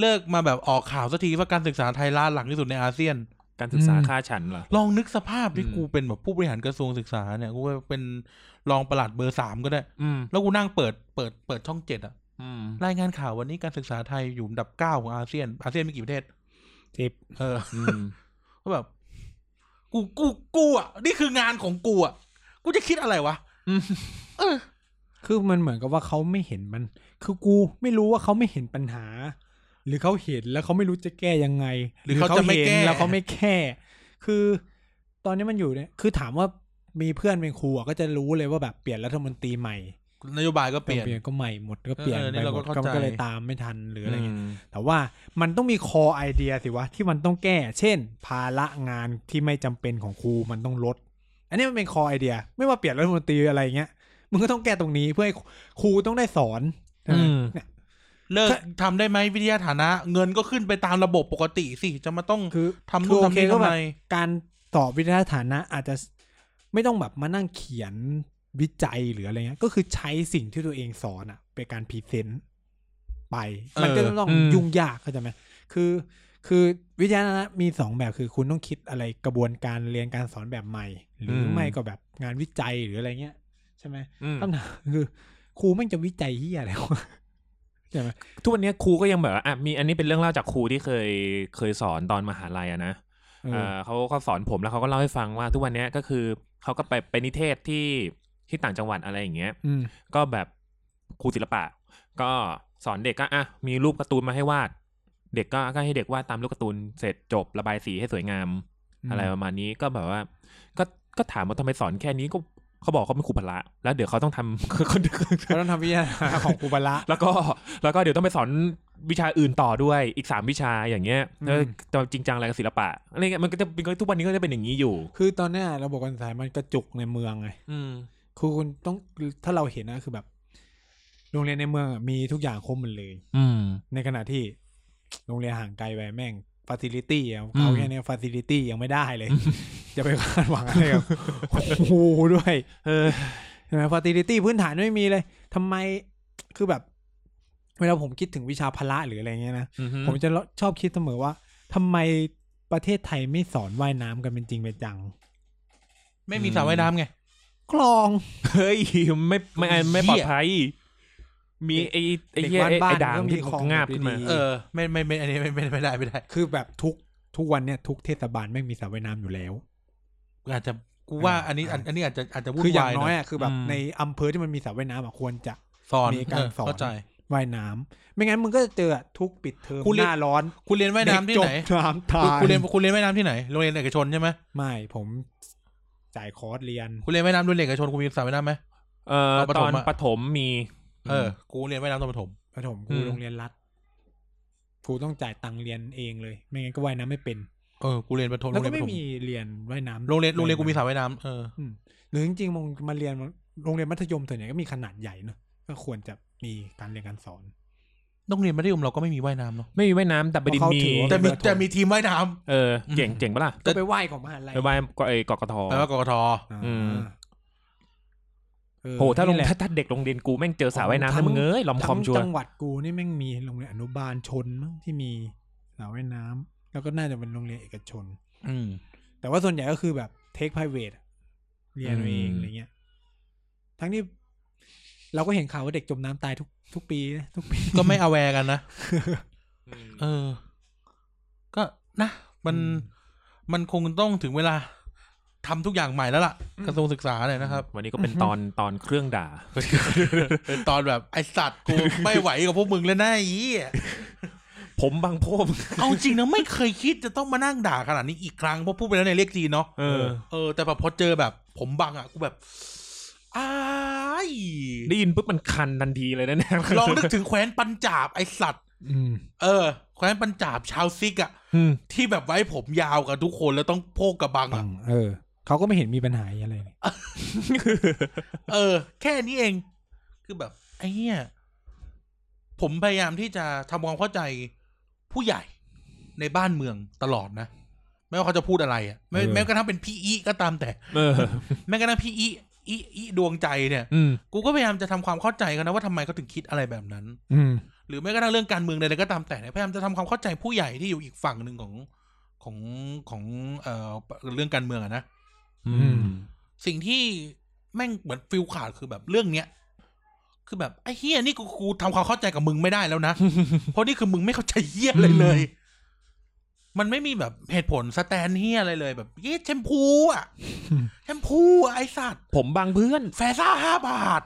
เลิกมาแบบออกข่าวสักทีว่าการศึกษาไทยล้าหลังที่สุดในอาเซียน การศึกษาค่าฉันเหรอ ลองนึกสภาพที่ อืม กูเป็นแบบผู้บริหารกระทรวงศึกษาเนี่ยกูเป็นรองปลัดเบอร์สามก็ได้ อืม แล้วกูนั่งเปิดเปิดเปิดช่องเจ็ดอะ อืม รายงานข่าววันนี้การศึกษาไทยอยู่อันดับเก้าของอาเซียน อาเซียนมีกี่ประเทศ สิบ เออ อืม ก็แบบ กูกูกูอ่ะนี่คืองานของกูอ่ะกูจะคิดอะไรวะ คือมันเหมือนกับว่าเขาไม่เห็นมัน คือกูไม่รู้ว่าเขาไม่เห็นปัญหา หรือเขาเห็นแล้วเขาไม่รู้จะแก้ยังไง หรือเขาจะไม่แก้ หรือเขาเห็นแล้วเขาไม่แก้ คือตอนนี้มันอยู่เนี่ย คือถามว่ามีเพื่อนเป็นครูอะก็จะรู้เลยว่าแบบเปลี่ยนรัฐมนตรีใหม่ นโยบายก็เปลี่ยน เปลี่ยนก็ใหม่หมดก็เปลี่ยน เออเออนี่ ไป เรา หม ก็ ด เข้าใจ ก็เลยตามไม่ทันหรืออะไรเงี้ย แต่ว่ามันต้องมีคอไอเดียสิวะ ที่มันต้องแก้ เช่น ภาระงานที่ไม่จำเป็นของครูมันต้องลด อันนี้มันเป็นคอไอเดีย ไม่ว่าเปลี่ยนรัฐมนตรีอะไรเงี้ยมึงก็ต้องแก้ตรงนี้เพื่อให้ครูต้องได้สอน อืม เนี่ย เลิกทำได้ไหมวิทยาฐานะ เงินก็ขึ้นไปตามระบบปกติสิ จะมาต้อง คือ ทำ คื นู่ อน โอ ทำ เค นี่ ก็ ทำ แบบ ไม การสอบวิทยาฐานะ อาจจะไม่ต้องแบบมานั่งเขียนวิจัยหรืออะไรเงี้ยก็คือใช้สิ่งที่ตัวเองสอนอะเป็นการพรีเซนต์ไป มันก็ต้อง เอออืม ยุ่งยากเข้าใจไหม คือคือวิทยานะมีสองแบบคือคุณต้องคิดอะไรกระบวนการเรียนการสอนแบบใหม่ หรืออ ม ไม่ก็แบบงานวิจัยหรืออะไรเงี้ยใช่ไหม อืม คำถามคือครูแม่งจะวิจัยที่อะไรวะใช่ไหม ทุกวันนี้ครูก็ยังแบบว่าอ่ะมีอันนี้เป็นเรื่องเล่าจากครูที่เคยเคยสอนตอนมหาลัยอะนะ เออ เอ่อเขาก็สอนผมแล้วเขาก็เล่าให้ฟังว่า ทุกวันเนี้ยก็คือเขาก็ไปไปนิเทศที่ที่ต่างจังหวัดอะไรอย่างเงี้ย อืม ก็แบบครูศิลปะ ก็สอนเด็กก็อ่ะมีรูปการ์ตูนมาให้วาด เด็กก็ก็ให้เด็กวาดตามรูปการ์ตูนเสร็จจบระบายสีให้สวยงาม อะไรประมาณนี้ก็แบบว่า ก็ก็ถามว่าทำไมสอนแค่นี้ก็เขาบอกเขาเป็นครูพละ แล้วเดี๋ยวเขาต้องทำ เขา เขาต้องทำวิทยาฐานะของครูบาละ แล้วก็แล้วก็เดี๋ยวต้องไปสอนวิชาอื่นต่อด้วยอีกสามวิชาอย่างเงี้ย อืม แล้วจะจริงจังอะไรกับศิลปะอะไรเงี้ยมันก็จะเป็นทุกวันนี้ก็จะเป็นอย่างนี้อยู่ คือตอนเนี้ยระบบการศึกษามันกระจุกในเมืองไง อืม คือคุณต้องถ้าเราเห็นนะคือแบบ โรงเรียนในเมืองอะมีทุกอย่างครบหมดเลย อืม ในขณะที่ โรงเรียนห่างไกลไปแม่งฟาซิลิตี้อะ อืม เอาแค่เนี้ฟาซิลิตี้ยังไม่ได้ เลย จะไปคาดหวังอะไรกับครูด้วย เออ ใช่ไหมฟาซิลิตี้พื้นฐานไม่มีเลยทำไมคือแบบ เวลาผมคิดถึงวิชาพละหรืออะไรเงี้ยนะ อือฮึ ผมจะชอบคิดเสมอว่าทำไมประเทศไทยไม่สอนว่ายน้ำกันเป็นจริงเป็นจัง ไม่มีสระว่ายน้ำไง กลอง เฮ้ยไม่ไม่ไม่ไม่ เหี้ย ปลอดภัย มีไอ้ไอ้เหี้ยไอ้ไอ้ด่างที่งาบขึ้นมา เออ ไม่ไม่ไม่อันนี้ไม่ไม่ไม่ได้ไม่ได้ คือแบบทุกทุกวันเนี่ยทุกเทศบาลไม่มีสระว่ายน้ำอยู่แล้ว อาจจะกูว่าอันนี้อันอันนี้อาจจะอาจจะวุ่น คืออย่าว าย ง ห น้ น่ อ อยย อ่ะคือแบบ อืม ในอำเภอที่มันมีสระว่ายน้ำอ่ะควรจะ สอน มีการ เออ สอน เข้าใจ ว่ายน้ำไม่งั้นมึงก็จะเจอทุกปิดเทอม คุณ ห เรียน น้าร้อน คุณเรียนว่ายน้ำที่ไหน เด็กจบน้ำตา คุณคุยณเรียนคุณเรียนว่ายน้ำที่ไหนโรงเรียนเอกชนใช่ไหม ไม่ผมจ่ายคอร์สเรียน คุณเรียนว่ายน้ำโรงเรียนเอกชนคุณมีสระว่ายน้ำไหม เออ ตอนประถตอน มอะ ปฐมมี เออกูเรียนว่ายน้ำตอนประถม ประถมกูโรงเรียนรัฐกูต้องจ่ายตังค์เรียนเองเลย ไม่งั้นก็ว่ายน้ำไม่เป็น เออกูเรียนประถม แล้วโรก็งเรียไม่นประถม มีเรียนว่ายน้ำ โรงเรียนโรงเรียนกูมีสระว่ายน้ำเออ อืมหรือจริงๆมึงมาเรียนโรงเรียนมัธยมส่วนใหญ่ก็มีขนาดใหญ่เนอะก็ควรจะมีการเรียนการสอน โรงเรียนมัธยมเราก็ไม่มีว่ายน้ำเนาะ ไม่มีว่ายน้ำแต่บดินทร์มี เพราะเขาถือว่า แต่มีแต่มีทีมว่ายน้ำ เออเจ๋งเจ๋งปะล่ะ ก็ไปไหว้ของมหาลัย ไปว่ายกไอ้กกท แปลว่ากกท อ่า อืม เออ โหถ้าโรง นี่แหละ ถ้าถ้าเด็กโรงเรียนกูแม่งเจอสระว่ายน้ำ ทั้ แล้ ง วมึงเอ้ยลอมคอมชัว ทั้ง ร์ จังหวัดกูนี่แม่งมีโรงเรียนอนุบาลชนมั้งที่มีสระว่ายน้ำแล้วก็น่าจะเป็นโรงเรียนเอกชน อืม แต่ว่าส่วนใหญ่ก็คือแบบเทคไพรเวทเรียนเอาเองอะไรเงี้ย ทั้งนี้เราก็เห็นข่าวว่าเด็กจมน้ำตายทุกทุกปีนะทุกปี ก็ไม่ aware กันนะ เออ ก็นะ มัน อืม มันคงต้องถึงเวลา ทำทุกอย่างใหม่แล้วล่ะ กระทรวงศึกษาเนี่ยนะครับ วันนี้ก็เป็นตอนตอนเครื่อง ด่า เป็นตอนแบบไอสัตว์กูไม่ไหวกับพวกมึงแล้วนะไอ้เหี้ย ผมบางโพม เอาจริงนะ ไม่เคยคิดจะต้องมานั่งด่าขนาดนี้อีกครั้งเพราะพูดไปแล้วในเลขจีนเนาะ เออ เออแต่แบบพอเจอแบบ ผมบังอ่ะกูแบบอ้าย ได้ยินปุ๊บมันคันทันทีเลยนะเนี่ย ลองนึกถึงแคว้นปัญจาบไอสัตว์ อืม เออ แคว้นปัญจาบชาวซิกอ่ะ อืม ที่แบบไว้ผมยาวกับทุกคนแล้วต้องโพกกระบัง ปั อ่ะ งเออเขาก็ไม่เห็นมีปัญหาอะไรเลย เออ แค่นี้เอง คือแบบ ไอ้เนี่ยผมพยายามที่จะทำความเข้าใจผู้ใหญ่ในบ้านเมืองตลอดนะไม่ว่าเขาจะพูดอะไรอ่ะแม้แม้กระทั่งเป็นพี่อีก็ตามแต่ เออ แม้กระทั่งพี่อีอีอีดวงใจเนี่ย อืม กูก็พยายามจะทำความเข้าใจกันนะว่าทำไมเขาถึงคิดอะไรแบบนั้น อืม หรือแม้กระทั่งเรื่องการเมืองใดๆก็ตามแต่เนี่ยพยายามจะทำความเข้าใจผู้ใหญ่ที่อยู่อีกฝั่งหนึ่งของของของเอ่อเรื่องการเมืองอะนะ อืม สิ่งที่แม่งเหมือนฟิลขาดคือแบบเรื่องเนี้ยคือแบบไอ้เฮียนี่กูกูทำความเข้าใจกับมึงไม่ได้แล้วนะ เพราะนี่คือมึงไม่เข้าใจเฮียอะไรเลย มันไม่มีแบบเหตุผลสแตนเฮียอะไรเลยแบบเย้แชมพูอะแชมพูอะไอสัตว์ ผมบางเพื่อน แฟซ่าห้าบาท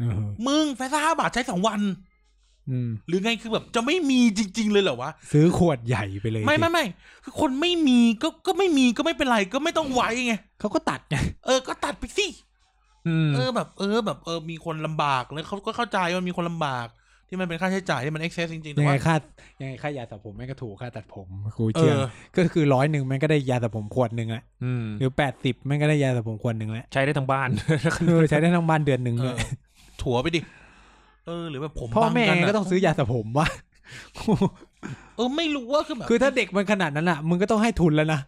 เออ มึงแฟซ่าห้าบาทใช้สองวัน อืม หรือไงคือแบบจะไม่มีจริง ๆ เลยเหรอวะ ซื้อขวดใหญ่ไปเลย ไม่ไม่ สิ ไม่คือคนไม่มีก็ก็ไม่มีก็ไม่เป็นไรก็ไม่ต้องไว้ไง เขาก็ตัดไง เออก็ตัดไปสิ อืม เออแบบเออแบบเออมีคนลำบากแล้วเขาก็เข้าใจว่ามีคนลำบาก ที่มันเป็นค่าใช้จ่ายที่มันเอ็กเซสจริงๆแต่ ยังไง ว่า ค่ายังไงค่ายาสระผมแม่งก็ถูกค่าตัดผมกู เอ เชื่อ อ ก็คือร้อยหนึ่งแม่งก็ได้ยาสระผมขวดหนึ่งแหละ อืม หรือแปดสิบแม่งก็ได้ยาสระผมขวดหนึ่งแหละ ใช้ได้ทั้งบ้าน เออใช้ได้ทั้งบ้านเดือนหนึ่ง เอ เล อ ย ถั่วไปดิเออหรือแบบผม พ่อแม่ บันนะ ก็ต้องซื้อยาสระผมวะ เออไม่รู้ว่าคือแบบ คือถ้าเด็กมันขนาดนั้นอ่ะมึงก็ต้องให้ทุนแล้วนะ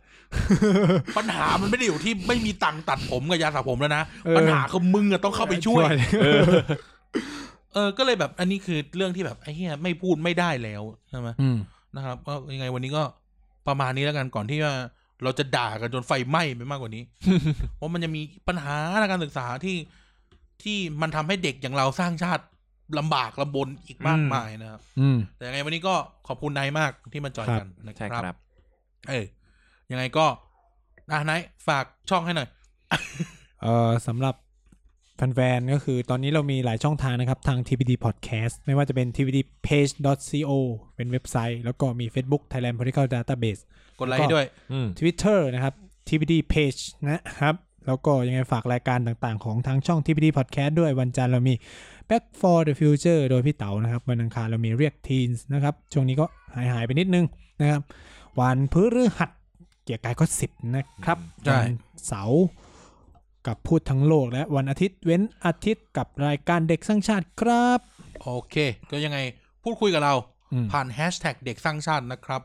ปัญหามันไม่ได้อยู่ที่ไม่มีตังค์ตัดผมกับยาสระผมแล้วนะ เออ ปัญหาคือมึงอะต้องเข้าไปช่วย เออ เออ ก็เลยแบบ อันนี้คือเรื่องที่แบบไอ้เหี้ยไม่พูดไม่ได้แล้วใช่ไหม อืม นะครับก็ยังไงวันนี้ก็ประมาณนี้แล้วกันก่อนที่ว่าเราจะด่ากันจนไฟไหม้ไปมากกว่านี้ เพราะมันจะมีปัญหาทางการศึกษาที่ที่มันทำให้เด็กอย่างเราสร้างชาติลำบากลำบนอีกมากมายนะครับ อืม แต่ยังไงวันนี้ก็ขอบคุณนายมากที่มาจอยกันนะค ใช่ รับ ครับ เออยังไงก็นะนายฝากช่องให้หน่อย เอ่อสำหรับแฟนๆก็คือตอนนี้เรามีหลายช่องทางนะครับ ทาง TPD Podcast ไม่ว่าจะเป็น TPD Page co เป็นเว็บไซต์ แล้วก็มี Facebook Thailand Political Database กดไลค์ให้ด้วย อืม Twitter นะครับ TPD Page นะครับ แล้วก็ยังไงฝากรายการต่างๆ ของทางช่อง TPD Podcast ด้วยวันจันทร์เรามี Back for the Future โดยพี่เต๋านะครับ วันอังคารเรามีเรียก Teens นะครับ ช่วงนี้ก็หายหายๆไปนิดนึงนะครับ วันพฤหัสเกียร์กายก็สิบนะครับ ใช่ วันเสาร์กับพูดทั้งโลกและวันอาทิตย์เว้นอาทิตย์กับรายการเด็กสร้างชาติครับ โอเค ก็ยังไงพูดคุยกับเรา อืม ผ่านแฮชแท็กเด็กสร้างชาตินะครับ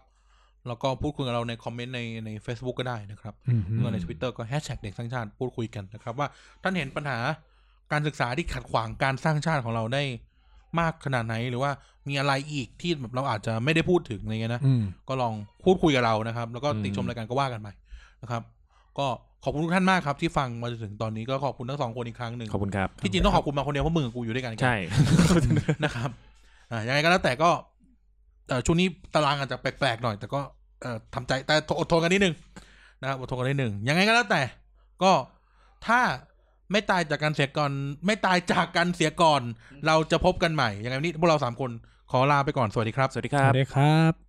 แล้วก็พูดคุยกับเราในคอมเมนต์ในใน Facebook ก็ได้นะครับ อืมฮึ แล้วก็ใน Twitter ก็แฮชแท็กเด็กสร้างชาติพูดคุยกันนะครับ ว่าท่านเห็นปัญหาการศึกษาที่ขัดขวางการสร้างชาติของเราได้มากขนาดไหน หรือว่ามีอะไรอีกที่แบบเราอาจจะไม่ได้พูดถึงอะไรเงี้ยนะ อืม ก็ลองพูดคุยกับเรานะครับ แล้วก็ อืม ติชมรายการก็ว่ากันไปนะครับ ก็ขอบคุณทุกท่านมากครับที่ฟังมาจนถึงตอนนี้ก็ขอบคุณทั้งสองคนอีกครั้งหนึ่ง ขอบคุณครับ ที่จริงต้องขอบคุณมาคนเดียวเพราะมึงกับกูอยู่ด้วยกัน ใช่ นะครับอ่ายังไงก็แล้วแต่ก็เอ่อช่วงนี้ตารางอาจจะแปลกๆหน่อย แต่ก็เอ่อทำใจแต่อดทนกันนิดนึงนะครับอดทนกันนิดนึงยังไงก็แล้วแต่ ก็ถ้าไม่ตายจากการเสียก่อน ไม่ตายจากการเสียก่อน เราจะพบกันใหม่ยังไงวันนี้พวกเราสามคนขอลาไปก่อนสวัสดีครับ สวัสดี ส ครับ วัสดีครับ